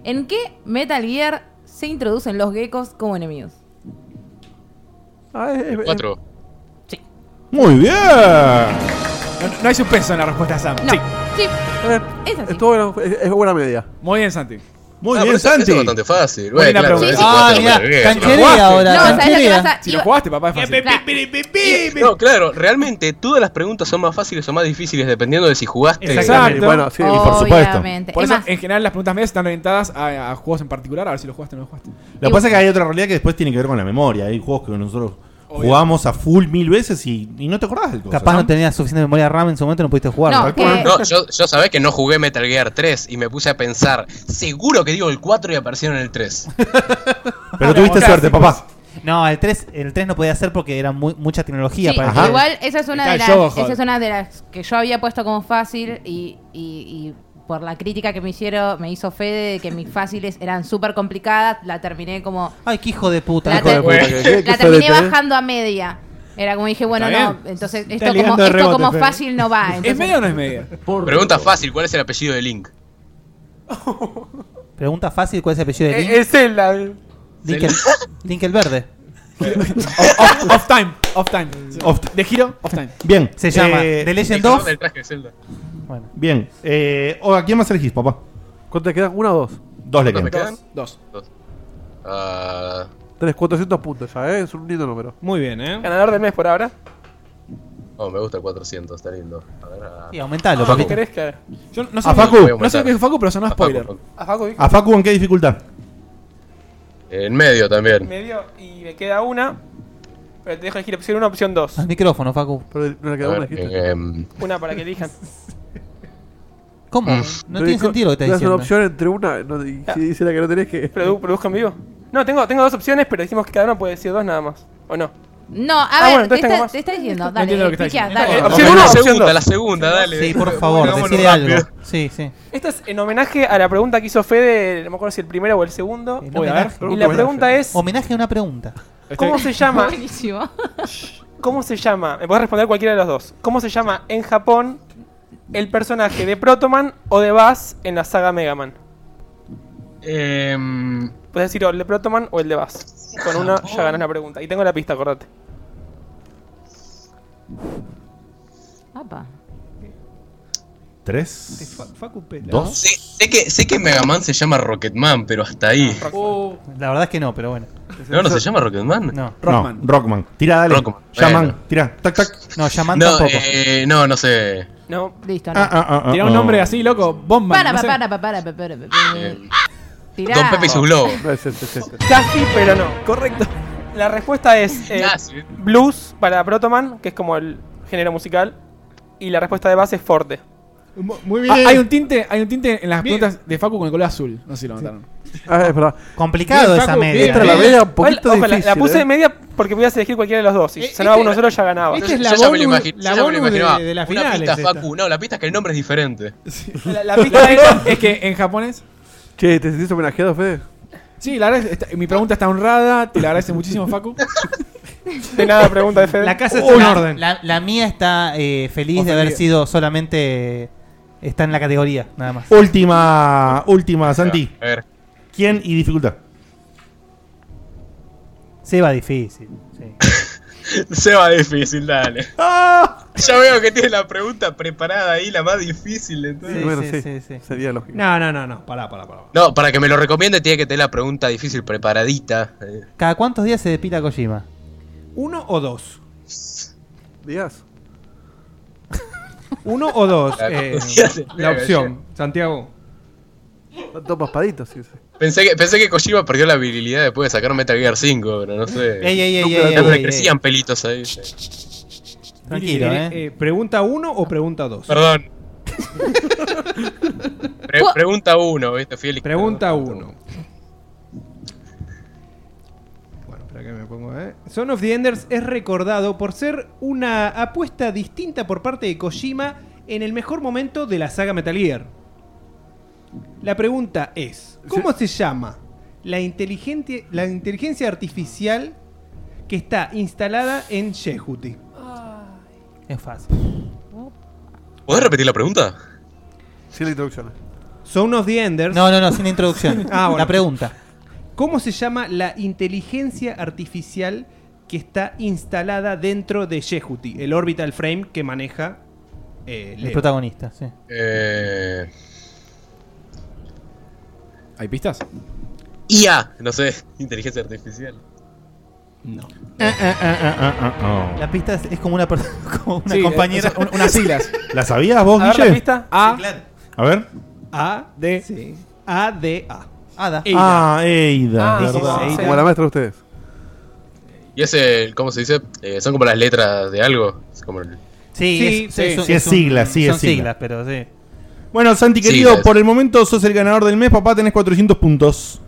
Speaker 6: ¿En qué Metal Gear se introducen los geckos como enemigos?
Speaker 20: Cuatro.
Speaker 1: Muy bien.
Speaker 4: No, no hay suspenso en la respuesta, Sam. Sí.
Speaker 6: Sí.
Speaker 5: Es, buena, es, es buena media.
Speaker 4: Muy bien, Santi.
Speaker 1: Muy
Speaker 20: Ah, pero eso- eso es bastante fácil. Bueno,
Speaker 4: Buena
Speaker 20: claro,
Speaker 4: pregunta.
Speaker 20: ese cuatro
Speaker 4: Ah,
Speaker 20: me
Speaker 4: mirá,
Speaker 20: regué.
Speaker 4: cancheré
Speaker 20: No,
Speaker 4: ahora,
Speaker 6: No, ¿sabes lo que pasa?
Speaker 4: Si lo
Speaker 6: Iba-
Speaker 4: jugaste, papá, es fácil.
Speaker 20: No, claro, realmente todas las preguntas son más fáciles o más difíciles dependiendo de si jugaste.
Speaker 4: Exacto.
Speaker 6: Obviamente.
Speaker 4: Por
Speaker 6: Es
Speaker 4: eso,
Speaker 6: más-
Speaker 4: en general, las preguntas medias están orientadas a, a juegos en particular, a ver si lo jugaste o no lo jugaste.
Speaker 1: Lo que pasa es que hay otra realidad que después tiene que ver con la memoria. Hay juegos que nosotros jugamos a full mil veces y, y no te acordás del cosa.
Speaker 3: Capaz no tenías suficiente memoria RAM en su momento, no pudiste jugar.
Speaker 20: No, yo, yo sabés que no jugué Metal Gear 3 y me puse a pensar, seguro que digo el 4 y aparecieron en el 3.
Speaker 1: Pero tuviste suerte, papá.
Speaker 3: No, el 3, el 3 no podía hacer porque era muy- mucha tecnología
Speaker 6: Sí,
Speaker 3: para que-
Speaker 6: igual esa es una
Speaker 3: Está
Speaker 6: de
Speaker 3: el
Speaker 6: las
Speaker 3: Yogo Hall.
Speaker 6: esa es una de las que yo había puesto como fácil y, y- y por la crítica que me hicieron me hizo Fede de que mis fáciles eran súper complicadas la terminé como
Speaker 3: Ay, qué hijo de puta.
Speaker 6: la,
Speaker 3: hijo de
Speaker 6: ter-
Speaker 3: puta, que- que-
Speaker 6: la
Speaker 3: que solete,
Speaker 6: terminé
Speaker 3: ¿eh?
Speaker 6: bajando a media era como dije bueno
Speaker 20: Está
Speaker 6: no
Speaker 20: bien.
Speaker 6: entonces
Speaker 20: Está
Speaker 6: esto como
Speaker 20: ligando de
Speaker 6: esto
Speaker 20: rebote,
Speaker 6: como
Speaker 20: Fede.
Speaker 6: fácil no va
Speaker 4: ¿Es
Speaker 6: entonces-
Speaker 4: media o no es media?
Speaker 20: Pregunta fácil, ¿cuál es el apellido de Link?
Speaker 3: Pregunta fácil: ¿cuál es el apellido de Link?
Speaker 4: Eh, Es el. la-
Speaker 3: Linkel, Linkel Verde.
Speaker 4: Off, off- off time, off time. de giro, off time.
Speaker 1: Bien.
Speaker 3: Se llama
Speaker 1: Eh,
Speaker 3: The Legend
Speaker 1: el
Speaker 3: of.
Speaker 1: color del Bien. Eh, o, ¿A quién más elegís, papá?
Speaker 5: ¿Cuántas quedan? ¿Una o dos?
Speaker 1: Dos le
Speaker 5: ¿Cuántas me
Speaker 1: quedan.
Speaker 5: quedan?
Speaker 4: Dos.
Speaker 5: Tres, 400 puntos ya, ¿eh? Es un lindo número.
Speaker 2: Muy bien, ¿eh?
Speaker 4: Ganador del mes por ahora.
Speaker 20: Oh, me gusta el 400, está lindo. A ver, a...
Speaker 3: Sí, aumentalo,
Speaker 20: Facu.
Speaker 3: papito.
Speaker 4: Ah, ¿Querés que.? Yo no
Speaker 3: Ah,
Speaker 4: sé,
Speaker 1: A
Speaker 4: lo que-
Speaker 1: Facu.
Speaker 4: no sé lo que dijo Facu, pero sonó
Speaker 1: A Facu,
Speaker 4: spoiler.
Speaker 1: Facu.
Speaker 4: A Facu dijo.
Speaker 1: ¿A Facu en qué dificultad?
Speaker 20: En medio también.
Speaker 4: Medio y me queda una. Pero te dejo elegir opción 1, opción 2.
Speaker 3: Al micrófono, Facu.
Speaker 20: A ver,
Speaker 18: eh,
Speaker 20: em,
Speaker 4: Una para que elijan.
Speaker 3: ¿Cómo? No tiene sentido lo que estás
Speaker 20: Mm.
Speaker 5: Es
Speaker 3: diciendo.
Speaker 5: una
Speaker 4: Ah.
Speaker 5: opción entre una. no, y si dice la que no tenés que.
Speaker 4: ¿Produ- ¿Produzco en vivo?
Speaker 7: No, tengo, tengo dos opciones, pero dijimos que cada uno puede decir dos nada más. ¿O no?
Speaker 6: No, a
Speaker 7: Ah,
Speaker 6: ver,
Speaker 7: bueno,
Speaker 6: te,
Speaker 7: entonces tengo
Speaker 6: está,
Speaker 7: más.
Speaker 6: te está diciendo,
Speaker 7: No
Speaker 6: dale,
Speaker 7: entiendo lo que está
Speaker 6: pichea,
Speaker 7: diciendo.
Speaker 6: dale.
Speaker 7: Eh, opción uno,
Speaker 3: la
Speaker 7: opción
Speaker 3: segunda,
Speaker 7: dos.
Speaker 3: la segunda, dale. Sí, por favor,
Speaker 7: Hagámoslo
Speaker 3: decide
Speaker 7: rápido.
Speaker 3: algo. Sí, sí.
Speaker 7: Esta es en homenaje a la pregunta que hizo Fede, no me acuerdo si el primero o el segundo.
Speaker 3: En
Speaker 7: Voy a ver.
Speaker 3: homenaje.
Speaker 7: Y la pregunta es,
Speaker 3: Homenaje a una pregunta.
Speaker 7: ¿cómo se llama?
Speaker 6: Buenísimo.
Speaker 7: ¿Cómo se llama? Me podés responder cualquiera de los dos. ¿Cómo se llama en Japón el personaje de Protoman o de Bass en la saga Mega Man?
Speaker 20: Em,
Speaker 7: Puedes decir o el de Protoman o el de Bass. Con una ya ganás la pregunta. Y tengo la pista, acordate.
Speaker 6: Apa.
Speaker 1: ¿Tres?
Speaker 2: Facu Pela.
Speaker 1: ¿Dos?
Speaker 20: Sé, sé que, sé que Mega Man se llama Rocketman, pero hasta ahí.
Speaker 3: La verdad es que no, pero bueno.
Speaker 20: ¿No, no se llama Rocketman?
Speaker 3: No.
Speaker 1: Rockman. No, Rockman. Tira, dale.
Speaker 20: Rockman.
Speaker 1: Shaman,
Speaker 20: Bueno.
Speaker 1: tira. Tac, tac.
Speaker 3: No, Shaman
Speaker 20: No, eh, no, no sé.
Speaker 7: No.
Speaker 6: Listo, no.
Speaker 1: Ah, ah, ah, ah,
Speaker 4: Tirá un
Speaker 1: ah.
Speaker 4: nombre así, loco. Bomba.
Speaker 6: para,
Speaker 4: no
Speaker 6: pa,
Speaker 4: sé.
Speaker 6: para, pa, para, pa, para, pa, para. Tirá.
Speaker 20: Don Pepe y sus globos.
Speaker 2: este,
Speaker 7: Casi, pero no. Correcto. La respuesta es eh, blues para Protoman, que es como el género musical. Y la respuesta de Bass es forte.
Speaker 2: Mu- Muy
Speaker 4: Ah,
Speaker 2: bien.
Speaker 4: hay un tinte, hay un tinte en las preguntas de Facu con el color azul. No sé si lo notaron.
Speaker 5: Ah, es verdad.
Speaker 3: Complicado
Speaker 4: Bien,
Speaker 3: esa
Speaker 4: Facu,
Speaker 3: media.
Speaker 4: bien, Entra la bien. media un
Speaker 7: Igual,
Speaker 4: poquito
Speaker 7: ojo, la- la,
Speaker 4: difícil,
Speaker 7: puse
Speaker 4: eh.
Speaker 7: media porque podías elegir cualquiera de los dos. Si sonaba
Speaker 2: este-
Speaker 7: uno solo, ya ganaba.
Speaker 2: Esta es la
Speaker 20: Yo ya me lo
Speaker 2: bonus-
Speaker 20: imagi- yo
Speaker 2: la
Speaker 20: ya me lo
Speaker 2: bonus de-
Speaker 20: imaginaba.
Speaker 2: de la
Speaker 20: Una
Speaker 2: final
Speaker 20: pista,
Speaker 2: es esta.
Speaker 20: Facu. No, la pista es que el nombre es diferente.
Speaker 7: La, la pista es, es que en japonés.
Speaker 5: Che, ¿te sentís homenajeado, Fede?
Speaker 4: Sí, la verdad, es- está- mi pregunta está honrada. Te la agradece muchísimo, Facu.
Speaker 7: De nada, pregunta de Fede.
Speaker 4: La casa
Speaker 3: Uy, la- La, la mía está eh, feliz de haber
Speaker 4: Ofendida.
Speaker 3: sido solamente. Está en la categoría, nada más.
Speaker 1: Última, última, Santi.
Speaker 20: A ver.
Speaker 1: ¿Quién y dificultad?
Speaker 3: Se va difícil.
Speaker 20: Se va difícil, dale. Ya veo que tiene la pregunta preparada ahí, la más difícil de todas.
Speaker 5: bueno, sí, Sería lógico.
Speaker 2: No, no, no, no. Pará, pará, pará.
Speaker 20: No, para que me lo recomiende tiene que tener la pregunta difícil preparadita. Eh,
Speaker 3: ¿Cada cuántos días se depila Kojima?
Speaker 2: ¿Uno o dos?
Speaker 5: Días.
Speaker 2: ¿Uno o dos?
Speaker 20: La
Speaker 2: eh,
Speaker 20: confianza.
Speaker 2: la opción, Santiago.
Speaker 5: Dos paspaditos, sí. sí.
Speaker 20: Pensé que, pensé que Kojima perdió la virilidad después de sacar Metal Gear 5, pero no sé.
Speaker 3: Ey, ey, ey,
Speaker 20: Nunca-
Speaker 3: ey, ey,
Speaker 20: ya no le
Speaker 3: ey,
Speaker 20: crecían pelitos ahí.
Speaker 3: Tranquilo,
Speaker 2: Eh, eh, ¿Pregunta uno o pregunta dos?
Speaker 20: Perdón. Pre- pregunta uno, ¿viste? Fui el-
Speaker 2: Pregunta uno. Bueno, espera que me pongo, eh. Son of the Enders es recordado por ser una apuesta distinta por parte de Kojima en el mejor momento de la saga Metal Gear. La pregunta es, ¿cómo se llama la, inteligente, la inteligencia artificial que está instalada en Shehuti?
Speaker 3: Es fácil.
Speaker 20: ¿Podés repetir la pregunta?
Speaker 5: Sí, la introducción.
Speaker 2: Son of the Enders.
Speaker 3: No, no, no, sin introducción.
Speaker 2: Ah, bueno.
Speaker 3: La pregunta.
Speaker 2: ¿Cómo se llama la inteligencia artificial que está instalada dentro de Yehuti, el orbital frame que maneja eh,
Speaker 3: El
Speaker 2: Leo?
Speaker 3: protagonista, sí.
Speaker 20: Eh,
Speaker 4: ¿Hay pistas?
Speaker 20: IA, no sé, inteligencia artificial.
Speaker 2: No.
Speaker 20: Eh, oh.
Speaker 3: La pista es, es como una, per- como una
Speaker 4: Sí, eh,
Speaker 3: compañera.
Speaker 4: o sea, un- unas siglas.
Speaker 1: ¿La sabías vos,
Speaker 7: A ver la
Speaker 1: Guille?
Speaker 7: pista.
Speaker 4: A,
Speaker 1: A ver.
Speaker 2: A,
Speaker 4: D.
Speaker 2: sí. A, D, A.
Speaker 3: Ada.
Speaker 1: Ah, Eida.
Speaker 7: Ah,
Speaker 1: verdad.
Speaker 7: sí, sí, sí.
Speaker 5: Como la maestra de ustedes.
Speaker 20: Y ese, ¿cómo se dice? Eh, son como las letras de algo. Es como el-
Speaker 3: Sí,
Speaker 2: sí,
Speaker 1: sí, es sigla, sí, es
Speaker 3: son
Speaker 1: sigla.
Speaker 3: siglas, pero sí.
Speaker 1: Bueno, Santi,
Speaker 20: Sí,
Speaker 1: querido,
Speaker 20: es.
Speaker 1: por el momento sos el ganador del mes. Papá, tenés 400 puntos.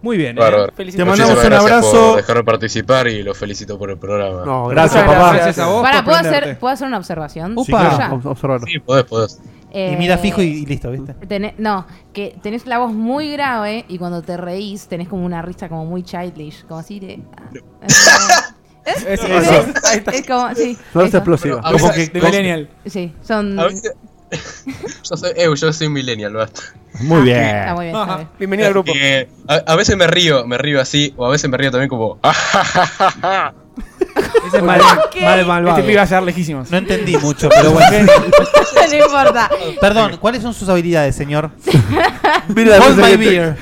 Speaker 2: Muy bien. eh.
Speaker 20: Bárbaro.
Speaker 1: Te
Speaker 7: Felicitaciones.
Speaker 1: mandamos un
Speaker 20: Muchísimas gracias
Speaker 1: abrazo.
Speaker 20: Por dejarme participar y los felicito por el programa.
Speaker 5: No,
Speaker 1: Gracias,
Speaker 7: Muchas
Speaker 1: papá.
Speaker 2: Gracias a vos.
Speaker 6: Para,
Speaker 2: por
Speaker 6: ¿puedo
Speaker 2: prenderte.
Speaker 6: hacer, ¿puedo hacer una observación?
Speaker 3: Sí, claro.
Speaker 6: Tuya.
Speaker 5: Ob- observarlo.
Speaker 20: Sí, podés, podés.
Speaker 6: Eh,
Speaker 3: Y mira fijo y, y listo, ¿viste?
Speaker 6: tené- no, que tenés la voz muy grave y cuando te reís tenés como una risa como muy childish, como así de... ¿Eh?
Speaker 4: Eso,
Speaker 6: ¿Ves?
Speaker 4: eso.
Speaker 6: Es como, sí,
Speaker 5: No es
Speaker 6: eso.
Speaker 5: explosiva.
Speaker 20: Pero,
Speaker 1: Ojo
Speaker 20: a-
Speaker 1: que-
Speaker 4: De Millennial.
Speaker 6: Sí, son... eh,
Speaker 20: a veces- yo, soy, eh, yo soy millennial, basta.
Speaker 1: Muy bien.
Speaker 6: Ah, Está muy bien, está bien.
Speaker 7: Bienvenido al grupo.
Speaker 20: Eh, a, a veces me río, me río así, o a veces me río también como.
Speaker 4: Ese es mal,
Speaker 2: Mal, malvado.
Speaker 4: Este pibe va a llegar lejísimos.
Speaker 3: No entendí mucho, pero bueno.
Speaker 6: No importa.
Speaker 3: Perdón, ¿cuáles son sus habilidades, señor?
Speaker 5: Mira,
Speaker 3: Hold my
Speaker 5: parece que te-
Speaker 3: beer.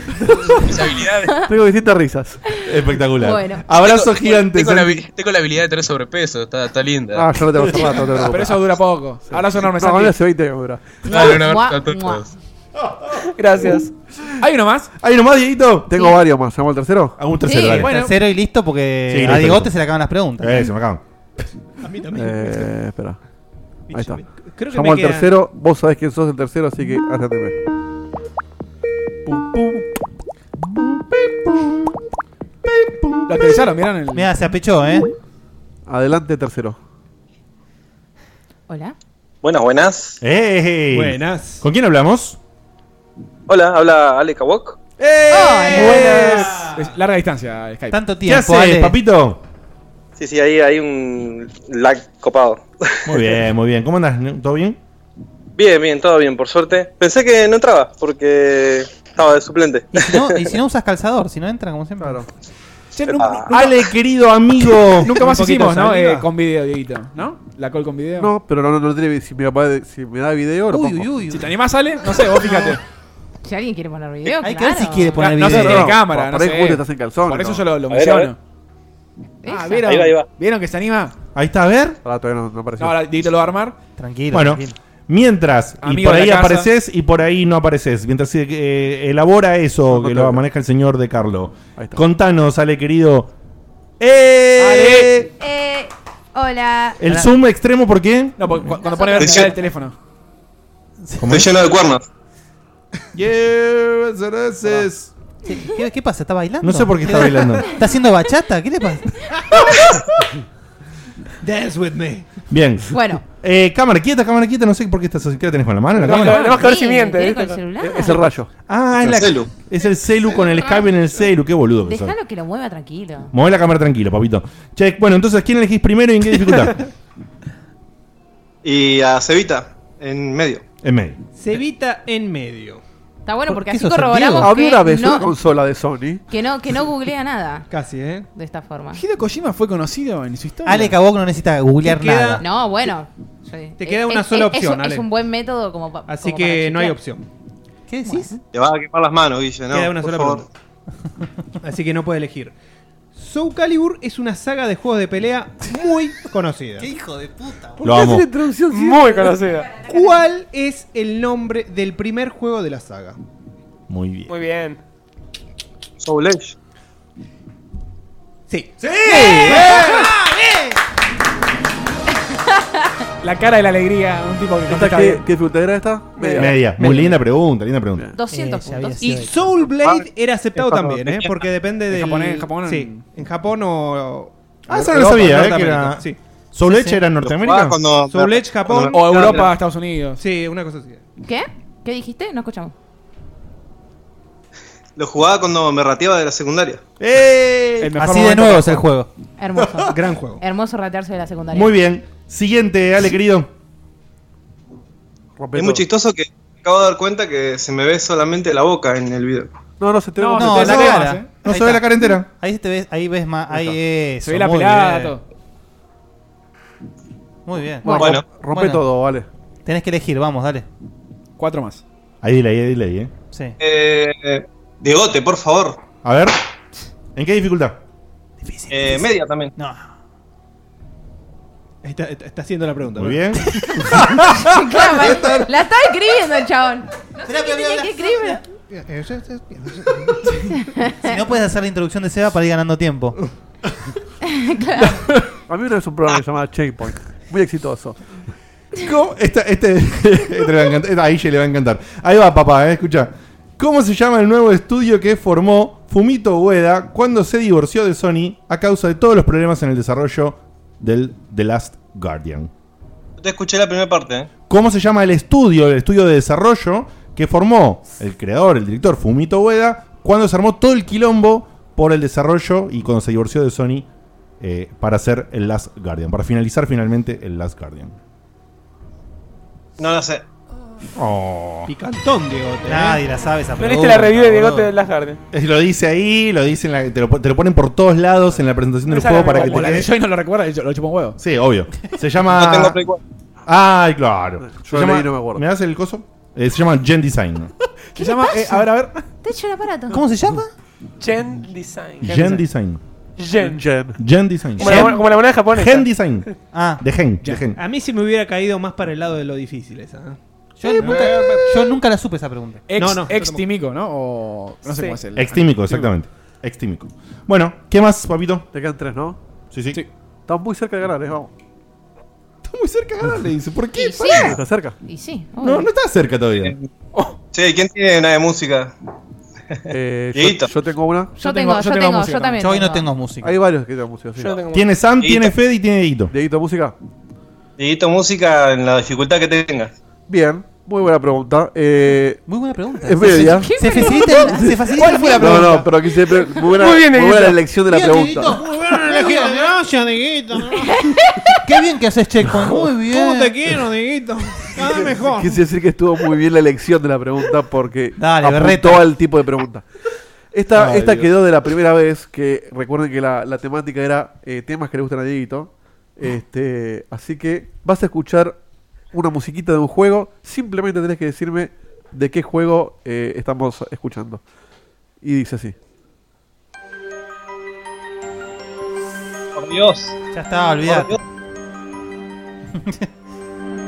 Speaker 20: Mis habilidades.
Speaker 5: tengo distintas risas.
Speaker 1: Espectacular.
Speaker 6: Bueno.
Speaker 1: Abrazo
Speaker 20: Tengo-
Speaker 1: gigante.
Speaker 20: Tengo la,
Speaker 1: Santi.
Speaker 20: habi- tengo la habilidad de tener sobrepeso, está, está linda.
Speaker 5: Ah, yo lo tengo hace rato, no te preocupes.
Speaker 4: Pero eso dura poco. Abrazo enorme,
Speaker 5: No,
Speaker 4: Santi.
Speaker 5: hace 20 años dura.
Speaker 20: Dale, un abrazo
Speaker 6: Mua,
Speaker 20: a todos.
Speaker 6: mua.
Speaker 7: Gracias.
Speaker 4: ¿Hay uno más?
Speaker 1: Ahí nomás, Dieguito.
Speaker 5: Tengo varios más. ¿Llamo al tercero?
Speaker 1: Hago un tercero,
Speaker 6: Sí,
Speaker 1: dale.
Speaker 3: Bueno. Tercero y listo, porque
Speaker 1: Sí,
Speaker 3: a
Speaker 1: listo,
Speaker 3: Digote
Speaker 1: listo.
Speaker 3: se le acaban las preguntas.
Speaker 1: Eh, se me acaban.
Speaker 5: Eh, espera. Ahí está.
Speaker 2: Creo que
Speaker 5: Llamo
Speaker 2: me
Speaker 5: al
Speaker 2: queda-
Speaker 5: tercero. Vos sabés quién sos el tercero, así que atendeme.
Speaker 4: Lo actualizaron, miran el.
Speaker 3: Mira, se apechó, ¿eh?
Speaker 5: Adelante, tercero.
Speaker 6: Hola.
Speaker 21: Buenas, buenas.
Speaker 4: Eh,
Speaker 1: Buenas. ¿Con quién hablamos?
Speaker 21: Hola, habla Ale Kawok.
Speaker 4: Buenas. Es larga distancia, Skype.
Speaker 3: Tanto
Speaker 1: ¿Qué haces, papito?
Speaker 21: Sí, sí, ahí hay un lag copado.
Speaker 1: Muy bien, muy bien. ¿Cómo andas? ¿Todo bien?
Speaker 21: Bien, bien, todo bien, por suerte. Pensé que no entraba porque estaba de suplente.
Speaker 3: Y si no, y si no usas calzador, si no entra, como siempre.
Speaker 5: Ah.
Speaker 1: Ale, querido amigo.
Speaker 4: Nunca más
Speaker 1: Un poquito
Speaker 4: hicimos, ¿no?
Speaker 1: salida.
Speaker 4: Eh, con video, Dieguito. ¿No? La call con video.
Speaker 5: No, pero no, no, no tiene vi- si me, va de- si me da video, lo pongo.
Speaker 4: Si te animás, Ale, no sé, vos fíjate. Eh,
Speaker 6: Si alguien quiere poner video,
Speaker 3: Hay que
Speaker 6: claro.
Speaker 3: ver si quiere poner
Speaker 4: No sé
Speaker 3: video.
Speaker 4: si tiene cámara,
Speaker 5: por-
Speaker 4: no
Speaker 5: por ahí
Speaker 4: sé.
Speaker 5: Julio estás en calzones,
Speaker 4: Por eso
Speaker 5: ¿no?
Speaker 4: yo lo, lo
Speaker 5: A ver, a ver.
Speaker 4: menciono. Ah, ¿vieron?
Speaker 5: Ahí va, ahí va.
Speaker 4: ¿Vieron que se anima?
Speaker 1: Ahí está, a ver.
Speaker 5: Ahora todavía no, no apareció.
Speaker 4: No, ahora Dieguito lo va a armar.
Speaker 3: Tranquilo.
Speaker 1: Bueno, mientras, y
Speaker 4: Amigo
Speaker 1: por
Speaker 4: de
Speaker 1: ahí
Speaker 4: la casa.
Speaker 1: apareces y por ahí no apareces. Mientras eh, elabora eso que lo maneja el señor de Carlo. Contanos, Ale, querido. ¡Eh!
Speaker 6: Eh, hola.
Speaker 1: El zoom extremo, ¿por qué?
Speaker 4: No, porque cu- cuando pone vertical el teléfono.
Speaker 1: Estoy
Speaker 21: lleno de cuernos.
Speaker 3: Ah. ¿Qué, qué pasa? ¿Está bailando?
Speaker 1: No sé por qué está bailando.
Speaker 3: ¿Está haciendo bachata? ¿Qué le pasa?
Speaker 19: Dance with me.
Speaker 1: Bien.
Speaker 6: Bueno.
Speaker 1: Eh, cámara quieta, cámara quieta. No sé por qué estás así. ¿Qué la tenés con la mano? ¿La
Speaker 4: No,
Speaker 1: cámara?
Speaker 4: no, tenemos que ver
Speaker 6: Sí,
Speaker 4: si miente.
Speaker 7: ¿eh?
Speaker 6: tiene
Speaker 4: ¿viste?
Speaker 6: con el celular.
Speaker 1: Es el rayo. Ah, es,
Speaker 21: El
Speaker 1: la-
Speaker 21: celu.
Speaker 1: es el celu con el Skype en el celu. Qué boludo que sos.
Speaker 6: Déjalo que lo mueva tranquilo.
Speaker 1: Mueve la cámara tranquilo, papito. Che, bueno, entonces, ¿quién elegís primero y en qué dificultad?
Speaker 20: Y a Cevita, en medio.
Speaker 1: en medio.
Speaker 9: Cevita en medio.
Speaker 6: Está bueno porque así
Speaker 5: sos
Speaker 6: corroboramos
Speaker 5: Había
Speaker 6: que
Speaker 5: una vez una
Speaker 6: no,
Speaker 5: consola de Sony.
Speaker 6: que, no, que no googlea nada
Speaker 9: Casi, ¿eh?
Speaker 6: de esta forma.
Speaker 4: Hideo Kojima fue conocido en su historia.
Speaker 3: Ale Caboclo no necesita googlear
Speaker 9: Te queda-
Speaker 3: nada.
Speaker 6: No, bueno. sí.
Speaker 9: Te queda
Speaker 6: Es-
Speaker 9: una
Speaker 6: es-
Speaker 9: sola
Speaker 6: eh, es- es
Speaker 9: opción,
Speaker 6: un-
Speaker 9: Ale.
Speaker 6: Es un buen método como pa-
Speaker 9: Así
Speaker 6: como
Speaker 9: que
Speaker 6: para
Speaker 9: no hay
Speaker 6: chequear.
Speaker 9: opción.
Speaker 3: ¿Qué decís?
Speaker 21: Te vas a quemar las manos, Guille, ¿no?
Speaker 9: Queda una
Speaker 21: Por
Speaker 9: sola
Speaker 21: favor.
Speaker 9: Así que no puede elegir. Soul Calibur es una saga de juegos de pelea muy conocida.
Speaker 3: hijo de puta?
Speaker 1: Lo amo.
Speaker 4: Muy conocida.
Speaker 9: ¿Cuál es el nombre del primer juego de la saga?
Speaker 1: Muy bien.
Speaker 4: Muy bien.
Speaker 21: Soul Edge.
Speaker 9: Sí.
Speaker 19: ¡Eh!
Speaker 4: ¡Sí!
Speaker 8: ¡Eh!
Speaker 19: ¡Ah,
Speaker 4: La cara de la alegría, un tipo que
Speaker 5: ¿Esta
Speaker 4: contesta
Speaker 5: qué,
Speaker 4: bien.
Speaker 5: ¿Qué dificultad era esta?
Speaker 1: Media. Muy linda pregunta, linda pregunta.
Speaker 6: 200 puntos.
Speaker 9: Y
Speaker 6: Y
Speaker 9: Soul Blade era aceptado también, ¿eh? Porque depende
Speaker 4: En
Speaker 9: de.
Speaker 4: Japón, en Japón,
Speaker 9: Sí, en Japón o.
Speaker 1: Ah,
Speaker 9: o
Speaker 1: eso no lo
Speaker 9: Europa,
Speaker 1: sabía, ¿eh? Que
Speaker 9: Norteamérica,
Speaker 1: era...
Speaker 9: Sí.
Speaker 1: ¿Soul Edge era en Norteamérica?
Speaker 21: Cuando-
Speaker 9: Soul Edge, Japón.
Speaker 4: O Europa, Estados Unidos.
Speaker 9: Sí, una cosa así.
Speaker 6: ¿Qué? ¿Qué dijiste? No escuchamos.
Speaker 21: Lo jugaba cuando me rateaba de la secundaria.
Speaker 1: ¡Eh!
Speaker 4: El mejor
Speaker 3: Así de
Speaker 4: momento
Speaker 3: nuevo
Speaker 4: para-
Speaker 3: es el juego.
Speaker 6: Hermoso.
Speaker 9: Gran juego.
Speaker 6: Hermoso ratearse de la secundaria.
Speaker 1: Muy bien. Siguiente, Ale, querido.
Speaker 5: Rompe
Speaker 21: es muy
Speaker 5: todo.
Speaker 21: chistoso que me acabo de dar cuenta que se me ve solamente la boca en el video.
Speaker 5: No, no, se te ve
Speaker 4: No,
Speaker 5: bonito.
Speaker 3: No,
Speaker 4: te
Speaker 3: la
Speaker 4: ve
Speaker 3: cara.
Speaker 4: más, ¿eh?
Speaker 1: No
Speaker 3: Ahí
Speaker 1: se ve
Speaker 3: está.
Speaker 1: la cara entera.
Speaker 3: Ahí te ves, ahí ves más. Ahí eso.
Speaker 4: Se ve la
Speaker 3: muy
Speaker 4: pelada,
Speaker 3: bien.
Speaker 4: todo.
Speaker 3: Muy bien.
Speaker 6: Bueno.
Speaker 21: Bueno,
Speaker 5: Rompe
Speaker 3: Bueno.
Speaker 5: todo, vale.
Speaker 3: Tenés que elegir, vamos, dale.
Speaker 4: Cuatro más.
Speaker 1: Ahí delay, ahí delay, ¿eh?
Speaker 3: Sí.
Speaker 21: eh, Diegote, por favor.
Speaker 1: A ver. ¿En qué dificultad?
Speaker 3: Difícil.
Speaker 21: Eh, media también.
Speaker 3: No.
Speaker 9: Ahí Está, está- está haciendo la pregunta.
Speaker 1: Muy
Speaker 9: ¿no?
Speaker 1: bien.
Speaker 6: Claro, la estaba escribiendo el chabón. No sé qué tenía que escribir.
Speaker 3: Si no puedes hacer la introducción de Seba para ir ganando tiempo.
Speaker 5: A mí una vez un programa que se llamaba Checkpoint. Muy exitoso.
Speaker 1: ¿Cómo? Esta- este, este le va a encantar. Esta a Guille le va a encantar. Ahí va, papá, ¿eh? escucha. ¿Cómo se llama el nuevo estudio que formó Fumito Ueda cuando se divorció de Sony a causa de todos los problemas en el desarrollo del The Last Guardian?
Speaker 21: Yo te escuché la primera parte, ¿eh?
Speaker 1: ¿Cómo se llama el estudio, el estudio de desarrollo que formó el creador, el director Fumito Ueda, cuando se armó todo el quilombo por el desarrollo y cuando se divorció de Sony eh, para hacer el Last Guardian, para finalizar finalmente el Last Guardian?
Speaker 21: No lo sé.
Speaker 1: Oh.
Speaker 9: Picantón, Diego. ¿eh?
Speaker 3: Nadie la sabe esa
Speaker 4: No
Speaker 3: pregunta.
Speaker 4: leíste la review de
Speaker 3: boludo.
Speaker 4: Diegote de Las Garden.
Speaker 1: Es- Lo dice ahí, lo dicen te, lo, te lo ponen por todos lados en la presentación del
Speaker 4: Esa
Speaker 1: juego
Speaker 4: la-
Speaker 1: para que
Speaker 4: como
Speaker 1: te
Speaker 4: la de
Speaker 1: quede.
Speaker 4: Joy no lo recuerda, yo- lo chupa un huevo.
Speaker 1: Sí, obvio. Se llama.
Speaker 21: No tengo Play 4.
Speaker 1: Ay, claro. Se
Speaker 5: Yo
Speaker 1: llama-
Speaker 5: leí, no me acuerdo.
Speaker 1: das el coso? Eh, se llama Gen Design.
Speaker 4: Se llama, eh, a ver, a ver.
Speaker 6: Te echo el aparato.
Speaker 3: ¿Cómo se llama?
Speaker 7: Gen Design.
Speaker 1: Gen Design.
Speaker 7: Gen.
Speaker 5: Jen.
Speaker 1: Gen Design.
Speaker 7: Como la,
Speaker 1: Gen,
Speaker 7: como la moneda japonesa.
Speaker 1: Gen Design.
Speaker 3: Ah,
Speaker 1: De Gen. De gen.
Speaker 9: A mí se me hubiera caído más para el lado de lo difícil esa. ¿eh?
Speaker 3: yo, nunca, yo nunca la supe esa pregunta.
Speaker 4: Ex,
Speaker 9: No, no, yo
Speaker 4: ex
Speaker 9: tampoco.
Speaker 4: Timico, ¿no? O no sé
Speaker 7: Sí.
Speaker 4: cómo es el.
Speaker 1: Extímico, exactamente. Extímico. Bueno, ¿qué más, papito?
Speaker 5: Te quedan tres, ¿no?
Speaker 1: Sí, sí.
Speaker 4: Sí.
Speaker 5: Estás muy cerca de ganar, eh, vamos.
Speaker 1: Está muy cerca, ahora le dice. ¿Por
Speaker 6: Y
Speaker 1: qué?
Speaker 6: sí.
Speaker 5: Eh, Está cerca.
Speaker 6: Y sí. obvio.
Speaker 21: Eh,
Speaker 1: No, no está cerca todavía.
Speaker 21: Che, ¿quién tiene nada de música?
Speaker 5: Eh, yo, yo tengo una.
Speaker 6: Yo tengo, yo tengo música. Yo hoy no tengo
Speaker 3: música.
Speaker 5: Hay varios que tienen música. sí.
Speaker 6: Yo no tengo
Speaker 1: Tiene Sam, tiene Fede y tiene Dito.
Speaker 5: Dieguito, música.
Speaker 21: Dieguito, música en la dificultad que tengas.
Speaker 5: Bien, muy buena pregunta. Eh,
Speaker 3: muy buena pregunta.
Speaker 5: Es media.
Speaker 3: Se- se facilita el- se facilita ¿Cuál el- fue la
Speaker 5: No,
Speaker 3: pregunta?
Speaker 5: no, pero aquí siempre. Muy buena,
Speaker 3: Muy bien,
Speaker 5: muy buena
Speaker 3: Dieguito.
Speaker 5: la elección de la
Speaker 3: Bien,
Speaker 5: pregunta.
Speaker 3: Dieguito.
Speaker 14: Gracias, Dieguito.
Speaker 3: Qué bien que haces checkpoint. Muy bien.
Speaker 14: ¿Cómo te quiero, Dieguito? Cada vez mejor.
Speaker 5: Quise decir que estuvo muy bien la elección de la pregunta porque
Speaker 3: Dale,
Speaker 5: apuntó
Speaker 3: berreta.
Speaker 5: al tipo de pregunta. Esta,
Speaker 3: Ay,
Speaker 5: esta
Speaker 3: Dios.
Speaker 5: quedó de la primera vez que recuerden que la, la temática era eh, temas que le gustan a Dieguito. Este, así que vas a escuchar una musiquita de un juego. Simplemente tenés que decirme de qué juego eh, estamos escuchando. Y dice así.
Speaker 21: Por Dios.
Speaker 3: Ya está, olvidate.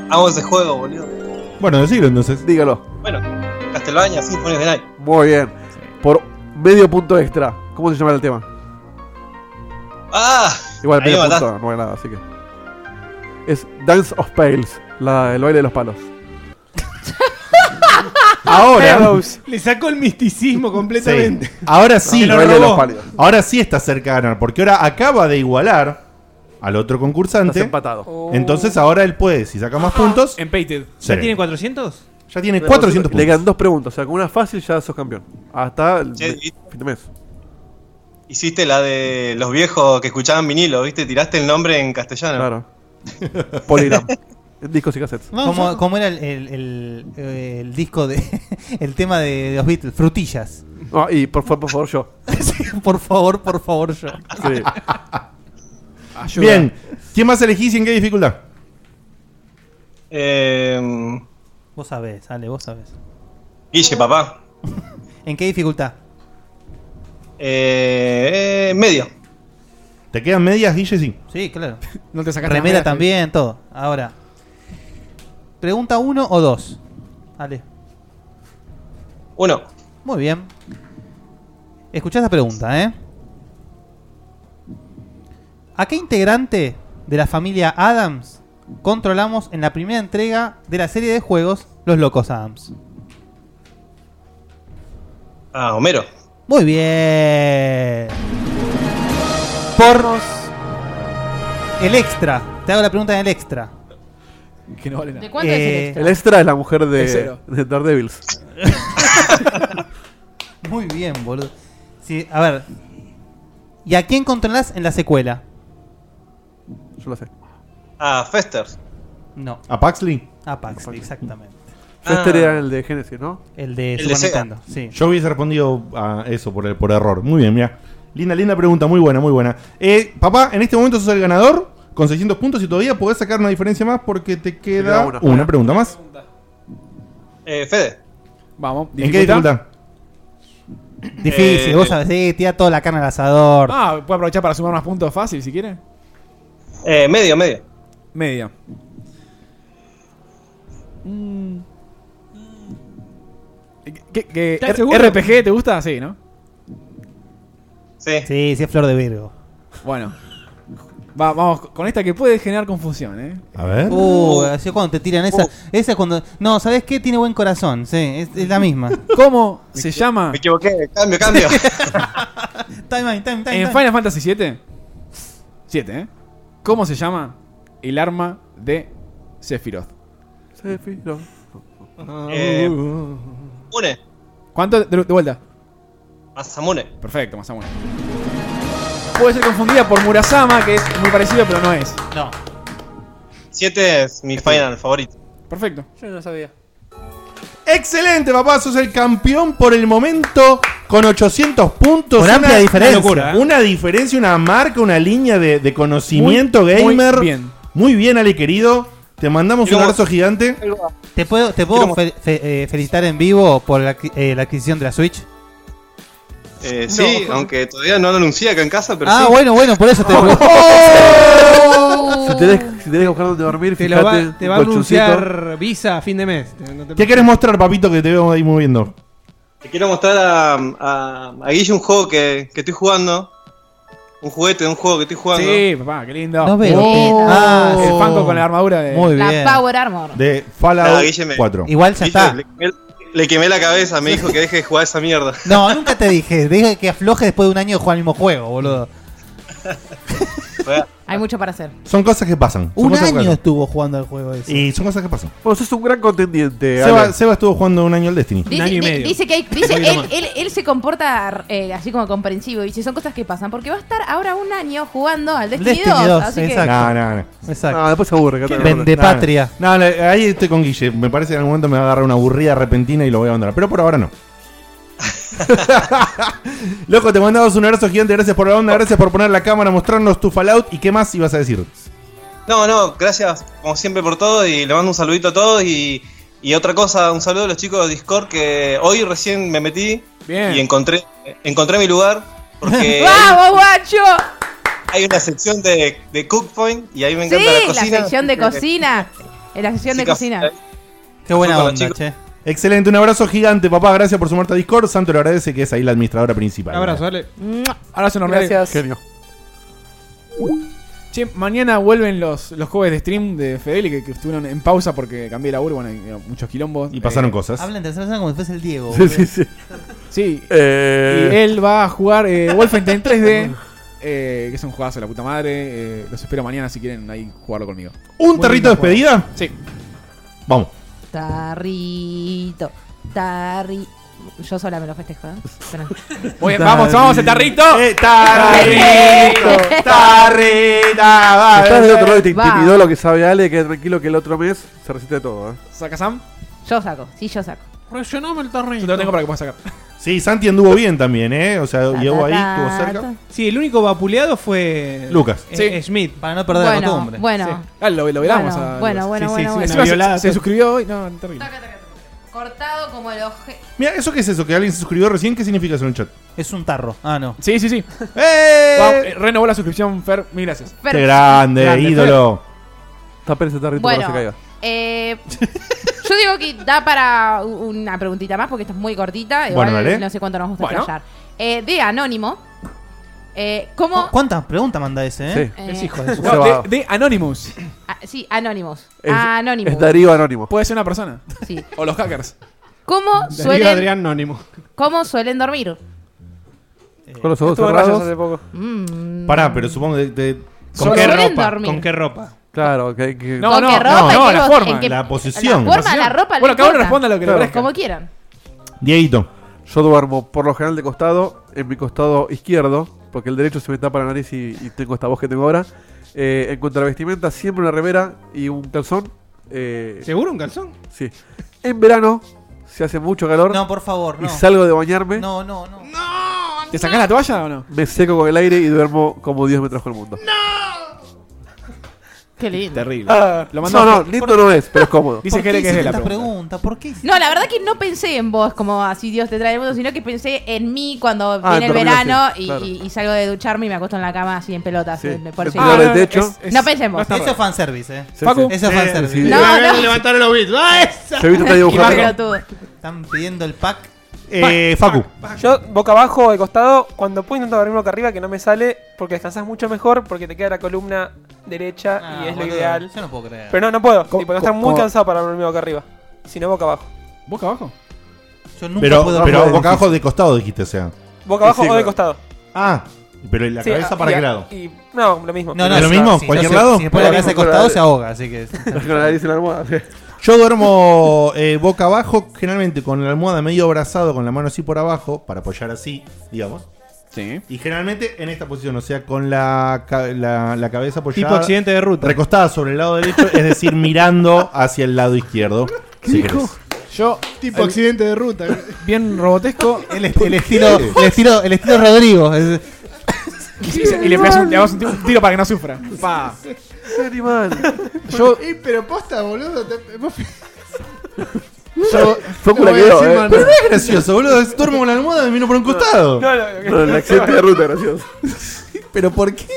Speaker 21: Hago ese juego, boludo.
Speaker 1: Bueno, decilo entonces.
Speaker 5: Dígalo.
Speaker 21: Bueno, Castlevania Symphony of the Night.
Speaker 5: Muy bien. Por medio punto extra. ¿Cómo se llama el tema?
Speaker 21: ¡Ah!
Speaker 5: Igual,
Speaker 21: Ahí
Speaker 5: medio
Speaker 21: mataste.
Speaker 5: punto no hay nada, así que. Es Dance of Pales, la, el baile de los palos. Ahora.
Speaker 2: Le sacó el misticismo
Speaker 1: Sí.
Speaker 2: completamente.
Speaker 1: Ahora sí,
Speaker 2: Se lo robó.
Speaker 1: Baile de los pálidos. ahora sí está cerca de ganar, porque ahora acaba de igualar al otro concursante.
Speaker 5: Estás empatado.
Speaker 2: Oh.
Speaker 1: Entonces ahora él puede, si saca más puntos,
Speaker 4: Empated.
Speaker 1: Sí.
Speaker 2: ¿Ya tiene 400?
Speaker 1: Ya tiene 400
Speaker 5: Le
Speaker 1: puntos.
Speaker 5: quedan dos preguntas. O sea, con una fácil ya sos campeón. Hasta el Ah, me- fin de mes.
Speaker 21: Hiciste la de los viejos que escuchaban vinilo, ¿viste? Tiraste el nombre en castellano.
Speaker 5: Claro. Poligram. En discos y cassettes.
Speaker 3: ¿Cómo, cómo era el, el- el- eh, el disco de. el tema de los Beatles? Frutillas.
Speaker 5: Ah, y por favor, por favor, yo.
Speaker 3: por favor, por favor, yo.
Speaker 5: Ayuda.
Speaker 1: Bien, ¿quién más elegís y en qué dificultad?
Speaker 21: Eh,
Speaker 3: Vos sabés, Ale, vos sabés.
Speaker 21: Guille, papá.
Speaker 3: ¿En qué dificultad?
Speaker 21: Eh, eh, medio.
Speaker 1: ¿Te quedan medias, Guille? Sí.
Speaker 3: Sí, claro.
Speaker 4: No te sacaste
Speaker 3: Remera
Speaker 4: las medias,
Speaker 3: también, todo. Ahora. Pregunta uno o dos. Ale.
Speaker 21: Uno.
Speaker 3: Muy bien. Escuchá esta pregunta, ¿eh? ¿A qué integrante de la familia Adams controlamos en la primera entrega de la serie de juegos Los Locos Adams?
Speaker 21: Ah, Homero.
Speaker 3: Muy bien. Porros. El extra. Te hago la pregunta en el extra.
Speaker 4: Que no vale nada.
Speaker 3: ¿De
Speaker 21: cuánto es el extra?
Speaker 5: El extra es la mujer
Speaker 3: El
Speaker 5: de,
Speaker 3: cero.
Speaker 5: de Daredevils.
Speaker 3: Muy bien, boludo. Sí, a ver. ¿Y a quién controlás en la secuela?
Speaker 5: Yo lo sé.
Speaker 21: Ah, Festers.
Speaker 3: No.
Speaker 1: ¿A Paxley?
Speaker 3: A Paxley, exactamente.
Speaker 5: Fester
Speaker 3: Ah.
Speaker 5: era el de Genesis, ¿no?
Speaker 3: El de El de Super Sega. Nintendo, sí.
Speaker 1: Yo hubiese respondido a eso por, el- por error. Muy bien, mira. Linda, linda pregunta, muy buena, muy buena. Eh, papá, en este momento sos el ganador con 600 puntos y todavía podés sacar una diferencia más porque te queda,
Speaker 21: queda una.
Speaker 1: una pregunta más.
Speaker 21: Eh, Fede.
Speaker 4: Vamos.
Speaker 1: ¿En qué dificultad?
Speaker 3: Difícil,
Speaker 21: Eh,
Speaker 3: vos sabés, sí, tira toda la carne al asador.
Speaker 4: Ah, puede aprovechar para sumar más puntos fácil si quiere.
Speaker 21: Eh, medio, medio.
Speaker 4: Media. ¿Qué, qué-
Speaker 3: ¿Estás
Speaker 4: R-
Speaker 3: seguro?
Speaker 4: ¿RPG te gusta? Sí, ¿no?
Speaker 21: Sí.
Speaker 3: Sí, sí, es flor de Virgo.
Speaker 4: Bueno. Va- vamos con esta que puede generar confusión, ¿eh? Uh.
Speaker 1: A ver.
Speaker 3: Uh, así es cuando te tiran esa. Esa es cuando. No, ¿sabés qué? Tiene buen corazón. Sí, es, es la misma.
Speaker 4: ¿Cómo se llama?
Speaker 21: Me equivoqué. Cambio, cambio.
Speaker 3: time, out, time, time,
Speaker 4: en
Speaker 3: time.
Speaker 4: Final Fantasy 7 7, ¿eh? ¿Cómo se llama el arma de Sephiroth?
Speaker 5: Sephiroth.
Speaker 21: Eh, Mune.
Speaker 4: ¿Cuánto? De, de vuelta.
Speaker 21: Masamune.
Speaker 4: Perfecto, Masamune. Puede ser confundida por Murasama, que es muy parecido, pero no es.
Speaker 3: No.
Speaker 21: Siete es mi
Speaker 5: Este.
Speaker 21: final favorito.
Speaker 4: Perfecto.
Speaker 7: Yo no lo sabía.
Speaker 1: Excelente, papá, sos el campeón por el momento con 800 puntos.
Speaker 3: Con amplia diferencia.
Speaker 1: locura, ¿eh? una diferencia, una marca, una línea de, de conocimiento
Speaker 3: Muy, muy
Speaker 1: gamer.
Speaker 3: bien.
Speaker 1: Muy bien, Ale querido. Te mandamos un abrazo gigante.
Speaker 3: ¿Te puedo, te puedo fe- fe- eh, felicitar en vivo por la, adqui- eh, la adquisición de la Switch?
Speaker 21: Eh, sí, aunque todavía no lo anuncié acá en casa, pero
Speaker 3: ah,
Speaker 21: sí.
Speaker 3: bueno, bueno, por eso te
Speaker 5: Si tenés, si tenés que buscar donde dormir,
Speaker 2: Te, lo
Speaker 5: fíjate,
Speaker 2: va, te va a
Speaker 5: un colchoncito.
Speaker 2: anunciar Visa a fin de mes. No te-
Speaker 1: ¿Qué querés mostrar, papito, que te veo ahí moviendo?
Speaker 21: Te quiero mostrar a, a, a Guille un juego que, que estoy jugando. Un juguete de un juego que estoy jugando.
Speaker 4: Sí, papá, qué lindo.
Speaker 3: No veo.
Speaker 4: Oh,
Speaker 3: Ah,
Speaker 4: el
Speaker 3: sí.
Speaker 4: Funko con la armadura de.
Speaker 3: Muy
Speaker 6: La
Speaker 3: bien.
Speaker 6: Power Armor.
Speaker 1: De
Speaker 21: Ah,
Speaker 1: Fallout
Speaker 21: Guille me-
Speaker 1: 4.
Speaker 3: Igual ya
Speaker 21: Guille,
Speaker 3: está.
Speaker 21: Le, cambié- le quemé la cabeza, me dijo que deje de jugar esa mierda.
Speaker 3: No, nunca te dije. Te dije que afloje después de un año de jugar el mismo juego, boludo.
Speaker 6: Hay mucho para hacer.
Speaker 1: Son cosas que pasan. Son
Speaker 3: Un
Speaker 1: cosas que
Speaker 3: año
Speaker 1: pasan.
Speaker 3: estuvo jugando al juego ese.
Speaker 1: Y son cosas que pasan.
Speaker 5: Vos sos un gran contendiente.
Speaker 1: Seba,
Speaker 5: Ale.
Speaker 1: Seba estuvo jugando un año al Destiny.
Speaker 6: Dice, di- dice que hay- dice
Speaker 1: Un poquito
Speaker 6: él,
Speaker 1: más.
Speaker 6: él- él se comporta eh, así como comprensivo. Dice, son cosas que pasan. Porque va a estar ahora un año jugando al Destiny, 2. Así que-
Speaker 1: No, no, no.
Speaker 3: Exacto.
Speaker 5: No, Ah, después se aburre. Cata,
Speaker 1: Vende
Speaker 5: no, no.
Speaker 3: patria.
Speaker 1: No, no, ahí estoy con Guille. Me parece que en algún momento me va a agarrar una aburrida repentina y lo voy a abandonar. Pero por ahora no. Loco, te mandamos un abrazo gigante. Gracias por la onda, gracias por poner la cámara, mostrarnos tu Fallout y qué más ibas a decir.
Speaker 21: No, no, gracias como siempre por todo y le mando un saludito a todos y, y otra cosa, un saludo a los chicos de Discord que hoy recién me metí y encontré, encontré mi lugar
Speaker 8: Eh.
Speaker 21: porque hay,
Speaker 6: ¡Vamos, guacho!
Speaker 21: hay una sección de, de Cook Point y ahí me
Speaker 6: Sí,
Speaker 21: encanta la
Speaker 6: la
Speaker 21: cocina. Eh,
Speaker 6: sección de cocina. En la sección de
Speaker 21: Chicas, eh.
Speaker 6: cocina.
Speaker 3: Qué buena
Speaker 21: Disculpa,
Speaker 3: onda,
Speaker 21: chicos.
Speaker 3: che.
Speaker 1: Excelente, un abrazo gigante, papá. Gracias por sumarte a Discord. Santo lo agradece que es ahí la administradora principal.
Speaker 4: dale.
Speaker 7: Abrazo
Speaker 4: enorme.
Speaker 7: Gracias.
Speaker 5: Genio.
Speaker 4: Che, mañana vuelven los, los jueves de stream de Fedeli que, que estuvieron en pausa porque cambié la urban y eran muchos quilombos. Eh,
Speaker 1: Y pasaron cosas.
Speaker 3: Habla en tercera persona como si fuese el Diego.
Speaker 4: Sí,
Speaker 3: boludo.
Speaker 4: sí, sí. Sí.
Speaker 5: Eh.
Speaker 4: Y él va a jugar eh, Wolfenstein 3D. eh, que es un juegazo de la puta madre. eh, los espero mañana si quieren ahí jugarlo conmigo.
Speaker 1: ¿Un
Speaker 4: Muy
Speaker 1: tarrito de
Speaker 4: lindo juego.
Speaker 1: despedida?
Speaker 4: Sí.
Speaker 1: Vamos.
Speaker 6: Tarrito, tarri... Yo sola me lo festejo, ¿eh? Espera.
Speaker 4: Muy bien, vamos, vamos el tarrito.
Speaker 21: Eh,
Speaker 1: tarrito, tarrita, va.
Speaker 5: Estás
Speaker 21: eh.
Speaker 5: del otro lado y te
Speaker 6: Ah, Va.
Speaker 5: intimidó lo que sabe Ale, que tranquilo que el otro mes se resiste todo. ¿eh?
Speaker 4: ¿Saca Sam?
Speaker 6: Yo saco, sí, yo saco.
Speaker 14: Rellename el tarrito.
Speaker 4: Yo te lo tengo para que puedas sacar.
Speaker 1: Sí, Santi anduvo bien también, ¿eh? O sea, llegó ahí, estuvo cerca.
Speaker 2: Sí, el único vapuleado fue.
Speaker 1: Lucas.
Speaker 2: eh,
Speaker 4: Sí.
Speaker 2: eh, Schmidt.
Speaker 3: Para no
Speaker 4: perder la
Speaker 2: bueno,
Speaker 4: costumbre.
Speaker 6: bueno.
Speaker 4: Ah, lo, lo velamos
Speaker 6: Bueno, bueno,
Speaker 4: a-
Speaker 6: bueno,
Speaker 4: sí, sí,
Speaker 6: bueno,
Speaker 4: sí,
Speaker 6: bueno.
Speaker 4: encima se-
Speaker 6: Violada,
Speaker 4: se,
Speaker 6: todo.
Speaker 4: suscribió hoy. No, terrible.
Speaker 6: Cortado como el oje...
Speaker 1: Mira, ¿eso qué es eso? Que alguien se suscribió recién. ¿Qué significa eso en el chat?
Speaker 3: Es un tarro. Ah, no.
Speaker 4: Sí, sí, sí. Va, eh, renovó la suscripción, Fer. Mil gracias.
Speaker 6: Fer.
Speaker 1: Qué grande,
Speaker 5: Grande,
Speaker 1: ídolo.
Speaker 5: Tapé ese tarrito para que no se
Speaker 6: Bueno,
Speaker 5: caiga.
Speaker 6: eh, yo digo que da para u- una preguntita más porque esta es muy cortita. Igual
Speaker 3: Bueno, dale.
Speaker 6: no sé cuánto nos gusta
Speaker 3: Bueno.
Speaker 6: explayar. Eh, de Anónimo, eh, ¿cómo...?
Speaker 3: ¿Cuántas preguntas manda ese, eh?
Speaker 6: Sí. Es
Speaker 3: hijo
Speaker 6: hijo
Speaker 3: de
Speaker 6: de
Speaker 3: su
Speaker 4: No, de, de Anonymous.
Speaker 6: Ah, sí, Anónimos.
Speaker 4: Es-
Speaker 6: Anónimos.
Speaker 4: es Darío
Speaker 5: Anónimo.
Speaker 4: Puede ser una persona.
Speaker 6: Ah, Sí.
Speaker 4: O los hackers.
Speaker 6: ¿Cómo suelen,
Speaker 4: Anónimo.
Speaker 6: ¿Cómo suelen dormir?
Speaker 5: Con los ojos
Speaker 4: estuvo en
Speaker 5: cerrados.
Speaker 4: rayos hace poco.
Speaker 6: Mm.
Speaker 1: Pará, pero supongo que. te-
Speaker 2: ¿Con qué
Speaker 6: Suelen
Speaker 2: ropa?
Speaker 6: dormir.
Speaker 2: ¿Con qué ropa?
Speaker 5: Claro, que. que-
Speaker 6: ¿Con qué ropa? ¿En qué
Speaker 1: la
Speaker 6: vos- en
Speaker 1: forma,
Speaker 6: qué-
Speaker 1: la posición.
Speaker 6: La forma, la ropa.
Speaker 4: Bueno,
Speaker 6: que
Speaker 4: cada uno responda lo que le parezca.
Speaker 6: Como quieran.
Speaker 1: Dieguito.
Speaker 5: Yo duermo por lo general de costado, en mi costado izquierdo, porque el derecho se me tapa la nariz y, y tengo esta voz que tengo ahora. Eh, en cuanto a la vestimenta, siempre una remera y un calzón. eh,
Speaker 14: ¿Seguro un calzón?
Speaker 5: Sí. En verano, se hace mucho calor.
Speaker 3: No, por favor,
Speaker 5: Y
Speaker 3: no.
Speaker 5: salgo de bañarme,
Speaker 3: No, no, no.
Speaker 4: ¿Te sacás la toalla o no?
Speaker 5: me seco con el aire y duermo como Dios me trajo al mundo.
Speaker 6: Qué lindo.
Speaker 4: Terrible. Lo mandó-
Speaker 5: Ah, no, no, lindo no es, pero es cómodo.
Speaker 4: Dice
Speaker 3: ¿Por
Speaker 4: que
Speaker 3: qué
Speaker 4: que es de la
Speaker 3: hiciste
Speaker 4: pregunta.
Speaker 3: Pregunta, ¿por qué?
Speaker 6: No, la verdad que no pensé en vos como así Dios te trae el mundo, sino que pensé en mí cuando
Speaker 4: Ah,
Speaker 6: viene el
Speaker 5: dormir
Speaker 6: verano
Speaker 5: así,
Speaker 6: y,
Speaker 5: claro.
Speaker 6: y- y salgo de ducharme y me acuesto en la cama así en pelotas.
Speaker 5: Sí.
Speaker 6: eh, me- por
Speaker 5: El
Speaker 6: eso-
Speaker 5: color
Speaker 6: Ah,
Speaker 5: del
Speaker 6: no,
Speaker 5: techo.
Speaker 6: es- es- No pensé en vos.
Speaker 3: Eso es fanservice, eh.
Speaker 5: Facu.
Speaker 3: Eso es fanservice.
Speaker 5: Sí, sí.
Speaker 6: No,
Speaker 14: Levantar-
Speaker 6: no.
Speaker 14: Levantar los bits. ¡Ah, esa!
Speaker 5: Se viste está dibujando.
Speaker 3: Están pidiendo el pack.
Speaker 1: Eh, Facu.
Speaker 7: Yo boca abajo, de costado, cuando puedo intentar dormir boca arriba que no me sale porque descansas mucho mejor porque te queda la columna derecha
Speaker 3: Ah,
Speaker 7: y es lo
Speaker 3: boludo,
Speaker 7: ideal.
Speaker 3: yo no puedo creer.
Speaker 7: Pero no, no puedo. Tipo,
Speaker 4: Co-
Speaker 7: tengo que
Speaker 4: co-
Speaker 7: estar muy
Speaker 4: co-
Speaker 7: cansado para dormir boca arriba. Si no, boca abajo.
Speaker 4: ¿Boca abajo?
Speaker 3: Yo nunca
Speaker 1: Pero,
Speaker 3: puedo
Speaker 1: pero
Speaker 3: creer.
Speaker 1: boca abajo de costado dijiste, o sea.
Speaker 7: Boca abajo
Speaker 5: Sí, sí,
Speaker 7: o de
Speaker 5: claro.
Speaker 7: costado.
Speaker 1: Ah, pero ¿y la
Speaker 7: Sí,
Speaker 1: cabeza
Speaker 7: ah,
Speaker 1: para
Speaker 7: y-
Speaker 1: qué lado?
Speaker 7: y- no, lo mismo.
Speaker 1: ¿Es lo mismo?
Speaker 3: si-
Speaker 1: ¿Cualquier
Speaker 3: si-
Speaker 1: lado?
Speaker 3: Si después la cabeza de costado se ahoga, así que.
Speaker 5: Con la nariz en la almohada. sí.
Speaker 1: Yo duermo eh, boca abajo, generalmente con la almohada medio abrazado, con la mano así por abajo, para apoyar así, digamos.
Speaker 4: Sí.
Speaker 1: Y generalmente en esta posición, o sea, con la, ca- la, la cabeza apoyada.
Speaker 2: Tipo accidente de ruta.
Speaker 1: Recostada sobre el lado derecho, es decir, mirando hacia el lado izquierdo. si querés.
Speaker 4: Yo.
Speaker 14: Tipo accidente de ruta.
Speaker 4: Bien robotesco.
Speaker 3: El, est- el estilo, el, estilo, el estilo Rodrigo. es-
Speaker 4: Y, se- y le pegas un, le das un tiro, un tiro para que no sufra. Pa.
Speaker 5: Qué animal.
Speaker 4: Yo,
Speaker 14: Ey, pero posta, boludo. te- vos-
Speaker 4: yo
Speaker 5: Fue
Speaker 14: No
Speaker 5: cura
Speaker 14: voy a
Speaker 5: que
Speaker 14: decir
Speaker 5: eh.
Speaker 14: más
Speaker 1: Pero no es gracioso, boludo. es- Duermo con la almohada y me miro por un costado.
Speaker 7: No, no, no.
Speaker 5: No, el accidente de ruta, gracioso.
Speaker 1: ¿Pero por qué?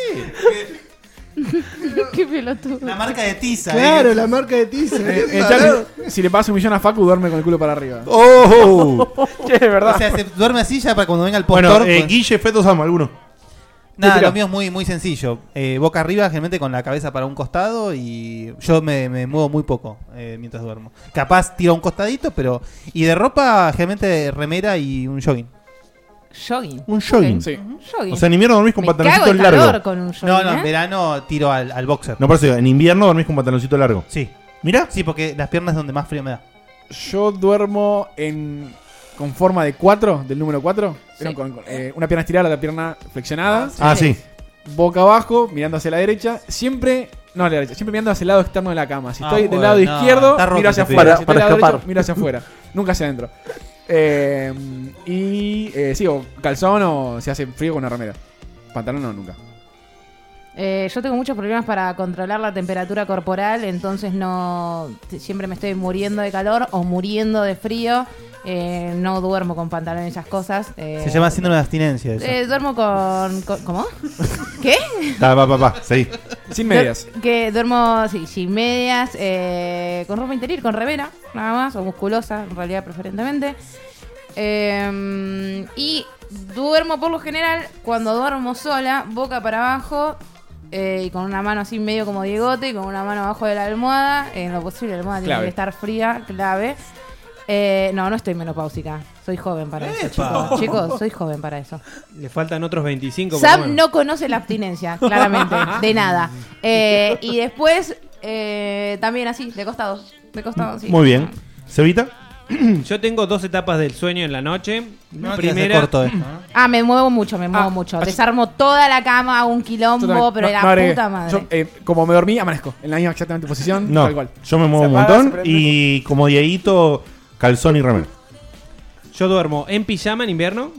Speaker 6: Qué pelotudo.
Speaker 3: La marca de tiza.
Speaker 14: Claro,
Speaker 3: eh.
Speaker 14: la marca de tiza.
Speaker 4: Eh, eh, ya, si- si le pagas un millón a Facu, duerme con el culo para arriba.
Speaker 1: ¡Oh!
Speaker 5: Uh.
Speaker 7: Che, es verdad.
Speaker 3: O sea, se duerme así ya para cuando venga el postor.
Speaker 1: Bueno, eh,
Speaker 3: pues-
Speaker 1: Guille, Feto, Sam, alguno.
Speaker 3: Nada, Tira. lo mío es muy, muy sencillo. Eh, boca arriba, generalmente con la cabeza para un costado y yo me, me muevo muy poco eh, mientras duermo. Capaz tiro a un costadito, pero. Y de ropa, generalmente remera y un jogging.
Speaker 6: Jogging.
Speaker 1: Un jogging.
Speaker 6: Ok.
Speaker 1: Sí.
Speaker 6: Un jogging.
Speaker 1: O sea, en invierno dormís con
Speaker 6: Me
Speaker 1: pantaloncito
Speaker 6: cago de
Speaker 1: largo.
Speaker 6: calor con un jogging,
Speaker 3: no, no, en
Speaker 6: ¿eh?
Speaker 3: verano tiro al, al boxer.
Speaker 1: No, por eso digo, en invierno dormís con pantaloncito largo.
Speaker 3: Sí.
Speaker 1: ¿Mira?
Speaker 3: Sí, porque las piernas es donde más frío me da.
Speaker 4: Yo duermo en con forma de 4, del número 4.
Speaker 3: Sí.
Speaker 4: eh, una pierna estirada, la pierna flexionada.
Speaker 1: Ah, sí.
Speaker 4: Boca abajo, mirando hacia la derecha. Siempre, no a la derecha, siempre mirando hacia el lado externo de la cama. Si
Speaker 3: Ah,
Speaker 4: estoy del
Speaker 3: bueno,
Speaker 4: lado
Speaker 3: no,
Speaker 4: izquierdo,
Speaker 3: está roto
Speaker 4: miro hacia
Speaker 3: este pibe.
Speaker 4: afuera. Si estoy
Speaker 3: Para-
Speaker 4: del
Speaker 3: para
Speaker 4: lado derecho,
Speaker 3: escapar.
Speaker 4: miro hacia afuera. Nunca hacia adentro. Eh, y eh, sí, o calzón o se hace frío con una remera. Pantalón no, nunca.
Speaker 6: Eh, yo tengo muchos problemas para controlar la temperatura corporal, entonces no siempre me estoy muriendo de calor o muriendo de frío. Eh, no duermo con pantalones y esas cosas. eh.
Speaker 3: Se llama síndrome de abstinencia. Eso.
Speaker 6: Eh, duermo con, con- ¿Cómo? ¿Qué?
Speaker 1: Ta, va, va, va, seguí.
Speaker 4: Sin
Speaker 6: Duer- que duermo sí, sin medias, eh, con ropa interior, con remera, nada más, o musculosa, en realidad preferentemente. Eh, y duermo por lo general, cuando duermo sola, boca para abajo, eh, y con una mano así medio como Diegote, y con una mano abajo de la almohada, en lo posible la almohada tiene
Speaker 10: Clave.
Speaker 6: que estar fría, clave. Eh, no, no estoy menopáusica. Soy joven para eso,
Speaker 2: ¡Epa!
Speaker 6: chicos. Chicos, soy joven para eso.
Speaker 2: Le faltan otros 25. por lo
Speaker 6: Sam
Speaker 2: menos.
Speaker 6: no conoce la abstinencia, claramente, de nada. Eh, y después, eh, también así, de costado. De costado, sí.
Speaker 1: Muy bien. ¿Cevita?
Speaker 2: Yo tengo dos etapas del sueño en la noche. La
Speaker 3: No, que hace
Speaker 2: primera.
Speaker 3: corto esto,
Speaker 6: Ah, me muevo mucho, me muevo mucho. Desarmo toda la cama, hago un
Speaker 4: Yo
Speaker 6: quilombo,
Speaker 4: también.
Speaker 6: pero
Speaker 4: No,
Speaker 6: la
Speaker 4: no agregué.
Speaker 6: puta madre.
Speaker 4: Yo, eh, como me dormí, amanezco. En la misma exactamente posición,
Speaker 1: No,
Speaker 4: tal cual.
Speaker 1: yo me muevo
Speaker 4: Se
Speaker 1: un
Speaker 4: apaga,
Speaker 1: montón
Speaker 4: se prende.
Speaker 1: y como Dieguito, calzón y remera.
Speaker 2: Yo duermo en pijama en invierno.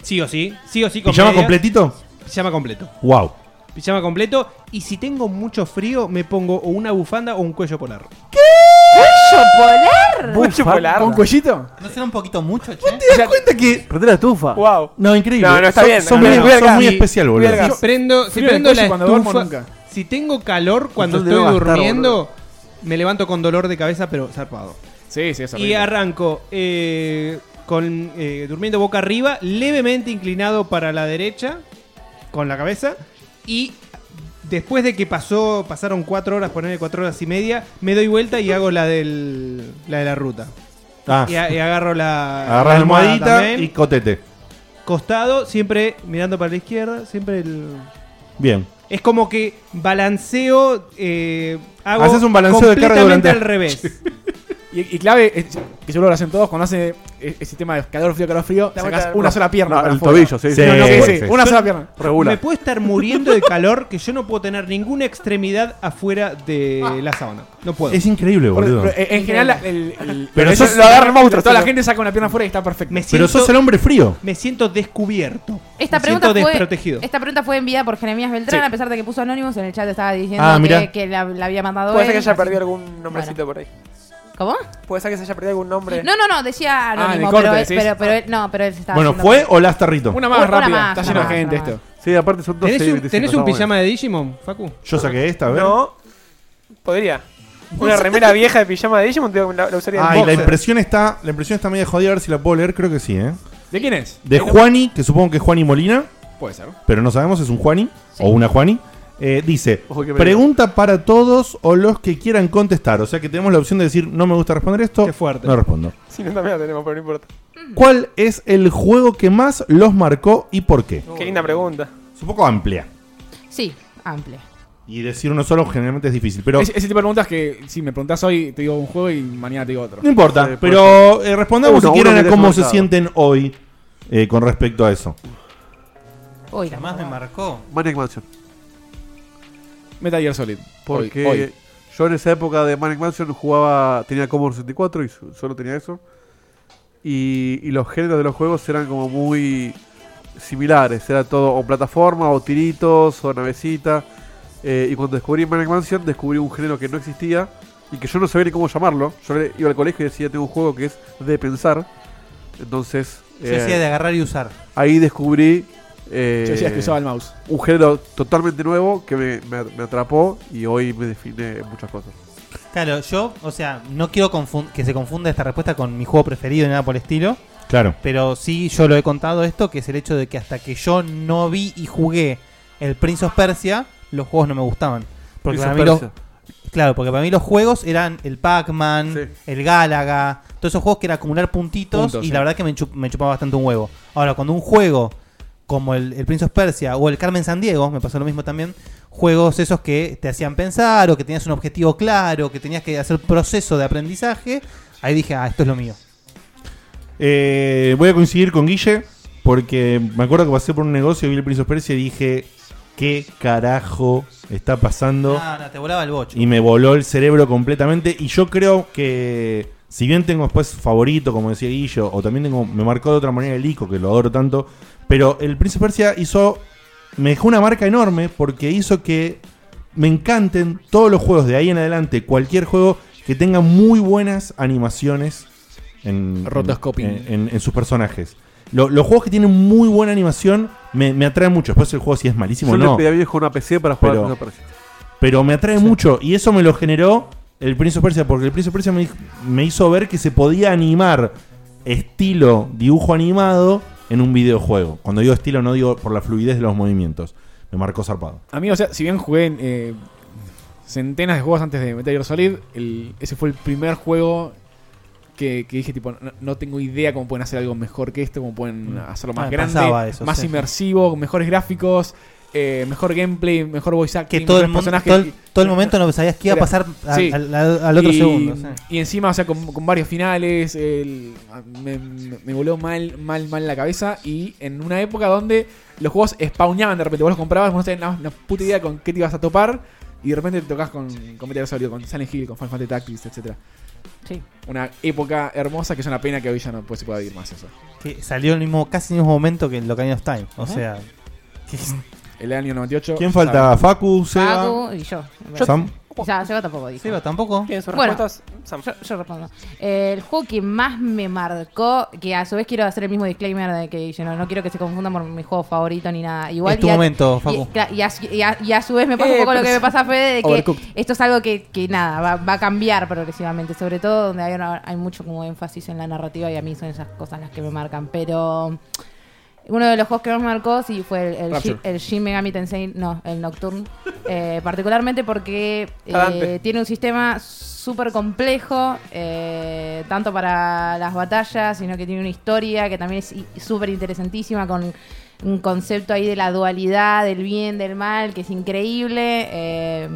Speaker 2: Sí o sí. Sí o sí con
Speaker 1: ¿Pijama
Speaker 2: medias.
Speaker 1: completito?
Speaker 2: Pijama completo.
Speaker 1: Wow.
Speaker 2: Pijama completo. Y si tengo mucho frío, me pongo o una bufanda o un cuello polar.
Speaker 6: ¡Cuello polar!
Speaker 2: ¿Cuello polar?
Speaker 4: ¿Con cuellito?
Speaker 3: ¿No será un poquito mucho, che?
Speaker 1: ¿Te das cuenta que. Prende la estufa.
Speaker 4: Wow.
Speaker 1: No, increíble.
Speaker 4: No, no, está
Speaker 1: Son-
Speaker 4: bien.
Speaker 1: Son,
Speaker 4: No,
Speaker 1: muy,
Speaker 4: no, no.
Speaker 1: son
Speaker 4: Voy al
Speaker 1: muy
Speaker 4: gas.
Speaker 1: especial,
Speaker 4: Voy al
Speaker 1: boludo.
Speaker 4: gas.
Speaker 2: Si prendo, si
Speaker 4: Frío en el
Speaker 2: prendo la
Speaker 4: cuello cuando duermo
Speaker 2: estufa-
Speaker 4: nunca.
Speaker 2: si tengo calor cuando
Speaker 4: Entonces
Speaker 2: estoy
Speaker 4: debe gastar,
Speaker 2: durmiendo, me levanto con dolor de cabeza, pero zarpado.
Speaker 4: Sí, sí, es
Speaker 2: Y
Speaker 4: horrible.
Speaker 2: arranco eh, con eh, durmiendo boca arriba, levemente inclinado para la derecha, con la cabeza, y después de que pasó, pasaron cuatro horas, ponerle cuatro horas y media, me doy vuelta y hago la del, la de la ruta.
Speaker 1: Ah.
Speaker 2: Y, a- y agarro la,
Speaker 1: Agarras la
Speaker 2: Ah, almohada
Speaker 1: almohadita
Speaker 2: también.
Speaker 1: y cotete.
Speaker 2: costado, siempre mirando para la izquierda, siempre el
Speaker 1: Bien.
Speaker 2: es como que balanceo. Eh, hago
Speaker 1: Haces un balanceo de carga
Speaker 2: completamente
Speaker 1: durante-
Speaker 2: al revés.
Speaker 4: Y, y clave, es- que seguro lo hacen todos, cuando hace el, el sistema de calor frío, calor frío,
Speaker 2: La
Speaker 4: sacas
Speaker 2: vuelta-
Speaker 4: una
Speaker 2: no,
Speaker 4: sola pierna.
Speaker 5: no,
Speaker 4: para
Speaker 5: el
Speaker 4: afuera.
Speaker 5: tobillo, sí, sí.
Speaker 4: No, no,
Speaker 5: Sí,
Speaker 4: sí,
Speaker 5: sí,
Speaker 4: sí,
Speaker 5: sí.
Speaker 4: Una
Speaker 5: Yo-
Speaker 4: sola pierna.
Speaker 5: Regular.
Speaker 2: Me puedo estar muriendo de calor que yo no puedo tener ninguna extremidad afuera de la sábana. No puedo.
Speaker 1: Es increíble,
Speaker 4: Ah. Por-
Speaker 1: boludo.
Speaker 4: pero, eh, en general, la- el, el-
Speaker 1: Pero
Speaker 4: eso
Speaker 1: sos-
Speaker 4: lo agarra el monstruo. Toda la
Speaker 2: pero-
Speaker 4: gente saca una pierna afuera y está perfecto.
Speaker 2: Me
Speaker 1: Pero sos el hombre frío.
Speaker 2: Me siento descubierto.
Speaker 6: Esta
Speaker 2: me siento
Speaker 6: pregunta, fue,
Speaker 2: desprotegido.
Speaker 6: esta pregunta fue enviada por Jeremías Beltrán,
Speaker 2: Sí.
Speaker 6: a pesar de que puso Anonymous en el chat, estaba diciendo
Speaker 2: Ah,
Speaker 6: que,
Speaker 2: mirá.
Speaker 6: que la, la había mandado
Speaker 7: Puede ser
Speaker 6: él,
Speaker 7: que haya
Speaker 6: así.
Speaker 7: perdido algún nombrecito por ahí.
Speaker 6: ¿Cómo?
Speaker 7: Puede ser que se haya perdido algún nombre.
Speaker 6: No, no, no,
Speaker 7: en
Speaker 6: decía
Speaker 7: el
Speaker 6: Anonymous,
Speaker 7: corte
Speaker 6: pero, él-
Speaker 7: decís.
Speaker 6: pero, pero él- no, pero él se estaba
Speaker 1: Bueno,
Speaker 6: haciendo-
Speaker 1: ¿fue o las tarrito?
Speaker 4: Una más
Speaker 6: Una
Speaker 4: rápida.
Speaker 6: más,
Speaker 4: está
Speaker 6: una
Speaker 4: lleno
Speaker 6: más,
Speaker 4: de gente
Speaker 6: una
Speaker 4: esto.
Speaker 5: Sí, aparte son dos
Speaker 2: ¿Tenés un,
Speaker 5: 6.25,
Speaker 2: tenés un
Speaker 5: está bueno.
Speaker 2: pijama de Digimon, Facu?
Speaker 1: Yo saqué esta, a ver.
Speaker 7: No. Podría. Una remera vieja de pijama de Digimon te digo que la, la usaría en
Speaker 1: Ay, la
Speaker 7: boxer.
Speaker 1: impresión está. La impresión está media jodida. A ver si la puedo leer, creo que sí, ¿eh?
Speaker 4: ¿De quién es?
Speaker 1: De
Speaker 4: Eh, no-
Speaker 1: Juani, que supongo que es Juani Molina.
Speaker 4: Puede ser.
Speaker 1: Pero no sabemos, es un Juani o una Juani. Eh, dice,
Speaker 5: Ojo que me
Speaker 1: pregunta para todos o los que quieran contestar. O sea que tenemos la opción de decir, no me gusta responder esto, no respondo.
Speaker 7: Sí, no, también la tenemos, pero no importa.
Speaker 1: ¿Cuál es el juego que más los marcó y por qué?
Speaker 7: Qué linda pregunta.
Speaker 1: Es un poco amplia.
Speaker 6: Sí, amplia.
Speaker 1: Y decir uno solo generalmente es difícil, pero
Speaker 4: Ese, ese tipo de preguntas que si me preguntás hoy te digo un juego y mañana te digo otro.
Speaker 1: no importa.
Speaker 4: Sí, puede
Speaker 1: pero
Speaker 4: ser.
Speaker 1: eh, respondamos
Speaker 4: Uno,
Speaker 1: si quieren
Speaker 4: uno
Speaker 1: a
Speaker 4: que
Speaker 1: cómo
Speaker 4: hayas
Speaker 1: se
Speaker 4: marcado.
Speaker 1: sienten hoy eh, con respecto a eso.
Speaker 6: Hoy
Speaker 3: la más me marcó.
Speaker 5: Maniac Mansion.
Speaker 4: Metal Gear Solid.
Speaker 5: Porque
Speaker 4: Hoy, hoy.
Speaker 5: yo en esa época de Manic Mansion jugaba, tenía Commodore 64 y so- solo tenía eso. Y, y los géneros de los juegos eran como muy similares. Era todo o plataforma, o tiritos, o navecita. Eh, y cuando descubrí Manic Mansion, descubrí un género que no existía y que yo no sabía ni cómo llamarlo. Yo le- iba al colegio y decía, tengo un juego que es de pensar. Entonces... eh,
Speaker 3: Yo decía de agarrar y usar.
Speaker 5: Ahí descubrí... eh,
Speaker 4: Yo decía que usaba el mouse.
Speaker 5: Un género totalmente nuevo que me, me- me atrapó y hoy me define en muchas cosas.
Speaker 3: Claro, yo, o sea, no quiero confun- que se confunda esta respuesta con mi juego preferido ni nada por el estilo.
Speaker 1: Claro.
Speaker 3: Pero sí, yo lo he contado esto, que es el hecho de que hasta que yo no vi y jugué el Prince of Persia, los juegos no me gustaban. Porque
Speaker 5: Prince
Speaker 3: para
Speaker 5: of
Speaker 3: mí los,
Speaker 5: Persia.
Speaker 3: claro, porque para mí los juegos eran el Pac-Man, el Galaga, todos esos juegos que era acumular puntitos
Speaker 5: Puntos,
Speaker 3: y
Speaker 5: sí.
Speaker 3: la verdad que me, chup- me chupaba bastante un huevo. Ahora, cuando un juego como el, el Prince of Persia o el Carmen San Diego, me pasó lo mismo también, juegos esos que te hacían pensar o que tenías un objetivo claro, que tenías que hacer proceso de aprendizaje, ahí dije, ah, esto es lo mío.
Speaker 1: Eh, voy a coincidir con Guille porque me acuerdo que pasé por un negocio, vi el Prince of Persia y dije, ¿qué carajo está pasando?
Speaker 3: Ah, No, no, te volaba el bocho.
Speaker 1: Y me voló el cerebro completamente. Y yo creo que, si bien tengo después favorito, como decía Guillo, o también tengo, me marcó de otra manera el ICO, que lo adoro tanto, pero el Príncipe Persia hizo, me dejó una marca enorme porque hizo que me encanten todos los juegos de ahí en adelante, cualquier juego que tenga muy buenas animaciones en,
Speaker 4: Rotoscoping.
Speaker 1: en, en- en sus personajes. Lo- los juegos que tienen muy buena animación me, me atraen mucho. Después el juego si es malísimo
Speaker 5: Yo
Speaker 1: o
Speaker 5: le
Speaker 1: no.
Speaker 5: pedí a mi viejo una PC para jugar
Speaker 1: Pero-
Speaker 5: al Prince of Persia.
Speaker 1: Pero me atrae mucho. Y eso me lo generó el Príncipe Persia. Porque el Príncipe Persia me, dij- me hizo ver que se podía animar estilo dibujo animado en un videojuego. Cuando digo estilo, no digo por la fluidez de los movimientos. Me marcó zarpado.
Speaker 4: A mí, o sea, si bien jugué eh, centenas de juegos antes de Metal Gear Solid, el- ese fue el primer juego que, que dije, tipo, no, no tengo idea cómo pueden hacer algo mejor que esto, cómo pueden
Speaker 5: Mm.
Speaker 4: hacerlo más
Speaker 3: Ah, pasaba
Speaker 4: grande,
Speaker 3: eso,
Speaker 4: más
Speaker 3: sí.
Speaker 4: inmersivo, con mejores gráficos, eh, mejor gameplay, mejor voice acting,
Speaker 3: Que todo el, mon-
Speaker 4: mejores personajes.
Speaker 3: todo el- todo el
Speaker 4: Y-
Speaker 3: momento no sabías qué iba a
Speaker 4: Era-
Speaker 3: pasar a-
Speaker 4: sí.
Speaker 3: al, al- al otro
Speaker 4: y,
Speaker 3: segundo. sí.
Speaker 4: Y encima, o sea, con, con varios finales, el- me, me- me voló mal, mal, mal la cabeza. Y en una época donde los juegos spawnaban de repente, vos los comprabas, vos no tenías la, puta idea con qué te ibas a topar. Y de repente te tocas con, con Metal Gear Solid, con Silent Hill, con Final Fantasy Tactics, etc.
Speaker 6: Sí.
Speaker 4: Una época hermosa que es una pena que hoy ya no pues, se pueda vivir más eso.
Speaker 3: Que salió el mismo, casi en el mismo momento que el Ocarina of Time. O
Speaker 4: Ajá.
Speaker 3: sea, que-
Speaker 4: El año 98.
Speaker 1: ¿Quién falta? ¿Facu? ¿Seba?
Speaker 6: Facu y yo.
Speaker 1: ¿Sam?
Speaker 6: Ya, Seba tampoco dijo.
Speaker 3: Seba tampoco.
Speaker 6: ¿Tienes
Speaker 7: sus
Speaker 6: respuestas? Yo, yo respondo. Eh, el juego que más me marcó, que a su vez quiero hacer el mismo disclaimer de que yo no, no quiero que se confundan por mi juego favorito ni nada. Igual,
Speaker 3: Es tu
Speaker 6: y a-
Speaker 3: momento,
Speaker 6: y-
Speaker 3: Facu.
Speaker 6: cla- Y, a, su- y a- y a su vez me pasa
Speaker 3: Eh,
Speaker 6: un poco lo
Speaker 3: pero
Speaker 6: que me
Speaker 3: sí.
Speaker 6: pasa a Fede de que
Speaker 3: Overcooked.
Speaker 6: esto es algo que, que nada, va, va a cambiar progresivamente. Sobre todo donde hay, una- hay mucho como énfasis en la narrativa y a mí son esas cosas las que me marcan. Pero uno de los juegos que más marcó sí fue el, el,
Speaker 10: Rapture.
Speaker 6: Shin- el Shin Megami Tensei, no, el Nocturne. Eh, particularmente porque eh,
Speaker 10: Adelante.
Speaker 6: tiene un sistema súper complejo, eh, tanto para las batallas, sino que tiene una historia que también es i- súper interesantísima con un concepto ahí de la dualidad, del bien, del mal, que es increíble. eh,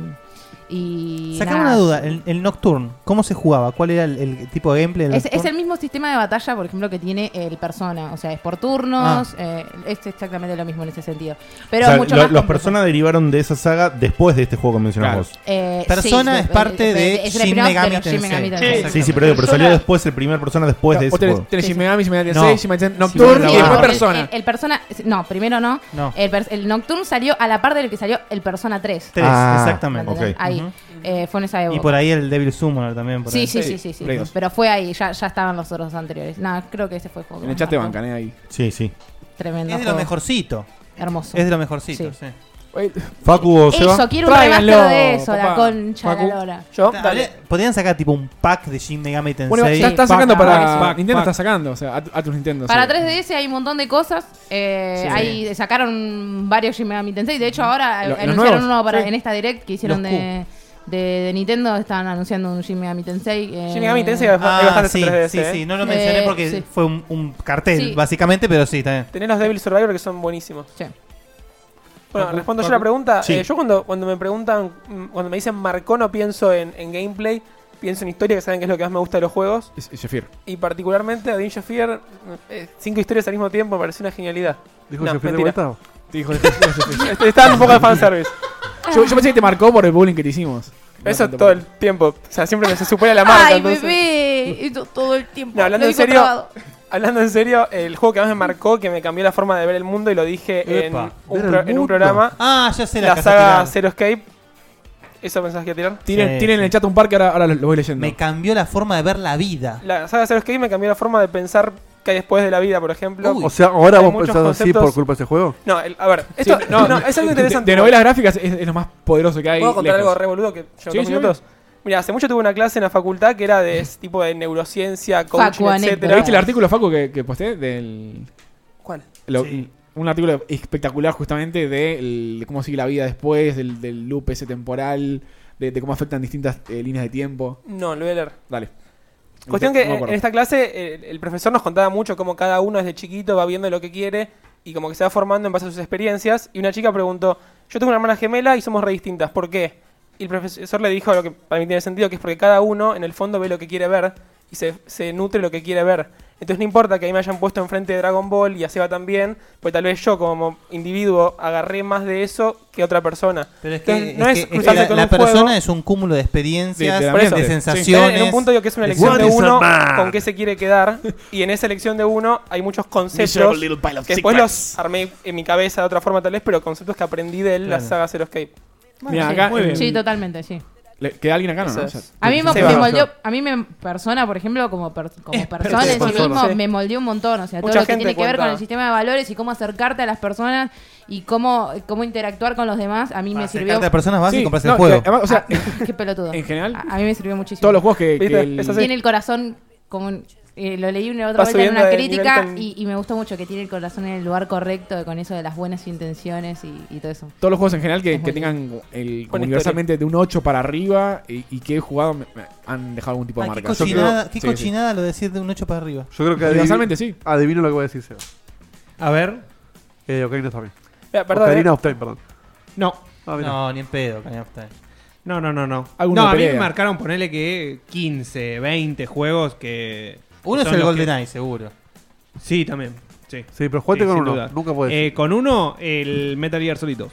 Speaker 6: y
Speaker 3: Sacame
Speaker 6: nada.
Speaker 3: una duda, el, el Nocturne, ¿cómo se jugaba? ¿Cuál era el, el tipo de gameplay? del
Speaker 6: Es, es
Speaker 3: Nocturne?
Speaker 6: el mismo sistema de batalla, por ejemplo, que tiene el Persona. O sea, es por
Speaker 3: Ah.
Speaker 6: turnos. eh, es exactamente lo mismo en ese sentido. Pero
Speaker 1: O sea,
Speaker 6: mucho
Speaker 1: lo-
Speaker 6: más
Speaker 1: los
Speaker 6: complejo.
Speaker 1: personas derivaron de esa saga después de este juego que mencionamos.
Speaker 6: Eh,
Speaker 3: Persona
Speaker 6: sí,
Speaker 3: es parte
Speaker 6: eh,
Speaker 3: de
Speaker 6: es el
Speaker 3: Shin
Speaker 6: spin-off de
Speaker 3: Megami
Speaker 6: los Shin
Speaker 3: Tensei.
Speaker 6: Megami
Speaker 1: Sí,
Speaker 6: Tensei.
Speaker 1: sí, pero, digo, pero salió después el primer persona después de ese
Speaker 4: Vos tenés-
Speaker 1: juego.
Speaker 4: tenés Shin Megami, Shin Megami
Speaker 1: No.
Speaker 4: Tensei, Shin Megami Tensei,
Speaker 1: No,
Speaker 4: Nocturne
Speaker 1: no,
Speaker 4: y después
Speaker 1: no.
Speaker 4: Persona.
Speaker 6: El, el persona. No, primero no.
Speaker 4: No.
Speaker 6: El, pers- el Nocturne salió a la par de lo que salió el Persona 3.
Speaker 3: Tres, Ah, exactamente.
Speaker 6: ¿Entendés?
Speaker 3: ok.
Speaker 6: Ahí.
Speaker 3: Ujú.
Speaker 6: eh, fue en esa época.
Speaker 3: Y por ahí el Devil Summoner también. por
Speaker 6: Sí,
Speaker 3: ahí.
Speaker 6: sí, sí, sí, sí.
Speaker 3: Play dos.
Speaker 6: Pero fue ahí, ya, ya estaban los otros anteriores. No, creo que ese fue el juego. que
Speaker 4: En el
Speaker 6: más
Speaker 4: chat te
Speaker 6: marcó.
Speaker 4: bancan, eh, ahí.
Speaker 1: Sí, sí.
Speaker 6: Tremendo.
Speaker 3: Es de lo
Speaker 6: juego.
Speaker 3: mejorcito.
Speaker 6: Hermoso.
Speaker 3: Es de lo mejorcito, sí.
Speaker 1: Facu o Seba.
Speaker 6: Eso, quiero un remaster
Speaker 4: Tráiganlo,
Speaker 6: de eso, la
Speaker 4: papá.
Speaker 6: concha, de
Speaker 4: Facu.
Speaker 6: la lora.
Speaker 4: Yo,
Speaker 6: Dale.
Speaker 4: dale.
Speaker 3: Podrían sacar tipo un pack de Shin Megami Tensei.
Speaker 4: Bueno, está, está sacando
Speaker 3: Pack,
Speaker 4: para.
Speaker 3: pack,
Speaker 4: Nintendo
Speaker 3: pack.
Speaker 4: está sacando, o sea, a, a tus Nintendo.
Speaker 6: Para
Speaker 4: sí.
Speaker 6: 3DS hay un montón de cosas. Eh,
Speaker 4: Sí. Mm.
Speaker 6: hay, sacaron varios Shin Megami Tensei. De hecho, ahora eh,
Speaker 4: Lo- los
Speaker 6: anunciaron
Speaker 4: nuevos.
Speaker 6: uno para,
Speaker 4: Sí.
Speaker 6: en esta direct que hicieron
Speaker 4: Los
Speaker 6: de, de, de Nintendo. Estaban anunciando un Shin Megami Tensei. eh,
Speaker 7: Shin Megami Tensei hay
Speaker 3: Ah,
Speaker 7: bastantes
Speaker 3: sí,
Speaker 7: en 3DS,
Speaker 3: sí,
Speaker 7: eh.
Speaker 3: sí. No lo mencioné
Speaker 6: Eh,
Speaker 3: porque
Speaker 6: sí.
Speaker 3: fue un, un cartel,
Speaker 6: Sí.
Speaker 3: básicamente, pero sí, también.
Speaker 7: Tenés los Devil Survivor que son buenísimos.
Speaker 6: Sí.
Speaker 7: Bueno,
Speaker 3: Facu,
Speaker 7: respondo yo
Speaker 3: Facu.
Speaker 7: la pregunta.
Speaker 3: Sí.
Speaker 7: Eh, yo cuando, cuando me preguntan, mm, cuando me dicen marcó, no pienso en, en gameplay, pienso en historia, que saben que es lo que más me gusta de los juegos.
Speaker 4: Es- es Shafir.
Speaker 7: Y particularmente a Dean Shafir, eh, cinco historias al mismo tiempo, me pareció una genialidad.
Speaker 5: ¿Dijo
Speaker 7: no,
Speaker 5: Shafir de
Speaker 7: mentira.
Speaker 5: vuelta?
Speaker 4: Dijo Shafir.
Speaker 7: Este- Estaban un poco de fanservice.
Speaker 4: Yo, yo pensé que te marcó por el bullying que te hicimos.
Speaker 7: Eso
Speaker 4: No tanto
Speaker 7: todo el tiempo. O sea, siempre me se supera la marca.
Speaker 6: Ay,
Speaker 7: entonces-
Speaker 6: bebé. Esto todo el tiempo.
Speaker 7: No, hablando
Speaker 6: Lo
Speaker 7: en
Speaker 6: digo
Speaker 7: serio,
Speaker 6: trabado.
Speaker 7: hablando en serio, el juego que más me marcó, que me cambió la forma de ver el mundo y lo dije en
Speaker 3: Epa,
Speaker 7: un,
Speaker 3: ver
Speaker 7: pro-
Speaker 3: el
Speaker 7: en un
Speaker 3: mundo.
Speaker 7: programa.
Speaker 3: Ah, ya sé la
Speaker 7: la
Speaker 3: que vas a
Speaker 7: saga
Speaker 3: tirar.
Speaker 7: Zero Escape. ¿Eso pensás que iba a tirar?
Speaker 4: Tienen,
Speaker 3: Sí,
Speaker 4: tienen en el chat un par que ahora, ahora lo, lo voy leyendo.
Speaker 3: Me cambió la forma de ver la vida.
Speaker 7: La saga Zero Escape me cambió la forma de pensar que hay después de la vida, por ejemplo.
Speaker 5: O sea, ahora
Speaker 7: Hay
Speaker 5: vos
Speaker 7: muchos
Speaker 5: pensás así
Speaker 7: conceptos-
Speaker 5: por culpa de ese juego.
Speaker 7: No, el- a ver, esto
Speaker 4: Sí,
Speaker 7: no,
Speaker 4: de-
Speaker 7: no, es algo
Speaker 4: de-
Speaker 7: interesante.
Speaker 4: De, novelas gráficas es, es lo más poderoso que hay.
Speaker 7: ¿Puedo contar
Speaker 4: lejos.
Speaker 7: algo re boludo que llevo
Speaker 4: Sí,
Speaker 7: dos
Speaker 4: sí,
Speaker 7: minutos? Mira, hace mucho tuve una clase en la facultad que era de ese tipo de neurociencia, coaching,
Speaker 6: Facu, anécdota.
Speaker 7: etcétera.
Speaker 4: ¿Viste el artículo, Facu, que, que posté del.
Speaker 7: ¿Cuál?
Speaker 4: Lo, un artículo espectacular justamente de, el- de cómo sigue la vida después, del, del loop ese temporal, de, de cómo afectan distintas eh, líneas de tiempo.
Speaker 7: No, lo voy a leer.
Speaker 4: Dale.
Speaker 7: Cuestión
Speaker 4: No
Speaker 7: que
Speaker 4: me
Speaker 7: en
Speaker 4: acuerdo.
Speaker 7: esta clase el, el profesor nos contaba mucho cómo cada uno desde chiquito va viendo lo que quiere y como que se va formando en base a sus experiencias. Y una chica preguntó, yo tengo una hermana gemela y somos re distintas, ¿por qué? Y el profesor le dijo lo que para mí tiene sentido, que es porque cada uno en el fondo ve lo que quiere ver y se, se nutre lo que quiere ver. Entonces no importa que ahí me hayan puesto enfrente de Dragon Ball y a Seba también, pues tal vez yo como individuo agarré más de eso que otra persona. Pero
Speaker 3: Es que- es que- es que la, la persona es un cúmulo de experiencias,
Speaker 7: Sí,
Speaker 3: de,
Speaker 7: por eso.
Speaker 3: sensaciones.
Speaker 7: En un punto digo que es una
Speaker 3: de-
Speaker 7: elección de
Speaker 3: What is a
Speaker 7: uno
Speaker 3: man?
Speaker 7: con qué se quiere quedar. Y en esa elección de uno hay muchos conceptos
Speaker 3: Miserable little pile of
Speaker 7: que después
Speaker 3: secrets.
Speaker 7: los armé en mi cabeza de otra forma tal vez, pero conceptos que aprendí de él, la
Speaker 4: Claro.
Speaker 7: saga Zero Escape.
Speaker 6: Bueno, sí, sí, totalmente, sí.
Speaker 4: Le- ¿Queda alguien acá? No,
Speaker 7: Eso
Speaker 4: ¿no?
Speaker 7: es.
Speaker 4: O sea,
Speaker 6: A mí me,
Speaker 4: sí,
Speaker 6: me
Speaker 4: va.
Speaker 6: moldeó, a mí me persona, por ejemplo, como, per- como persona en sí
Speaker 4: persona.
Speaker 6: mismo,
Speaker 4: Sí.
Speaker 6: me moldeó un montón. O sea, todo
Speaker 7: Mucha
Speaker 6: lo que
Speaker 7: gente
Speaker 6: tiene que ver con
Speaker 7: cuenta.
Speaker 6: el sistema de valores y cómo acercarte a las personas y cómo, cómo interactuar con los demás, a mí me sirvió.
Speaker 3: Ah, Acercarte
Speaker 6: Ah,
Speaker 3: a personas vas y
Speaker 4: Sí,
Speaker 3: compras
Speaker 4: no,
Speaker 3: el juego.
Speaker 4: y además, o sea,
Speaker 6: Qué pelotudo.
Speaker 4: en general,
Speaker 6: A, a mí me sirvió muchísimo.
Speaker 4: todos los juegos que- que
Speaker 6: Viste,
Speaker 4: el-
Speaker 6: es así. tiene el corazón como un- eh, lo leí una
Speaker 7: Va
Speaker 6: otra vez en
Speaker 7: subiendo
Speaker 6: una
Speaker 7: de
Speaker 6: crítica
Speaker 7: nivel con-
Speaker 6: y, y me gustó mucho que tiene el corazón en el lugar correcto con eso de las buenas intenciones y, y todo eso.
Speaker 4: todos los juegos en general que,
Speaker 6: Es
Speaker 4: que
Speaker 6: muy
Speaker 4: tengan el, como
Speaker 7: Buena
Speaker 4: universalmente de un 8 para arriba y, y que he jugado me- me han dejado algún tipo de
Speaker 3: Ay, Ah, qué
Speaker 4: marca. Yo creo-
Speaker 3: cochinada, qué
Speaker 4: sí, sí.
Speaker 3: cochinada lo de decir de un 8 para arriba.
Speaker 5: Yo creo que
Speaker 4: Universalmente, sí.
Speaker 5: adivino lo que voy a decir, Seba.
Speaker 2: A ver.
Speaker 5: Eh, Ocarina of Time.
Speaker 7: Mira, perdón,
Speaker 5: Ocarina
Speaker 7: eh.
Speaker 5: of Time, perdón.
Speaker 2: No.
Speaker 5: Ah, mira.
Speaker 3: No, ni en pedo, Ocarina of Time.
Speaker 2: No, no, no, no.
Speaker 3: Alguno
Speaker 2: no, a mí
Speaker 3: pelea.
Speaker 2: me marcaron ponerle que 15, 20 juegos que.
Speaker 3: Uno
Speaker 2: que
Speaker 3: es
Speaker 2: son
Speaker 3: el
Speaker 2: los
Speaker 3: Golden
Speaker 2: que-
Speaker 3: Eye, seguro.
Speaker 2: Sí, también. Sí,
Speaker 5: Sí, pero jugate con
Speaker 2: sin
Speaker 5: uno, nunca podés.
Speaker 2: Eh, con uno, el Metal Gear Solid 2.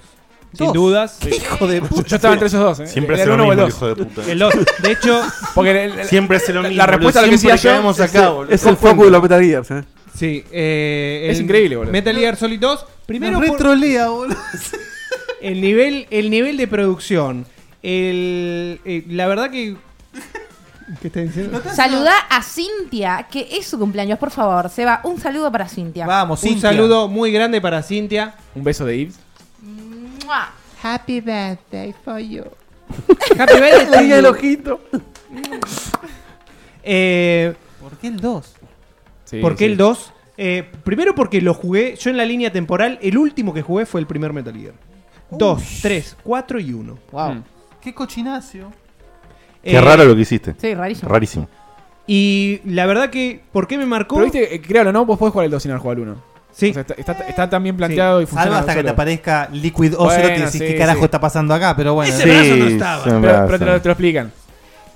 Speaker 2: Sin
Speaker 4: Dos.
Speaker 2: dudas.
Speaker 4: Hijo de puta. Yo estaba entre esos dos, eh. Siempre hace
Speaker 2: El
Speaker 4: lo
Speaker 2: uno o el
Speaker 4: mismo el
Speaker 2: dos.
Speaker 4: hijo de puta.
Speaker 2: El 2. De hecho.
Speaker 4: Porque el- el- Siempre hace lo la mismo, respuesta a lo que siempre decía yo caemos acá, es- boludo.
Speaker 5: Es el foco de los Metal Gears, eh.
Speaker 2: Sí, eh,
Speaker 4: Es
Speaker 2: el
Speaker 4: increíble, boludo.
Speaker 2: Metal Gear Solid 2, primero
Speaker 3: Me
Speaker 2: por-
Speaker 3: retrolea, boludo.
Speaker 2: el nivel el nivel de producción, el eh, la verdad que ¿Qué está diciendo?
Speaker 6: Saluda a Cintia, que es su cumpleaños, por favor. Seba, un saludo para Cintia.
Speaker 3: Vamos,
Speaker 2: Un saludo muy grande para Cintia.
Speaker 4: Un beso de Yves.
Speaker 19: Happy birthday for you.
Speaker 2: Happy birthday to you.
Speaker 19: ojito.
Speaker 2: Eh,
Speaker 3: ¿Por qué el 2?
Speaker 2: ¿Por qué el 2? Eh, primero porque lo jugué, yo en la línea temporal, el último que jugué fue el primer Metal Gear. 2, 3, 4 y 1.
Speaker 6: Wow.
Speaker 3: Mm.
Speaker 4: Mm.
Speaker 3: Qué Eh, cochinacio.
Speaker 1: Qué raro lo que hiciste. Eh, Rarísimo.
Speaker 2: Y la verdad que, ¿por qué me marcó?
Speaker 4: Pero viste, eh, créalo, ¿no? Vos podés jugar el 2 sin haber jugado el 1.
Speaker 2: Sí.
Speaker 4: está, está, está tan bien planteado y funciona.
Speaker 3: Salvo hasta que
Speaker 4: solo.
Speaker 3: te aparezca Liquid oh, Ocelot
Speaker 4: Bueno,
Speaker 3: y decís
Speaker 4: sí,
Speaker 3: qué carajo
Speaker 4: sí.
Speaker 3: está pasando acá, pero bueno.
Speaker 4: Ese brazo no Sí, estaba. ese brazo.
Speaker 3: Pero,
Speaker 4: Pero te lo- te lo explican.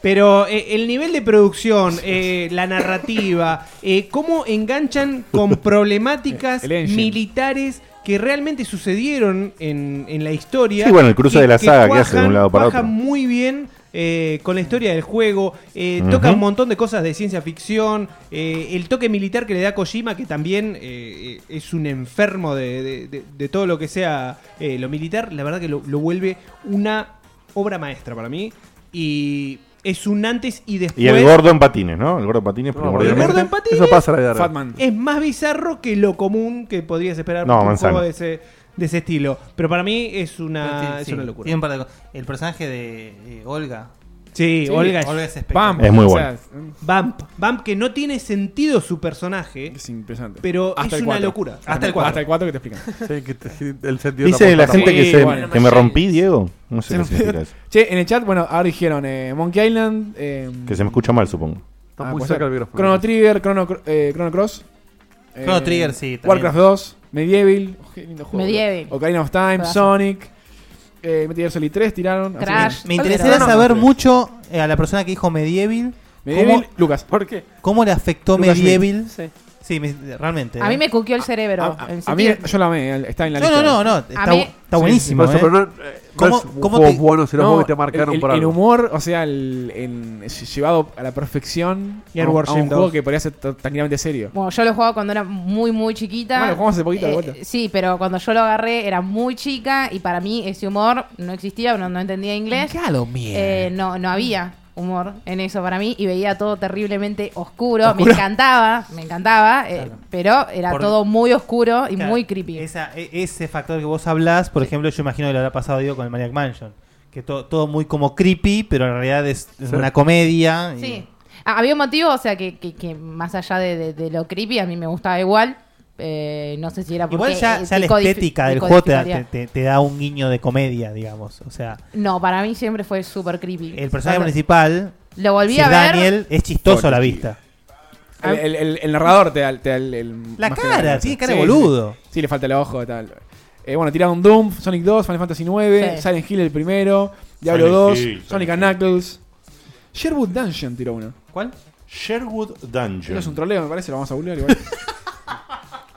Speaker 2: Pero eh, el nivel de producción, eh, la narrativa, eh, cómo enganchan con problemáticas
Speaker 1: El engine.
Speaker 2: militares que realmente sucedieron en, en la historia.
Speaker 1: Sí, bueno, el cruce
Speaker 2: y
Speaker 1: de la saga que hace de un lado para
Speaker 2: cuajan
Speaker 1: otro.
Speaker 2: muy bien eh, con la historia del juego, eh,
Speaker 1: Ujú.
Speaker 2: toca un montón de cosas de ciencia ficción, eh, el toque militar que le da Kojima, que también eh, eh, es un enfermo de, de- de- de todo lo que sea eh, lo militar, la verdad que lo, lo vuelve una obra maestra para mí. Y es un antes y después.
Speaker 1: Y el gordo en patines, ¿no? El gordo en patines, primordialmente.
Speaker 2: gordo en patines
Speaker 1: Pues- Eso pasa en la vida real.
Speaker 2: Es más bizarro que lo común que podrías esperar
Speaker 1: No,
Speaker 2: por un
Speaker 1: manzana.
Speaker 2: juego de ese, de ese estilo. Pero para mí es una, es una locura.
Speaker 3: El personaje de eh, Olga.
Speaker 2: Sí, Olga es,
Speaker 3: Olga es espectacular.
Speaker 1: Es muy bueno.
Speaker 2: Vamp. Vamp que no tiene sentido su personaje.
Speaker 4: Es impresionante.
Speaker 2: Pero
Speaker 4: Hasta
Speaker 2: es
Speaker 4: el
Speaker 2: una
Speaker 4: cuatro.
Speaker 2: locura.
Speaker 4: Hasta el cuatro. Hasta el cuatro que te explican.
Speaker 5: Sí, que te- el sentido
Speaker 1: Dice la
Speaker 5: tampoco está
Speaker 1: gente que,
Speaker 5: bueno.
Speaker 1: se- que me rompí, Diego. No sé qué significa eso.
Speaker 4: Che, en el chat, bueno, ahora dijeron eh, Monkey Island. Eh,
Speaker 1: Que se me escucha mal, supongo.
Speaker 5: Está
Speaker 4: ah,
Speaker 5: muy
Speaker 4: puede
Speaker 5: cerca
Speaker 4: ser.
Speaker 5: el micrófono.
Speaker 4: Chrono Trigger, Chrono, Cro- eh, Chrono Cross. eh,
Speaker 3: Chrono Trigger, sí, también.
Speaker 4: Warcraft 2, Medieval. oh, qué lindo juego.
Speaker 3: Medieval.
Speaker 4: Ocarina of Time,
Speaker 3: Pedazo.
Speaker 4: Sonic. Eh, Metal Gear Solid 3 tiraron. así que-
Speaker 3: Me interesaría saber mucho eh, a la persona que dijo Medieval.
Speaker 4: Medieval,
Speaker 3: cómo-
Speaker 4: Lucas. ¿Por qué?
Speaker 3: ¿Cómo le afectó
Speaker 4: Lucas
Speaker 3: Medieval?
Speaker 4: Smith.
Speaker 3: Sí, me- realmente.
Speaker 6: A mí
Speaker 3: ¿eh?
Speaker 6: me cuqueó el cerebro. el
Speaker 4: A mí,
Speaker 6: sentido-
Speaker 4: yo la amé, él está en la
Speaker 3: No,
Speaker 4: lista.
Speaker 3: no, no, no, está-
Speaker 6: A mí-
Speaker 3: está buenísimo,
Speaker 5: Por eso,
Speaker 3: ¿eh?
Speaker 5: pero no, eh, no
Speaker 3: ¿Cómo-
Speaker 5: es
Speaker 3: cómo
Speaker 5: juegos
Speaker 3: te-
Speaker 5: buenos, sino
Speaker 4: No,
Speaker 5: juegos que te marcaron
Speaker 4: el,
Speaker 5: por
Speaker 4: el
Speaker 5: algo.
Speaker 4: humor, o sea, el, en- llevado a la perfección
Speaker 2: Y
Speaker 4: a,
Speaker 2: el
Speaker 4: un- a
Speaker 2: Warship
Speaker 4: un juego
Speaker 2: 2.
Speaker 4: que podría ser t- tranquilamente serio.
Speaker 6: Bueno, yo lo jugaba cuando era muy, muy chiquita. Eh,
Speaker 4: Ah, lo jugamos hace poquito, de vuelta.
Speaker 6: Sí, pero cuando yo lo agarré era muy chica y para mí ese humor no existía, no, no entendía inglés.
Speaker 3: Claro, mierda.
Speaker 6: Eh, no, no había humor en eso para mí y veía todo terriblemente oscuro.
Speaker 3: ¿Oscuro?
Speaker 6: Me encantaba, me encantaba, eh, pero era
Speaker 3: Por-
Speaker 6: todo muy oscuro y
Speaker 3: Claro,
Speaker 6: muy creepy.
Speaker 3: esa- e- ese factor que vos hablás, por ejemplo, yo imagino que lo habrá pasado Diego con el Maniac Mansion. Que to- todo muy como creepy, pero en realidad es, es
Speaker 6: Sí.
Speaker 3: una comedia. y-
Speaker 6: Sí. Ah, Había un motivo, o sea, que, que- que más allá de, de- de lo creepy, a mí me gustaba igual. eh, eh, no sé si era porque...
Speaker 3: Igual ya,
Speaker 6: eh,
Speaker 3: ya la
Speaker 6: decodifi-
Speaker 3: estética del juego te da, te,
Speaker 6: decodificaría.
Speaker 3: te- te da un guiño de comedia, digamos. O sea,
Speaker 6: No, para mí siempre fue súper creepy.
Speaker 3: el personaje
Speaker 6: Cuando-
Speaker 3: principal,
Speaker 6: Lo volví
Speaker 3: Sir
Speaker 6: a ver.
Speaker 3: Daniel, es chistoso a la vista.
Speaker 6: Ah.
Speaker 4: El, el- el- el narrador te da, te da el, el-
Speaker 3: La
Speaker 4: más
Speaker 3: cara,
Speaker 4: que nada,
Speaker 3: tiene
Speaker 4: sí.
Speaker 3: cara de
Speaker 4: Sí,
Speaker 3: boludo.
Speaker 4: Sí, Sí, le falta el ojo y tal. Eh, bueno, tiraron Doom, Sonic 2, Final Fantasy 9,
Speaker 3: Sí.
Speaker 4: Silent Hill el primero, Diablo
Speaker 1: Silent
Speaker 4: 2,
Speaker 1: Hill,
Speaker 4: Sonic and Knuckles. Sherwood Dungeon tiró uno.
Speaker 3: ¿Cuál?
Speaker 1: Sherwood Dungeon.
Speaker 4: Eso es un troleo, me parece, lo vamos a googlear igual.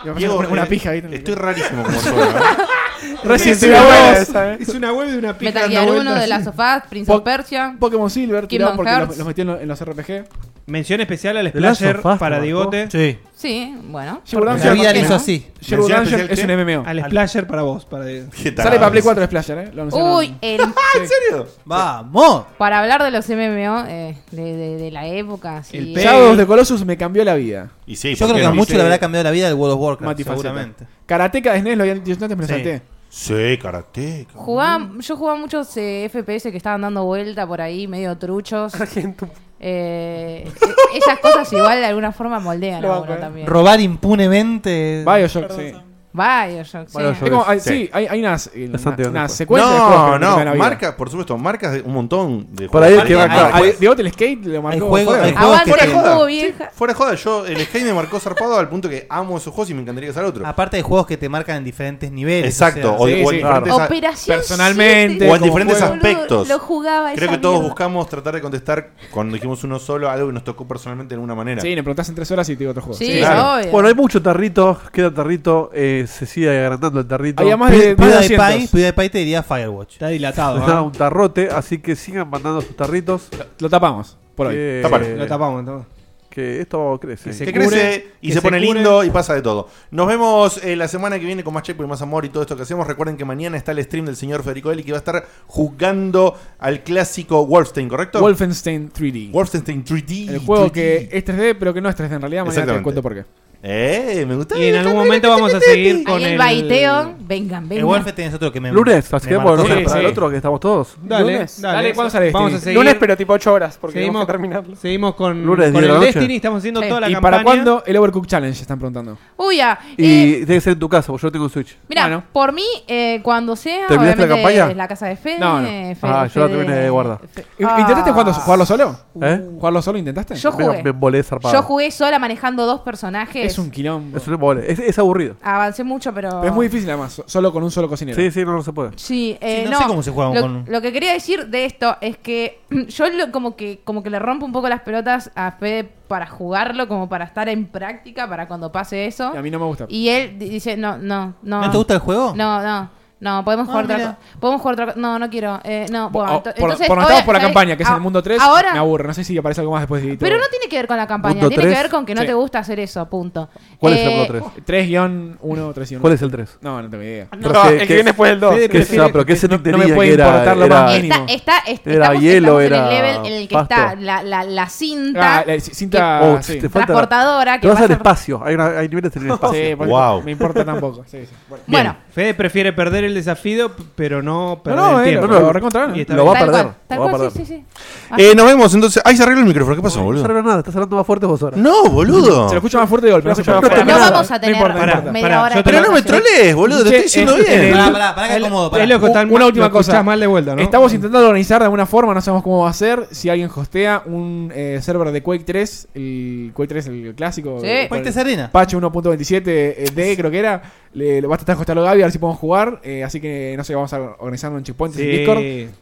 Speaker 4: Y me parece
Speaker 1: Diego,
Speaker 4: una, una
Speaker 1: eh,
Speaker 4: pija ahí.
Speaker 1: Estoy rarísimo como suena.
Speaker 4: Resident
Speaker 2: Hice una
Speaker 4: Evil
Speaker 2: web,
Speaker 4: 2.
Speaker 2: ¿sabes? Hice una web de una pija
Speaker 6: Metal
Speaker 2: dando
Speaker 6: Gear 1
Speaker 2: vueltas.
Speaker 6: de Last of Us, Prince of Persia.
Speaker 4: Pokémon Silver,
Speaker 6: Kingdom
Speaker 4: tirado porque
Speaker 6: Hearts.
Speaker 4: los, los metió en los, en los RPG.
Speaker 2: Mención especial al
Speaker 4: The Last
Speaker 2: Splasher
Speaker 4: of Us,
Speaker 2: para
Speaker 4: ¿no?
Speaker 2: Digote.
Speaker 3: Sí.
Speaker 6: Sí, bueno.
Speaker 4: Sherwood
Speaker 2: Porque
Speaker 4: Dungeon
Speaker 2: la vida
Speaker 4: es-
Speaker 2: le hizo
Speaker 4: ¿no?
Speaker 2: así. Mención
Speaker 4: Sherwood Dungeon
Speaker 2: especial,
Speaker 4: es un
Speaker 2: ¿qué?
Speaker 4: MMO.
Speaker 2: Al Splasher para vos. Para
Speaker 4: Sale para Play 4 Splasher, ¿eh? Lo anunciaron.
Speaker 6: Uy, el...
Speaker 4: Ah, ¿En serio?
Speaker 3: ¡Vamos!
Speaker 6: Para hablar de los MMO eh, de, de- de la época, sí.
Speaker 4: El Shadows de Colossus me cambió la vida.
Speaker 1: Y sí,
Speaker 3: Yo creo que a mucho le habrá cambiado la vida del World of Warcraft, seguramente.
Speaker 4: Karateka de SNES lo habían dicho antes, me lo
Speaker 1: Sí.
Speaker 4: salté.
Speaker 1: Sí, karate.
Speaker 6: Jugaba- yo jugaba muchos eh, FPS que estaban dando vuelta por ahí, medio truchos. Eh, e- esas cosas igual de alguna forma moldean a uno también.
Speaker 3: Robar impunemente.
Speaker 4: Bioshock, sí.
Speaker 6: Bioshock, sí.
Speaker 4: Es como- hay- ah, sí. hay, hay unas, eh,
Speaker 1: Las
Speaker 4: una-
Speaker 1: anteriores.
Speaker 4: unas secuencias de juegos que
Speaker 1: No,
Speaker 4: me cambian la
Speaker 1: no,
Speaker 4: vida.
Speaker 1: marcas, por supuesto, marcas de un montón de
Speaker 5: Por ahí
Speaker 1: juegos.
Speaker 5: es que va acá.
Speaker 4: Ah, de Hotel Skate lo marcó.
Speaker 1: juego-
Speaker 4: fuera.
Speaker 1: hay juegos que te-
Speaker 6: Aguante el cubo,
Speaker 1: Ah, Joda.
Speaker 6: vieja.
Speaker 1: Fuera de joda, yo el Sky me marcó zarpado al punto que amo esos juegos y me encantaría hacer otro.
Speaker 3: Aparte de juegos que te marcan en diferentes niveles.
Speaker 1: Exacto, o- o en diferentes a-
Speaker 6: Operación
Speaker 1: personalmente, o en diferentes aspectos.
Speaker 6: Lo jugaba
Speaker 1: Creo
Speaker 6: esa
Speaker 1: que todos
Speaker 6: mierda.
Speaker 1: buscamos tratar de contestar cuando dijimos uno solo algo que nos tocó personalmente de alguna manera.
Speaker 4: Sí, le preguntás en tres horas y te digo otro juego.
Speaker 6: Sí, obvio.
Speaker 5: Bueno, hay mucho tarrito, queda tarrito, eh, se sigue agrandando el tarrito.
Speaker 3: PewDiePie, PewDiePie te diría Firewatch. Está
Speaker 5: Nos da Ah, un tarrote, así que sigan mandando sus tarritos. Eh, Lo,
Speaker 4: tapamos, por hoy.
Speaker 1: Tapalo. Lo
Speaker 2: tapamos,
Speaker 5: Que esto crece.
Speaker 1: que crece y se, pone lindo y pasa de todo. Nos vemos eh, la semana que viene con más Checkpoint, más amor y todo esto que hacemos. Recuerden que mañana está el stream del señor Federico Eli que va a estar jugando al clásico Wolfenstein, ¿correcto?
Speaker 4: Wolfenstein 3D.
Speaker 1: Wolfenstein 3D.
Speaker 4: El juego
Speaker 1: 3D.
Speaker 4: que es 3D, pero que no es 3D en realidad. Mañana te
Speaker 1: Exactamente.
Speaker 4: cuento por qué.
Speaker 1: Eh, me gusta.
Speaker 2: Y en algún momento vamos a seguir con
Speaker 6: Ahí el
Speaker 2: el...
Speaker 6: baiteo. Vengan, vengan.
Speaker 3: tenés otro que me.
Speaker 5: Lunes, así
Speaker 3: me
Speaker 5: que vamos
Speaker 3: marcó.
Speaker 5: lunes
Speaker 3: Sí,
Speaker 5: para el
Speaker 3: sí.
Speaker 5: otro que estamos todos.
Speaker 2: Dale,
Speaker 4: Lunes.
Speaker 2: dale.
Speaker 4: Dale, ¿cuándo sale
Speaker 2: Vamos a
Speaker 7: este.
Speaker 4: Destiny?
Speaker 2: seguir.
Speaker 4: Lunes, pero tipo 8 horas, porque
Speaker 2: seguimos,
Speaker 4: tenemos que terminarlo.
Speaker 2: Seguimos con, con
Speaker 5: Lunes, 10 de
Speaker 2: el
Speaker 5: la noche.
Speaker 2: Destiny. Estamos haciendo
Speaker 6: Sí.
Speaker 2: toda la
Speaker 4: ¿Y
Speaker 2: campaña.
Speaker 4: para cuándo el Overcook Challenge? Están preguntando.
Speaker 6: Uy, ya.
Speaker 5: Y tiene que ser en tu casa, porque yo tengo un Switch.
Speaker 6: Mira, por mí, eh, cuando sea,
Speaker 5: ¿Terminaste la
Speaker 6: obviamente,
Speaker 5: campaña?
Speaker 6: es la casa de Fede.
Speaker 5: No, no.
Speaker 6: Fede,
Speaker 5: Ah, yo la
Speaker 6: Fede-
Speaker 5: terminé de guardar.
Speaker 6: Fe-
Speaker 4: ¿Y- ¿Intentaste
Speaker 6: Ah.
Speaker 4: jugando- jugarlo solo?
Speaker 5: ¿Eh?
Speaker 4: ¿Jugarlo solo intentaste?
Speaker 6: Yo jugué.
Speaker 5: Me embolé zarpado.
Speaker 6: Yo jugué sola manejando dos personajes.
Speaker 4: Es un quilombo.
Speaker 5: Es un embole. Es, es aburrido.
Speaker 6: Avancé mucho, pero.
Speaker 4: Pero es muy difícil además, so- solo con un solo cocinero.
Speaker 5: Sí, sí, no, no se puede.
Speaker 6: Sí, eh,
Speaker 5: Sí,
Speaker 6: no,
Speaker 5: no sé cómo se juega
Speaker 6: lo,
Speaker 5: con-
Speaker 6: lo que quería decir de esto es que yo lo- como que como que le rompo un poco las pelotas a Fede para jugarlo, como para estar en práctica para cuando pase eso.
Speaker 4: Y a mí no me gusta.
Speaker 6: Y él di- dice, no, no, no.
Speaker 4: ¿No te gusta el juego?
Speaker 6: No, no. No, podemos
Speaker 4: Ah,
Speaker 6: jugar otra
Speaker 4: mira.
Speaker 6: co- Podemos jugar otra co- No, no quiero. Eh, no,
Speaker 4: Por,
Speaker 6: bueno,
Speaker 4: por,
Speaker 6: ento- entonces,
Speaker 4: por, no
Speaker 6: ahora,
Speaker 4: estamos por la
Speaker 6: ¿sabes?
Speaker 4: campaña, que es en
Speaker 6: Ah,
Speaker 4: el mundo 3,
Speaker 6: Ahora,
Speaker 4: me aburre. No sé si aparece algo más después de YouTube.
Speaker 6: pero no tiene que ver con la campaña,
Speaker 4: Mundo
Speaker 6: tiene
Speaker 4: tres.
Speaker 6: que ver con que no
Speaker 4: Sí.
Speaker 6: te gusta hacer eso, punto.
Speaker 5: ¿Cuál es el
Speaker 6: Eh,
Speaker 5: mundo 3?
Speaker 4: 3-1, 3-1.
Speaker 5: ¿Cuál es el 3?
Speaker 4: No, no tengo idea.
Speaker 5: No, Pero que- el que que- viene después del dos. que- que- no, pero que ese no
Speaker 4: me
Speaker 5: tenía,
Speaker 4: puede
Speaker 5: que era-
Speaker 4: importar lo más
Speaker 5: era-
Speaker 4: mínimo.
Speaker 6: Está, está, est-
Speaker 5: Era
Speaker 6: estamos,
Speaker 5: hielo,
Speaker 6: estamos
Speaker 5: era
Speaker 6: en el level en el que
Speaker 5: pasto.
Speaker 6: está la, la, la cinta.
Speaker 4: Ah, la c- cinta
Speaker 5: Oh,
Speaker 4: sí.
Speaker 5: te falta-
Speaker 6: Transportadora
Speaker 5: Te
Speaker 6: que
Speaker 5: vas
Speaker 6: va
Speaker 5: al
Speaker 6: a-
Speaker 5: espacio. Hay, una- hay niveles que tienen espacio.
Speaker 4: Sí, por-
Speaker 5: Guau.
Speaker 4: me importa tampoco. Sí, sí.
Speaker 2: Bueno. Fede prefiere perder el desafío, p- pero no perder
Speaker 4: no,
Speaker 2: el
Speaker 4: eh,
Speaker 2: tiempo.
Speaker 4: no, no, recontra no.
Speaker 2: Y está
Speaker 1: Lo va a
Speaker 2: bien.
Speaker 1: perder.
Speaker 6: Tal
Speaker 1: Lo va a
Speaker 6: cual,
Speaker 1: perder.
Speaker 6: sí, sí, sí.
Speaker 1: Eh, nos vemos entonces. Ahí se arregló el micrófono. ¿Qué pasó,
Speaker 5: No
Speaker 1: boludo?
Speaker 5: sirve nada, estás hablando más fuerte vos ahora.
Speaker 1: No, boludo.
Speaker 4: Se lo escucha más fuerte de golpe.
Speaker 5: No
Speaker 4: se
Speaker 5: escucha
Speaker 4: puede.
Speaker 5: más fuerte.
Speaker 6: No vamos a tener
Speaker 4: importa, no importa.
Speaker 6: media hora de
Speaker 1: Pero no me trolees, boludo. Te
Speaker 4: Che,
Speaker 1: estoy diciendo
Speaker 4: en- en
Speaker 1: bien.
Speaker 4: el-
Speaker 3: que acomodo, pará.
Speaker 4: Es loco, está-
Speaker 3: U-
Speaker 4: una
Speaker 3: lo
Speaker 4: última
Speaker 3: escuchás
Speaker 4: cosa.
Speaker 3: mal de vuelta, ¿no?
Speaker 4: Estamos intentando organizar de alguna forma, no sabemos cómo va a ser. Si alguien hostea un eh, server de Quake 3, el Quake 3, el clásico.
Speaker 3: Sí.
Speaker 4: eh,
Speaker 3: Quake
Speaker 4: con
Speaker 3: 3
Speaker 4: el
Speaker 3: Arena.
Speaker 4: Patch 1.27 eh, D, creo que era. Le, lo va a tratar de hostearlo Gaby, a ver si podemos jugar. eh, así que no sé, vamos a organizarlo en Checkpoint en
Speaker 2: Sí.
Speaker 4: Discord.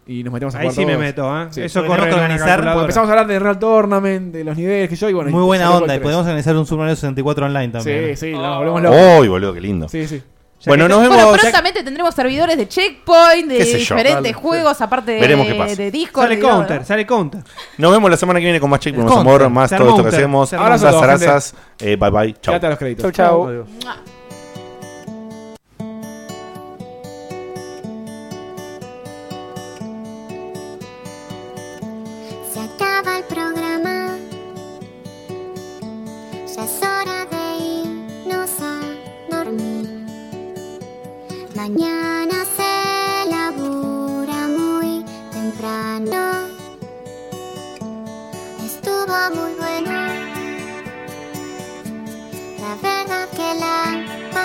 Speaker 4: Y nos metemos a
Speaker 2: Ahí
Speaker 4: jugar.
Speaker 2: sí me
Speaker 4: todos.
Speaker 2: meto, ¿eh? Eso corre en
Speaker 4: Porque tenemos que
Speaker 2: una
Speaker 4: organizar,
Speaker 2: calculadora.
Speaker 4: porque Empezamos a hablar de Real Tournament, de los niveles que yo. Y bueno,
Speaker 3: Muy
Speaker 4: y
Speaker 3: buena
Speaker 4: salió
Speaker 3: onda. Y
Speaker 4: Quake 3.
Speaker 3: podemos organizar un Super Mario 64 online también.
Speaker 4: Sí, sí, nos volvemos locos.
Speaker 1: Oh. Uy, boludo, qué lindo.
Speaker 4: Sí, sí.
Speaker 1: Bueno, nos
Speaker 6: Bueno,
Speaker 1: vemos.
Speaker 6: prontamente tendremos servidores de Checkpoint, de
Speaker 1: Qué sé yo,
Speaker 6: diferentes
Speaker 1: dale,
Speaker 6: juegos, aparte de,
Speaker 1: Veremos qué pasa.
Speaker 6: de Discord.
Speaker 2: Sale
Speaker 6: y todo, ¿no?
Speaker 2: counter, sale counter.
Speaker 1: Nos vemos la semana que viene con más Checkpoint, más
Speaker 2: Contra.
Speaker 1: amor, más
Speaker 2: Se
Speaker 1: todo esto
Speaker 2: armó
Speaker 1: que
Speaker 2: un ter-
Speaker 1: hacemos.
Speaker 2: se armó un
Speaker 1: Abrazos,
Speaker 2: ter-
Speaker 1: abrazos. Eh, Bye bye. Chau.
Speaker 4: Quédate a los créditos.
Speaker 1: Chau,
Speaker 4: Chau,
Speaker 1: chau.
Speaker 4: Adiós.
Speaker 8: Se acaba el programa. Ya es hora de irnos a dormir. Mañana se labura muy temprano. Estuvo muy bueno. La verdad que la